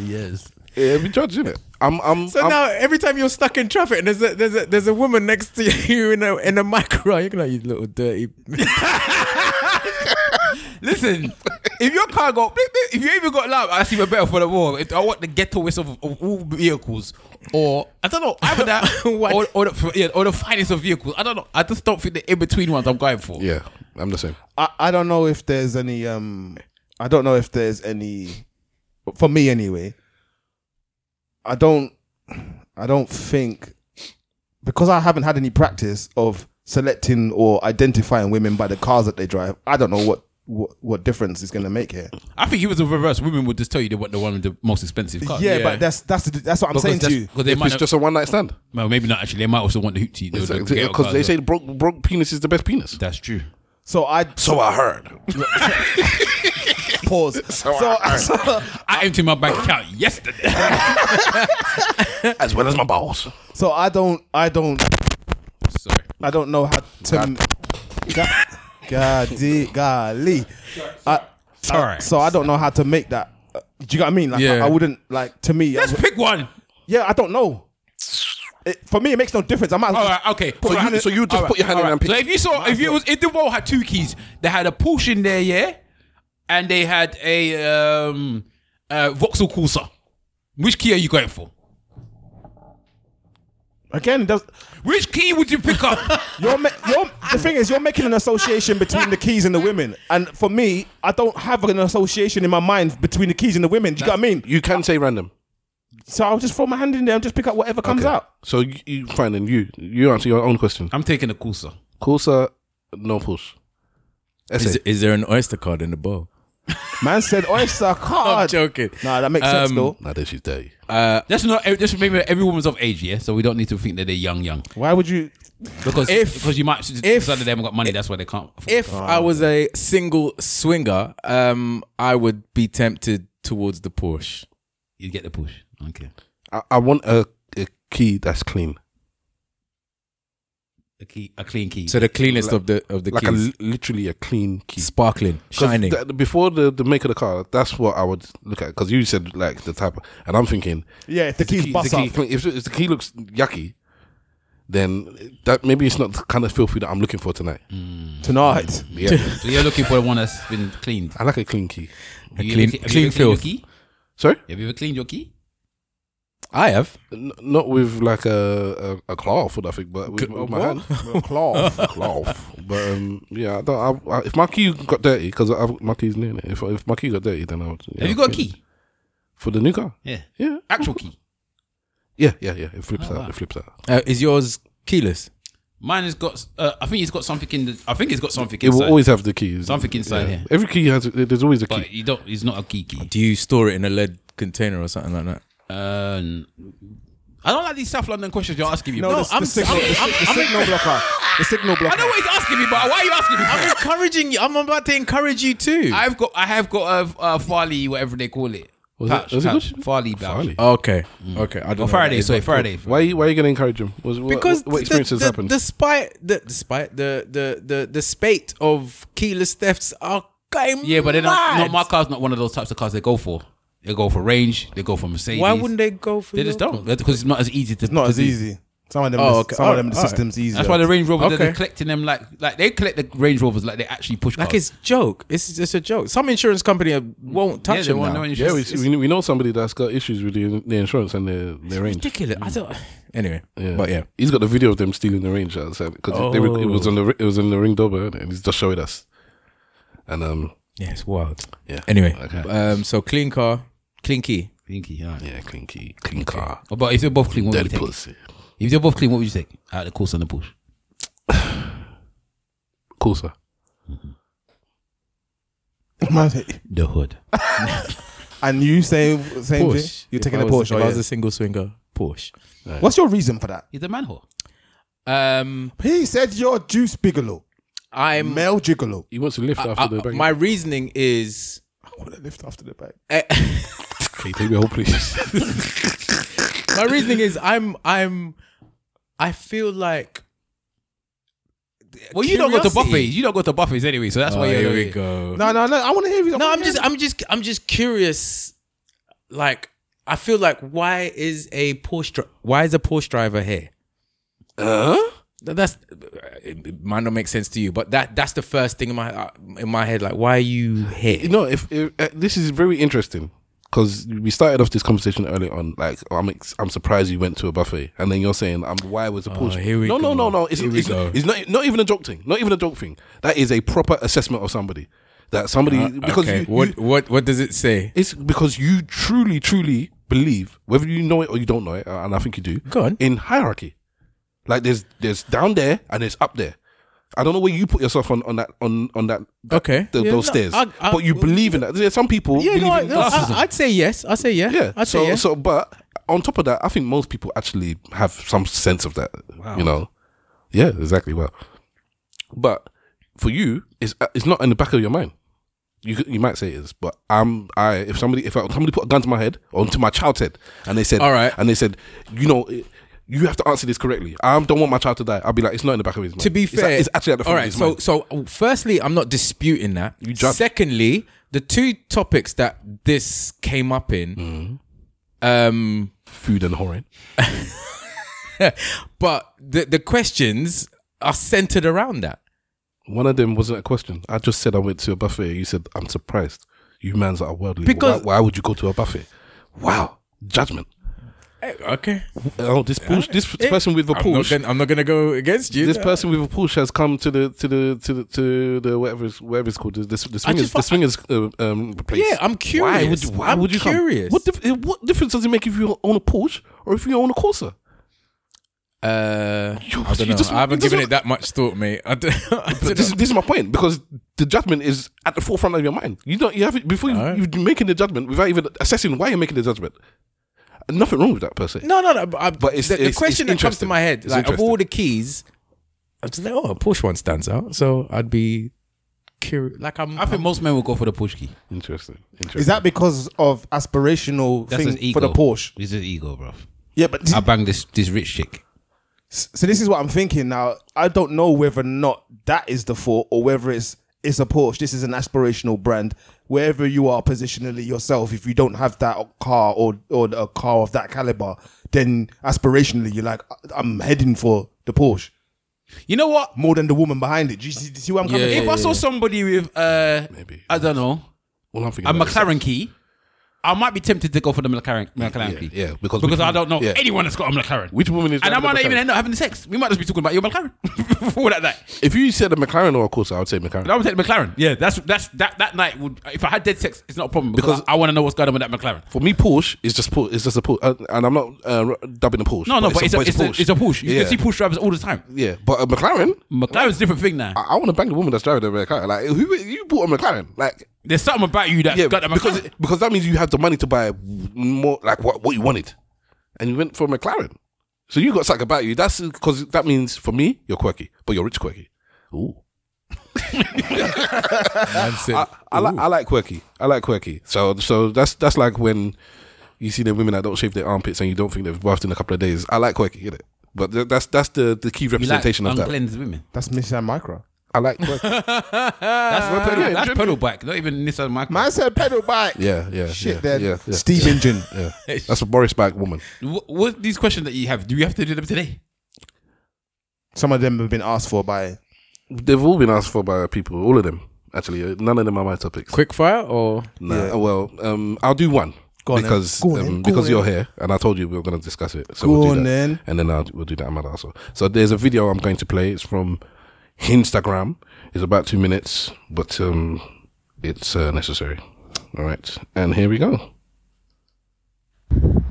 [SPEAKER 2] Yes.
[SPEAKER 1] Yeah, we judge it. I'm. I'm.
[SPEAKER 4] So
[SPEAKER 1] I'm-
[SPEAKER 4] now every time you're stuck in traffic and there's a there's a there's a woman next to *laughs* you in a in a micro, you're like you little dirty. *laughs*
[SPEAKER 2] Listen, if your car got, bleep, bleep, if you even got loud, that's even better for the war. If I want the ghetto whistle of, of all vehicles, or I don't know, either
[SPEAKER 4] *laughs*
[SPEAKER 2] that, or, or, the, yeah, or the finest of vehicles. I don't know. I just don't think the in between ones I'm going for.
[SPEAKER 1] Yeah, I'm the same.
[SPEAKER 11] I, I don't know if there's any um I don't know if there's any for me anyway. I don't I don't think because I haven't had any practice of selecting or identifying women by the cars that they drive. I don't know what what, what difference it's going to make here.
[SPEAKER 2] I think he was the reverse. Women would just tell you they want the one with the most expensive car.
[SPEAKER 11] yeah, but that's that's the, that's what I'm saying to you.
[SPEAKER 2] Because they might not-
[SPEAKER 1] a one night stand.
[SPEAKER 2] Well, maybe not actually. They might also want the hoot
[SPEAKER 1] Because they say the broke, broke penis is the best penis.
[SPEAKER 2] That's true.
[SPEAKER 11] So I. *laughs*
[SPEAKER 1] So I heard.
[SPEAKER 11] Pause.
[SPEAKER 1] So,
[SPEAKER 11] *laughs*
[SPEAKER 2] I, emptied my bank account yesterday.
[SPEAKER 1] as well as my balls.
[SPEAKER 11] So I don't I don't
[SPEAKER 2] Sorry.
[SPEAKER 11] I don't know how to God, God golly. I, I-
[SPEAKER 2] Alright.
[SPEAKER 11] So I don't know how to make that. uh, Do you know what I mean? Like I-
[SPEAKER 2] Yeah.
[SPEAKER 11] I, wouldn't like to me.
[SPEAKER 2] Let's
[SPEAKER 11] I, would-
[SPEAKER 2] pick one.
[SPEAKER 11] yeah, I don't know. It, for me, it makes no difference. I might. as
[SPEAKER 2] All
[SPEAKER 11] well
[SPEAKER 2] right,
[SPEAKER 11] just
[SPEAKER 2] okay.
[SPEAKER 11] put my hand in-
[SPEAKER 2] all right, all right. So if you saw, if it was, if the wall had two keys, they had a Porsche in there, yeah, and they had a um, uh, Vauxhall Corsa. Which key are you going for?
[SPEAKER 11] Again, does
[SPEAKER 2] which key would you pick up?
[SPEAKER 11] you're, ma- you're the thing is you're making an association between the keys and the women, and for me, I don't have an association in my mind between the keys and the women. Do you know what I mean?
[SPEAKER 1] You can say random.
[SPEAKER 11] So I'll just throw my hand in there and just pick up whatever comes out.
[SPEAKER 1] So you, you fine then you you answer your own question.
[SPEAKER 2] *laughs* I'm taking a Corsa.
[SPEAKER 1] Corsa, no push.
[SPEAKER 4] Is, is there an Oyster card in the bowl?
[SPEAKER 11] Man said oyster card.
[SPEAKER 4] I'm joking.
[SPEAKER 11] Nah, that makes sense though.
[SPEAKER 1] Nah, then she's dirty.
[SPEAKER 2] Uh, that's not. That's maybe every woman's of age, yeah. So we don't need to think that they're young, young.
[SPEAKER 11] Why would you?
[SPEAKER 2] Because if, because you might if some of them got money, that's why they can't.
[SPEAKER 4] If I was a single swinger, um, I would be tempted towards the Porsche.
[SPEAKER 2] You'd get the Porsche. Okay.
[SPEAKER 1] I, I want a, a key that's clean.
[SPEAKER 2] A key, a clean key.
[SPEAKER 4] So the cleanest of the of the
[SPEAKER 1] like
[SPEAKER 4] keys,
[SPEAKER 1] A, literally a clean key,
[SPEAKER 4] sparkling,
[SPEAKER 1] 'Cause
[SPEAKER 4] shining.
[SPEAKER 1] th- before the, the make of the car, that's what I would look at. Because you said like the type, of, and I'm thinking,
[SPEAKER 11] Yeah, if the
[SPEAKER 1] if
[SPEAKER 11] keys
[SPEAKER 1] if
[SPEAKER 11] bust
[SPEAKER 1] the key,
[SPEAKER 11] up.
[SPEAKER 1] clean- if, if the key looks yucky, then that maybe it's not the kind of filthy that I'm looking for tonight.
[SPEAKER 11] Tonight.
[SPEAKER 1] Yeah,
[SPEAKER 2] *laughs* so you're looking for the one that's been cleaned.
[SPEAKER 1] I like a clean key.
[SPEAKER 4] A
[SPEAKER 2] Have you
[SPEAKER 4] clean-
[SPEAKER 2] ever- have you
[SPEAKER 4] clean
[SPEAKER 2] ever cleaned your
[SPEAKER 4] filth.
[SPEAKER 2] key?
[SPEAKER 1] Sorry,
[SPEAKER 2] Have you ever cleaned your key?
[SPEAKER 4] I have.
[SPEAKER 1] N- not with like a a, a cloth or nothing, but with,
[SPEAKER 4] C-
[SPEAKER 1] with my
[SPEAKER 4] what?
[SPEAKER 1] hand. *laughs* cloth, cloth. But um, yeah, I don't, I, I, if my key got dirty, because my key's new. innit? If if my key got dirty, then I would. yeah,
[SPEAKER 2] Have you got a
[SPEAKER 1] yeah.
[SPEAKER 2] key?
[SPEAKER 1] for the new car?
[SPEAKER 2] Yeah.
[SPEAKER 1] Yeah.
[SPEAKER 2] Actual key.
[SPEAKER 1] Yeah, yeah, yeah. It flips
[SPEAKER 2] Oh,
[SPEAKER 1] out.
[SPEAKER 2] wow.
[SPEAKER 1] It flips out.
[SPEAKER 4] Uh, is yours keyless?
[SPEAKER 2] Mine has got. Uh, I think it's got something in the. I think it's got something.
[SPEAKER 1] It will
[SPEAKER 2] inside.
[SPEAKER 1] always have the keys.
[SPEAKER 2] Something inside, yeah.
[SPEAKER 1] Every key has. There's always a key.
[SPEAKER 2] But you don't. It's not a key key.
[SPEAKER 4] Do you store it in a lead container or something like that?
[SPEAKER 2] Um, I don't like these South London questions you're asking me.
[SPEAKER 11] No,
[SPEAKER 2] bro.
[SPEAKER 11] the, the signal, the, the signal blocker. The signal block.
[SPEAKER 2] I know what he's asking me, but why are you asking me?
[SPEAKER 4] I'm encouraging you. I'm about to encourage you too.
[SPEAKER 2] I've got, I have got a, a Farley, whatever they call it.
[SPEAKER 1] Was it-
[SPEAKER 2] Pouch,
[SPEAKER 1] was it
[SPEAKER 2] pouch.
[SPEAKER 1] good?
[SPEAKER 2] Farley pouch.
[SPEAKER 4] Okay. Okay. I don't know
[SPEAKER 2] Or
[SPEAKER 4] what that
[SPEAKER 2] Faraday,
[SPEAKER 4] is,
[SPEAKER 2] sorry,
[SPEAKER 4] but-
[SPEAKER 2] Faraday.
[SPEAKER 1] Why are you, why are you going to encourage him? Was, what-
[SPEAKER 4] because
[SPEAKER 1] what, what experiences
[SPEAKER 4] the, the,
[SPEAKER 1] happened?
[SPEAKER 4] Despite the despite the the the the spate of keyless thefts are going
[SPEAKER 2] Yeah, but they don't. No,
[SPEAKER 4] mad.
[SPEAKER 2] my car's not one of those types of cars they go for. They go for range. They go for Mercedes.
[SPEAKER 4] Why wouldn't they go for?
[SPEAKER 2] They just
[SPEAKER 4] your-
[SPEAKER 2] don't because it's not as easy to. It's
[SPEAKER 11] not as easy. Some of them,
[SPEAKER 4] Oh,
[SPEAKER 11] the-
[SPEAKER 4] okay.
[SPEAKER 11] some of them, the
[SPEAKER 4] Alright,
[SPEAKER 11] system's
[SPEAKER 4] alright.
[SPEAKER 11] easier.
[SPEAKER 2] That's why the Range Rovers they're
[SPEAKER 4] Okay.
[SPEAKER 2] collecting them like like they collect the Range Rovers like they actually push
[SPEAKER 4] Like
[SPEAKER 2] cars.
[SPEAKER 4] it's joke. It's it's a joke. Some insurance company uh, won't touch
[SPEAKER 2] they
[SPEAKER 4] them
[SPEAKER 2] won't
[SPEAKER 4] now.
[SPEAKER 2] know any
[SPEAKER 1] yeah, we, we, we know somebody that's got issues with the, the insurance and their, their range.
[SPEAKER 4] ridiculous. I don't. Anyway,
[SPEAKER 1] Yeah.
[SPEAKER 4] but yeah,
[SPEAKER 1] he's got the video of them stealing the range outside because it, they were- it was
[SPEAKER 4] Oh.
[SPEAKER 1] on the it was on the ring doorbell innit? and he's just showing us. And um,
[SPEAKER 4] yeah, it's wild.
[SPEAKER 1] yeah.
[SPEAKER 4] Anyway,
[SPEAKER 1] Okay.
[SPEAKER 4] um, so clean car, clean key.
[SPEAKER 2] Clinky,
[SPEAKER 1] yeah, clean key, clean car,
[SPEAKER 2] But if they're both clean, what would
[SPEAKER 1] dirty
[SPEAKER 2] you take?
[SPEAKER 1] pussy,
[SPEAKER 2] If they're both clean, what would you take? Out of the course and the push.
[SPEAKER 1] cool sir.
[SPEAKER 11] *laughs*
[SPEAKER 2] The hood.
[SPEAKER 11] and you say same thing. You're
[SPEAKER 4] If
[SPEAKER 11] taking
[SPEAKER 4] I
[SPEAKER 11] a
[SPEAKER 4] was-
[SPEAKER 11] Porsche.
[SPEAKER 4] If
[SPEAKER 11] oh,
[SPEAKER 4] I was
[SPEAKER 11] yeah.
[SPEAKER 4] a single swinger, Porsche.
[SPEAKER 11] What's your reason for that?
[SPEAKER 2] He's the manhole.
[SPEAKER 4] Um,
[SPEAKER 11] He said you're Juice Bigelow,
[SPEAKER 4] I'm.
[SPEAKER 11] male gigolo.
[SPEAKER 1] He wants to lift after
[SPEAKER 4] I-
[SPEAKER 1] the bang.
[SPEAKER 4] my reasoning is. eh,
[SPEAKER 11] What a lift after the back.
[SPEAKER 1] Can you take me home, please?
[SPEAKER 4] *laughs* my reasoning is I'm I'm I feel like
[SPEAKER 2] Well, you don't go to
[SPEAKER 4] Curiosity.
[SPEAKER 2] buffets. You don't go to buffets anyway, so that's why you're
[SPEAKER 4] Oh, go.
[SPEAKER 11] No, no, no. I want to hear you.
[SPEAKER 4] No, I'm just I'm just I'm just curious. Like I feel like why is a Porsche dri- why is a Porsche driver here?
[SPEAKER 1] Huh?
[SPEAKER 4] Th- That's it it might not make sense to you, but that that's the first thing in my uh, in my head. Like why are
[SPEAKER 1] *laughs*
[SPEAKER 4] you
[SPEAKER 1] You
[SPEAKER 4] here?
[SPEAKER 1] know, if, if uh, this is very interesting because we started off this conversation earlier on, like oh, I'm ex- I'm surprised you went to a buffet, and then you're saying I'm why was a Porsche?
[SPEAKER 4] here we
[SPEAKER 1] no, no,
[SPEAKER 4] go.
[SPEAKER 1] no, no. It's,
[SPEAKER 4] Here we
[SPEAKER 1] it's,
[SPEAKER 4] go.
[SPEAKER 1] it's not not even a joke thing. Not even a joke thing. That is a proper assessment of somebody. That somebody because
[SPEAKER 4] okay,
[SPEAKER 1] you-
[SPEAKER 4] what
[SPEAKER 1] you-
[SPEAKER 4] what what does it say?
[SPEAKER 1] It's because you truly, truly believe, whether you know it or you don't know it, uh, and I think you do,
[SPEAKER 4] Go on.
[SPEAKER 1] in hierarchy. Like there's there's down there and there's up there. I don't know where you put yourself on, on that on on that, that-
[SPEAKER 4] Okay.
[SPEAKER 1] tho-
[SPEAKER 4] Yeah,
[SPEAKER 1] those
[SPEAKER 4] no,
[SPEAKER 1] stairs,
[SPEAKER 4] I- I-
[SPEAKER 1] but you believe in that. There's some people
[SPEAKER 4] Yeah,
[SPEAKER 1] believe
[SPEAKER 4] no, I,
[SPEAKER 1] in
[SPEAKER 4] no,
[SPEAKER 1] narcissism.
[SPEAKER 4] I, I'd say yes. I'd say yeah.
[SPEAKER 1] yeah,
[SPEAKER 4] I'd
[SPEAKER 1] so
[SPEAKER 4] say yes.
[SPEAKER 1] so but on top of that, I think most people actually have some sense of that. You know, yeah, exactly. Well, but for you, it's uh, it's not in the back of your mind. You could- you might say it is, but I'm I if somebody if I, somebody put a gun to my head or to my child's head and they said
[SPEAKER 4] All right.
[SPEAKER 1] and they said you know. It, you have to answer this correctly. I don't want my child to die. I'll be like, it's not in the back of his mind.
[SPEAKER 4] to be
[SPEAKER 1] It's
[SPEAKER 4] fair,
[SPEAKER 1] at- it's, actually at the front
[SPEAKER 4] all
[SPEAKER 1] of
[SPEAKER 4] right.
[SPEAKER 1] his
[SPEAKER 4] So,
[SPEAKER 1] mind.
[SPEAKER 4] so firstly, I'm not disputing that.
[SPEAKER 1] just-
[SPEAKER 4] Secondly, the two topics that this came up in, um,
[SPEAKER 1] Food and whoring.
[SPEAKER 4] but the the questions are centered around that.
[SPEAKER 1] One of them wasn't a question. I just said I went to a buffet. You said I'm surprised. You mans are worldly.
[SPEAKER 4] Because-
[SPEAKER 1] why, why would you go to a buffet? Wow, judgment.
[SPEAKER 4] Okay,
[SPEAKER 1] Oh, this Porsche, this person with a
[SPEAKER 4] I'm not,
[SPEAKER 1] Porsche,
[SPEAKER 4] gonna, I'm not gonna go against you.
[SPEAKER 1] this person with a Porsche has come to the to the to the, to the whatever it's, whatever it's called the, the, the swingers
[SPEAKER 4] just
[SPEAKER 1] the
[SPEAKER 4] thought-
[SPEAKER 1] swingers uh, um, place.
[SPEAKER 4] Yeah, I'm
[SPEAKER 1] Why would
[SPEAKER 4] curious.
[SPEAKER 1] why
[SPEAKER 4] I'm
[SPEAKER 1] would you come?
[SPEAKER 4] curious.
[SPEAKER 1] What dif- what difference does it make if you own a Porsche or if you own a Corsa?
[SPEAKER 4] uh,
[SPEAKER 1] You-
[SPEAKER 4] I don't
[SPEAKER 1] you
[SPEAKER 4] know.
[SPEAKER 1] just-
[SPEAKER 4] I haven't
[SPEAKER 1] you just-
[SPEAKER 4] given it that much thought, mate. *laughs* I don't, I don't
[SPEAKER 1] But this,
[SPEAKER 4] know.
[SPEAKER 1] this is my point because the judgment is at the forefront of your mind. You don't you have it before you,
[SPEAKER 4] Alright.
[SPEAKER 1] you're making the judgment without even assessing why you're making the judgment. Nothing wrong with that per se.
[SPEAKER 4] No, no, no. But, I, but
[SPEAKER 1] it's-
[SPEAKER 4] the, the
[SPEAKER 1] it's-
[SPEAKER 4] question
[SPEAKER 1] it's
[SPEAKER 4] that comes to
[SPEAKER 1] interesting.
[SPEAKER 4] my head,
[SPEAKER 1] It's
[SPEAKER 4] like of
[SPEAKER 1] interesting.
[SPEAKER 4] all the keys, I just like, oh, a Porsche one stands out. So I'd be curious. Like I'm,
[SPEAKER 2] I think most men will go for the push key.
[SPEAKER 1] Interesting. Interesting.
[SPEAKER 11] Is that because of aspirational
[SPEAKER 2] That's his
[SPEAKER 11] thing
[SPEAKER 2] ego.
[SPEAKER 11] for the Porsche?
[SPEAKER 2] This is ego, bro.
[SPEAKER 11] Yeah, but *laughs*
[SPEAKER 2] I banged this this rich chick.
[SPEAKER 11] so this is what I'm thinking now. I don't know whether or not that is the fault or whether it's it's a Porsche. This is an aspirational brand. Wherever you are positionally yourself, if you don't have that car or or a car of that caliber, then aspirationally you're like, "I- I'm heading for the Porsche
[SPEAKER 2] You know what?
[SPEAKER 11] more than the woman behind it. Do you see, do you see where I'm coming?
[SPEAKER 2] if
[SPEAKER 11] from?
[SPEAKER 2] I saw somebody with uh,
[SPEAKER 1] Maybe.
[SPEAKER 2] I don't know,
[SPEAKER 1] All I'm thinking
[SPEAKER 2] a
[SPEAKER 1] about is-
[SPEAKER 2] McLaren key, I might be tempted to go for the McLaren, McLaren key.
[SPEAKER 1] yeah, because-
[SPEAKER 2] because I don't know
[SPEAKER 1] yeah.
[SPEAKER 2] anyone that's got a McLaren.
[SPEAKER 1] Which woman is
[SPEAKER 2] and I
[SPEAKER 1] driving the
[SPEAKER 2] might not even
[SPEAKER 1] McLaren?
[SPEAKER 2] end up having sex. We might just be talking about your McLaren, *laughs* all like that.
[SPEAKER 1] If you said a McLaren or a Corsa, I would say McLaren.
[SPEAKER 2] I would take the McLaren. Yeah, that's that's that that night would. If I had dead sex, it's not a problem because, I, want to know what's going on with that McLaren.
[SPEAKER 1] For me, Porsche is just Porsche. It's just a Porsche, uh, and I'm not uh, dubbing a Porsche.
[SPEAKER 2] No, no, but it's a, it's, a, it's a Porsche. You
[SPEAKER 1] yeah.
[SPEAKER 2] can see Porsche drivers all the time.
[SPEAKER 1] Yeah, but a McLaren.
[SPEAKER 2] McLaren's a different thing now.
[SPEAKER 1] I, I want to bang the woman that's driving the McLaren. Like, who you bought a McLaren? Like,
[SPEAKER 2] There's something about you that
[SPEAKER 1] yeah,
[SPEAKER 2] got that
[SPEAKER 1] because
[SPEAKER 2] McLaren.
[SPEAKER 1] because that means you have the money to buy more, like what what you wanted, and you went for a McLaren. So you got sacked about you. That's because that means for me, you're quirky, but you're rich quirky. Ooh. I, I like I like quirky. I like quirky. So so that's that's like when you see the women that don't shave their armpits and you don't think they've bathed in a couple of days. I like quirky, innit? But th- that's that's the, the key representation of that. Uh,
[SPEAKER 2] unglamorous women.
[SPEAKER 11] That's Nissan Micro.
[SPEAKER 1] I like *laughs* quirky.
[SPEAKER 2] That's pedal,
[SPEAKER 1] yeah,
[SPEAKER 2] that's
[SPEAKER 1] genuine.
[SPEAKER 2] pedal bike, not even Nissan Micro.
[SPEAKER 11] Man said pedal bike.
[SPEAKER 1] Yeah, yeah.
[SPEAKER 11] Shit,
[SPEAKER 1] yeah,
[SPEAKER 11] then.
[SPEAKER 1] Yeah, yeah,
[SPEAKER 11] Steam
[SPEAKER 1] yeah.
[SPEAKER 11] engine.
[SPEAKER 1] Yeah. That's a Boris Bag woman.
[SPEAKER 2] What, what these questions that you have? Do you have to do them today?
[SPEAKER 11] Some of them have been asked for by.
[SPEAKER 1] They've all been asked for by people, all of them. Actually, Uh, none of them are my topics.
[SPEAKER 4] Quick fire or
[SPEAKER 1] Nah, uh, well, um, I'll do one
[SPEAKER 4] Go on then.
[SPEAKER 1] because
[SPEAKER 4] Go on
[SPEAKER 1] um,
[SPEAKER 4] then. Go
[SPEAKER 1] because
[SPEAKER 4] on
[SPEAKER 1] you're
[SPEAKER 4] then.
[SPEAKER 1] here, and I told you we were going to discuss it. So
[SPEAKER 11] Go
[SPEAKER 1] we'll do
[SPEAKER 11] on
[SPEAKER 1] that.
[SPEAKER 11] then.
[SPEAKER 1] and then I'll, we'll do that matter also. So there's a video I'm going to play. It's from Instagram. It's about two minutes, but um, it's uh, necessary. All right, and here we go.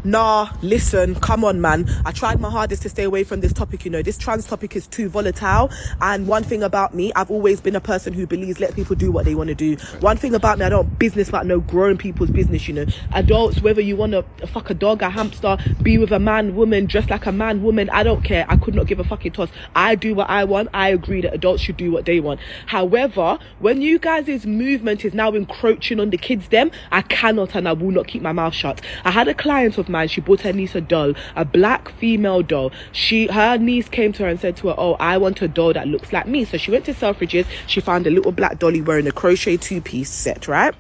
[SPEAKER 14] Nah, listen, come on, man. I tried my hardest to stay away from this topic. You know, this trans topic is too volatile. And one thing about me, I've always been a person who believes let people do what they want to do. One thing about me, I don't business about no grown people's business. You know, adults, whether you want to fuck a dog, a hamster, be with a man, woman, dress like a man, woman, I don't care. I could not give a fucking toss. I do what I want. I agree that adults should do what they want. However, when you guys' movement is now encroaching on the kids, them, I cannot and I will not keep my mouth shut. I had a client of mine, she bought her niece a doll, a black female doll. She her niece came to her and said to her, Oh, I want a doll that looks like me. So she went to Selfridges, she found a little black dolly wearing a crochet two piece set, right?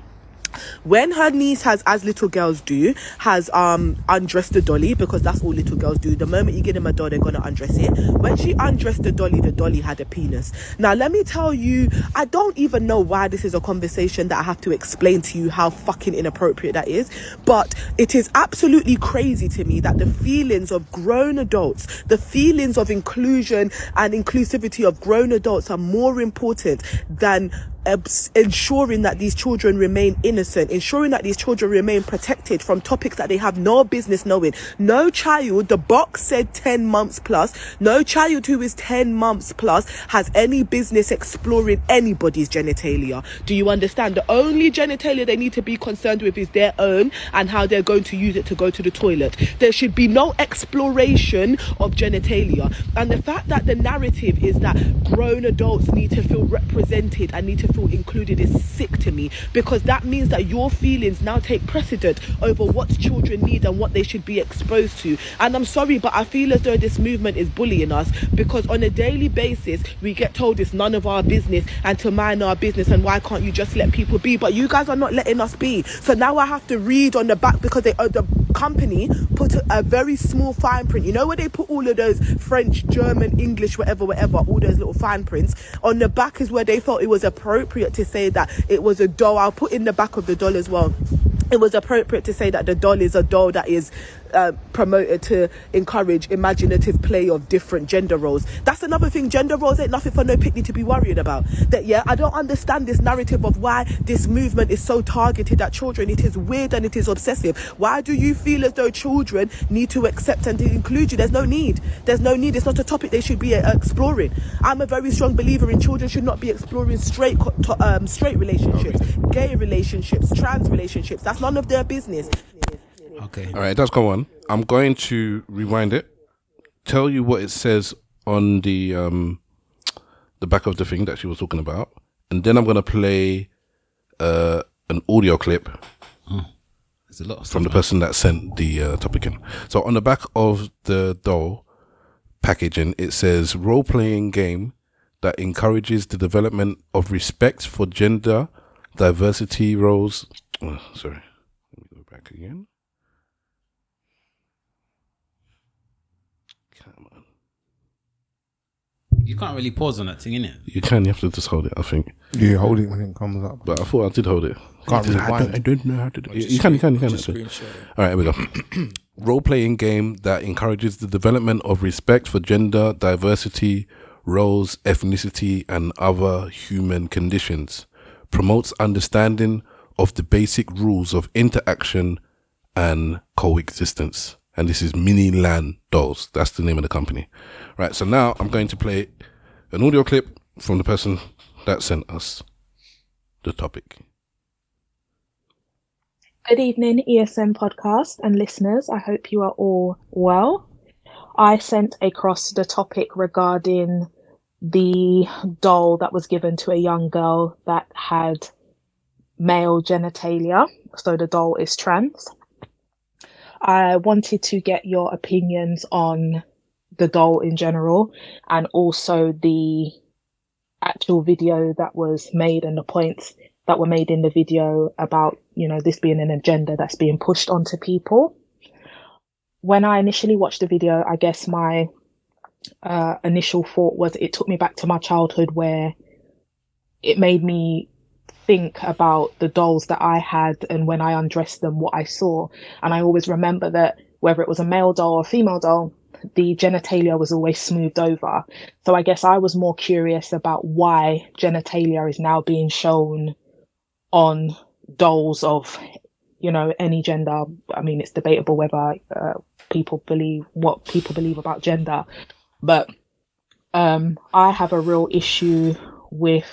[SPEAKER 14] when her niece has as little girls do has um undressed the dolly because that's all little girls do the moment you give them a doll they're gonna undress it when she undressed the dolly the dolly had a penis now let me tell you i don't even know why this is a conversation that i have to explain to you how fucking inappropriate that is but it is absolutely crazy to me that the feelings of grown adults the feelings of inclusion and inclusivity of grown adults are more important than abs- ensuring that these children remain innocent, ensuring that these children remain protected from topics that they have no business knowing. No child, the box said 10 months plus, no child who is 10 months plus has any business exploring anybody's genitalia. Do you understand? The only genitalia they need to be concerned with is their own and how they're going to use it to go to the toilet. There should be no exploration of genitalia. And the fact that the narrative is that grown adults need to feel represented and need to feel included is sick to me because that means that your feelings now take precedent over what children need and what they should be exposed to. And I'm sorry, but I feel as though this movement is bullying us because on a daily basis we get told it's none of our business and to mind our business and why can't you just let people be? But you guys are not letting us be. So now I have to read on the back because they, uh, the company put a, a very small fine print. You know where they put all of those French, German, English, whatever, whatever, all those little fine prints. On the back is where they felt it was appropriate to say that it was a doll. I'll put in the back of the doll as well. It was appropriate to say that the doll is a doll that is uh, promoted to encourage imaginative play of different gender roles. That's another thing. Gender roles ain't nothing for no picnic to be worrying about. That yeah, I don't understand this narrative of why this movement is so targeted at children. It is weird and it is obsessive. Why do you feel as though children need to accept and to include you? There's no need. There's no need. It's not a topic they should be uh, exploring. I'm a very strong believer in children should not be exploring straight co- to- um, straight relationships, gay relationships, trans relationships. That's none of their business.
[SPEAKER 2] Okay.
[SPEAKER 1] All right, it does come on. I'm going to rewind it. Tell you what it says on the um, the back of the thing that she was talking about, and then I'm going to play uh, an audio clip
[SPEAKER 2] Hmm. There's a lot of
[SPEAKER 1] from the person that sent the uh, topic in. So on the back of the doll packaging, it says role playing game that encourages the development of respect for gender diversity roles. Oh, sorry, let me go back again.
[SPEAKER 2] You can't really pause on that thing, innit?
[SPEAKER 1] You can, you have to just hold it. I think.
[SPEAKER 11] You hold it when it comes up.
[SPEAKER 1] But I thought I did hold it.
[SPEAKER 11] Can't
[SPEAKER 1] I,
[SPEAKER 11] rewind.
[SPEAKER 1] don't, I don't know how to do
[SPEAKER 11] Or
[SPEAKER 1] it.
[SPEAKER 11] just
[SPEAKER 1] You can, you can, you
[SPEAKER 11] screen-
[SPEAKER 1] can.
[SPEAKER 11] just
[SPEAKER 1] actually.
[SPEAKER 11] screenshot it.
[SPEAKER 1] All right, here we go. *clears throat* Role playing game that encourages the development of respect for gender, diversity, roles, ethnicity, and other human conditions. Promotes understanding of the basic rules of interaction and coexistence. And this is Mini Land Dolls. That's the name of the company. Right, so now I'm going to play an audio clip from the person that sent us the topic.
[SPEAKER 14] E
[SPEAKER 15] Good evening, ESM podcast and listeners. I hope you are all well.
[SPEAKER 14] I sent across the topic regarding the doll that was given to a young girl that had male genitalia. So the doll is trans. I wanted to get your opinions on the doll in general and also the actual video that was made and the points that were made in the video about, you know, this being an agenda that's being pushed onto people. When I initially watched the video, I guess my uh, initial thought was it took me back to my childhood where it made me think about the dolls that I had and when I undressed them, what I saw. And I always remember that whether it was a male doll or a female doll, the genitalia was always smoothed over. So I guess I was more curious about why genitalia is now being shown on dolls of, you know, any gender. I mean, it's debatable whether uh, people believe what people believe about gender, but um, I have a real issue with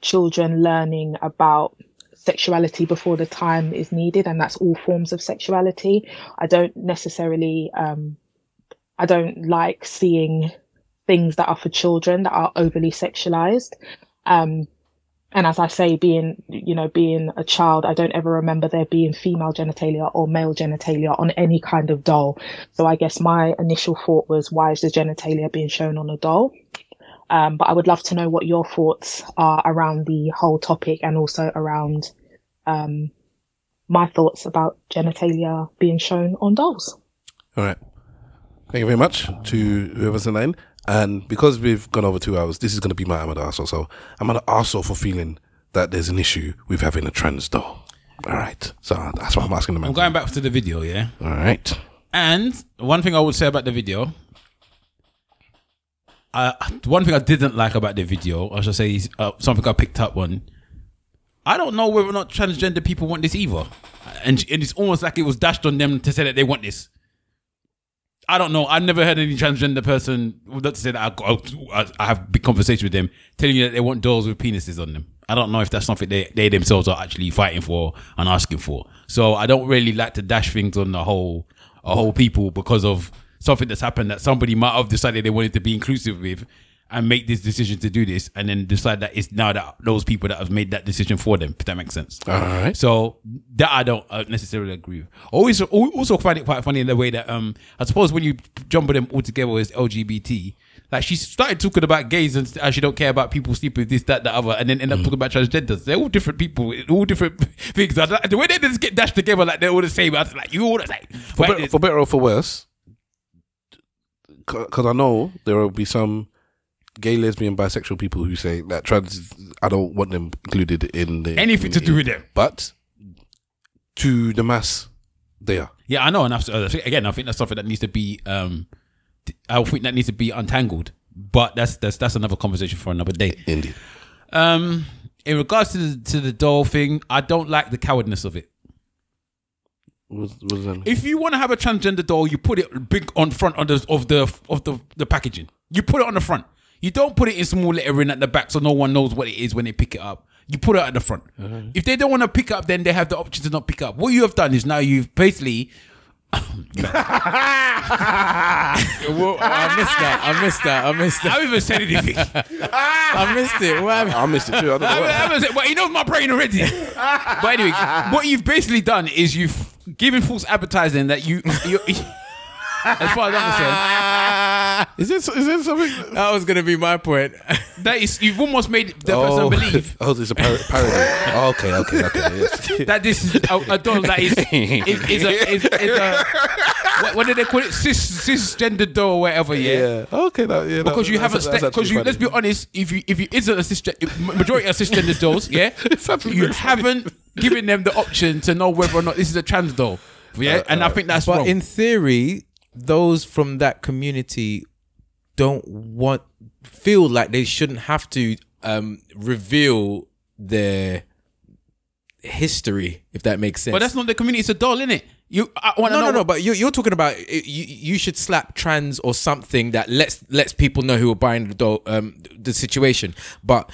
[SPEAKER 14] children learning about sexuality before the time is needed, and that's all forms of sexuality. I don't necessarily, um, I don't like seeing things that are for children that are overly sexualized. Um, and as I say, being you know being a child, I don't ever remember there being female genitalia or male genitalia on any kind of doll. So I guess my initial thought was, why is the genitalia being shown on a doll? Um, but I would love to know what your thoughts are around the whole topic and also around um, my thoughts about genitalia being shown on dolls.
[SPEAKER 1] All right. Thank you very much to whoever's in line. And because we've gone over two hours, this is going to be my Ahmad arsehole. So I'm an arsehole for feeling that there's an issue with having a trans doll. All right. So that's what I'm asking the man.
[SPEAKER 2] I'm going back to the video, yeah?
[SPEAKER 1] All right.
[SPEAKER 2] And one thing I would say about the video, I, one thing I didn't like about the video, I should say, is, uh, something I picked up on. I don't know whether or not transgender people want this either, and, and it's almost like it was dashed on them to say that they want this. I don't know. I never heard any transgender person well, not to say that I, got- I, I have big conversation with them telling you that they want dolls with penises on them. I don't know if that's something they, they themselves are actually fighting for and asking for. So I don't really like to dash things on the whole a whole people because of something that's happened that somebody might have decided they wanted to be inclusive with and make this decision to do this and then decide that it's now that those people that have made that decision for them if that makes sense
[SPEAKER 1] All right.
[SPEAKER 2] so that I don't uh, necessarily agree with. I Always, al- also find it quite funny in the way that um, I suppose when you jumble them all together as LGBT, like she started talking about gays and how she don't care about people sleeping with this, that, the other, and then end up talking about transgenders. They're all different people, all different *laughs* things. I like- The way they just get dashed together, like they're all the same. I was like, you all the same.
[SPEAKER 1] For, better, for better or for worse, because I know there will be some gay, lesbian, bisexual people who say that trans, I don't want them included in the
[SPEAKER 2] Anything to do with them.
[SPEAKER 1] But to the mass, they are.
[SPEAKER 2] Yeah, I know, and I've, uh, again, I think that's something that needs to be. Um, th- I think that needs to be untangled, but that's that's that's another conversation for another day.
[SPEAKER 1] Indeed.
[SPEAKER 2] Um, in regards to the, to the doll thing, I don't like the cowardness of it.
[SPEAKER 1] What, what does that mean?
[SPEAKER 2] If you want to have a transgender doll, you put it big on front on the, of the of the, the packaging. You put it on the front. You don't put it in small lettering at the back, so no one knows what it is when they pick it up. You put it at the front.
[SPEAKER 4] Mm-hmm.
[SPEAKER 2] If they don't want to pick up, then they have the option to not pick up. What you have done is now you've
[SPEAKER 4] *laughs*
[SPEAKER 2] basically. *laughs*
[SPEAKER 4] I missed that. I missed that. I missed that. I
[SPEAKER 2] haven't even said anything.
[SPEAKER 4] *laughs* I missed it. What happened?
[SPEAKER 1] I missed it too. I don't
[SPEAKER 2] I haven't said- well, he knows my brain already. but anyway, what you've basically done is you've given false advertising that you. you as far as I'm concerned,
[SPEAKER 1] is this is this something
[SPEAKER 4] that was going to be my point?
[SPEAKER 2] that is, you've almost made the person believe
[SPEAKER 1] *laughs* oh, it's a par- parody. oh, okay, okay, okay.
[SPEAKER 2] *laughs*
[SPEAKER 1] Yes.
[SPEAKER 2] that this is a, a doll that is is, is a, is, is a what, what do they call it? Cis cisgender doll or whatever. Yeah.
[SPEAKER 1] Okay, that, *laughs* yeah,
[SPEAKER 2] Because
[SPEAKER 1] that-
[SPEAKER 2] you haven't
[SPEAKER 1] that's- that's
[SPEAKER 2] stepped. Because you,
[SPEAKER 1] actually
[SPEAKER 2] let's be honest, if you if you isn't a cisgender majority of cisgender dolls, yeah, you haven't given them the option to know whether or not this is a trans doll. Yeah, and I think that's
[SPEAKER 4] but
[SPEAKER 2] wrong.
[SPEAKER 4] in theory, those from that community don't want feel like they shouldn't have to um, reveal their history, if that makes sense.
[SPEAKER 2] but that's not the community. It's a doll, innit? You, I
[SPEAKER 4] no,
[SPEAKER 2] want to
[SPEAKER 4] no,
[SPEAKER 2] know.
[SPEAKER 4] no. But you, you're talking about uh, you, you should slap trans or something that lets lets people know who are buying the doll, um, the situation. But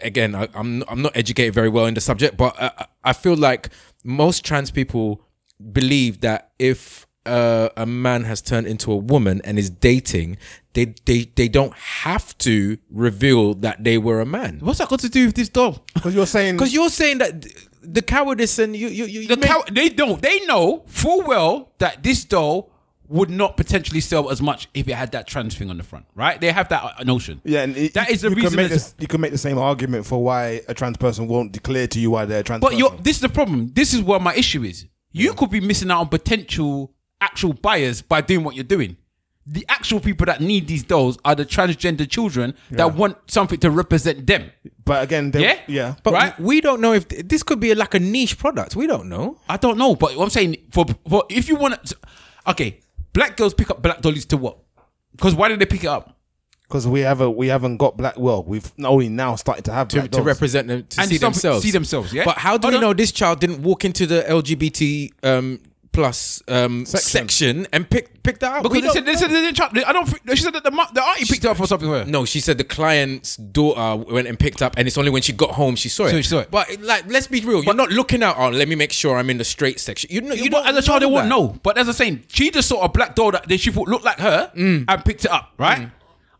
[SPEAKER 4] again, I, I'm I'm not educated very well in the subject, but I, I- I feel like most trans people believe that if uh, a man has turned into a woman and is dating, they they they don't have to reveal that they were a man.
[SPEAKER 2] What's that got to do with this doll?
[SPEAKER 11] Because you're saying
[SPEAKER 4] because you're saying that th- the cowardice and you you you
[SPEAKER 2] the cow- they don't. They know full well that this doll would not potentially sell as much if it had that trans thing on the front, right? They have that uh, notion.
[SPEAKER 11] Yeah, and it-
[SPEAKER 2] that is the
[SPEAKER 11] you
[SPEAKER 2] reason.
[SPEAKER 11] Can make
[SPEAKER 2] there's-
[SPEAKER 11] this, you can make the same argument for why a trans person won't declare to you why they're a trans.
[SPEAKER 2] But
[SPEAKER 11] person.
[SPEAKER 2] you're, this is the problem. This is where my issue is. You could be missing out on potential actual buyers by doing what you're doing. The actual people that need these dolls are the transgender children that want something to represent them.
[SPEAKER 11] But again, they,
[SPEAKER 2] yeah,
[SPEAKER 11] yeah.
[SPEAKER 4] But
[SPEAKER 2] right?
[SPEAKER 4] we don't know if this could be like a niche product. We don't know.
[SPEAKER 2] I don't know, but what I'm saying for, for if you want to, okay, black girls pick up black dollies to what? Because why did they pick it up?
[SPEAKER 11] because we have a we haven't got black. Well, we've only now started to have
[SPEAKER 4] to,
[SPEAKER 11] black
[SPEAKER 4] to
[SPEAKER 11] dogs.
[SPEAKER 4] represent them to
[SPEAKER 2] And
[SPEAKER 4] see
[SPEAKER 2] some-
[SPEAKER 4] themselves.
[SPEAKER 2] see themselves, yeah?
[SPEAKER 4] But how do
[SPEAKER 2] Hold
[SPEAKER 4] we
[SPEAKER 2] on.
[SPEAKER 4] know this child didn't walk into the LGBT um, plus um, section. and pick pick that out?
[SPEAKER 2] Because they said, they said they didn't try. they- I don't. think- She said that the mu- the auntie picked it up or something. Where?
[SPEAKER 4] no, she said the client's daughter went and picked up, and it's only when she got home she saw it.
[SPEAKER 2] So she saw it.
[SPEAKER 4] But like, let's be real. You're not looking out. Oh, let me make sure I'm in the straight section. You know, you
[SPEAKER 2] But
[SPEAKER 4] don't.
[SPEAKER 2] as a child, they
[SPEAKER 4] know
[SPEAKER 2] won't
[SPEAKER 4] that.
[SPEAKER 2] know. But as I saying, she just saw a black doll that that she thought looked like her
[SPEAKER 4] Mm.
[SPEAKER 2] and picked it up, right?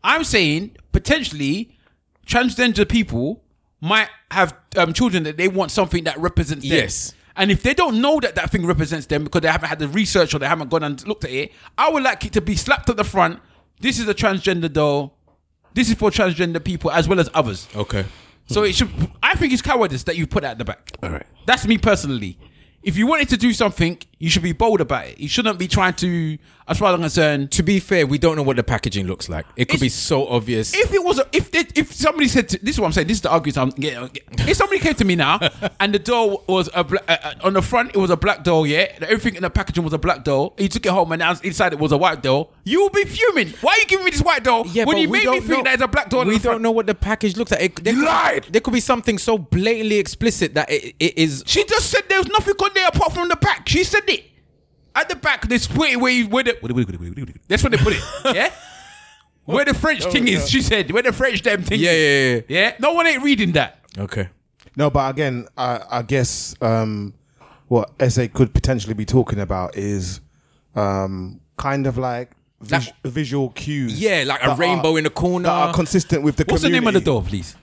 [SPEAKER 2] I'm saying potentially transgender people might have um, children that they want something that represents them.
[SPEAKER 4] Yes.
[SPEAKER 2] And if they don't know that that thing represents them because they haven't had the research or they haven't gone and looked at it, I would like it to be slapped at the front. This is a transgender doll. This is for transgender people as well as others.
[SPEAKER 4] Okay.
[SPEAKER 2] So it should. I think it's cowardice that you put that at the back. All right. That's me personally. If you wanted to do something, you should be bold about it. You shouldn't be trying to, as far as I'm concerned.
[SPEAKER 4] To be fair, we don't know what the packaging looks like. It could be so obvious.
[SPEAKER 2] If it was, a, if they, if somebody said, to, this is what I'm saying. This is the argument I'm getting. If somebody came to me
[SPEAKER 4] *laughs*
[SPEAKER 2] now and the doll was a bla- uh, uh, on the front, it was a black doll. Yeah, and everything in the packaging was a black doll. He took it home and now inside it was a white doll. You will be fuming. Why are you giving me this white doll?
[SPEAKER 4] Yeah,
[SPEAKER 2] when
[SPEAKER 4] but
[SPEAKER 2] you
[SPEAKER 4] we
[SPEAKER 2] made me
[SPEAKER 4] don't
[SPEAKER 2] think
[SPEAKER 4] know-
[SPEAKER 2] that it's a black doll. on
[SPEAKER 4] We
[SPEAKER 2] the
[SPEAKER 4] don't know what the package looks like. It, there, lied. There could be something so blatantly explicit that it, it is.
[SPEAKER 2] She just said there was nothing on there apart from the back. She said it. At the back, they split it where you where the That's where they put *laughs* it. Yeah? Where the French thing is, she said. Where the French damn thing Oh, yeah,
[SPEAKER 4] is.
[SPEAKER 2] Yeah, yeah, yeah. No one ain't reading that.
[SPEAKER 4] Okay.
[SPEAKER 11] No, but again, I, I guess um, what SA could potentially be talking about is um, kind of like vis- visual cues.
[SPEAKER 4] Yeah, like a
[SPEAKER 11] that
[SPEAKER 4] rainbow in the corner.
[SPEAKER 11] that are consistent with the.
[SPEAKER 4] What's the
[SPEAKER 11] community.
[SPEAKER 4] name of the doll,
[SPEAKER 2] please?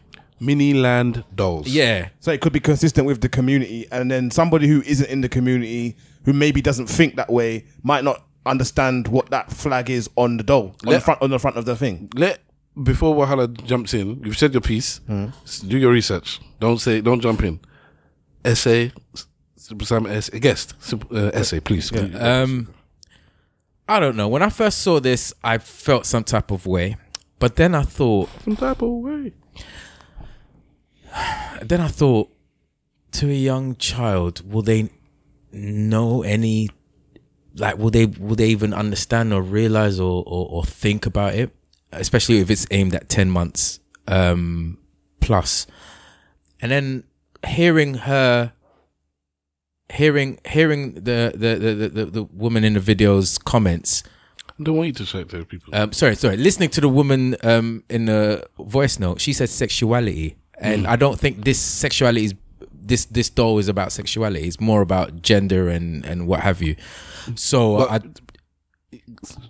[SPEAKER 1] Mini Land Dolls.
[SPEAKER 4] Yeah.
[SPEAKER 11] So it could be consistent with the community, and then somebody who isn't in the community, who maybe doesn't think that way, might not understand what that flag is on the doll on the
[SPEAKER 1] Let-
[SPEAKER 11] front on the front of the thing.
[SPEAKER 1] Let before Wahala jumps in. You've said your piece. S- Do your research. Don't say. Don't jump in. Essay. s- Super Sam essay. Guest. Sup- uh, essay. Please.
[SPEAKER 4] Um, I don't know. When I first saw this, I felt some type of way, but then I thought,
[SPEAKER 1] Some
[SPEAKER 2] Uh,
[SPEAKER 1] type of way.
[SPEAKER 4] then I thought, to a young child, will they know any? Like, will they will they even understand or realize or or, or think about it? Especially if it's aimed at ten months um, plus, and then hearing her hearing hearing the the, the, the, the, the woman in the video's comments
[SPEAKER 1] I don't want you to shout to people.
[SPEAKER 2] Uh,
[SPEAKER 4] um, sorry, sorry. Listening to the woman um, in the voice note, she said sexuality, and
[SPEAKER 1] Mm.
[SPEAKER 4] I don't think this sexuality is this this doll is about sexuality. It's more about gender and and what have you. So, but, I,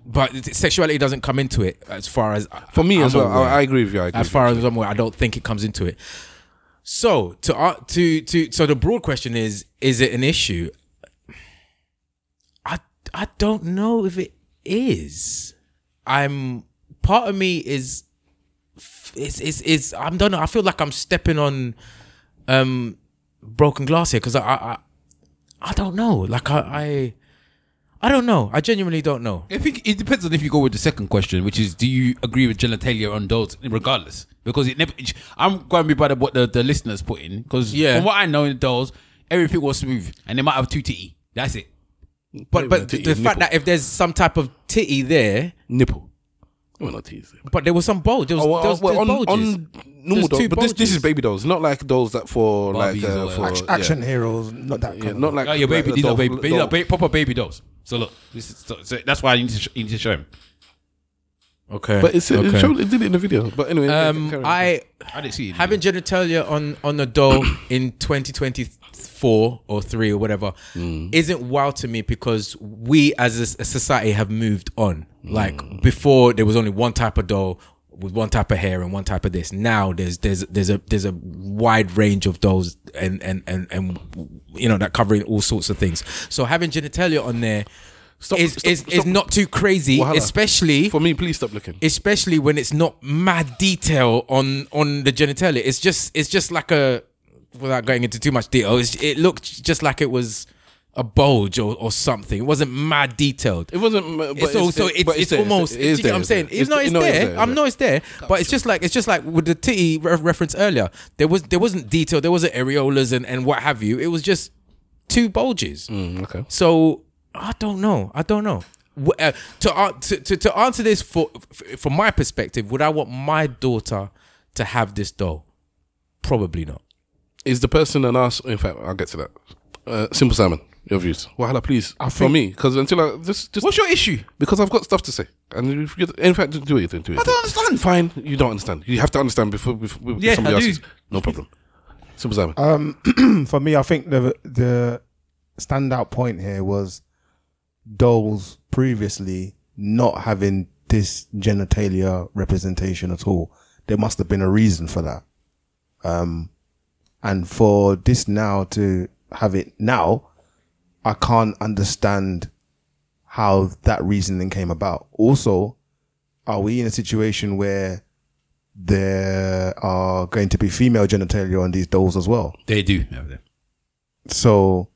[SPEAKER 4] but sexuality doesn't come into it as far as
[SPEAKER 1] For me
[SPEAKER 4] I'm
[SPEAKER 1] as well, I-
[SPEAKER 4] aware.
[SPEAKER 1] I agree with you, I agree
[SPEAKER 4] as
[SPEAKER 1] with
[SPEAKER 4] far as I'm aware, I don't think it comes into it. So to uh, to to so the broad question is: Is it an issue? I I don't know if it is. I'm part of me is is is is I'm don't know. I feel like I'm stepping on um broken glass here because I, I I I don't know. Like I I I don't know. I genuinely don't know.
[SPEAKER 2] I think it depends on if you go with the second question, which is, do you agree with genitalia on dolls, regardless? Because it never. it- I'm going to be by the, what the, the listeners put in, because
[SPEAKER 4] Yeah.
[SPEAKER 2] from what I know in dolls, everything was smooth, and they might have two titty. That's it.
[SPEAKER 4] But but the, the fact that if there's some type of titty there,
[SPEAKER 1] nipple. Well, not titties.
[SPEAKER 4] But there was some bulge. There was,
[SPEAKER 1] Oh, well,
[SPEAKER 4] there was,
[SPEAKER 1] well,
[SPEAKER 4] there
[SPEAKER 1] on,
[SPEAKER 4] was bulges.
[SPEAKER 1] on normal
[SPEAKER 4] There's
[SPEAKER 1] dolls,
[SPEAKER 4] two
[SPEAKER 1] but this, this
[SPEAKER 4] bulges.
[SPEAKER 1] is baby dolls, not like dolls that for like
[SPEAKER 2] Barbies or
[SPEAKER 1] uh,
[SPEAKER 2] whatever.
[SPEAKER 1] for
[SPEAKER 2] Act-
[SPEAKER 1] yeah.
[SPEAKER 11] Action heroes, not that kind
[SPEAKER 1] Yeah,
[SPEAKER 11] of-
[SPEAKER 1] not like
[SPEAKER 2] Oh, your
[SPEAKER 1] like
[SPEAKER 2] baby,
[SPEAKER 1] the
[SPEAKER 2] these are
[SPEAKER 1] doll-
[SPEAKER 2] baby, these are
[SPEAKER 1] doll.
[SPEAKER 2] ba- proper baby dolls. So look, this is, so, so that's why you need to, sh- you need to show him.
[SPEAKER 4] Okay.
[SPEAKER 1] But it's, it,
[SPEAKER 4] Okay.
[SPEAKER 1] showed, it did it in the video. But anyway,
[SPEAKER 4] Um,
[SPEAKER 1] carry on.
[SPEAKER 4] I
[SPEAKER 2] I didn't see it.
[SPEAKER 4] having genitalia on on a *coughs* doll in 2024 or three or whatever
[SPEAKER 1] Mm.
[SPEAKER 4] isn't wild to me because we as a, s- a society have moved on.
[SPEAKER 1] Mm.
[SPEAKER 4] Like before, there was only one type of doll with one type of hair and one type of this. Now there's there's there's a there's a wide range of dolls and and and and you know that covering all sorts of things. So having genitalia on there. is, is is not too crazy,
[SPEAKER 1] Wahala.
[SPEAKER 4] especially for
[SPEAKER 1] me. Please stop looking.
[SPEAKER 4] Especially when it's not mad detail on on the genitalia. It's just it's just like a without going into too much detail. It's, it looked just like it was a bulge or, or something. It wasn't mad detailed.
[SPEAKER 1] It wasn't. m- But
[SPEAKER 4] It's also it's,
[SPEAKER 1] but
[SPEAKER 4] it's,
[SPEAKER 1] there,
[SPEAKER 4] almost.
[SPEAKER 1] it is
[SPEAKER 4] do you get
[SPEAKER 1] there,
[SPEAKER 4] what I'm
[SPEAKER 1] it's
[SPEAKER 4] saying?
[SPEAKER 1] there.
[SPEAKER 4] It's, not. It's
[SPEAKER 1] no,
[SPEAKER 4] there.
[SPEAKER 1] it's
[SPEAKER 4] I'm not. It's there. But it's just like it's just like with the titty re- reference earlier. There was there wasn't detail. There wasn't areolas and and what have you. It was just two bulges.
[SPEAKER 1] Mm. okay.
[SPEAKER 4] So I don't know. I don't know. Wh- uh, to, an- to to to answer this for f- from my perspective, would I want my daughter to have this doll? Probably not.
[SPEAKER 1] Is the person an ass? In fact, I'll get to that. Uh, Simple Simon, your views. Wahala, please. For
[SPEAKER 2] think-
[SPEAKER 1] me, because until I just, just what's
[SPEAKER 2] your issue?
[SPEAKER 1] Because I've got stuff to say, and you forget, in fact, do it. Do it. I don't understand. Fine, you don't understand. You have to understand before before
[SPEAKER 11] Yes,
[SPEAKER 1] somebody
[SPEAKER 11] I
[SPEAKER 1] else.
[SPEAKER 11] do.
[SPEAKER 1] is. No problem. Simple Simon.
[SPEAKER 11] Um, *clears throat* for me, I think the the standout point here was Dole's previously not having this genitalia representation at all. There must have been a reason for that. Um, and for this now to have it now, I can't understand how that reasoning came about. Also, are we in a situation where there are going to be female genitalia on these dolls as well?
[SPEAKER 2] They do have them.
[SPEAKER 11] So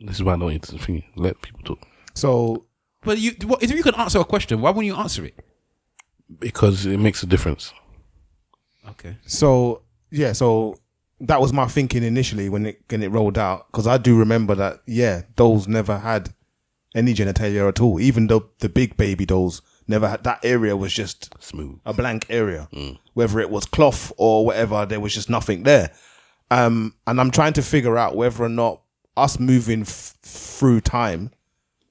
[SPEAKER 1] this is why I know it's the thing. Let people talk
[SPEAKER 11] So,
[SPEAKER 2] but you, what, if you could answer a question, why wouldn't you answer it?
[SPEAKER 1] because it makes a difference.
[SPEAKER 2] Okay.
[SPEAKER 11] So yeah, so that was my thinking initially when it when it rolled out because I do remember that yeah, dolls never had any genitalia at all. Even though the big baby dolls never had that area was just
[SPEAKER 1] smooth,
[SPEAKER 11] a blank area. Whether it was cloth or whatever, there was just nothing there. Um, and I'm trying to figure out whether or not us moving f- through time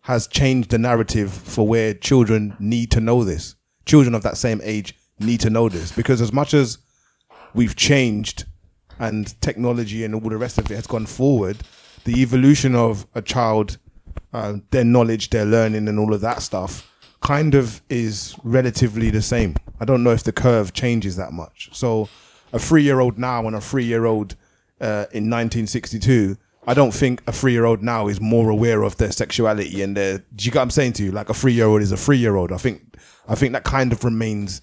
[SPEAKER 11] has changed the narrative for where children need to know this. Children of that same age need to know this because as much as we've changed and technology and all the rest of it has gone forward, the evolution of a child, uh, their knowledge, their learning, and all of that stuff kind of is relatively the same. I don't know if the curve changes that much. So, a three year old now and a three year old uh, in 1962. I don't think a three-year-old now is more aware of their sexuality and their. Do you get what I'm saying to you? Like a three-year-old is a three-year-old. I think, I think that kind of remains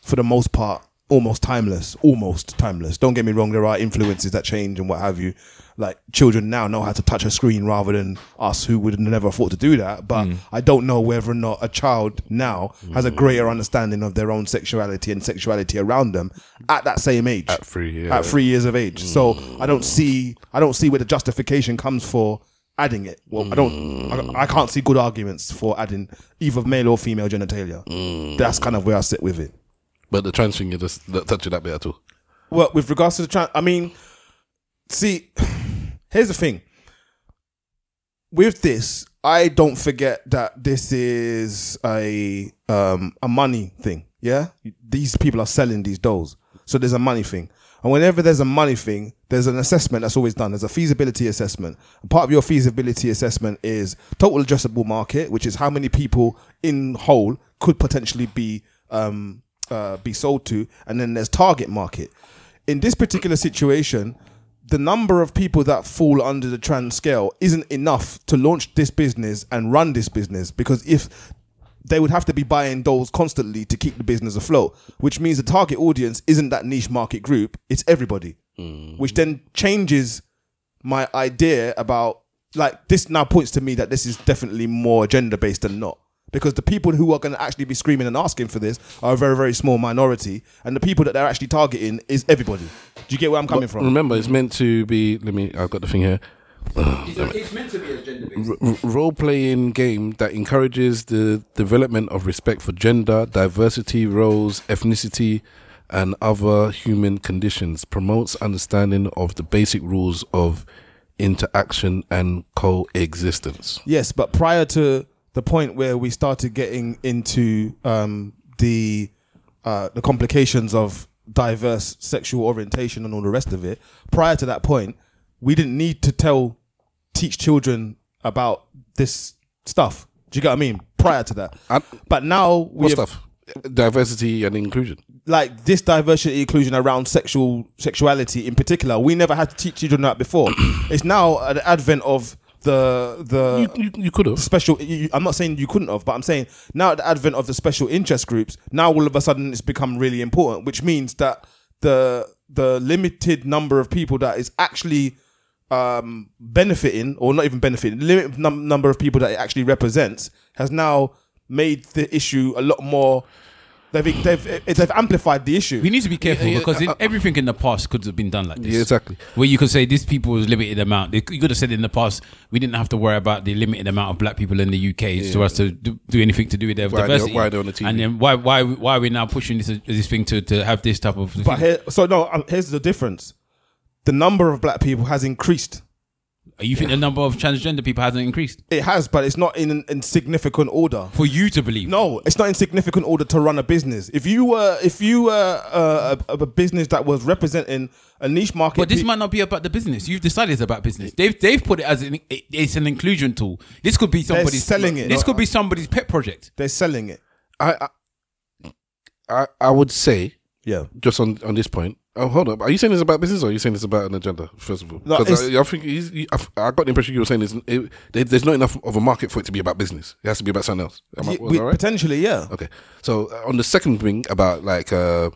[SPEAKER 11] for the most part, almost timeless. Almost timeless. Don't get me wrong, there are influences that change and what have you. Like children now know how to touch a screen rather than us who would never afford to do that. But I don't know whether or not a child now has a greater understanding of their own sexuality and sexuality around them at that same age. At
[SPEAKER 1] three
[SPEAKER 11] At three years Mm. of age. So I don't see I don't see where the justification comes for adding it. Well I don't I, I can't see good arguments for adding either male or female genitalia. That's kind of where I sit with it.
[SPEAKER 1] But the trans thing, you just don't touch it that bit at all.
[SPEAKER 11] Well, with regards to the trans, I mean, see, *sighs* here's the thing. With this, I don't forget that this is a um a money thing. Yeah, these people are selling these dolls, so there's a money thing. And whenever there's a money thing, there's an assessment that's always done. There's a feasibility assessment. And part of your feasibility assessment is total addressable market, which is how many people in whole could potentially be um uh, be sold to, and then there's target market. In this particular situation, the number of people that fall under the trans scale isn't enough to launch this business and run this business because if they would have to be buying dolls constantly to keep the business afloat, which means the target audience isn't that niche market group, it's everybody, which then changes my idea about like this now points to me that this is definitely more gender based than not because the people who are going to actually be screaming and asking for this are a very very small minority and the people that they're actually targeting is everybody do you get where i'm coming
[SPEAKER 1] But
[SPEAKER 11] from
[SPEAKER 1] Remember, it's meant to be. Let me. I've got the thing here. Uh,
[SPEAKER 2] It's meant to be a gender.
[SPEAKER 1] Role playing game that encourages the development of respect for gender, diversity, roles, ethnicity, and other human conditions. Promotes understanding of the basic rules of interaction and coexistence.
[SPEAKER 11] Yes, but prior to the point where we started getting into um, the uh, the complications of diverse sexual orientation and all the rest of it. Prior to that point, we didn't need to tell teach children about this stuff. Do you get what I mean? Prior to that, but now we
[SPEAKER 1] What
[SPEAKER 11] have-
[SPEAKER 1] stuff? Diversity and inclusion.
[SPEAKER 11] like this diversity inclusion around sexual sexuality in particular. We never had to teach children that before. *clears throat* it's now an advent of the the
[SPEAKER 1] you, could have
[SPEAKER 11] special. You, you- I'm not saying you couldn't have, but I'm saying now at the advent of the special interest groups, now all of a sudden it's become really important, which means that the the limited number of people that is actually um, benefiting, or not even benefiting, limited num- number of people that it actually represents has now made the issue a lot more. They've, they've, they've amplified the issue.
[SPEAKER 2] We need to be careful because in, everything in the past could have been done like this.
[SPEAKER 11] uh, Yeah, exactly.
[SPEAKER 2] Where you could say this people was limited amount. They- You could have said in the past we didn't have to worry about the limited amount of black people in the UK so
[SPEAKER 1] Yeah.
[SPEAKER 2] as to do, do anything to do with their
[SPEAKER 1] Why they're-
[SPEAKER 2] diversity.
[SPEAKER 1] why they're on the TV.
[SPEAKER 2] And then why why why are we now pushing this this thing to, to have this type of?
[SPEAKER 11] But here, so no, um, here's the difference: the number of black people has increased.
[SPEAKER 2] you think the number of transgender people hasn't increased?
[SPEAKER 11] It has, but it's not in an insignificant order.
[SPEAKER 2] For you to believe?
[SPEAKER 11] No, it's not in significant order to run a business. If you were, if you were uh, a, a business that was representing a niche market,
[SPEAKER 2] But this
[SPEAKER 11] pe-
[SPEAKER 2] might not be about the business. You've decided it's about business. They've they've put it as an it's an inclusion tool. This could be
[SPEAKER 11] They're
[SPEAKER 2] somebody's
[SPEAKER 11] selling it.
[SPEAKER 2] This could be somebody's pet project.
[SPEAKER 11] They're selling it.
[SPEAKER 1] I I, I would say,
[SPEAKER 11] yeah,
[SPEAKER 1] just on, on this point. Oh, hold up. Are you saying it's about business or are you saying it's about an agenda? First of all,
[SPEAKER 11] No,
[SPEAKER 1] 'Cause
[SPEAKER 11] it's-
[SPEAKER 1] I, I think he's- he- I f- I got the impression you were saying it's, it, there- there's not enough of a market for it to be about business. It has to be about something else. Am I-
[SPEAKER 11] Ye-
[SPEAKER 1] was
[SPEAKER 11] we-
[SPEAKER 1] I right?
[SPEAKER 11] potentially, yeah.
[SPEAKER 1] Okay. So uh, on the second thing about like uh,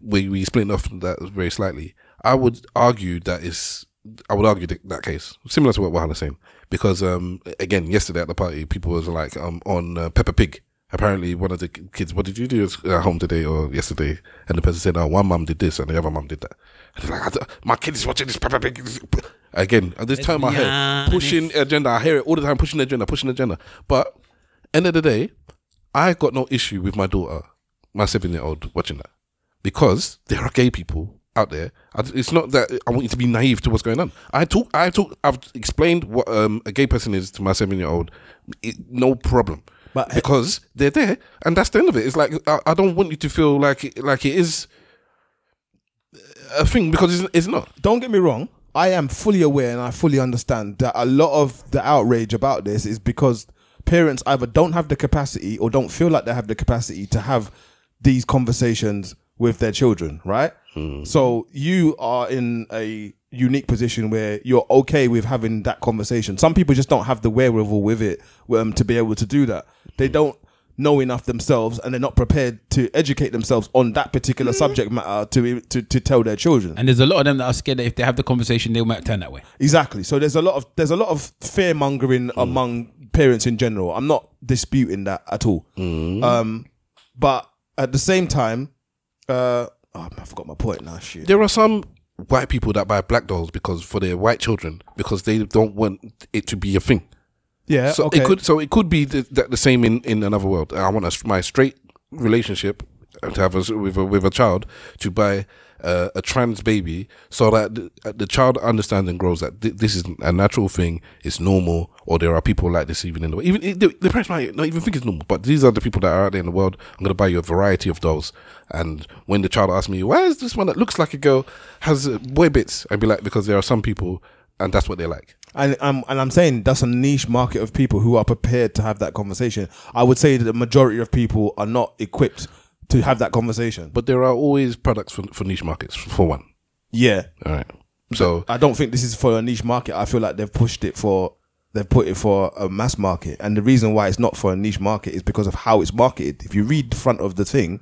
[SPEAKER 1] we we split off that very slightly, I would argue that is I would argue that, that case similar to what Wahala's saying because um again yesterday at the party people was like um on uh, Peppa Pig. Apparently, one of the ki- kids, what did you do at home today or yesterday? And the person said, "Oh, one mum did this and the other mum did that." And they're like, I don't- "My kid is watching this Peppa Pig." *laughs* Again, at this time I heard pushing agenda. I hear it all the time, pushing agenda, pushing agenda. But end of the day, I got no issue with my daughter, my seven year old, watching that because there are gay people out there. I- It's not that I want you to be naive to what's going on. I talk, I talk, I've explained what um, a gay person is to my seven year old, no problem.
[SPEAKER 11] But
[SPEAKER 1] because they're there, and that's the end of it. It's like I, I don't want you to feel like it- like it is a thing because it's, it's not.
[SPEAKER 11] Don't get me wrong. I am fully aware and I fully understand that a lot of the outrage about this is because parents either don't have the capacity or don't feel like they have the capacity to have these conversations with their children, right? So you are in a unique position where you're okay with having that conversation. Some people just don't have the wherewithal with it um, to be able to do that. They don't know enough themselves and they're not prepared to educate themselves on that particular subject matter to, to to tell their children.
[SPEAKER 2] And there's a lot of them that are scared that if they have the conversation, they might turn that way.
[SPEAKER 11] Exactly. So there's a lot of there's a lot of fear mongering
[SPEAKER 1] Hmm.
[SPEAKER 11] among parents in general. I'm not disputing that at all.
[SPEAKER 1] Hmm.
[SPEAKER 11] Um, but at the same time, uh, oh, I forgot my point now. Shit.
[SPEAKER 1] There are some white people that buy black dolls because for their white children because they don't want it to be a thing.
[SPEAKER 11] Yeah,
[SPEAKER 1] So
[SPEAKER 11] okay.
[SPEAKER 1] it could so it could be th- that the same in, in another world. I want a, s- my straight relationship to have a s with a, with a child to buy uh, a trans baby so that the, uh, the child understands and grows that th- this is a natural thing. It's normal, or there are people like this even in the world. Even the, the parents might not even think it's normal, but these are the people that are out there in the world. I'm going to buy you a variety of dolls, and when the child asks me, "Why is this one that looks like a girl has uh, boy bits?" I'd be like, "Because there are some people, and that's what they like."
[SPEAKER 11] And I'm and I'm saying that's a niche market of people who are prepared to have that conversation. I would say that the majority of people are not equipped to have that conversation.
[SPEAKER 1] But there are always products for, for niche markets, for one.
[SPEAKER 11] Yeah.
[SPEAKER 1] All right. So
[SPEAKER 11] I don't think this is for a niche market. I feel like they've pushed it for they've put it for a mass market. And the reason why it's not for a niche market is because of how it's marketed. If you read the front of the thing,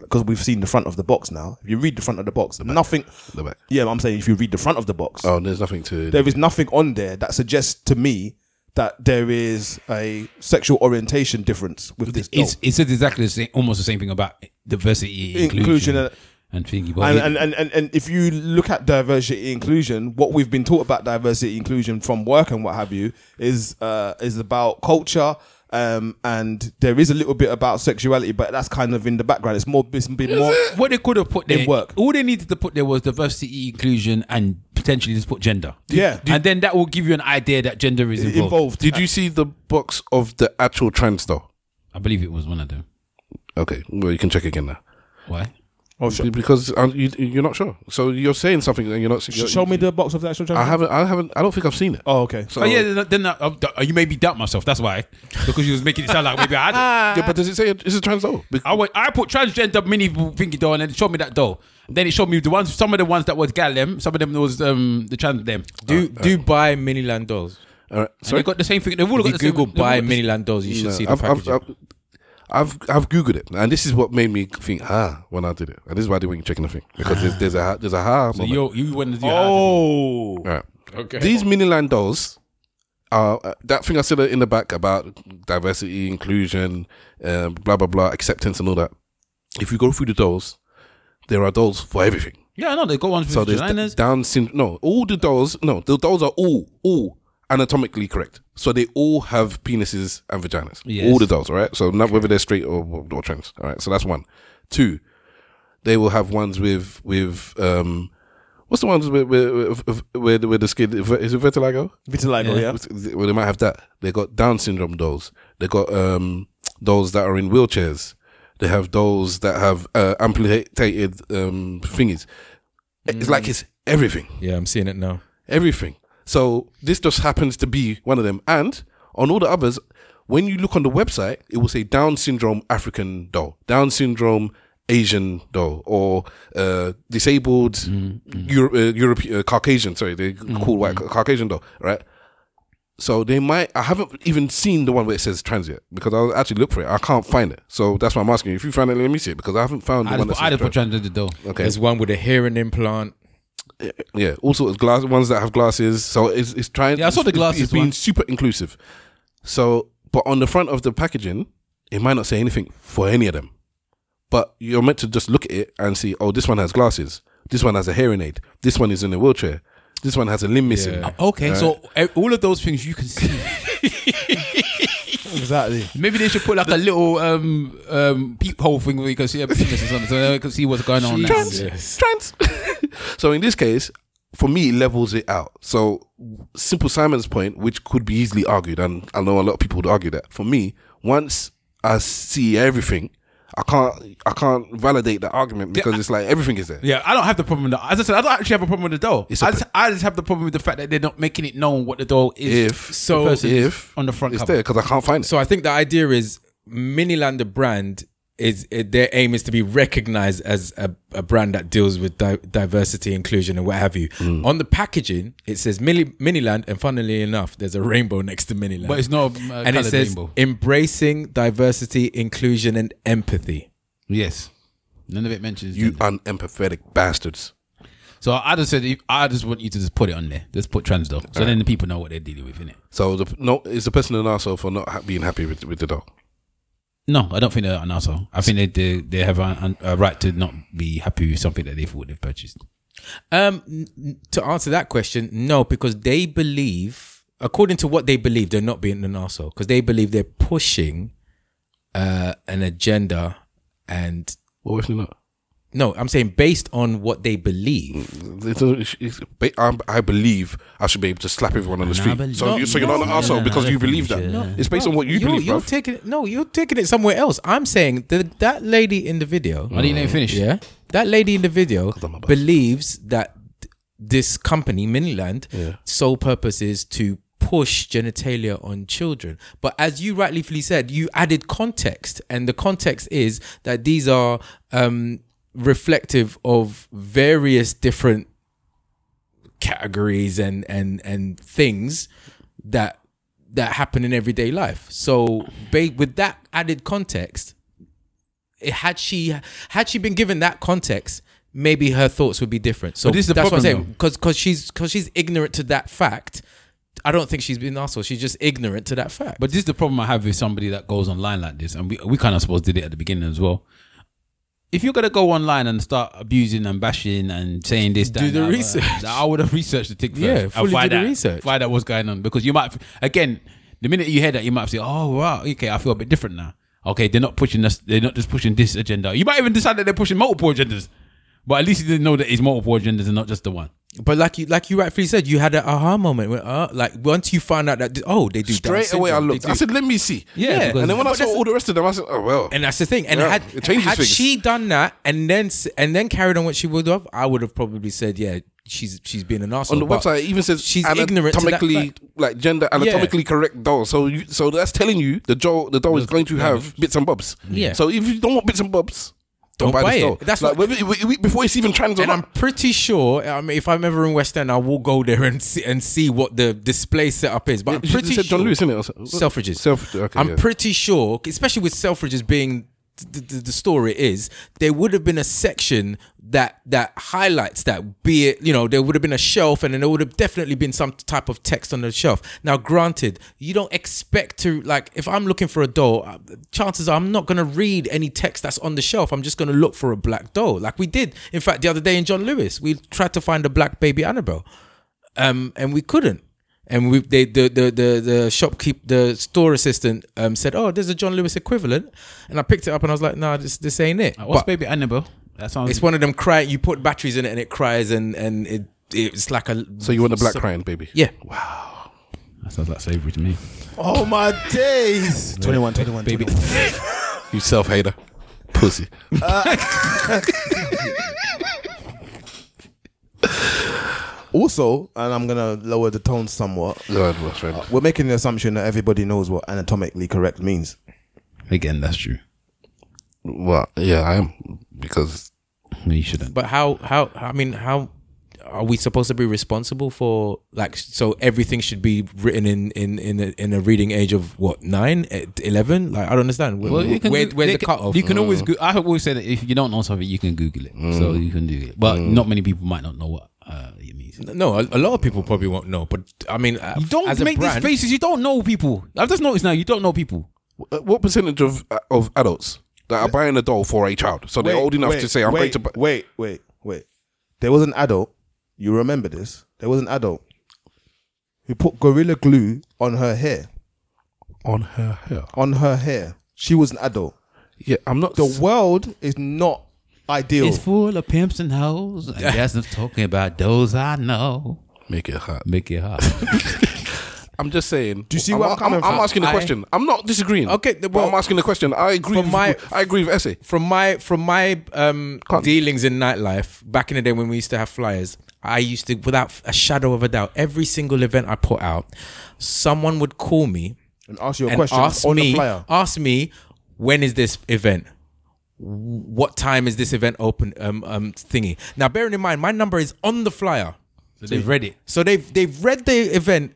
[SPEAKER 11] because we've seen the front of the box now. If you read the front of the box, nothing.
[SPEAKER 1] The back.
[SPEAKER 11] Yeah, I'm saying if you read the front of the box,
[SPEAKER 1] Oh, there's nothing to.
[SPEAKER 11] there is nothing on there that suggests to me that there is a sexual orientation difference with this. doll.
[SPEAKER 2] It's it says exactly the same, almost the same thing about diversity,
[SPEAKER 11] Inclusion
[SPEAKER 2] inclusion,
[SPEAKER 11] and-
[SPEAKER 2] and, thingy. But
[SPEAKER 11] and,
[SPEAKER 2] it-
[SPEAKER 11] and, and, and, and if you look at diversity inclusion, what we've been taught about diversity inclusion from work and what have you is uh, is about culture. Um, and there is a little bit about sexuality, but that's kind of in the background. It's more, it's been more.
[SPEAKER 2] what they could have put
[SPEAKER 11] in
[SPEAKER 2] there,
[SPEAKER 11] work.
[SPEAKER 2] all they needed to put there was diversity, inclusion, and potentially just put gender.
[SPEAKER 11] Yeah.
[SPEAKER 2] and then that will give you an idea that gender is involved.
[SPEAKER 1] Did you see the box of the actual trans doll?
[SPEAKER 2] I believe it was one of them.
[SPEAKER 1] Okay, well you can check again now.
[SPEAKER 2] Why?
[SPEAKER 1] Oh, sure. Because um, you, you're not sure. So you're saying something and you're not.
[SPEAKER 11] Sh- Show me the box of the actual
[SPEAKER 1] I
[SPEAKER 11] transaction.
[SPEAKER 1] haven't. I haven't. I don't think I've seen it.
[SPEAKER 11] Oh, okay.
[SPEAKER 1] So
[SPEAKER 2] oh yeah, then, then uh, uh, you made me doubt myself. That's why, because you was making it sound like maybe I
[SPEAKER 11] *laughs*
[SPEAKER 2] had it.
[SPEAKER 1] Yeah, but does it say it's a trans doll?
[SPEAKER 2] I went, I put transgender mini thingy doll, and then it showed me that doll. Then it showed me the ones, some of the ones that was Galem, some of them was um the trans them.
[SPEAKER 4] Do
[SPEAKER 1] Uh,
[SPEAKER 4] do buy Miniland dolls.
[SPEAKER 1] All right,
[SPEAKER 2] They got the same thing. They've all
[SPEAKER 4] If
[SPEAKER 2] got
[SPEAKER 4] you
[SPEAKER 2] the same-
[SPEAKER 4] Google
[SPEAKER 2] they've all
[SPEAKER 4] buy
[SPEAKER 2] got the same-
[SPEAKER 4] Miniland dolls, you should
[SPEAKER 1] No,
[SPEAKER 4] see the
[SPEAKER 1] I've, I've,
[SPEAKER 4] packaging.
[SPEAKER 1] I've, I've I've googled it, and this is what made me think ah when I did it, and this is why I did when you checking the thing because there's, there's a ha- there's a ha.
[SPEAKER 2] So
[SPEAKER 1] moment.
[SPEAKER 2] you you went to do
[SPEAKER 1] Oh, right.
[SPEAKER 2] Okay.
[SPEAKER 1] These mini land dolls are uh, that thing I said in the back about diversity, inclusion, um, blah blah blah, acceptance, and all that. If you go through the dolls, there are dolls for everything.
[SPEAKER 2] Yeah, I know they got ones with
[SPEAKER 1] So there's
[SPEAKER 2] vaginas.
[SPEAKER 1] d- Down syndrome. No, all the dolls. No, the dolls are all all anatomically correct. So they all have penises and vaginas.
[SPEAKER 2] Yes.
[SPEAKER 1] All the dolls, all right? So not whether they're straight or, or, or trans. All right. So that's one. Two, they will have ones with with um. What's the ones where where where, where, the- where the skin is it vitiligo?
[SPEAKER 11] Vitiligo, yeah.
[SPEAKER 1] With- Well, they might have that. They got Down syndrome dolls. They got um dolls that are in wheelchairs. They have dolls that have uh, amputated um thingies. It's
[SPEAKER 2] Mm.
[SPEAKER 1] like it's everything.
[SPEAKER 4] Yeah, I'm seeing it now.
[SPEAKER 1] Everything. So this just happens to be one of them. And on all the others, when you look on the website, it will say Down syndrome African doll, Down syndrome Asian doll, or uh, disabled
[SPEAKER 2] Mm,
[SPEAKER 1] Euro- uh, European uh, Caucasian. Sorry, they call white Caucasian doll, right? So they might. I haven't even seen the one where it says trans yet because I was actually look for it. I can't find it. So that's why I'm asking you. If you find it, let me see it because I haven't found the
[SPEAKER 2] I
[SPEAKER 1] one
[SPEAKER 2] just,
[SPEAKER 1] that
[SPEAKER 2] put, I
[SPEAKER 1] says
[SPEAKER 2] just put
[SPEAKER 1] trans.
[SPEAKER 2] transgender doll.
[SPEAKER 1] Okay.
[SPEAKER 4] There's one with a hearing implant.
[SPEAKER 1] Yeah, all sorts of glass ones that have glasses. So it's it's trying.
[SPEAKER 2] Yeah, I saw the
[SPEAKER 1] it's-
[SPEAKER 2] glasses
[SPEAKER 1] It's being
[SPEAKER 2] one.
[SPEAKER 1] super inclusive. So, but on the front of the packaging, it might not say anything for any of them. But you're meant to just look at it and see. Oh, this one has glasses. This one has a hearing aid. This one is in a wheelchair. This one has a limb missing.
[SPEAKER 2] Okay,
[SPEAKER 1] Right?
[SPEAKER 2] so uh, all of those things you can
[SPEAKER 4] *laughs*
[SPEAKER 2] see.
[SPEAKER 11] exactly.
[SPEAKER 2] Maybe they should put like a little um um peephole thing where you can see a penis or something, so they can see what's going on. now.
[SPEAKER 1] Trans, trans. *laughs* so in this case, for me, it levels it out. So simple Simon's point, which could be easily argued, and I know a lot of people would argue that. For me, once I see everything, I can't I can't validate that argument because it's like everything is there.
[SPEAKER 2] Yeah, I don't have the problem. With the, as I said, I don't actually have a problem with the doll. I, just, I just have the problem with the fact that they're not making it known what the doll is.
[SPEAKER 1] If-
[SPEAKER 2] the
[SPEAKER 4] So
[SPEAKER 2] person is on the front cover.
[SPEAKER 1] because I can't find it.
[SPEAKER 4] *laughs* So I think the idea is Miniland the brand is it, their aim is to be recognized as a, a brand that deals with di- diversity, inclusion, and what have you. On the packaging, it says Mini, Miniland, and funnily enough, there's a rainbow next to Miniland,
[SPEAKER 2] But it's not a, uh,
[SPEAKER 4] and it
[SPEAKER 2] coloured
[SPEAKER 4] says
[SPEAKER 2] rainbow.
[SPEAKER 4] embracing diversity, inclusion, and empathy.
[SPEAKER 2] Yes, none of it mentions
[SPEAKER 1] you unempathetic bastards.
[SPEAKER 2] So I just said, I just want you to just put it on there. Just put trans doll, so
[SPEAKER 1] Alright.
[SPEAKER 2] then the people know what they're dealing with, innit?
[SPEAKER 1] So the, no, is the person an asshole for not ha- being happy with with the doll?
[SPEAKER 2] No, I don't think they're an asshole. I think they they, they have a, a right to not be happy with something that they thought they've purchased.
[SPEAKER 4] Um, n- n- to answer that question, no, because they believe, according to what they believe, they're not being an asshole because they believe they're pushing uh, an agenda and.
[SPEAKER 1] Well, if not,
[SPEAKER 4] no, I'm saying based on what they believe.
[SPEAKER 1] Mm, It's, it's, it's, ba- I'm- I believe I should be able to slap everyone on the
[SPEAKER 4] Nah,
[SPEAKER 1] street.
[SPEAKER 4] but
[SPEAKER 1] so,
[SPEAKER 4] no,
[SPEAKER 1] you, so you're
[SPEAKER 4] no,
[SPEAKER 1] not an
[SPEAKER 4] no, no,
[SPEAKER 1] asshole
[SPEAKER 4] no,
[SPEAKER 1] because
[SPEAKER 4] no,
[SPEAKER 1] you believe that.
[SPEAKER 4] definitely, yeah.
[SPEAKER 1] It's based on what you
[SPEAKER 4] You're,
[SPEAKER 1] believe,
[SPEAKER 4] you're
[SPEAKER 1] bro.
[SPEAKER 4] taking it. No, you're taking it somewhere else. I'm saying that that lady in the video.
[SPEAKER 2] I didn't even finish.
[SPEAKER 4] Yeah, that lady in the video believes that th- this company, Miniland, sole purpose is to push genitalia on children. But as you rightfully said, you added context, and the context is that these are um, reflective of various different categories and and and things that that happen in everyday life. So, ba- with that added context, it, had she had she been given that context, maybe her thoughts would be different. So
[SPEAKER 2] But this is the
[SPEAKER 4] that's what I'm
[SPEAKER 2] problem,
[SPEAKER 4] saying. Because because she's because she's ignorant to that fact. I don't think she's been arsehole. She's just ignorant to that fact.
[SPEAKER 2] But this is the problem I have with somebody that goes online like this, and we, we kind of suppose did it at the beginning as well. If you're gonna go online and start abusing and bashing and saying this, that,
[SPEAKER 4] Do
[SPEAKER 2] and
[SPEAKER 4] the
[SPEAKER 2] that,
[SPEAKER 4] research.
[SPEAKER 2] uh, I would have researched the tick first.
[SPEAKER 4] Yeah,
[SPEAKER 2] and
[SPEAKER 4] fully
[SPEAKER 2] find
[SPEAKER 4] do the
[SPEAKER 2] out-
[SPEAKER 4] research.
[SPEAKER 2] Find out what's going on because you might again the minute you hear that you might say, "Oh wow, okay, I feel a bit different now." Okay, they're not pushing us. They're not just pushing this agenda. You might even decide that they're pushing multiple agendas, but at least you didn't know that it's multiple agendas and not just the one.
[SPEAKER 4] But like you, like you rightfully said, you had an aha moment. When, uh, like once you find out that oh, they do Down
[SPEAKER 1] Straight away, I
[SPEAKER 4] syndrome, they
[SPEAKER 1] looked.
[SPEAKER 4] do-
[SPEAKER 1] I said, "Let me see."
[SPEAKER 4] Yeah,
[SPEAKER 1] and then when I
[SPEAKER 4] because-
[SPEAKER 1] saw all the rest of them, I said, "Oh well."
[SPEAKER 4] And that's the thing. And
[SPEAKER 1] Yeah,
[SPEAKER 4] had
[SPEAKER 1] it changes
[SPEAKER 4] had
[SPEAKER 1] things.
[SPEAKER 4] she done that and then s- and then carried on what she would have, I would have probably said, yeah, she's she's being an asshole.
[SPEAKER 1] on the
[SPEAKER 4] But
[SPEAKER 1] website, it even says
[SPEAKER 4] she's ignorant. To that
[SPEAKER 1] anatomically
[SPEAKER 4] fact.
[SPEAKER 1] like gender
[SPEAKER 4] Yeah.
[SPEAKER 1] anatomically correct doll. So you, so that's telling you the doll the doll is going to have bits and bobs.
[SPEAKER 4] Yeah.
[SPEAKER 1] So if you don't want bits and bobs, don't,
[SPEAKER 4] Don't
[SPEAKER 1] buy,
[SPEAKER 4] buy
[SPEAKER 1] this
[SPEAKER 4] it.
[SPEAKER 1] doll.
[SPEAKER 4] That's
[SPEAKER 1] like
[SPEAKER 4] what-
[SPEAKER 1] whether- we- we- before it's even trans or
[SPEAKER 4] And
[SPEAKER 1] not.
[SPEAKER 4] I'm pretty sure. I mean, if I'm ever in West End, I will go there and see, and see what the display setup is. But I'm
[SPEAKER 1] You
[SPEAKER 4] pretty
[SPEAKER 1] said
[SPEAKER 4] sure
[SPEAKER 1] John Lewis, innit? Or so-
[SPEAKER 4] Selfridges.
[SPEAKER 1] Selfridges, okay,
[SPEAKER 4] I'm
[SPEAKER 1] yeah.
[SPEAKER 4] pretty sure, especially with Selfridges being the, the, the store it is, there would have been a section that that highlights that. Be it, you know, there would have been a shelf, and then there would have definitely been some type of text on the shelf. Now, granted, you don't expect to like if I'm looking for a doll, uh, chances are I'm not going to read any text that's on the shelf. I'm just going to look for a black doll, like we did. In fact, the other day in John Lewis, we tried to find a black baby Annabelle um, and we couldn't. And we they the the the, the shopkeep the store assistant um, said, "Oh, there's a John Lewis equivalent," and I picked it up and I was like, "No, this this ain't it."
[SPEAKER 2] What's
[SPEAKER 4] But
[SPEAKER 2] baby Annabelle? That sounds.
[SPEAKER 4] it's one of them cry. You put batteries in it and it cries and and it it's like a.
[SPEAKER 1] So you want a black crying baby?
[SPEAKER 4] Yeah.
[SPEAKER 2] That sounds like slavery to me.
[SPEAKER 11] Oh my days. 21, 21,
[SPEAKER 2] Baby.
[SPEAKER 11] 21.
[SPEAKER 1] you self hater, pussy.
[SPEAKER 11] Uh, also, and I'm gonna lower the tone somewhat.
[SPEAKER 1] Lord, what's wrong?
[SPEAKER 11] We're making the assumption that everybody knows what anatomically correct means.
[SPEAKER 2] Again, that's true.
[SPEAKER 1] Well, yeah, I am because
[SPEAKER 2] no, you shouldn't.
[SPEAKER 4] But how how I mean how are we supposed to be responsible for like so everything should be written in in in a, in a reading age of what nine Eh, eleven? Like I don't understand. Where,
[SPEAKER 2] Well, you can
[SPEAKER 4] where,
[SPEAKER 2] do-
[SPEAKER 4] where's
[SPEAKER 2] they
[SPEAKER 4] the
[SPEAKER 2] can-
[SPEAKER 4] cutoff?
[SPEAKER 2] You can always. Go- I have always said that if you don't know something, you can Google it, so you can do it. But not many people might not know what uh, it means.
[SPEAKER 4] No, a, a lot of people probably won't know. But I mean, uh, you
[SPEAKER 2] Don't make these faces. You don't know people. I've just noticed now. You don't know people.
[SPEAKER 1] Uh, What percentage of of adults that are buying a doll for a child, so they're
[SPEAKER 11] Wait,
[SPEAKER 1] old enough
[SPEAKER 11] wait,
[SPEAKER 1] to say, "I'm
[SPEAKER 11] wait,
[SPEAKER 1] going to." Buy.
[SPEAKER 11] Wait, wait, wait. There was an adult. You remember this? There was an adult who put gorilla glue on her hair.
[SPEAKER 1] On her hair.
[SPEAKER 11] On her hair. She was an adult.
[SPEAKER 1] Yeah, I'm not.
[SPEAKER 11] The world is not ideal.
[SPEAKER 2] It's full of pimps and hoes. I guess I'm talking about those I know.
[SPEAKER 1] Make it hot.
[SPEAKER 2] Make it hot.
[SPEAKER 1] I'm just saying. Do
[SPEAKER 11] you see where I'm coming
[SPEAKER 1] I'm
[SPEAKER 11] from?
[SPEAKER 1] asking the
[SPEAKER 11] I-
[SPEAKER 1] question. I'm not disagreeing.
[SPEAKER 4] Okay,
[SPEAKER 1] but
[SPEAKER 4] well-
[SPEAKER 1] I'm asking the question. I agree.
[SPEAKER 4] From
[SPEAKER 1] With,
[SPEAKER 4] my-
[SPEAKER 1] I agree with essay.
[SPEAKER 4] from my from my um, dealings in nightlife back in the day when we used to have flyers. I used to, without a shadow of a doubt, every single event I put out, someone would call me
[SPEAKER 11] And ask you a
[SPEAKER 4] and
[SPEAKER 11] question
[SPEAKER 4] ask
[SPEAKER 11] on
[SPEAKER 4] me,
[SPEAKER 11] the flyer.
[SPEAKER 4] Ask me, when is this event? What time is this event open? Um, um, thingy. Now, bearing in mind, my number is on the flyer. So
[SPEAKER 2] they've read it.
[SPEAKER 4] So they've they've read the event,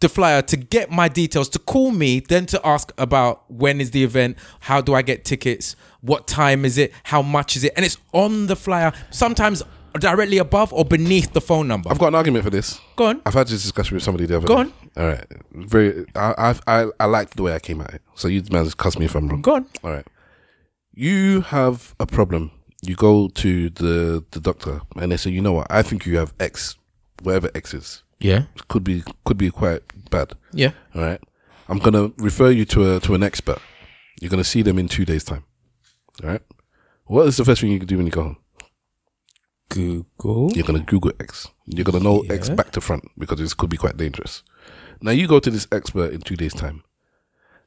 [SPEAKER 4] the flyer, to get my details, to call me, then to ask about when is the event, how do I get tickets, what time is it, how much is it, and it's on the flyer. Sometimes directly above or beneath the phone number.
[SPEAKER 1] I've got an argument for this.
[SPEAKER 4] Go on.
[SPEAKER 1] I've had this discussion with somebody the other.
[SPEAKER 4] Go
[SPEAKER 1] day.
[SPEAKER 4] on.
[SPEAKER 1] All right. Very. I I've, I I liked the way I came at it. So you man just cuss me if I'm wrong.
[SPEAKER 4] Go on.
[SPEAKER 1] All right. You have a problem. You go to the the doctor and they say, you know what? I think you have X, whatever X is.
[SPEAKER 4] Yeah.
[SPEAKER 1] Could be could be quite bad.
[SPEAKER 4] Yeah.
[SPEAKER 1] All right. I'm gonna refer you to a to an expert. You're gonna see them in two days' time. All right. What is the first thing you can do when you go home?
[SPEAKER 4] Google.
[SPEAKER 1] You're gonna Google X. You're gonna know X back to front because this could be quite dangerous. Now you go to this expert in two days' time,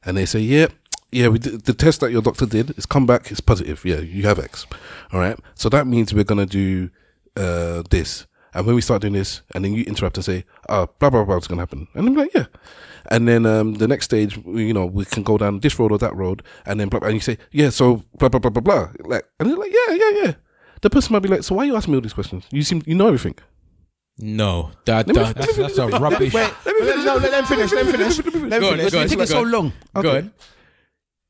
[SPEAKER 1] and they say, "Yeah, yeah, we did, the test that your doctor did is come back, it's positive. Yeah, you have X. All right. So that means we're gonna do uh, this. And when we start doing this, and then you interrupt and say, "Ah, blah blah blah, is gonna happen," and I'm like, "Yeah." And then um, the next stage, we- you know, we can go down this road or that road, and then blah, blah, and you say, "Yeah, so blah blah blah blah blah," like, and they're like, "Yeah, yeah, yeah." The person might be like, "So why are you asking me all these questions? You seem you know everything."
[SPEAKER 4] No,
[SPEAKER 1] Let
[SPEAKER 4] that,
[SPEAKER 1] me-
[SPEAKER 4] that-
[SPEAKER 1] let me
[SPEAKER 4] that's a
[SPEAKER 2] *laughs*
[SPEAKER 1] finish.
[SPEAKER 4] rubbish.
[SPEAKER 1] Wait, let me finish.
[SPEAKER 11] No, let them finish. Let them finish. Let them
[SPEAKER 4] Go on,
[SPEAKER 11] finish.
[SPEAKER 4] go on, go on. Go
[SPEAKER 1] Okay.
[SPEAKER 4] on.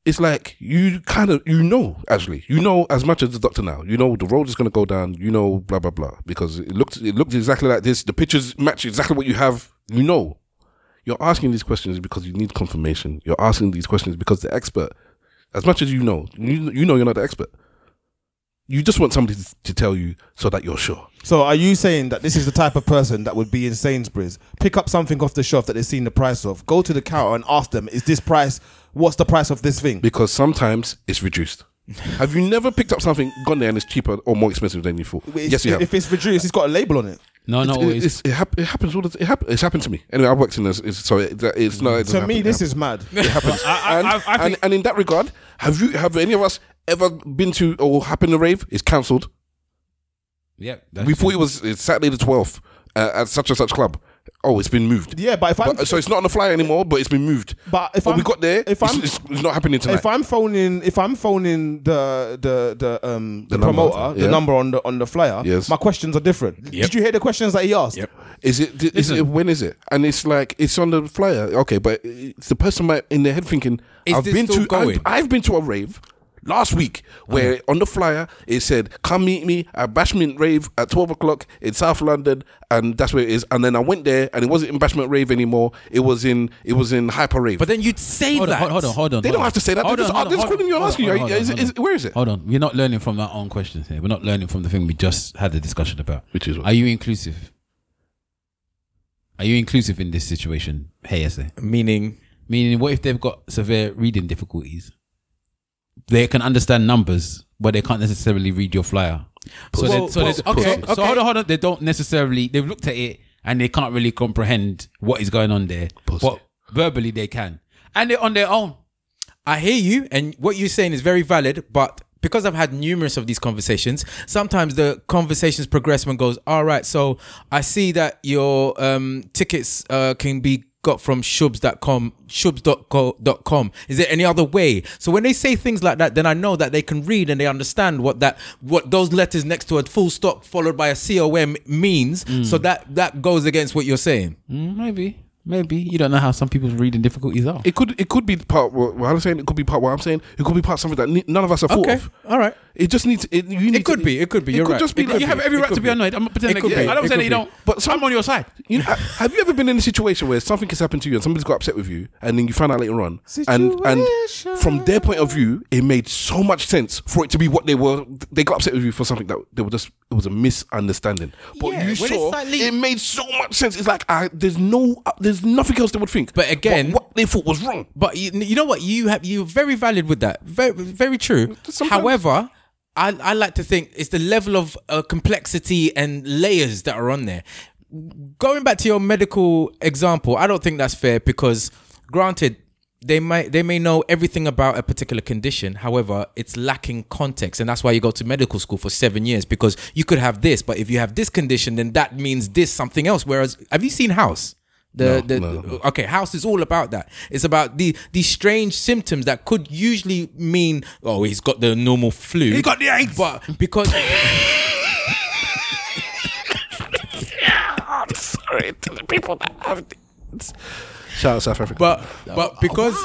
[SPEAKER 1] It's like you kind of you know actually you know as much as the doctor now you know the road is going to go down you know blah blah blah because it looked it looked exactly like this the pictures match exactly what you have you know you're asking these questions because you need confirmation you're asking these questions because the expert as much as you know you, you know you're not the expert you just want somebody to, to tell you so that you're sure
[SPEAKER 11] So are you saying that this is the type of person that would be in Sainsbury's, pick up something off the shelf that they've seen the price of, go to the counter and ask them, is this price, what's the price of this thing?
[SPEAKER 1] because sometimes it's reduced. have you never picked up something, gone there, and it's cheaper or more expensive than you thought?
[SPEAKER 11] It's-
[SPEAKER 1] yes, you have.
[SPEAKER 11] If it's reduced, it's got a label on it.
[SPEAKER 2] No, not
[SPEAKER 1] it,
[SPEAKER 2] always.
[SPEAKER 1] It, it, hap- it happens all the it hap- It's happened to me. Anyway, I worked in this. It's, so it, it's not. It
[SPEAKER 11] To
[SPEAKER 1] doesn't
[SPEAKER 11] me,
[SPEAKER 1] happen.
[SPEAKER 11] this
[SPEAKER 1] It
[SPEAKER 11] is mad.
[SPEAKER 1] It happens. *laughs* and, and, and in that regard, have you have any of us ever been to or happened a rave? It's cancelled.
[SPEAKER 2] Yeah.
[SPEAKER 1] we thought it was it's Saturday the twelfth uh, at such and such club. Oh, it's been moved.
[SPEAKER 11] Yeah, but if I'm-
[SPEAKER 1] so it's not on the flyer anymore, but it's been moved.
[SPEAKER 11] But if
[SPEAKER 1] But
[SPEAKER 11] I'm,
[SPEAKER 1] we got there,
[SPEAKER 11] if
[SPEAKER 1] it's-
[SPEAKER 11] I'm,
[SPEAKER 1] it's, it's not happening tonight.
[SPEAKER 11] If I'm phoning, if I'm phoning the the the um the,
[SPEAKER 1] The number,
[SPEAKER 11] promoter,
[SPEAKER 1] yeah.
[SPEAKER 11] the number on the on the flyer,
[SPEAKER 1] Yes.
[SPEAKER 11] my questions are different. Did you hear the questions that he asked?
[SPEAKER 1] Is it? di- Is it? When is it? And it's like it's on the flyer. Okay, but it's the person might in their head thinking,
[SPEAKER 2] Is
[SPEAKER 1] "I've
[SPEAKER 2] this
[SPEAKER 1] been
[SPEAKER 2] still
[SPEAKER 1] to. I've,
[SPEAKER 2] going? Uh-huh.
[SPEAKER 1] I've been to a rave last week where on the flyer it said, "Come meet me at Bashment Rave at twelve o'clock in South London," and that's where it is. And then I went there, and it wasn't in Bashment Rave anymore. It was in. It was in Hyper Rave. But
[SPEAKER 4] then you'd say
[SPEAKER 2] Hold on, hold- hold on, hold on.
[SPEAKER 1] They
[SPEAKER 2] hold
[SPEAKER 1] don't
[SPEAKER 2] on.
[SPEAKER 1] have to say that.
[SPEAKER 2] Hold
[SPEAKER 1] They're
[SPEAKER 2] on,
[SPEAKER 1] just,
[SPEAKER 2] hold
[SPEAKER 1] they're just
[SPEAKER 2] on,
[SPEAKER 1] calling you and
[SPEAKER 2] hold
[SPEAKER 1] asking you.
[SPEAKER 2] on, hold on,
[SPEAKER 1] is-
[SPEAKER 2] hold
[SPEAKER 1] is-
[SPEAKER 2] on.
[SPEAKER 1] Where is it?
[SPEAKER 2] Hold on, we're not learning from our own questions here. We're not learning from the thing we just had a discussion about.
[SPEAKER 1] Which is,
[SPEAKER 2] are you inclusive? Are you inclusive in this situation? Hey, SA.
[SPEAKER 4] Meaning,
[SPEAKER 2] meaning, what if they've got severe reading difficulties? They can understand numbers, but they can't necessarily read your flyer. So,
[SPEAKER 4] Well,
[SPEAKER 2] they, so, they,
[SPEAKER 4] well,
[SPEAKER 2] okay,
[SPEAKER 4] okay,
[SPEAKER 2] so, so
[SPEAKER 4] okay.
[SPEAKER 2] hold on, hold on. They don't necessarily. They've looked at it and they can't really comprehend what is going on there. But verbally, they can. and they're on their own.
[SPEAKER 4] I hear you, and what you're saying is very valid, but because I've had numerous of these conversations, sometimes the conversations progress and goes, all right, so I see that your um, tickets uh, can be got from shubs.com, shubs.co.com. Is there any other way? So when they say things like that, then I know that they can read and they understand what that, what those letters next to a full stop followed by a COM means. So that, that goes against what you're saying.
[SPEAKER 2] Mm, maybe, maybe you don't know how some people's reading difficulties are.
[SPEAKER 1] It could it could be part what what I'm saying. It could be part what I'm saying. It could be part something that ne- none of us have thought
[SPEAKER 4] Okay,
[SPEAKER 1] of.
[SPEAKER 4] All right.
[SPEAKER 1] It just needs. It, you need
[SPEAKER 4] It could
[SPEAKER 1] to-
[SPEAKER 4] be. It could be. You're
[SPEAKER 1] could
[SPEAKER 4] right.
[SPEAKER 1] just be
[SPEAKER 4] It
[SPEAKER 1] like-
[SPEAKER 4] could
[SPEAKER 1] you have
[SPEAKER 4] be.
[SPEAKER 1] every
[SPEAKER 4] It
[SPEAKER 1] right
[SPEAKER 4] could
[SPEAKER 1] to be
[SPEAKER 4] be.
[SPEAKER 1] annoyed. I'm
[SPEAKER 2] not pretending
[SPEAKER 4] It could
[SPEAKER 2] I-
[SPEAKER 4] be.
[SPEAKER 2] I don't
[SPEAKER 4] It
[SPEAKER 2] say
[SPEAKER 4] could
[SPEAKER 2] that you
[SPEAKER 4] be.
[SPEAKER 2] don't.
[SPEAKER 1] But I'm on your side. *laughs* You know, have you ever been in a situation where something has happened to you and somebody's got upset with you, and then you find out later on, and and from their point of view, it made so much sense for it to be what they were. They got upset with you for something that they were just. It was a misunderstanding. But
[SPEAKER 4] Yeah,
[SPEAKER 1] you
[SPEAKER 4] when it's
[SPEAKER 1] saw
[SPEAKER 4] slightly-
[SPEAKER 1] it made so much sense. It's like I, there's no, uh, there's nothing else they would think.
[SPEAKER 4] But again,
[SPEAKER 1] what they thought was wrong.
[SPEAKER 4] But you, you know what? You have you're very valid with that. Very very true. However, I I like to think it's the level of uh, complexity and layers that are on there. Going back to your medical example, I don't think that's fair because granted they might they may know everything about a particular condition however it's lacking context and that's why you go to medical school for 7 years because you could have this but if you have this condition then that means this something else whereas have you seen house the
[SPEAKER 2] No,
[SPEAKER 4] the
[SPEAKER 2] no.
[SPEAKER 4] okay house is all about that it's about the these strange symptoms that could usually mean oh he's got the normal flu
[SPEAKER 2] He got the
[SPEAKER 4] AIDS but because
[SPEAKER 1] I'm sorry to the people that have. This. Shout out South Africa.
[SPEAKER 4] But but because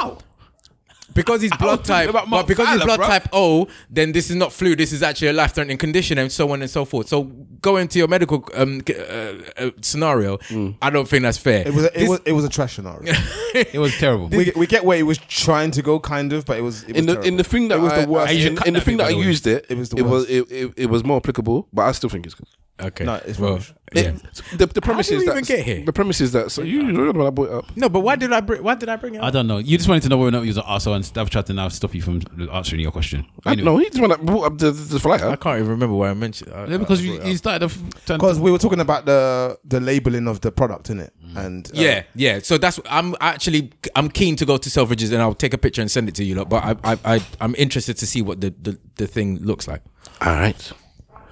[SPEAKER 4] because he's blood
[SPEAKER 1] was
[SPEAKER 4] type,
[SPEAKER 1] thinking about
[SPEAKER 4] but
[SPEAKER 1] Mark
[SPEAKER 4] because he's
[SPEAKER 1] Fowler,
[SPEAKER 4] blood
[SPEAKER 1] bruv.
[SPEAKER 4] type O, then this is not flu. This is actually a life threatening condition, and so on and so forth. So going to your medical um, c- uh, uh, scenario, I don't think that's fair.
[SPEAKER 11] It was a, it
[SPEAKER 4] This-
[SPEAKER 11] was it was a trash
[SPEAKER 4] *laughs*
[SPEAKER 11] scenario.
[SPEAKER 2] it was terrible.
[SPEAKER 11] we, we get where he was trying to go, kind of, but it was, it was
[SPEAKER 1] in the in
[SPEAKER 11] terrible.
[SPEAKER 1] the thing that
[SPEAKER 11] it was
[SPEAKER 1] I,
[SPEAKER 11] the worst.
[SPEAKER 1] I- in, in the thing that I used it,
[SPEAKER 11] It was the
[SPEAKER 1] it was
[SPEAKER 11] worst.
[SPEAKER 1] it, it, it was more applicable, but I still think it's good.
[SPEAKER 4] Okay,
[SPEAKER 11] No, it's
[SPEAKER 4] well,
[SPEAKER 11] rubbish.
[SPEAKER 4] yeah.
[SPEAKER 1] It- the, the premise
[SPEAKER 4] did
[SPEAKER 1] is
[SPEAKER 4] we
[SPEAKER 1] that
[SPEAKER 4] even get here?
[SPEAKER 1] the premise is that so you you don't know that boy up.
[SPEAKER 4] no, but why did I bring why did I bring it?
[SPEAKER 2] I
[SPEAKER 4] Up?
[SPEAKER 2] don't know. You just wanted to know whether or not you was an arsehole and I've tried to now stop you from answering your question.
[SPEAKER 1] I, no, he's the one that brought up the, the flyer.
[SPEAKER 4] I can't even remember why I mentioned. I,
[SPEAKER 2] Yeah, because you, you started off trying
[SPEAKER 11] because we were talking about the the labeling of the product in it, and uh,
[SPEAKER 4] Mm. Yeah, yeah. So that's I'm actually I'm keen to go to Selfridges and I'll take a picture and send it to you. Lot, but I I, I I'm interested to see what the, the the thing looks like.
[SPEAKER 1] All right.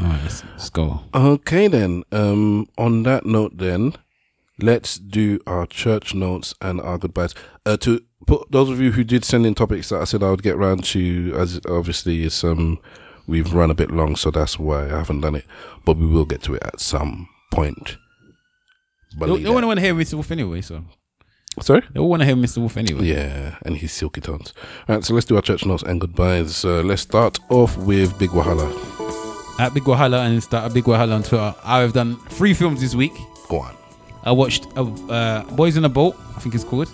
[SPEAKER 2] All right, let's, let's go.
[SPEAKER 1] Okay then. Um, on that note, then let's do our church notes and our goodbyes. Uh, to put those of you who did send in topics that I said I would get round to, as it obviously is um we've run a bit long, so that's why I haven't done it. But we will get to it at some point.
[SPEAKER 2] No,
[SPEAKER 1] Believe
[SPEAKER 2] no one want to hear Mr. Wolf anyway, so.
[SPEAKER 1] Sorry?
[SPEAKER 2] They all want to hear Mr. Wolf anyway.
[SPEAKER 1] Yeah, and his silky tones. All right, so let's do our church notes and goodbyes. Uh, let's start off with Big Wahala.
[SPEAKER 2] At Big Wahala and Insta, at Big Wahala on Twitter. I have done three films this week.
[SPEAKER 1] Go
[SPEAKER 2] Um,
[SPEAKER 1] on.
[SPEAKER 2] I watched uh, uh, Boys in a Boat, I think it's called.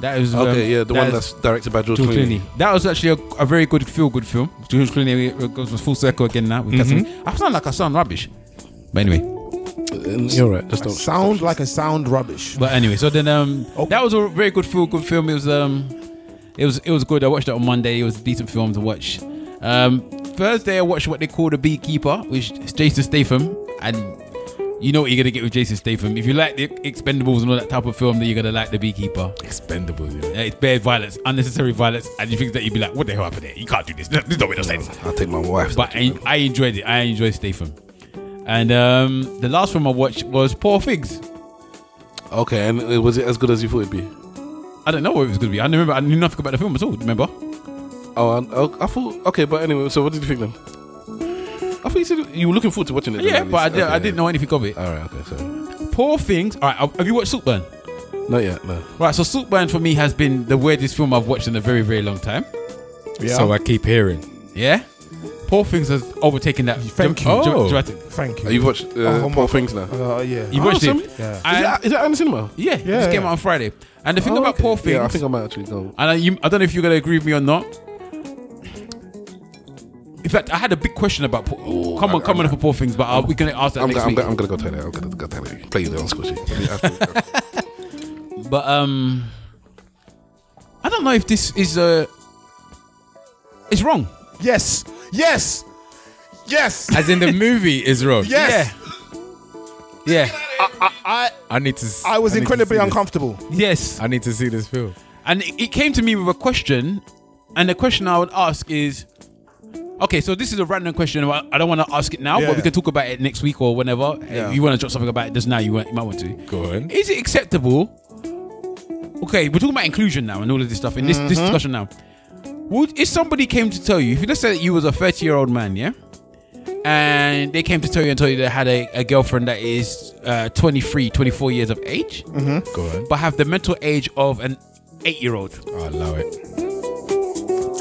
[SPEAKER 2] That is
[SPEAKER 1] Okay,
[SPEAKER 2] um,
[SPEAKER 1] yeah, the
[SPEAKER 2] that
[SPEAKER 1] one
[SPEAKER 2] is-
[SPEAKER 1] that's directed by George Clooney.
[SPEAKER 2] That was actually a, a very good feel good film. George Clooney uh, goes full circle again now. We've got
[SPEAKER 11] Mhm.
[SPEAKER 2] some- I sound like I sound rubbish. But anyway.
[SPEAKER 1] You're right. Just don't
[SPEAKER 11] sound like a sound rubbish.
[SPEAKER 2] But anyway, so then um, that was a very good feel good film. It was um, it was it was good. I watched it on Monday. It was a decent film to watch. Um, Thursday I watched what they call the Beekeeper, which is Jason Statham, and You know what you're gonna get with Jason Statham. If you like the Expendables and all that type of film, then you're gonna like The Beekeeper. Expendables, yeah. it's bare violence, unnecessary violence, and you think that you'd be like, "What the hell happened there? You can't do this. This don't make no sense."
[SPEAKER 1] I take my wife.
[SPEAKER 2] But I, I enjoyed it. I enjoyed Statham. And um, the last film I watched was Poor Figs.
[SPEAKER 1] Okay, and uh, was it as good as you thought it'd be?
[SPEAKER 2] I don't know what it was gonna be. I remember I knew nothing about the film at all. Remember?
[SPEAKER 1] Oh, and, oh, I thought okay, but anyway. So what did you think then? I thought you said you were looking forward to watching it.
[SPEAKER 2] Yeah,
[SPEAKER 1] then, at
[SPEAKER 2] but I,
[SPEAKER 1] least.
[SPEAKER 2] did, I
[SPEAKER 1] Okay.
[SPEAKER 2] didn't know anything of it.
[SPEAKER 1] All right, okay, sorry.
[SPEAKER 2] Poor Things. All right, have you watched Saltburn?
[SPEAKER 1] Not yet, no.
[SPEAKER 2] Right, so Saltburn for me has been the weirdest film I've watched in a very, very long time.
[SPEAKER 4] Yeah. So I keep hearing.
[SPEAKER 2] Yeah? Poor Things has overtaken that.
[SPEAKER 1] Thank
[SPEAKER 2] dra-
[SPEAKER 1] you.
[SPEAKER 2] dra-
[SPEAKER 1] Oh.
[SPEAKER 2] dramatic-
[SPEAKER 1] Thank you. Oh, you've watched, uh,
[SPEAKER 2] Oh, my
[SPEAKER 1] Poor
[SPEAKER 2] God.
[SPEAKER 1] Things now?
[SPEAKER 11] Uh, yeah.
[SPEAKER 2] You
[SPEAKER 1] Oh,
[SPEAKER 2] watched
[SPEAKER 1] some-
[SPEAKER 2] it?
[SPEAKER 1] Is that- is that in the cinema?
[SPEAKER 2] Yeah, it just came out on Friday. And the thing
[SPEAKER 1] Oh,
[SPEAKER 2] about
[SPEAKER 1] okay.
[SPEAKER 2] Poor Things.
[SPEAKER 1] Yeah, I think I might actually go.
[SPEAKER 2] And I, you, I don't know if you're going to agree with me or not. In fact, I had a big question about. Poor, come on, come on for Poor Things, but uh, we're going to ask that
[SPEAKER 1] I'm,
[SPEAKER 2] next
[SPEAKER 1] go- I'm,
[SPEAKER 2] week.
[SPEAKER 1] go- I'm gonna go to that. I'm gonna go to that. Play you there on *laughs*
[SPEAKER 2] But um, I don't know if this is uh, it's wrong.
[SPEAKER 3] Yes, yes, yes.
[SPEAKER 4] As
[SPEAKER 2] *laughs*
[SPEAKER 4] in the movie is wrong.
[SPEAKER 3] Yes.
[SPEAKER 2] Yeah.
[SPEAKER 3] I, I,
[SPEAKER 4] I need to. s-
[SPEAKER 3] I was
[SPEAKER 4] need to
[SPEAKER 3] incredibly
[SPEAKER 4] see this.
[SPEAKER 3] uncomfortable.
[SPEAKER 2] Yes.
[SPEAKER 4] I need to see this film.
[SPEAKER 2] And it it came to me with a question, and the question I would ask is, okay, so this is a random question. I I don't want to ask it now,
[SPEAKER 4] Yeah.
[SPEAKER 2] but we can talk about it next week or whenever. If
[SPEAKER 4] Yeah.
[SPEAKER 2] you want to drop something about it just now, you, want, you might want to.
[SPEAKER 4] Go on.
[SPEAKER 2] Is it acceptable? Okay, we're talking about inclusion now and all of this stuff in this, this
[SPEAKER 4] Mhm.
[SPEAKER 2] discussion now. Would if somebody came to tell you, if you let's say that you was a thirty year old man, yeah, and they came to tell you and told you they had a, a girlfriend that is uh, 23, 24 years of age,
[SPEAKER 4] Mm-hmm. Go on.
[SPEAKER 2] but have the mental age of an eight year old.
[SPEAKER 4] I allow it.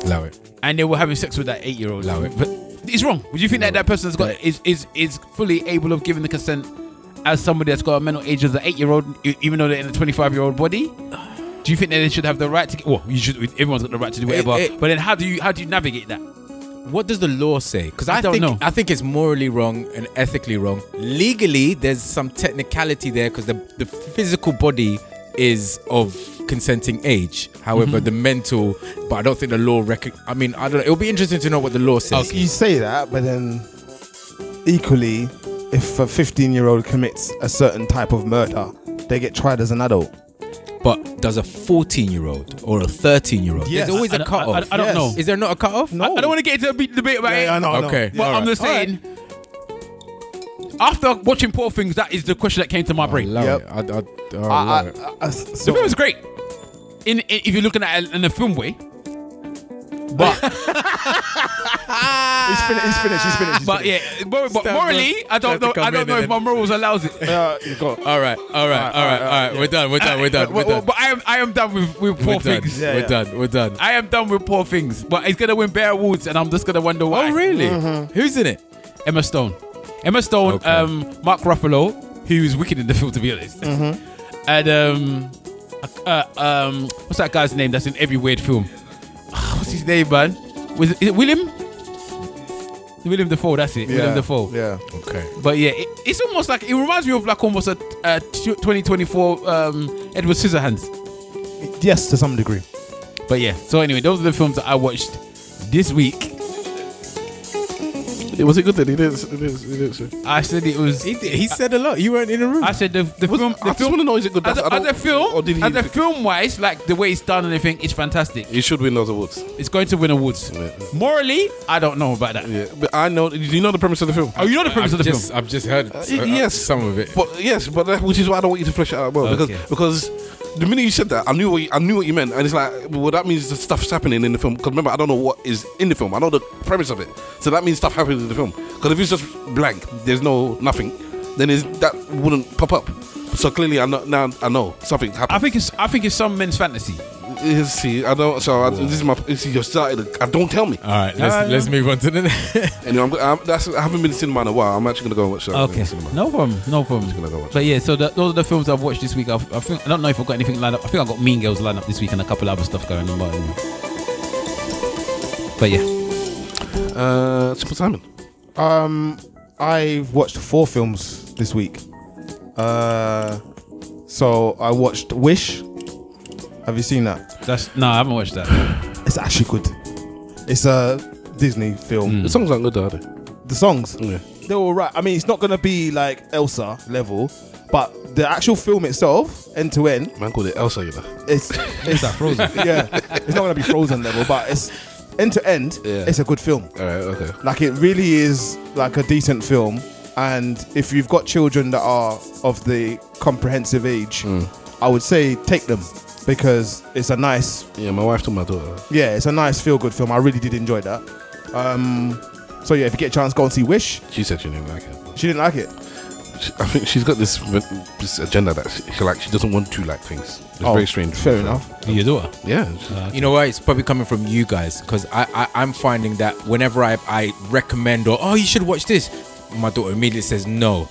[SPEAKER 4] Allow it.
[SPEAKER 2] And they were having sex with that eight year old.
[SPEAKER 4] Allow it.
[SPEAKER 2] But it's wrong. Would you think that that person has got is, is is fully able of giving the consent as somebody that's got a mental age as an eight year old, even though they're in a twenty five year old body? Do you think that they should have the right to? Well, you should. Everyone's got the right to do whatever. but then, how do you how do you navigate that?
[SPEAKER 4] What does the law say? Because I,
[SPEAKER 2] I don't
[SPEAKER 4] think,
[SPEAKER 2] know.
[SPEAKER 4] I think it's morally wrong and ethically wrong. Legally, there's some technicality there because the, the physical body is of consenting age. However,
[SPEAKER 11] Mhm.
[SPEAKER 4] the mental, but I don't think the law rec. I mean, I don't know. It'll be interesting to know what the law says.
[SPEAKER 11] You say that, but then equally, if a 15 year old commits a certain type of murder, they get tried as an adult.
[SPEAKER 4] But does a 14 year old or a 13 year old?
[SPEAKER 11] Yes.
[SPEAKER 4] There's always
[SPEAKER 11] I
[SPEAKER 4] a
[SPEAKER 11] don't-
[SPEAKER 4] cut off.
[SPEAKER 2] I- I don't Yes. know.
[SPEAKER 4] Is there not a cut off?
[SPEAKER 2] I, I don't want to get into a big debate about
[SPEAKER 4] Yeah,
[SPEAKER 2] it.
[SPEAKER 4] yeah, I know, I know.
[SPEAKER 2] Okay.
[SPEAKER 4] Yeah,
[SPEAKER 2] But
[SPEAKER 4] all
[SPEAKER 2] I'm
[SPEAKER 4] right.
[SPEAKER 2] just
[SPEAKER 4] All right.
[SPEAKER 2] saying. After watching Poor Things, that is the question that came to my brain.
[SPEAKER 4] Yep. I,
[SPEAKER 2] I- the film is great. In, in- if you're looking at it in a film way,
[SPEAKER 3] He's, fin- he's finished. He's finished.
[SPEAKER 2] but yeah, mor- but
[SPEAKER 3] Stand
[SPEAKER 2] morally,
[SPEAKER 3] first.
[SPEAKER 2] I don't
[SPEAKER 3] Had to
[SPEAKER 2] know.
[SPEAKER 3] come
[SPEAKER 2] I
[SPEAKER 3] in
[SPEAKER 2] don't know if
[SPEAKER 3] and-
[SPEAKER 2] my morals allows it.
[SPEAKER 4] All right, all right, all right, all right. We're done, we're done, we're done, we're
[SPEAKER 2] Well, well,
[SPEAKER 4] done.
[SPEAKER 2] But I am, I am done with, with poor
[SPEAKER 4] We're done,
[SPEAKER 2] things.
[SPEAKER 4] we're done, we're done.
[SPEAKER 2] I am done with poor things. But it's gonna win Bear Awards, and I'm just gonna wonder why. Oh
[SPEAKER 4] really? Who's in it?
[SPEAKER 2] Emma Stone. Emma Stone. Um, Mark Ruffalo, who's wicked in the film, to be honest. And um, uh, um, what's that guy's name that's in every weird film? *sighs* What's his name, man? Was it, is it William? William Defoe. That's it. William Defoe.
[SPEAKER 11] Yeah.
[SPEAKER 4] Okay.
[SPEAKER 2] But yeah, it, it's almost like it reminds me of like almost a, a t- 2024 um, Edward Scissorhands.
[SPEAKER 11] Yes, to some degree.
[SPEAKER 2] But yeah, so anyway, those are the films that I watched this week.
[SPEAKER 1] Was it good that he did? It is. It is.
[SPEAKER 2] I said it was. He,
[SPEAKER 4] said a lot. You weren't in the room.
[SPEAKER 2] I said the, the film. The I film, just want
[SPEAKER 1] to know is it good?
[SPEAKER 2] As,
[SPEAKER 1] I
[SPEAKER 2] a- as
[SPEAKER 1] don't-
[SPEAKER 2] a film,
[SPEAKER 1] or did he-
[SPEAKER 2] as a film wise, like the way it's done and everything, it's fantastic.
[SPEAKER 1] It should win those awards.
[SPEAKER 2] It's going to win awards. Morally, I don't know about that.
[SPEAKER 1] Yeah, but I know. Do you know the premise of the film?
[SPEAKER 2] Oh, you know the premise
[SPEAKER 4] I've
[SPEAKER 2] of the
[SPEAKER 4] just,
[SPEAKER 2] film.
[SPEAKER 4] I've just heard
[SPEAKER 1] Uh,
[SPEAKER 4] uh,
[SPEAKER 1] yes.
[SPEAKER 4] some of it.
[SPEAKER 1] But yes, but that, which is why I don't want you to flesh it out well
[SPEAKER 4] Okay.
[SPEAKER 1] because because the minute you said that, I knew what you, I knew what you meant, and it's like well that means the stuff's happening in the film. Because remember, I don't know what is in the film. I know the premise of it, so that means stuff happens in the film. Because if it's just blank, there's no nothing, then it's, that wouldn't pop up. So clearly, I know now I know something happened. I
[SPEAKER 2] think it's I think it's some men's fantasy.
[SPEAKER 1] See, I don't. So I, this is my. you See, you started. I uh, don't tell me. All
[SPEAKER 4] right, let's-
[SPEAKER 2] Uh,
[SPEAKER 4] Ah, let's yeah. move on to the next.
[SPEAKER 1] anyway, I'm, go- I'm, that's, I haven't been to cinema in a while. I'm actually gonna go and watch that.
[SPEAKER 2] Okay.
[SPEAKER 1] in the cinema.
[SPEAKER 2] No problem. No problem.
[SPEAKER 1] gonna go watch
[SPEAKER 2] But yeah, so the, those are the films I've watched this week. I've, I think I don't know if I've got anything lined up. I think I've got Mean Girls lined up this week and a couple other stuff going on. But, anyway. but yeah,
[SPEAKER 1] Uh, Simple Simon.
[SPEAKER 11] Um, I've watched four films this week. Uh, so I watched Wish. Have you seen that?
[SPEAKER 2] that's no, I haven't watched
[SPEAKER 1] *sighs*
[SPEAKER 2] that.
[SPEAKER 11] It's actually good. It's a Disney film.
[SPEAKER 2] Mm.
[SPEAKER 1] The songs aren't good, though, are they?
[SPEAKER 11] The songs?
[SPEAKER 1] Yeah.
[SPEAKER 11] they were right. I mean, it's not gonna be like Elsa level, but the actual film itself, end to end.
[SPEAKER 1] Man called it Elsa, you know. *laughs*
[SPEAKER 11] It's it's
[SPEAKER 1] that Frozen?
[SPEAKER 11] *laughs* yeah, it's not gonna be Frozen level, but it's end to end.
[SPEAKER 1] Yeah.
[SPEAKER 11] It's a good film. All
[SPEAKER 1] right, okay.
[SPEAKER 11] Like it really is like a decent film, and if you've got children that are of the comprehensive age,
[SPEAKER 1] Mm.
[SPEAKER 11] I would say take them because it's a nice
[SPEAKER 1] Yeah, my wife told my daughter.
[SPEAKER 11] yeah, it's a nice feel good film. I really did enjoy that. Um, so yeah, if you get a chance, go and see Wish.
[SPEAKER 1] She said she didn't like it.
[SPEAKER 11] She didn't like it.
[SPEAKER 1] She, I think she's got this, this agenda that she, she like. She doesn't want to like things. It's
[SPEAKER 4] Oh,
[SPEAKER 1] very strange.
[SPEAKER 4] fair enough.
[SPEAKER 1] Your
[SPEAKER 2] daughter?
[SPEAKER 1] Yeah.
[SPEAKER 4] you know what? It's probably coming from you guys because I, I I'm finding that whenever I I recommend or oh you should watch this, my daughter immediately says no,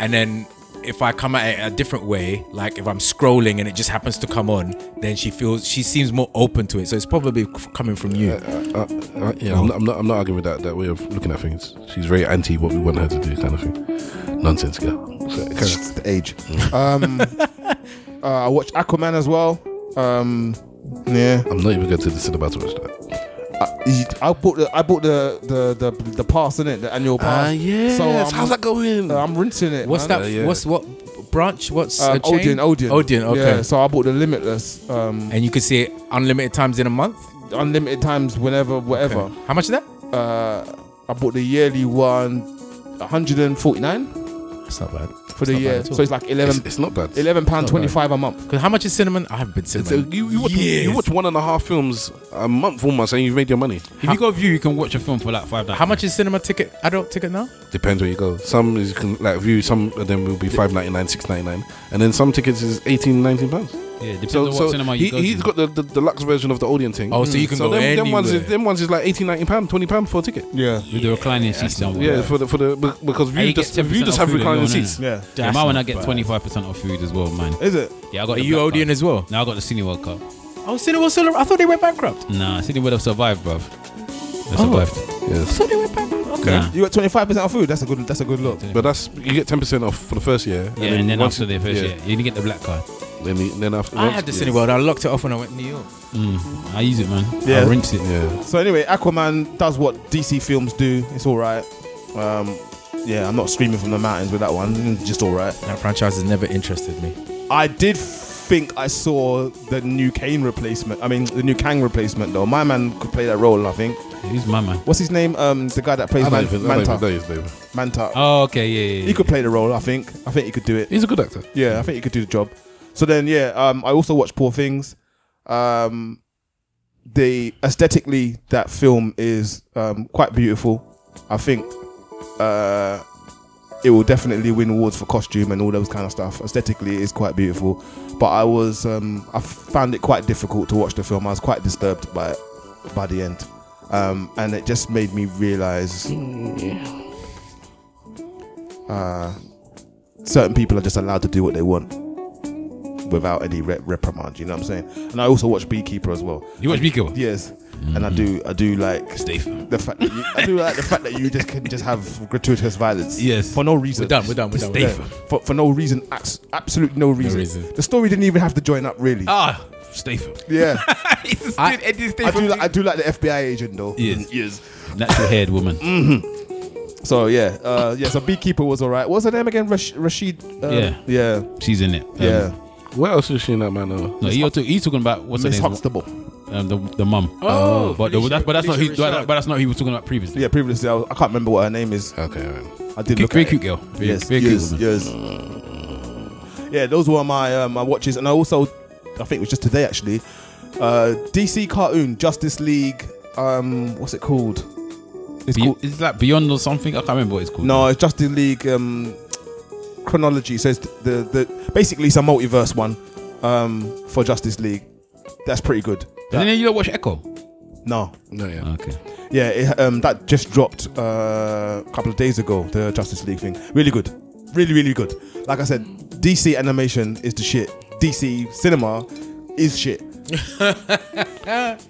[SPEAKER 4] and then if I come at it a different way, like if I'm scrolling and it just happens to come on, then she feels she seems more open to it. So it's probably c- coming from you.
[SPEAKER 1] Uh, uh, yeah, I'm not, I'm not. I'm not arguing with that that way of looking at things. She's very anti what we want her to do, kind of thing. Nonsense girl. So,
[SPEAKER 11] the age. Um, *laughs* uh, I watched Aquaman as well. Um, yeah.
[SPEAKER 1] I'm not even going to the cinema to watch that.
[SPEAKER 11] I, I bought the I bought the the the, the pass in it, the annual pass.
[SPEAKER 1] Ah, yes. How's that
[SPEAKER 11] going? I'm rinsing it.
[SPEAKER 4] What's
[SPEAKER 11] man.
[SPEAKER 4] that? What's what branch? What's
[SPEAKER 11] Um,
[SPEAKER 4] a chain?
[SPEAKER 11] Odeon, Odeon,
[SPEAKER 4] Odeon. Okay.
[SPEAKER 11] Yeah, so I bought the Limitless. Um,
[SPEAKER 4] and you could see it unlimited times in a month.
[SPEAKER 11] Unlimited times, whenever, whatever.
[SPEAKER 4] Okay. How much is that?
[SPEAKER 11] Uh, I bought the yearly one, 149
[SPEAKER 4] It's not bad.
[SPEAKER 11] for the year. So it's like eleven.
[SPEAKER 1] It's, it's not bad.
[SPEAKER 11] Eleven pound
[SPEAKER 1] It's not
[SPEAKER 11] twenty
[SPEAKER 1] bad.
[SPEAKER 11] five a month.
[SPEAKER 4] Because how much is cinnamon? I haven't been
[SPEAKER 1] It's a,
[SPEAKER 4] cinnamon.
[SPEAKER 1] you, you, watch, you watch one and a half films a month almost, and you've made your money.
[SPEAKER 2] If you got a view, you can watch a film for like five dollars.
[SPEAKER 4] How much is cinema ticket? Adult ticket now?
[SPEAKER 1] Depends where you go. Some is you can like view. Some of them will be five ninety nine, six ninety nine, and then some tickets is 18, 19 pounds.
[SPEAKER 2] Yeah, depends
[SPEAKER 1] so,
[SPEAKER 2] on what
[SPEAKER 1] so
[SPEAKER 2] cinema
[SPEAKER 1] he,
[SPEAKER 2] you go
[SPEAKER 1] He's
[SPEAKER 2] to.
[SPEAKER 1] got the, the deluxe version of the Odeon thing. Mm.
[SPEAKER 2] Oh, so you can go
[SPEAKER 1] them, them ones is
[SPEAKER 2] anywhere.
[SPEAKER 1] them ones is like 18, 19 pound, twenty pound for a ticket.
[SPEAKER 11] Yeah,
[SPEAKER 2] with the reclining seats. Don't
[SPEAKER 1] Yeah, for the for the be- because
[SPEAKER 2] And
[SPEAKER 1] view
[SPEAKER 2] you get
[SPEAKER 1] just view
[SPEAKER 2] 10%
[SPEAKER 1] just
[SPEAKER 2] off
[SPEAKER 1] have
[SPEAKER 2] food
[SPEAKER 1] reclining
[SPEAKER 2] as well,
[SPEAKER 1] seats.
[SPEAKER 2] innit? yeah
[SPEAKER 1] That's
[SPEAKER 2] mine when
[SPEAKER 1] not
[SPEAKER 2] I get
[SPEAKER 1] bad.
[SPEAKER 2] twenty five percent off food as well, man.
[SPEAKER 11] Is it?
[SPEAKER 2] Yeah, I got.
[SPEAKER 4] Are you Odeon
[SPEAKER 2] as
[SPEAKER 4] well?
[SPEAKER 2] No, I got the Cineworld card.
[SPEAKER 4] Oh, cinema, cinema. I thought they went bankrupt.
[SPEAKER 2] Nah, Sydney would have survived, bruv. They
[SPEAKER 4] Oh.
[SPEAKER 2] survived.
[SPEAKER 1] Yes.
[SPEAKER 4] So they went bankrupt. Okay.
[SPEAKER 2] Nah.
[SPEAKER 11] You got twenty five percent off food. That's a good. That's a good look.
[SPEAKER 1] But that's you get ten percent off for the first year.
[SPEAKER 2] Yeah, and then
[SPEAKER 1] once-
[SPEAKER 2] after the first
[SPEAKER 1] yeah.
[SPEAKER 2] year, you didn't get the black card.
[SPEAKER 1] Then you- then after
[SPEAKER 4] I
[SPEAKER 1] once-
[SPEAKER 4] had the
[SPEAKER 1] yeah.
[SPEAKER 4] Cineworld. I locked it off when I went to New York.
[SPEAKER 2] Mm, I use it, man.
[SPEAKER 11] Yeah.
[SPEAKER 2] I rinse it.
[SPEAKER 1] Yeah.
[SPEAKER 11] So anyway, Aquaman does what DC films do. It's all right. Um, yeah, I'm not screaming from the mountains with that one. It's Just all right.
[SPEAKER 4] That franchise has never interested me.
[SPEAKER 11] I did think I saw the new Kane replacement. I mean, the new Kang replacement though. My man could play that role. I think.
[SPEAKER 2] He's my man.
[SPEAKER 11] What's his name? Um, the guy that
[SPEAKER 1] I
[SPEAKER 11] plays
[SPEAKER 1] don't
[SPEAKER 11] Man-
[SPEAKER 1] even- I don't even know
[SPEAKER 11] Manta.
[SPEAKER 1] his name.
[SPEAKER 11] Manta.
[SPEAKER 2] Oh, okay, yeah, yeah. yeah.
[SPEAKER 11] He could play the role. I think. I think he could do it.
[SPEAKER 1] He's a good actor.
[SPEAKER 11] Yeah, I think he could do the job. So then, yeah, um, I also watched Poor Things. Um, the aesthetically, that film is um, quite beautiful. I think uh, it will definitely win awards for costume and all those kind of stuff. Aesthetically, it is quite beautiful. But I was, um, I found it quite difficult to watch the film. I was quite disturbed by it by the end, um, and it just made me realize uh, certain people are just allowed to do what they want without any rep- reprimand. You know what I'm saying? And I also watch Beekeeper as well.
[SPEAKER 2] You watch Beekeeper?
[SPEAKER 11] Yes. And I do, I do like the fact. That you, I do like the fact that you just can just have gratuitous violence.
[SPEAKER 2] Yes.
[SPEAKER 11] for no reason.
[SPEAKER 2] We're done, we're done, we're
[SPEAKER 11] Just
[SPEAKER 2] done, we're
[SPEAKER 11] yeah,
[SPEAKER 2] done.
[SPEAKER 11] For, for no reason, abs- absolutely no reason.
[SPEAKER 2] reason.
[SPEAKER 11] The story didn't even have to join up, really.
[SPEAKER 2] Ah, Statham. *laughs*
[SPEAKER 11] Yeah,
[SPEAKER 2] I,
[SPEAKER 11] I do, like, I do like the FBI agent though.
[SPEAKER 2] Yes.
[SPEAKER 11] yes.
[SPEAKER 2] Natural haired woman.
[SPEAKER 11] Mm-hmm. So yeah, uh, yeah. So beekeeper was alright. What's her name again? Rash- Rashid. Uh,
[SPEAKER 2] yeah. Um,
[SPEAKER 11] yeah.
[SPEAKER 2] She's in it.
[SPEAKER 11] Yeah.
[SPEAKER 1] What else is she in that man? though?
[SPEAKER 2] No, you're, talk- he's talking about what's
[SPEAKER 11] Miss
[SPEAKER 2] her name?
[SPEAKER 11] Huxtable.
[SPEAKER 2] Um, the the mum. Uh,
[SPEAKER 11] Oh,
[SPEAKER 2] but the,
[SPEAKER 11] Felicia-
[SPEAKER 2] that, but that's not who,
[SPEAKER 11] Felicia
[SPEAKER 2] that, but that's not who he was talking about previously.
[SPEAKER 11] Yeah. Previously, I, was, I can't remember what her name is.
[SPEAKER 1] Okay.
[SPEAKER 11] I did
[SPEAKER 2] Cute-
[SPEAKER 11] look.
[SPEAKER 2] very
[SPEAKER 11] at
[SPEAKER 2] cute
[SPEAKER 11] it.
[SPEAKER 2] girl. Very-
[SPEAKER 11] yes.
[SPEAKER 2] very cute
[SPEAKER 11] yes. yes. Yeah. Those were my uh, my watches, and I also, I think it was just today actually, uh, DC cartoon Justice League. Um, what's it called? It's
[SPEAKER 2] Be- Is that Beyond or something? I can't remember what it's called.
[SPEAKER 11] No, it's Justice League um, chronology. So it's the, the basically it's a multiverse one um, for Justice League. That's pretty good.
[SPEAKER 2] And then you don't watch Echo.
[SPEAKER 11] No,
[SPEAKER 1] no, yeah,
[SPEAKER 2] okay,
[SPEAKER 11] yeah. It, um, that just dropped uh, a couple of days ago. The Justice League thing, really good, really really good. Like I said, DC animation is the shit. DC cinema is shit.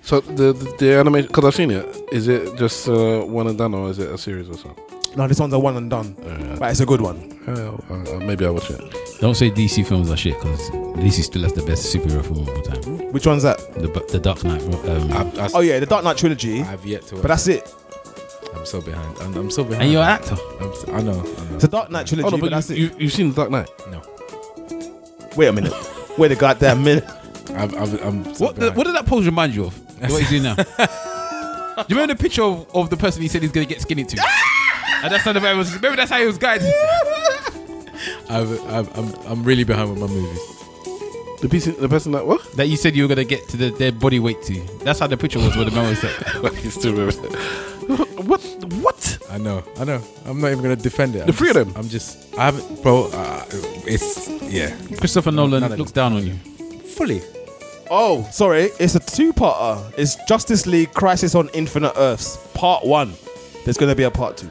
[SPEAKER 1] So the the, the animation because I've seen it. Is it just uh, one and done, or is it a series or something?
[SPEAKER 11] No, this one's a one and done, but it's a good one.
[SPEAKER 1] Uh, uh, maybe I watch it.
[SPEAKER 2] Don't say DC films are shit because DC still has the best superhero film of all time.
[SPEAKER 11] Which one's that?
[SPEAKER 2] The, Bu- the Dark Knight. Um,
[SPEAKER 11] oh yeah, the Dark Knight trilogy.
[SPEAKER 4] I've yet to.
[SPEAKER 11] But that's it.
[SPEAKER 4] I'm so behind. I'm, I'm so behind.
[SPEAKER 2] And you're an actor.
[SPEAKER 4] I'm so, I know. I know.
[SPEAKER 11] It's a Dark Knight trilogy,
[SPEAKER 1] Oh, no,
[SPEAKER 11] but,
[SPEAKER 1] but
[SPEAKER 11] that's it.
[SPEAKER 1] you, you, have seen The Dark Knight?
[SPEAKER 4] No.
[SPEAKER 11] Wait a minute. *laughs* Wait a goddamn minute.
[SPEAKER 4] I'm, I'm, I'm
[SPEAKER 2] What, the, what did that pose remind you of? What he's doing now? Do you remember the picture of, of the person he said he's going to get skinny to? and that's how the man was. Remember that's how he was guided.
[SPEAKER 4] I'm, I'm, I'm, I'm really behind with my movies.
[SPEAKER 1] The, piece, the person that what?
[SPEAKER 2] That you said you were going to get to the, their body weight to. That's how the picture was where the man was
[SPEAKER 1] like. you still remember *laughs* What? What?
[SPEAKER 4] I know. I know. I'm not even gonna defend it. I'm
[SPEAKER 2] The three of
[SPEAKER 4] just- I'm just. I haven't, bro. Uh, it's yeah.
[SPEAKER 2] Christopher Nolan
[SPEAKER 4] None of
[SPEAKER 2] looks down on you.
[SPEAKER 4] Fully.
[SPEAKER 11] Oh, sorry. It's a two-parter. It's Justice League: Crisis on Infinite Earths, Part One. There's going to be a Part Two.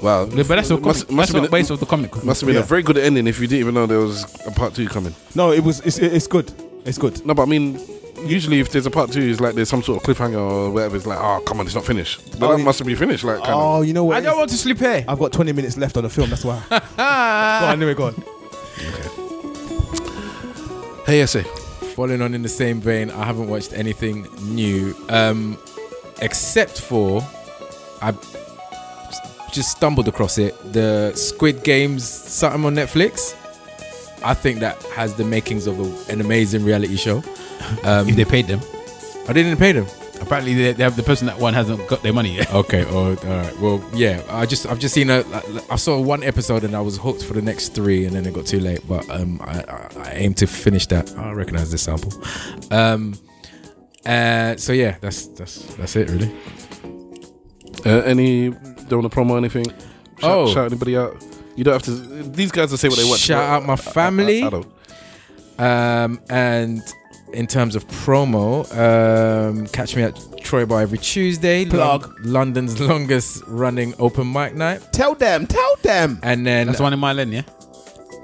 [SPEAKER 1] Wow.
[SPEAKER 2] Yeah, but that's a comic. That's
[SPEAKER 1] been
[SPEAKER 2] not based off the comic.
[SPEAKER 1] Must have been
[SPEAKER 11] Yeah.
[SPEAKER 1] a very good ending if you didn't even know there was a part two coming.
[SPEAKER 11] No, it was. It's, it's good. It's good.
[SPEAKER 1] No, but I mean, usually if there's a part two, it's like there's some sort of cliffhanger or whatever. It's like, oh, come on, it's not finished. But
[SPEAKER 11] Oh,
[SPEAKER 1] that
[SPEAKER 11] yeah.
[SPEAKER 1] must have been finished, like, kind
[SPEAKER 11] Oh, you know what? I don't
[SPEAKER 2] want to sleep here.
[SPEAKER 11] I've got 20 minutes left on the film.
[SPEAKER 2] *laughs*
[SPEAKER 11] That's why. go on, anyway, go on.
[SPEAKER 1] of. Hey, SA.
[SPEAKER 4] Following on in the same vein, I haven't watched anything new, um, except for I just stumbled across it. The Squid Games something on Netflix. I think that has the makings of a, an amazing reality show. Um,
[SPEAKER 2] If they paid them.
[SPEAKER 4] I didn't pay them.
[SPEAKER 2] Apparently, they, they have the person that one hasn't got their money yet.
[SPEAKER 4] *laughs* Okay. Or, all right. Well, yeah. I just I've just seen a I saw one episode and I was hooked for the next three and then it got too late. But um, I, I, I aim to finish that. I recognize this sample. Um, uh, so yeah, that's that's that's it really.
[SPEAKER 1] Uh, any, they want to promo anything? Shout,
[SPEAKER 4] Oh.
[SPEAKER 1] shout anybody out? You don't have to. These guys will say what they want.
[SPEAKER 4] Shout out my family.
[SPEAKER 1] I, I don't.
[SPEAKER 4] Um, and in terms of promo, um, catch me at Troy Bar every Tuesday.
[SPEAKER 11] Plug.
[SPEAKER 4] Lon- London's *laughs* longest running open mic night.
[SPEAKER 11] Tell them. Tell them.
[SPEAKER 4] And then
[SPEAKER 2] That's the one in my lane, yeah?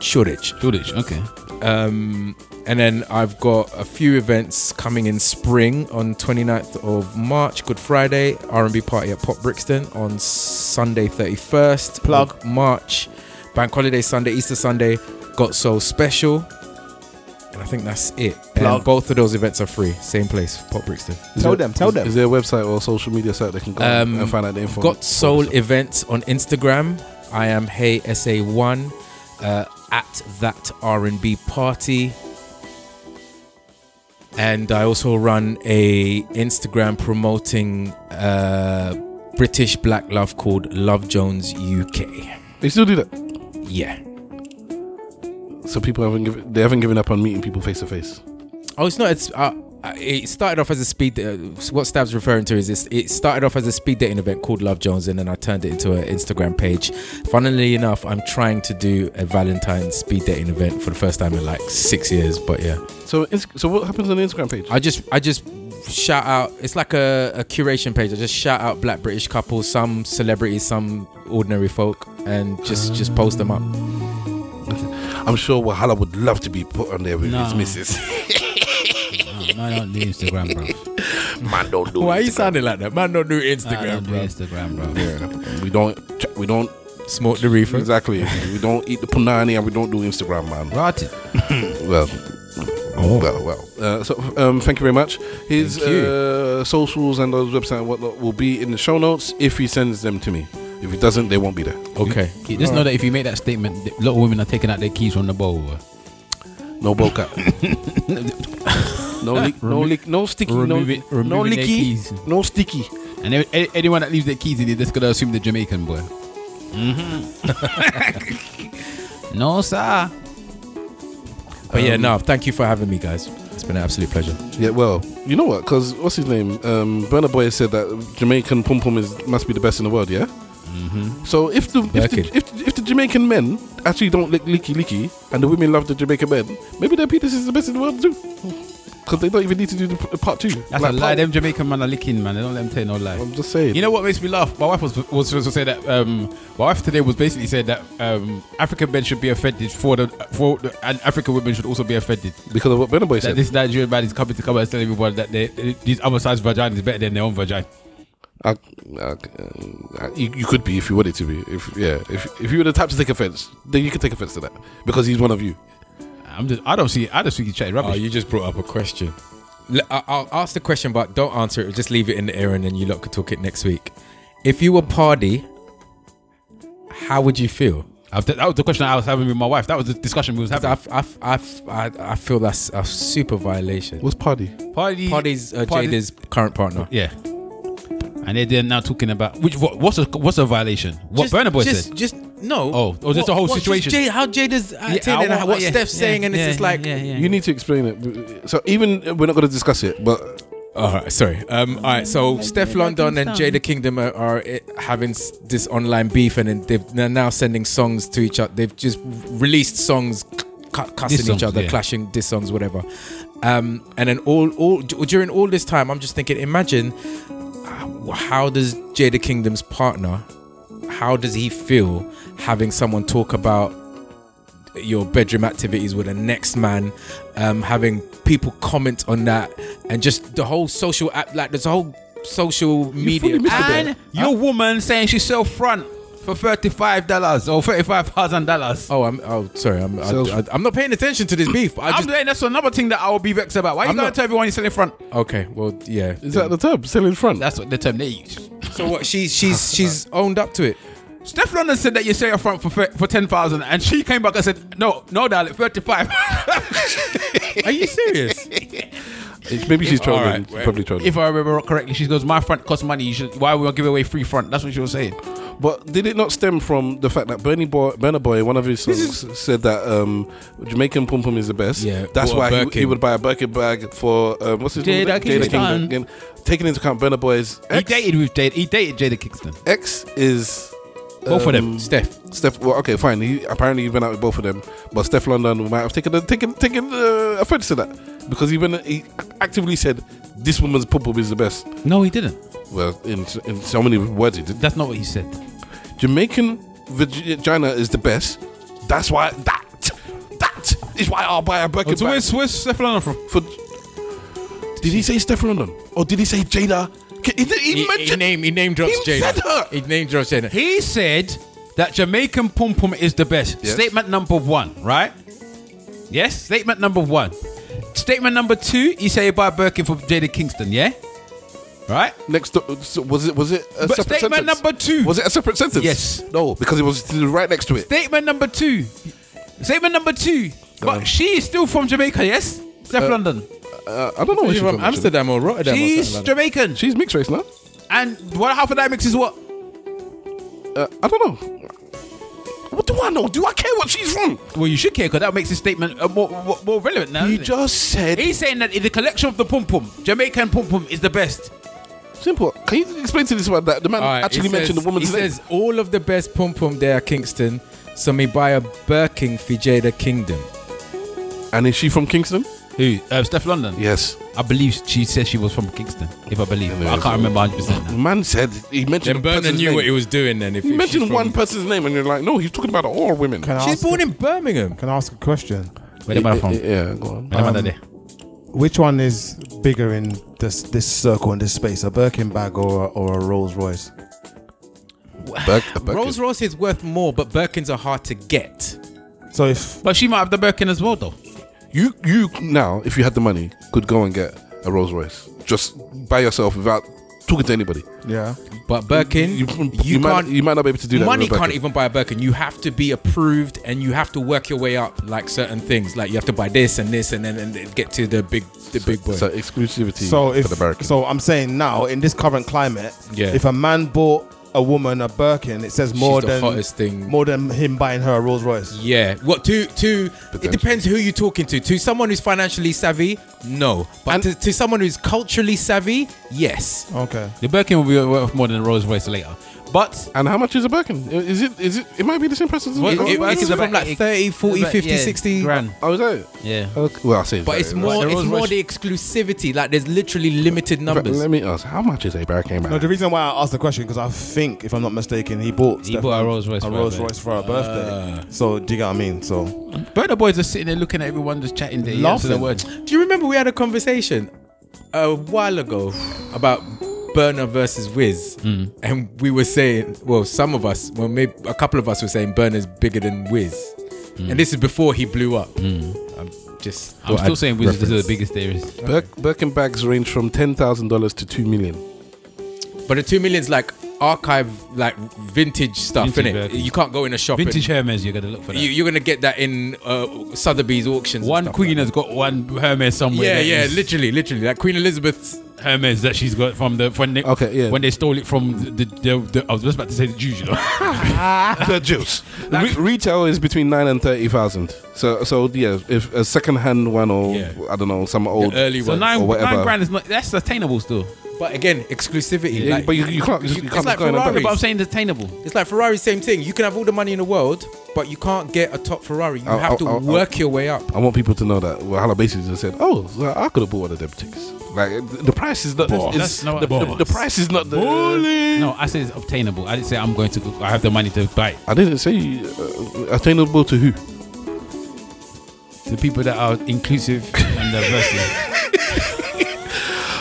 [SPEAKER 4] Shoreditch.
[SPEAKER 2] Shoreditch, okay.
[SPEAKER 4] Um, and then I've got a few events coming in spring on 29th of March, Good Friday, R&B party at Pop Brixton on Sunday 31st. Plug. March, Bank Holiday Sunday, Easter Sunday, Got Soul Special. And I think that's it.
[SPEAKER 11] Plug.
[SPEAKER 4] And both of those events are free. Same place, Pop Brixton.
[SPEAKER 1] Is there- is- Is there a website or a social media site they can go on
[SPEAKER 4] Um,
[SPEAKER 1] and find out the info?
[SPEAKER 4] Got Soul events on Instagram. I am Hey SA One uh, at that R and B party, and I also run a Instagram promoting uh, British Black Love called Love Jones UK.
[SPEAKER 1] They still do that.
[SPEAKER 4] Yeah.
[SPEAKER 1] So people haven't given they haven't given up on meeting people face to face.
[SPEAKER 4] Oh, it's not. It's uh, uh, it started off as a speed. Uh, what Stab's referring to is this, it started off as a speed dating event called Love Jones, and then I turned it into an Instagram page. Funnily enough, I'm trying to do a Valentine's speed dating event for the first time in like six years. But yeah,
[SPEAKER 1] So Ins- so what happens on the Instagram page?
[SPEAKER 4] I just I just shout out. It's like a, a curation page. I just shout out Black British couples, some celebrities, some ordinary folk, and just just post them up.
[SPEAKER 1] I'm sure Wahala would love to be put on there with
[SPEAKER 2] No.
[SPEAKER 1] his missus.
[SPEAKER 2] No, I don't do Instagram,
[SPEAKER 1] *laughs*
[SPEAKER 2] bro.
[SPEAKER 1] Man, don't do.
[SPEAKER 4] Why are you
[SPEAKER 1] Instagram.
[SPEAKER 4] sounding like that? Man, don't do
[SPEAKER 2] I
[SPEAKER 4] Instagram,
[SPEAKER 2] don't do
[SPEAKER 4] bro.
[SPEAKER 2] Instagram, bro.
[SPEAKER 1] Yeah, we don't. ch- We don't.
[SPEAKER 4] Smoke the reefer.
[SPEAKER 1] Exactly. we don't eat the punani and we don't do Instagram, man.
[SPEAKER 2] Rotted.
[SPEAKER 1] Well.
[SPEAKER 2] Oh.
[SPEAKER 1] Well, well. Uh, so, um, thank you very much. His
[SPEAKER 4] Thank you.
[SPEAKER 1] uh, socials and those website and whatnot will be in the show notes if he sends them to me. If he doesn't, they won't be there.
[SPEAKER 4] Okay.
[SPEAKER 2] You just know that if you make that statement, a lot of women are taking out their keys from the bowl. bro.
[SPEAKER 1] No
[SPEAKER 2] *laughs*
[SPEAKER 1] boca. no lick, no
[SPEAKER 2] Remo-
[SPEAKER 1] lick, no sticky,
[SPEAKER 2] remove
[SPEAKER 1] no,
[SPEAKER 2] it-
[SPEAKER 1] no
[SPEAKER 2] removing their keys.
[SPEAKER 1] licky, no sticky.
[SPEAKER 2] And a- a- anyone that leaves their keys in, they're just gonna assume the Jamaican boy. *laughs*
[SPEAKER 4] Mm-hmm.
[SPEAKER 2] no, sir.
[SPEAKER 4] But
[SPEAKER 2] Um,
[SPEAKER 4] yeah, no. Thank you for having me, guys. It's been an absolute pleasure.
[SPEAKER 1] Yeah, well, you know what? Because what's his name? Um, Burner Boy said that Jamaican pum pum is must be the best in the world. Yeah.
[SPEAKER 2] Mm-hmm.
[SPEAKER 1] So if the if
[SPEAKER 4] Birkin.
[SPEAKER 1] the, if, the- if the Jamaican men actually don't lick licky licky, and the women love the Jamaican men, maybe their penis is the best in the world too. Because they don't even need to do the p- part two.
[SPEAKER 2] That's
[SPEAKER 1] Like,
[SPEAKER 2] a lie.
[SPEAKER 1] part-
[SPEAKER 2] Them Jamaican man are licking, man. They don't let them tell no lie.
[SPEAKER 1] I'm just saying.
[SPEAKER 2] You know what makes me laugh? My wife was was supposed to say that. Um, my wife today was basically saying that um, African men should be offended for the for the, and African women should also be offended
[SPEAKER 1] because of what Burner Boy
[SPEAKER 2] that
[SPEAKER 1] said.
[SPEAKER 2] this Nigerian man is coming to come and tell everyone that they, these other side's vagina is better than their own vagina.
[SPEAKER 1] I, I, uh, you, you could be if you wanted to be. If yeah, if if you were the type to take offense, then you could take offense to that because he's one of you.
[SPEAKER 2] I'm just I don't see I don't see you chatting
[SPEAKER 4] Oh,
[SPEAKER 2] rubbish.
[SPEAKER 4] you just brought up a question. L- I- I'll ask the question, but don't answer it. Just leave it in the air, and then you lot could talk it next week. If you were Pardy, how would you feel?
[SPEAKER 2] I've, that was the question I was having with my wife. That was the discussion we was having.
[SPEAKER 4] I've, I've, I've, I, I feel that's a super violation.
[SPEAKER 1] What's Pardy?
[SPEAKER 2] Party,
[SPEAKER 4] Party's uh,
[SPEAKER 2] Party-
[SPEAKER 4] Jada's current partner.
[SPEAKER 2] Yeah. And they're, they're now talking about which what, what's a what's a violation? What
[SPEAKER 4] Just-
[SPEAKER 2] Burner Boy
[SPEAKER 4] just-
[SPEAKER 2] said.
[SPEAKER 4] Just no.
[SPEAKER 2] Oh, or just the whole situation.
[SPEAKER 4] Jay, how Jada's acting and
[SPEAKER 2] I want-
[SPEAKER 4] what
[SPEAKER 2] yeah,
[SPEAKER 4] Steph's
[SPEAKER 2] yeah,
[SPEAKER 4] saying, and
[SPEAKER 2] yeah,
[SPEAKER 4] it's just like
[SPEAKER 1] You need to explain it. So even uh, we're not going to discuss it, but
[SPEAKER 4] all right, sorry. Um, all right, so Steph London and Jada Kingdom are, are eh, having s- this online beef, and then they've, they're now sending songs to each other. They've just released songs, c- cu- cussing
[SPEAKER 2] Diss songs,
[SPEAKER 4] each other,
[SPEAKER 2] yeah.
[SPEAKER 4] clashing, diss songs, whatever. Um, and then all, all d- during all this time, I'm just thinking, imagine uh, how does Jada Kingdom's partner, how does he feel having someone talk about your bedroom activities with the next man, um, having people comment on that, and just the whole social app, like there's a whole social media.
[SPEAKER 2] And your woman saying she's sell front for thirty five dollars or thirty five thousand dollars.
[SPEAKER 4] Oh, I'm oh sorry, I'm I,
[SPEAKER 2] Sales-
[SPEAKER 4] I, am not paying attention to this beef. I
[SPEAKER 2] I'm
[SPEAKER 4] just,
[SPEAKER 2] saying that's another thing that I will be vexed about. Why you
[SPEAKER 4] I'm
[SPEAKER 2] gotta
[SPEAKER 4] not-
[SPEAKER 2] tell everyone you're selling front?
[SPEAKER 4] okay, well, yeah.
[SPEAKER 1] is that the term? Selling front.
[SPEAKER 2] That's what the term they use.
[SPEAKER 4] So what?
[SPEAKER 1] *laughs*
[SPEAKER 4] She's she's she's owned up to it.
[SPEAKER 2] Steph London said that you sell your front for fir- for ten thousand, and she came back and said, "No, no, darling, thirty *laughs* five.
[SPEAKER 4] Are you serious?
[SPEAKER 1] Maybe she's trolling.
[SPEAKER 2] Alright,
[SPEAKER 1] She's probably trolling.
[SPEAKER 2] If I remember correctly, she goes, "My front costs money. You should, why we gonna give away free front?" That's what she was saying.
[SPEAKER 1] But did it not stem from the fact that Bernie Boy, Burner Boy, one of his songs, said that um, Jamaican pum pum is the best?
[SPEAKER 4] Yeah,
[SPEAKER 1] that's
[SPEAKER 4] or a
[SPEAKER 1] why he, he
[SPEAKER 4] Birkin.
[SPEAKER 1] would buy a Birkin bag for um, what's his name?
[SPEAKER 2] Jada Kingston.
[SPEAKER 1] Again, Taking into account Burner Boy's
[SPEAKER 2] He
[SPEAKER 1] ex,
[SPEAKER 2] dated with Jada. He dated Jada Kingston.
[SPEAKER 1] ex is
[SPEAKER 2] Both of them.
[SPEAKER 1] um,
[SPEAKER 4] Steph.
[SPEAKER 1] Steph. Well, okay, fine. He, apparently, he went out with both of them, but Steph London might have taken a, taken taken uh, offense to that because he went he actively said this woman's pum pum is the best.
[SPEAKER 2] No, he didn't.
[SPEAKER 1] Well, in in so many words, he did.
[SPEAKER 2] That's not what he said.
[SPEAKER 1] Jamaican vag- vagina is the best. That's why that that is why I'll buy a Birkin.
[SPEAKER 2] so
[SPEAKER 1] bag.
[SPEAKER 2] where's, where's Steph London from?
[SPEAKER 1] For did he say Steph London or did he say Jada? K- He, did- he
[SPEAKER 4] He, he,
[SPEAKER 1] mentioned
[SPEAKER 4] name, he name drops
[SPEAKER 1] He said
[SPEAKER 4] Jada.
[SPEAKER 1] her.
[SPEAKER 4] He name drops Jada.
[SPEAKER 2] He said that Jamaican pum pum is the best.
[SPEAKER 1] Yes.
[SPEAKER 2] Statement number one, right? Yes. Statement number one. Statement number two. He said you buy Birkin for Jada Kingston. Yeah. Right.
[SPEAKER 1] next. To, so was it was it a
[SPEAKER 2] But
[SPEAKER 1] separate
[SPEAKER 2] statement
[SPEAKER 1] sentence?
[SPEAKER 2] number two.
[SPEAKER 1] Was it a separate sentence?
[SPEAKER 2] Yes.
[SPEAKER 1] No, because it was right next to it.
[SPEAKER 2] Statement number two. Statement number two. But she is still from Jamaica. Yes. Steph London.
[SPEAKER 1] Uh, I don't know where
[SPEAKER 4] She's
[SPEAKER 1] she's
[SPEAKER 4] from Amsterdam or Rotterdam. or
[SPEAKER 2] She's
[SPEAKER 4] something like that.
[SPEAKER 2] Jamaican.
[SPEAKER 1] She's mixed race now.
[SPEAKER 2] And what half of that mix is what?
[SPEAKER 1] Uh, I don't know. What do I know? Do I care what she's from?
[SPEAKER 2] Well, you should care because that makes his statement uh, more, more more relevant now.
[SPEAKER 1] He
[SPEAKER 2] doesn't it?
[SPEAKER 1] just said
[SPEAKER 2] He's saying that in the collection of the pum pum, Jamaican pum pum is the best.
[SPEAKER 1] simple. Can you explain to this one that the man
[SPEAKER 4] All right,
[SPEAKER 1] actually
[SPEAKER 4] he says-
[SPEAKER 1] mentioned the woman's
[SPEAKER 4] He
[SPEAKER 1] name?
[SPEAKER 4] says all of the best pom pom there, Kingston. So me buy a Birkin for Jada Kingdom.
[SPEAKER 1] and is she from Kingston?
[SPEAKER 2] Who? Uh, Steph London.
[SPEAKER 1] Yes.
[SPEAKER 2] I believe she said she was from Kingston, if I believe. I can't remember 100%. now.
[SPEAKER 1] Man said he mentioned.
[SPEAKER 4] Then
[SPEAKER 1] a
[SPEAKER 4] Burner
[SPEAKER 1] person's
[SPEAKER 4] knew
[SPEAKER 1] name.
[SPEAKER 4] what he was doing. Then if
[SPEAKER 1] You
[SPEAKER 4] if she's
[SPEAKER 1] mentioned
[SPEAKER 4] from-
[SPEAKER 1] one person's name and you're like, no, he's talking about all women.
[SPEAKER 11] Can I,
[SPEAKER 4] she's
[SPEAKER 11] ask,
[SPEAKER 4] born in Birmingham.
[SPEAKER 11] can I ask a question?
[SPEAKER 2] Where am I from? Where
[SPEAKER 1] Yeah, go on.
[SPEAKER 2] am
[SPEAKER 4] um,
[SPEAKER 2] I there?
[SPEAKER 11] Which one is bigger in this this circle in this space, a Birkin bag or a, or a Rolls Royce?
[SPEAKER 4] Rolls Royce is worth more, but Birkins are hard to get.
[SPEAKER 11] So if
[SPEAKER 2] But she might have the Birkin as well, though.
[SPEAKER 1] You, you now, if you had the money, could go and get a Rolls Royce just by yourself without talking to anybody.
[SPEAKER 11] yeah,
[SPEAKER 4] But Birkin,
[SPEAKER 1] You,
[SPEAKER 4] you,
[SPEAKER 1] you might,
[SPEAKER 4] can't.
[SPEAKER 1] you might not be able to do that.
[SPEAKER 4] money
[SPEAKER 1] with a
[SPEAKER 4] can't
[SPEAKER 1] Birkin.
[SPEAKER 4] even buy a Birkin. You have to be approved, and you have to work your way up, like certain things. Like you have to buy this and this, and then and then get to the big, the big boy.
[SPEAKER 1] So exclusivity
[SPEAKER 11] so if
[SPEAKER 1] for the Birkin.
[SPEAKER 11] so, I'm saying now in this current climate,
[SPEAKER 4] Yeah.
[SPEAKER 11] if a man bought a woman a Birkin, it says more
[SPEAKER 4] the
[SPEAKER 11] than
[SPEAKER 4] hottest thing.
[SPEAKER 11] more than him buying her a Rolls Royce.
[SPEAKER 4] Yeah. What to to? It depends who you're talking to. To someone who's financially savvy, no. But to, to someone who's culturally savvy, yes.
[SPEAKER 11] Okay,
[SPEAKER 2] The Birkin will be worth more than a Rolls Royce later. But
[SPEAKER 1] and how much is a Birkin? Is it? Is it? It might be the same price as. a
[SPEAKER 2] Well,
[SPEAKER 4] It,
[SPEAKER 1] Rolls
[SPEAKER 4] it,
[SPEAKER 1] Royce.
[SPEAKER 4] it's
[SPEAKER 2] It's
[SPEAKER 4] from
[SPEAKER 2] about-
[SPEAKER 4] like 30, 40,
[SPEAKER 2] about,
[SPEAKER 4] 50,
[SPEAKER 2] yeah,
[SPEAKER 4] 60
[SPEAKER 2] grand.
[SPEAKER 1] Oh, is that? it?
[SPEAKER 2] Yeah.
[SPEAKER 1] Okay. Well, I say.
[SPEAKER 4] But it's more.
[SPEAKER 2] the
[SPEAKER 4] It's
[SPEAKER 2] Rolls
[SPEAKER 4] more
[SPEAKER 2] Royce-
[SPEAKER 4] the exclusivity. Like there's literally limited
[SPEAKER 1] But
[SPEAKER 4] numbers.
[SPEAKER 1] Let me ask. How much is a Birkin? Man?
[SPEAKER 11] no, the reason why I asked the question because I think if I'm not mistaken, he bought
[SPEAKER 2] He bought a Rolls Royce
[SPEAKER 11] a
[SPEAKER 2] for her
[SPEAKER 11] Rolls
[SPEAKER 2] birthday.
[SPEAKER 11] Royce for her birthday. So do you get what I mean? So
[SPEAKER 2] Burner Boys are sitting there looking at everyone just chatting there. yeah, to the
[SPEAKER 11] Laughing.
[SPEAKER 2] word.
[SPEAKER 4] Do you remember we had a conversation a while ago about Burner versus Wiz?
[SPEAKER 2] Hmm.
[SPEAKER 4] And we were saying, well, some of us, well, maybe a couple of us were saying Burner's bigger than Wiz. And this is before he blew up. I'm just.
[SPEAKER 2] Hmm. I'm
[SPEAKER 4] thought
[SPEAKER 2] still
[SPEAKER 4] I'd
[SPEAKER 2] saying Wizards are
[SPEAKER 4] reference.
[SPEAKER 2] the biggest theorist.
[SPEAKER 1] Bir- Birkin bags range from ten thousand dollars to two million.
[SPEAKER 4] But the two million's like archive like vintage stuff in
[SPEAKER 2] Vintage
[SPEAKER 4] it.
[SPEAKER 2] records.
[SPEAKER 4] You can't go in a shop.
[SPEAKER 2] Vintage
[SPEAKER 4] and,
[SPEAKER 2] Hermes, you're gonna look for that.
[SPEAKER 4] You, you're gonna get that in uh, Sotheby's auctions. and
[SPEAKER 2] one
[SPEAKER 4] stuff.
[SPEAKER 2] queen has got one Hermes somewhere.
[SPEAKER 4] Yeah,
[SPEAKER 2] that
[SPEAKER 4] yeah,
[SPEAKER 2] is-
[SPEAKER 4] literally, literally. Like Queen Elizabeth's
[SPEAKER 2] Hermes that she's got from the when they okay, yeah. when they stole it from the, the, the I was just about to say the Jews, you know.
[SPEAKER 1] *laughs* the juice. Re- retail is between nine and thirty thousand. So, so yeah, if a second-hand one or I don't know some old
[SPEAKER 4] *laughs* early
[SPEAKER 1] or
[SPEAKER 4] one.
[SPEAKER 1] whatever.
[SPEAKER 2] is not that's attainable still.
[SPEAKER 4] But again, exclusivity.
[SPEAKER 1] Yeah, but you- you can't- you can't
[SPEAKER 4] it's like
[SPEAKER 1] go in and
[SPEAKER 4] Ferrari.
[SPEAKER 1] buy it. But I'm
[SPEAKER 2] saying attainable.
[SPEAKER 4] It's like Ferrari, same thing. You can have all the money in the world, but you can't get a top Ferrari. You have to work your way up.
[SPEAKER 1] I want people to know that. Well, Hala basically just said, "Oh, so I could have bought one of them tickets." Like th- the price is not.
[SPEAKER 2] Boss.
[SPEAKER 1] is-
[SPEAKER 2] That's not
[SPEAKER 1] the,
[SPEAKER 2] what-
[SPEAKER 1] the- the
[SPEAKER 2] boss.
[SPEAKER 1] price is not the.
[SPEAKER 2] No, I said it's obtainable. I didn't say I'm going to. go- I have the money to buy. it.
[SPEAKER 1] I didn't say uh, attainable to who.
[SPEAKER 2] The people that are inclusive and diverse. *laughs*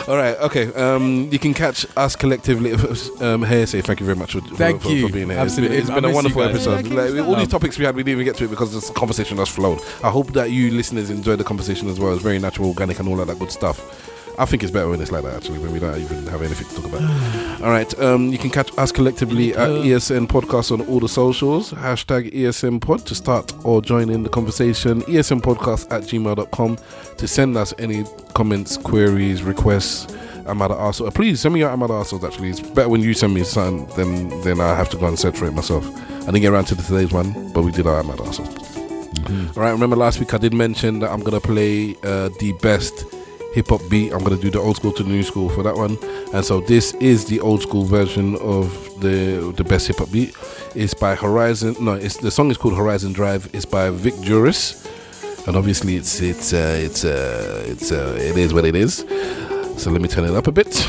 [SPEAKER 1] All right, okay. Um, you can catch us collectively. *laughs* Um, here, say thank you very much for, for-
[SPEAKER 4] Thank
[SPEAKER 1] for,
[SPEAKER 4] you.
[SPEAKER 1] for being here.
[SPEAKER 4] Absolutely.
[SPEAKER 1] It's been, it's been a
[SPEAKER 4] I miss
[SPEAKER 1] wonderful
[SPEAKER 4] you guys.
[SPEAKER 1] episode.
[SPEAKER 4] Yeah, I
[SPEAKER 1] Like,
[SPEAKER 4] can
[SPEAKER 1] all these
[SPEAKER 4] understand.
[SPEAKER 1] topics we had, we didn't even get to it because this conversation has flowed. I hope that you listeners enjoyed the conversation as well. It's very natural, organic, and all of that good stuff. I think it's better when it's like that, actually, when we don't even have anything to talk
[SPEAKER 4] *sighs*
[SPEAKER 1] about. all right, um, you can catch us collectively at ESN Podcast on all the socials. Hashtag ESN Pod to start or join in the conversation. ESN Podcast at gmail.com to send us any comments, queries, requests. Amada Arsehole. Please send me your Amada Arseholes, actually. It's better when you send me something than, than I have to go and search for it myself. I didn't get around to today's one, but we did our Amada Arseholes. All right, remember last week I did mention that I'm gonna play uh, the best hip hop beat. I'm gonna do the old school to the new school for that one, and so this is the old school version of the the best hip hop beat. It's by Horizon. No, it's the song is called Horizon Drive. It's by Vic Juris, and obviously it's it's uh, it's uh, it's uh, it is what it is. So let me turn it up a bit.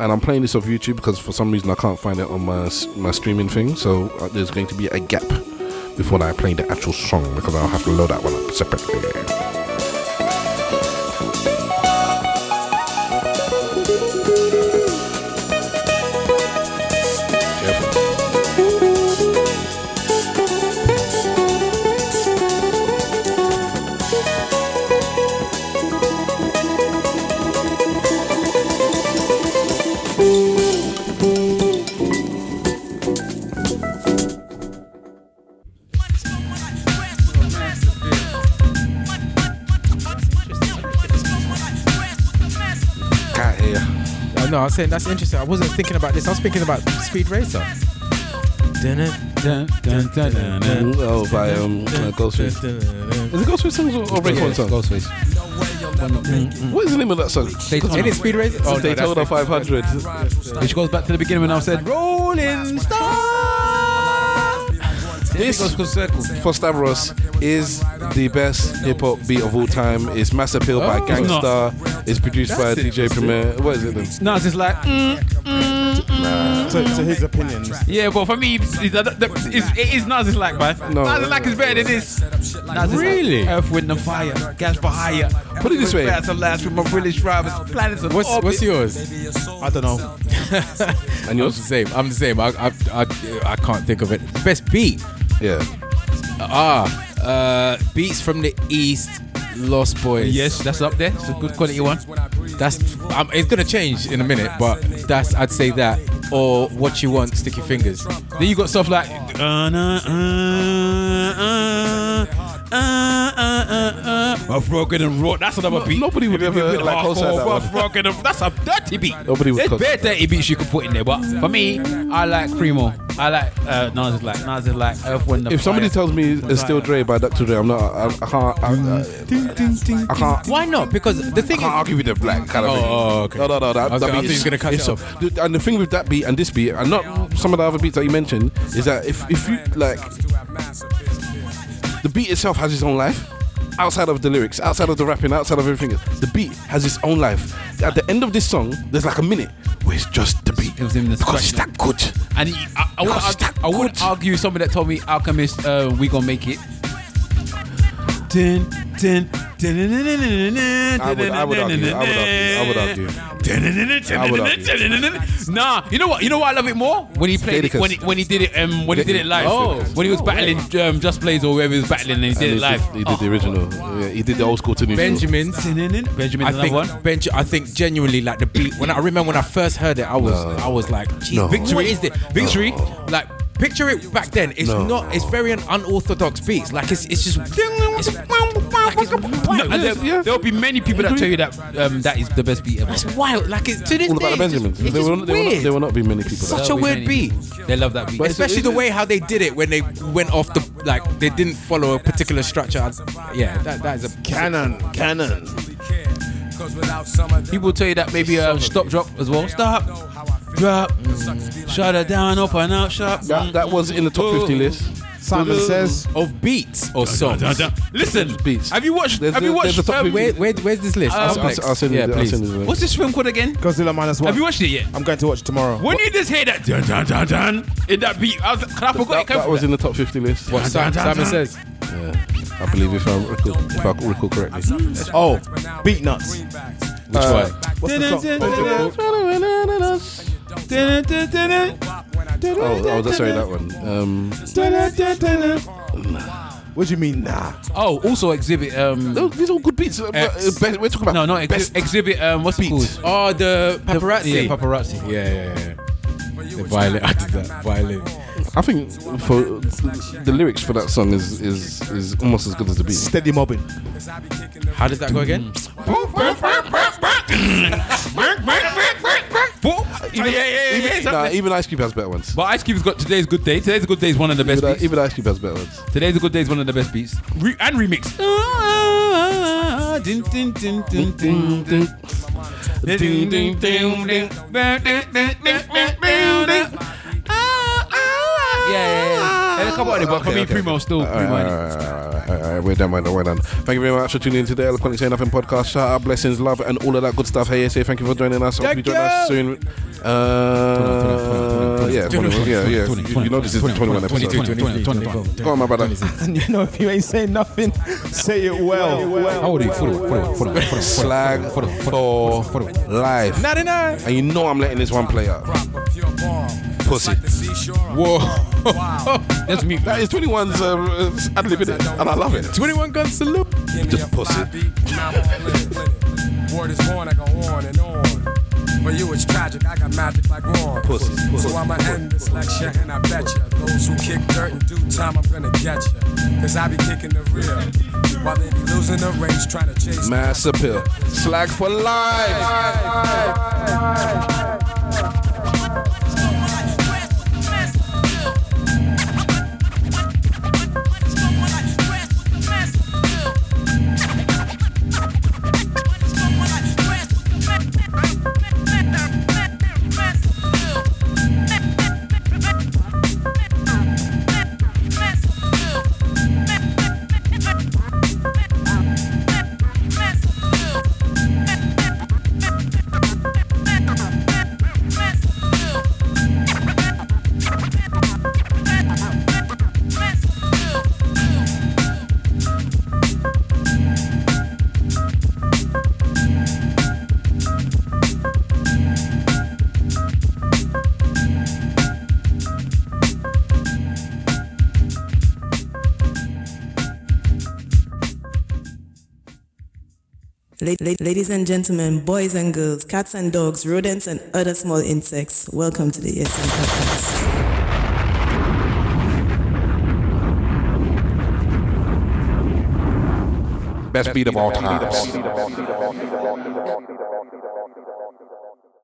[SPEAKER 1] And I'm playing this off YouTube because for some reason I can't find it on my s- my streaming thing. So uh, there's going to be a gap before I play the actual song because I'll have to load that one up separately. Got here.
[SPEAKER 4] Uh, no, I was saying that's interesting. I wasn't thinking about this. I was thinking about Speed Racer.
[SPEAKER 1] Oh, by um, uh, Ghostface. Is it Ghostface songs or, or Raycon
[SPEAKER 4] Yeah,
[SPEAKER 1] songs? Ghostface. What is the name of that song?
[SPEAKER 4] Daytona. Ain't it Speed Racer?
[SPEAKER 1] Oh,
[SPEAKER 4] Oh, no, that's
[SPEAKER 1] Daytona
[SPEAKER 4] Daytona.
[SPEAKER 1] 500.
[SPEAKER 2] Which goes back to the beginning when I said Rolling Stone.
[SPEAKER 1] This for Stavros is the best hip hop beat of all time. It's Mass Appeal by
[SPEAKER 2] Oh. It's not.
[SPEAKER 1] Gangsta. It's produced by
[SPEAKER 2] That's
[SPEAKER 1] DJ
[SPEAKER 2] interesting.
[SPEAKER 1] Premier. What is it then?
[SPEAKER 2] No, it's just like. Mm, mm, mm.
[SPEAKER 11] To, to his opinions.
[SPEAKER 2] Yeah, but for me, it's, it's, it's, it is Nas is like, man.
[SPEAKER 1] No.
[SPEAKER 2] Nas is like is better than this. Nas is like
[SPEAKER 1] Really?
[SPEAKER 2] Earth, wind, and fire. Gas for hire.
[SPEAKER 1] Put it this way.
[SPEAKER 2] Fast and last with my British drivers. Planets on
[SPEAKER 4] What's
[SPEAKER 2] orbit.
[SPEAKER 4] what's yours?
[SPEAKER 11] I don't know.
[SPEAKER 1] And
[SPEAKER 4] yours? I'm the same. I'm the same. I, I, I, I can't think of it. Best beat.
[SPEAKER 1] Yeah.
[SPEAKER 4] Ah, uh, beats from the East, Lost Boys.
[SPEAKER 2] Yes, that's up there. It's a good quality one.
[SPEAKER 4] That's. Um, it's gonna change in a minute, but that's. I'd say that or what you want, Sticky Fingers.
[SPEAKER 2] Then you got stuff like. Uh, nah, uh, uh, uh, uh, uh, uh. Rough, rugged, and raw. That's another beat.
[SPEAKER 1] Nobody would ever
[SPEAKER 2] With
[SPEAKER 1] like
[SPEAKER 2] hardcore,
[SPEAKER 1] outside that
[SPEAKER 2] rough,
[SPEAKER 1] one.
[SPEAKER 2] rugged, and- That's a dirty beat.
[SPEAKER 1] Nobody would
[SPEAKER 2] There's
[SPEAKER 1] cut
[SPEAKER 2] bare dirty beats you could put in there, but for me, I like Primo. I like uh, Nas is like Nas is like Earth, Wind, and
[SPEAKER 1] If somebody
[SPEAKER 2] Fire.
[SPEAKER 1] tells me it's still Dre by Dr. Dre, I'm not. I, I can't. I,
[SPEAKER 4] Mm.
[SPEAKER 1] I, I can't.
[SPEAKER 4] Why not? Because the thing
[SPEAKER 1] I can't argue with the black kind of thing.
[SPEAKER 4] Oh, okay.
[SPEAKER 1] No, no, no. That,
[SPEAKER 4] I was
[SPEAKER 1] that
[SPEAKER 4] gonna- I
[SPEAKER 1] beat
[SPEAKER 4] thought he
[SPEAKER 1] is-
[SPEAKER 4] was gonna cut
[SPEAKER 1] it's
[SPEAKER 4] it
[SPEAKER 1] so- the- and the thing with that beat and this beat, and not some of the other beats that you mentioned, is that if if you like, the beat itself has its own life. Outside of the lyrics, outside of the rapping, outside of everything, else. the beat has its own life. At the end of this song, there's like a minute where it's just the beat. It was in the because it's that good.
[SPEAKER 2] And he- I, I, would,
[SPEAKER 1] Because
[SPEAKER 2] argue, I would argue somebody that told me Alchemist, uh, we gonna make it. Din, din, I
[SPEAKER 1] would- I would argue, I would argue, I I would argue.
[SPEAKER 2] Nah, you know what? You know why I love it more when he played it,
[SPEAKER 1] Jadakiss.
[SPEAKER 2] when he, when he did it um, when he did it live.
[SPEAKER 1] Oh.
[SPEAKER 2] when he was battling um, Just Blaze or whoever he was battling and he did it
[SPEAKER 1] And
[SPEAKER 2] live. Oh.
[SPEAKER 1] He did
[SPEAKER 4] Oh.
[SPEAKER 1] the original. Yeah, he did the old school to New
[SPEAKER 4] Benjamin.
[SPEAKER 2] Benjamin,
[SPEAKER 4] I
[SPEAKER 2] another
[SPEAKER 4] think
[SPEAKER 2] one?
[SPEAKER 4] Benj- I think genuinely, like the beat. When I, I remember when I first heard it, I was, I was like, "Geez,
[SPEAKER 1] No.
[SPEAKER 4] victory what is this? Victory, like." Picture it back then. It's
[SPEAKER 1] No.
[SPEAKER 4] not. It's very un- unorthodox beats. Like it's. It's just. It's, like it's
[SPEAKER 2] No,
[SPEAKER 4] wild.
[SPEAKER 2] and there, there'll be many people that tell you that um, that is the best beat ever.
[SPEAKER 4] It's wild. Like it's to this
[SPEAKER 1] All about
[SPEAKER 4] day.
[SPEAKER 1] the
[SPEAKER 4] it's just-
[SPEAKER 1] Benjamins.
[SPEAKER 4] it's
[SPEAKER 1] There
[SPEAKER 4] just
[SPEAKER 1] will not- there will not-
[SPEAKER 4] weird.
[SPEAKER 1] there will not be many people that-
[SPEAKER 4] Such a
[SPEAKER 1] There'll be
[SPEAKER 4] weird beat.
[SPEAKER 2] They love that beat.
[SPEAKER 4] Especially the way how they did it when they went off the like they didn't follow a particular structure. I- Yeah, that, that is a
[SPEAKER 11] canon. Canon.
[SPEAKER 2] People tell you that maybe uh, stop drop as well. Stop, drop, shut it down, open up, shut.
[SPEAKER 1] That, that was in the top 50 list.
[SPEAKER 11] Simon says
[SPEAKER 4] of beats or songs.
[SPEAKER 2] Listen, have you watched?
[SPEAKER 1] There's
[SPEAKER 2] have you
[SPEAKER 1] a- there's
[SPEAKER 2] watched?
[SPEAKER 1] a top
[SPEAKER 2] um,
[SPEAKER 1] where- where-
[SPEAKER 4] where's this list?
[SPEAKER 1] I'll,
[SPEAKER 2] um,
[SPEAKER 1] I'll, I'll send
[SPEAKER 4] Yeah,
[SPEAKER 1] you the- I'll
[SPEAKER 4] please.
[SPEAKER 1] send you the-
[SPEAKER 2] What's this film called again?
[SPEAKER 11] Godzilla minus one.
[SPEAKER 2] Have you watched it yet?
[SPEAKER 11] I'm going to watch it tomorrow.
[SPEAKER 2] When you just hear that dun dun dun dun in that beat, I was, can I forgot it came
[SPEAKER 1] That
[SPEAKER 2] from
[SPEAKER 1] was in the top 50 list.
[SPEAKER 2] What, Simon- Simon says?
[SPEAKER 1] Yeah, I believe if I recall, if I recall correctly.
[SPEAKER 11] Oh, beat nuts. Which
[SPEAKER 1] Uh,
[SPEAKER 11] What's the song? Oh,
[SPEAKER 1] Oh, oh, that's sorry, that one. Um,
[SPEAKER 11] What do you mean, nah?
[SPEAKER 2] Oh, also exhibit. Um,
[SPEAKER 1] these are all good beats. Uh,
[SPEAKER 2] X.
[SPEAKER 1] best- We're talking about
[SPEAKER 2] no, no, exhi-
[SPEAKER 1] best
[SPEAKER 2] exhibit. Um, what's it called?
[SPEAKER 4] Oh, the paparazzi.
[SPEAKER 2] yeah, paparazzi.
[SPEAKER 4] Yeah, yeah, yeah. The violin. I did that. Violin.
[SPEAKER 1] I think for the lyrics for that song is is is almost as good as the beat.
[SPEAKER 11] Steady mobbing.
[SPEAKER 4] How does that go again?
[SPEAKER 1] Oh,
[SPEAKER 2] Yeah, yeah, yeah, yeah,
[SPEAKER 1] even, nah,
[SPEAKER 2] exactly.
[SPEAKER 1] even Ice Cube has better ones.
[SPEAKER 2] But Ice Cube's got today's good day. Today's good day is one of the best
[SPEAKER 1] Even, uh,
[SPEAKER 2] beats.
[SPEAKER 1] even Ice Cube has better ones.
[SPEAKER 2] Today's a good day is one of the best beats Re- and remix. Ah, Dun, dun, dun, dun, dun, dun. Dun, dun, dun, dun. Dun, dun, dun, dun, dun, dun, dun. Yeah, yeah, yeah. There's a couple of it, but for me, Primo is still Primo.
[SPEAKER 1] Alright, Uh, we're done, we're done, we're done. Thank you very much for tuning in to the Eloquently Say Nothing podcast. Shout out, blessings, love, and all of that good stuff. Hey, say thank you for joining us. Hope you join us soon. Uh, yeah, 21, yeah, yeah. You, you know this is 21 episode. Go on, my brother.
[SPEAKER 11] And *laughs* you know, if you ain't saying nothing, say it well. How
[SPEAKER 2] old are you? Follow, follow,
[SPEAKER 1] Slag for life.
[SPEAKER 4] 99.
[SPEAKER 1] And you know I'm letting this one play out. Pussy.
[SPEAKER 4] Whoa.
[SPEAKER 1] *laughs*
[SPEAKER 2] That's me.
[SPEAKER 1] That is 21's um, ad lib, innit? and I love it.
[SPEAKER 4] 21 gun salute.
[SPEAKER 1] Just pussy.
[SPEAKER 16] Word is born, I go on and on. But you, it's tragic, I got magic like Ron.
[SPEAKER 1] Pussy, pussy,
[SPEAKER 16] so I'ma end this lecture, and I bet ya. Those who kick dirt in due time, I'm gonna get ya. Cause I be kicking the real. While they be losing the race, trying to chase
[SPEAKER 1] Mass appeal. Slag for
[SPEAKER 14] La- la- Ladies and gentlemen, boys and girls, cats and dogs, rodents and other small insects, welcome to the ESN podcast.
[SPEAKER 1] Best beat of all time.
[SPEAKER 16] time.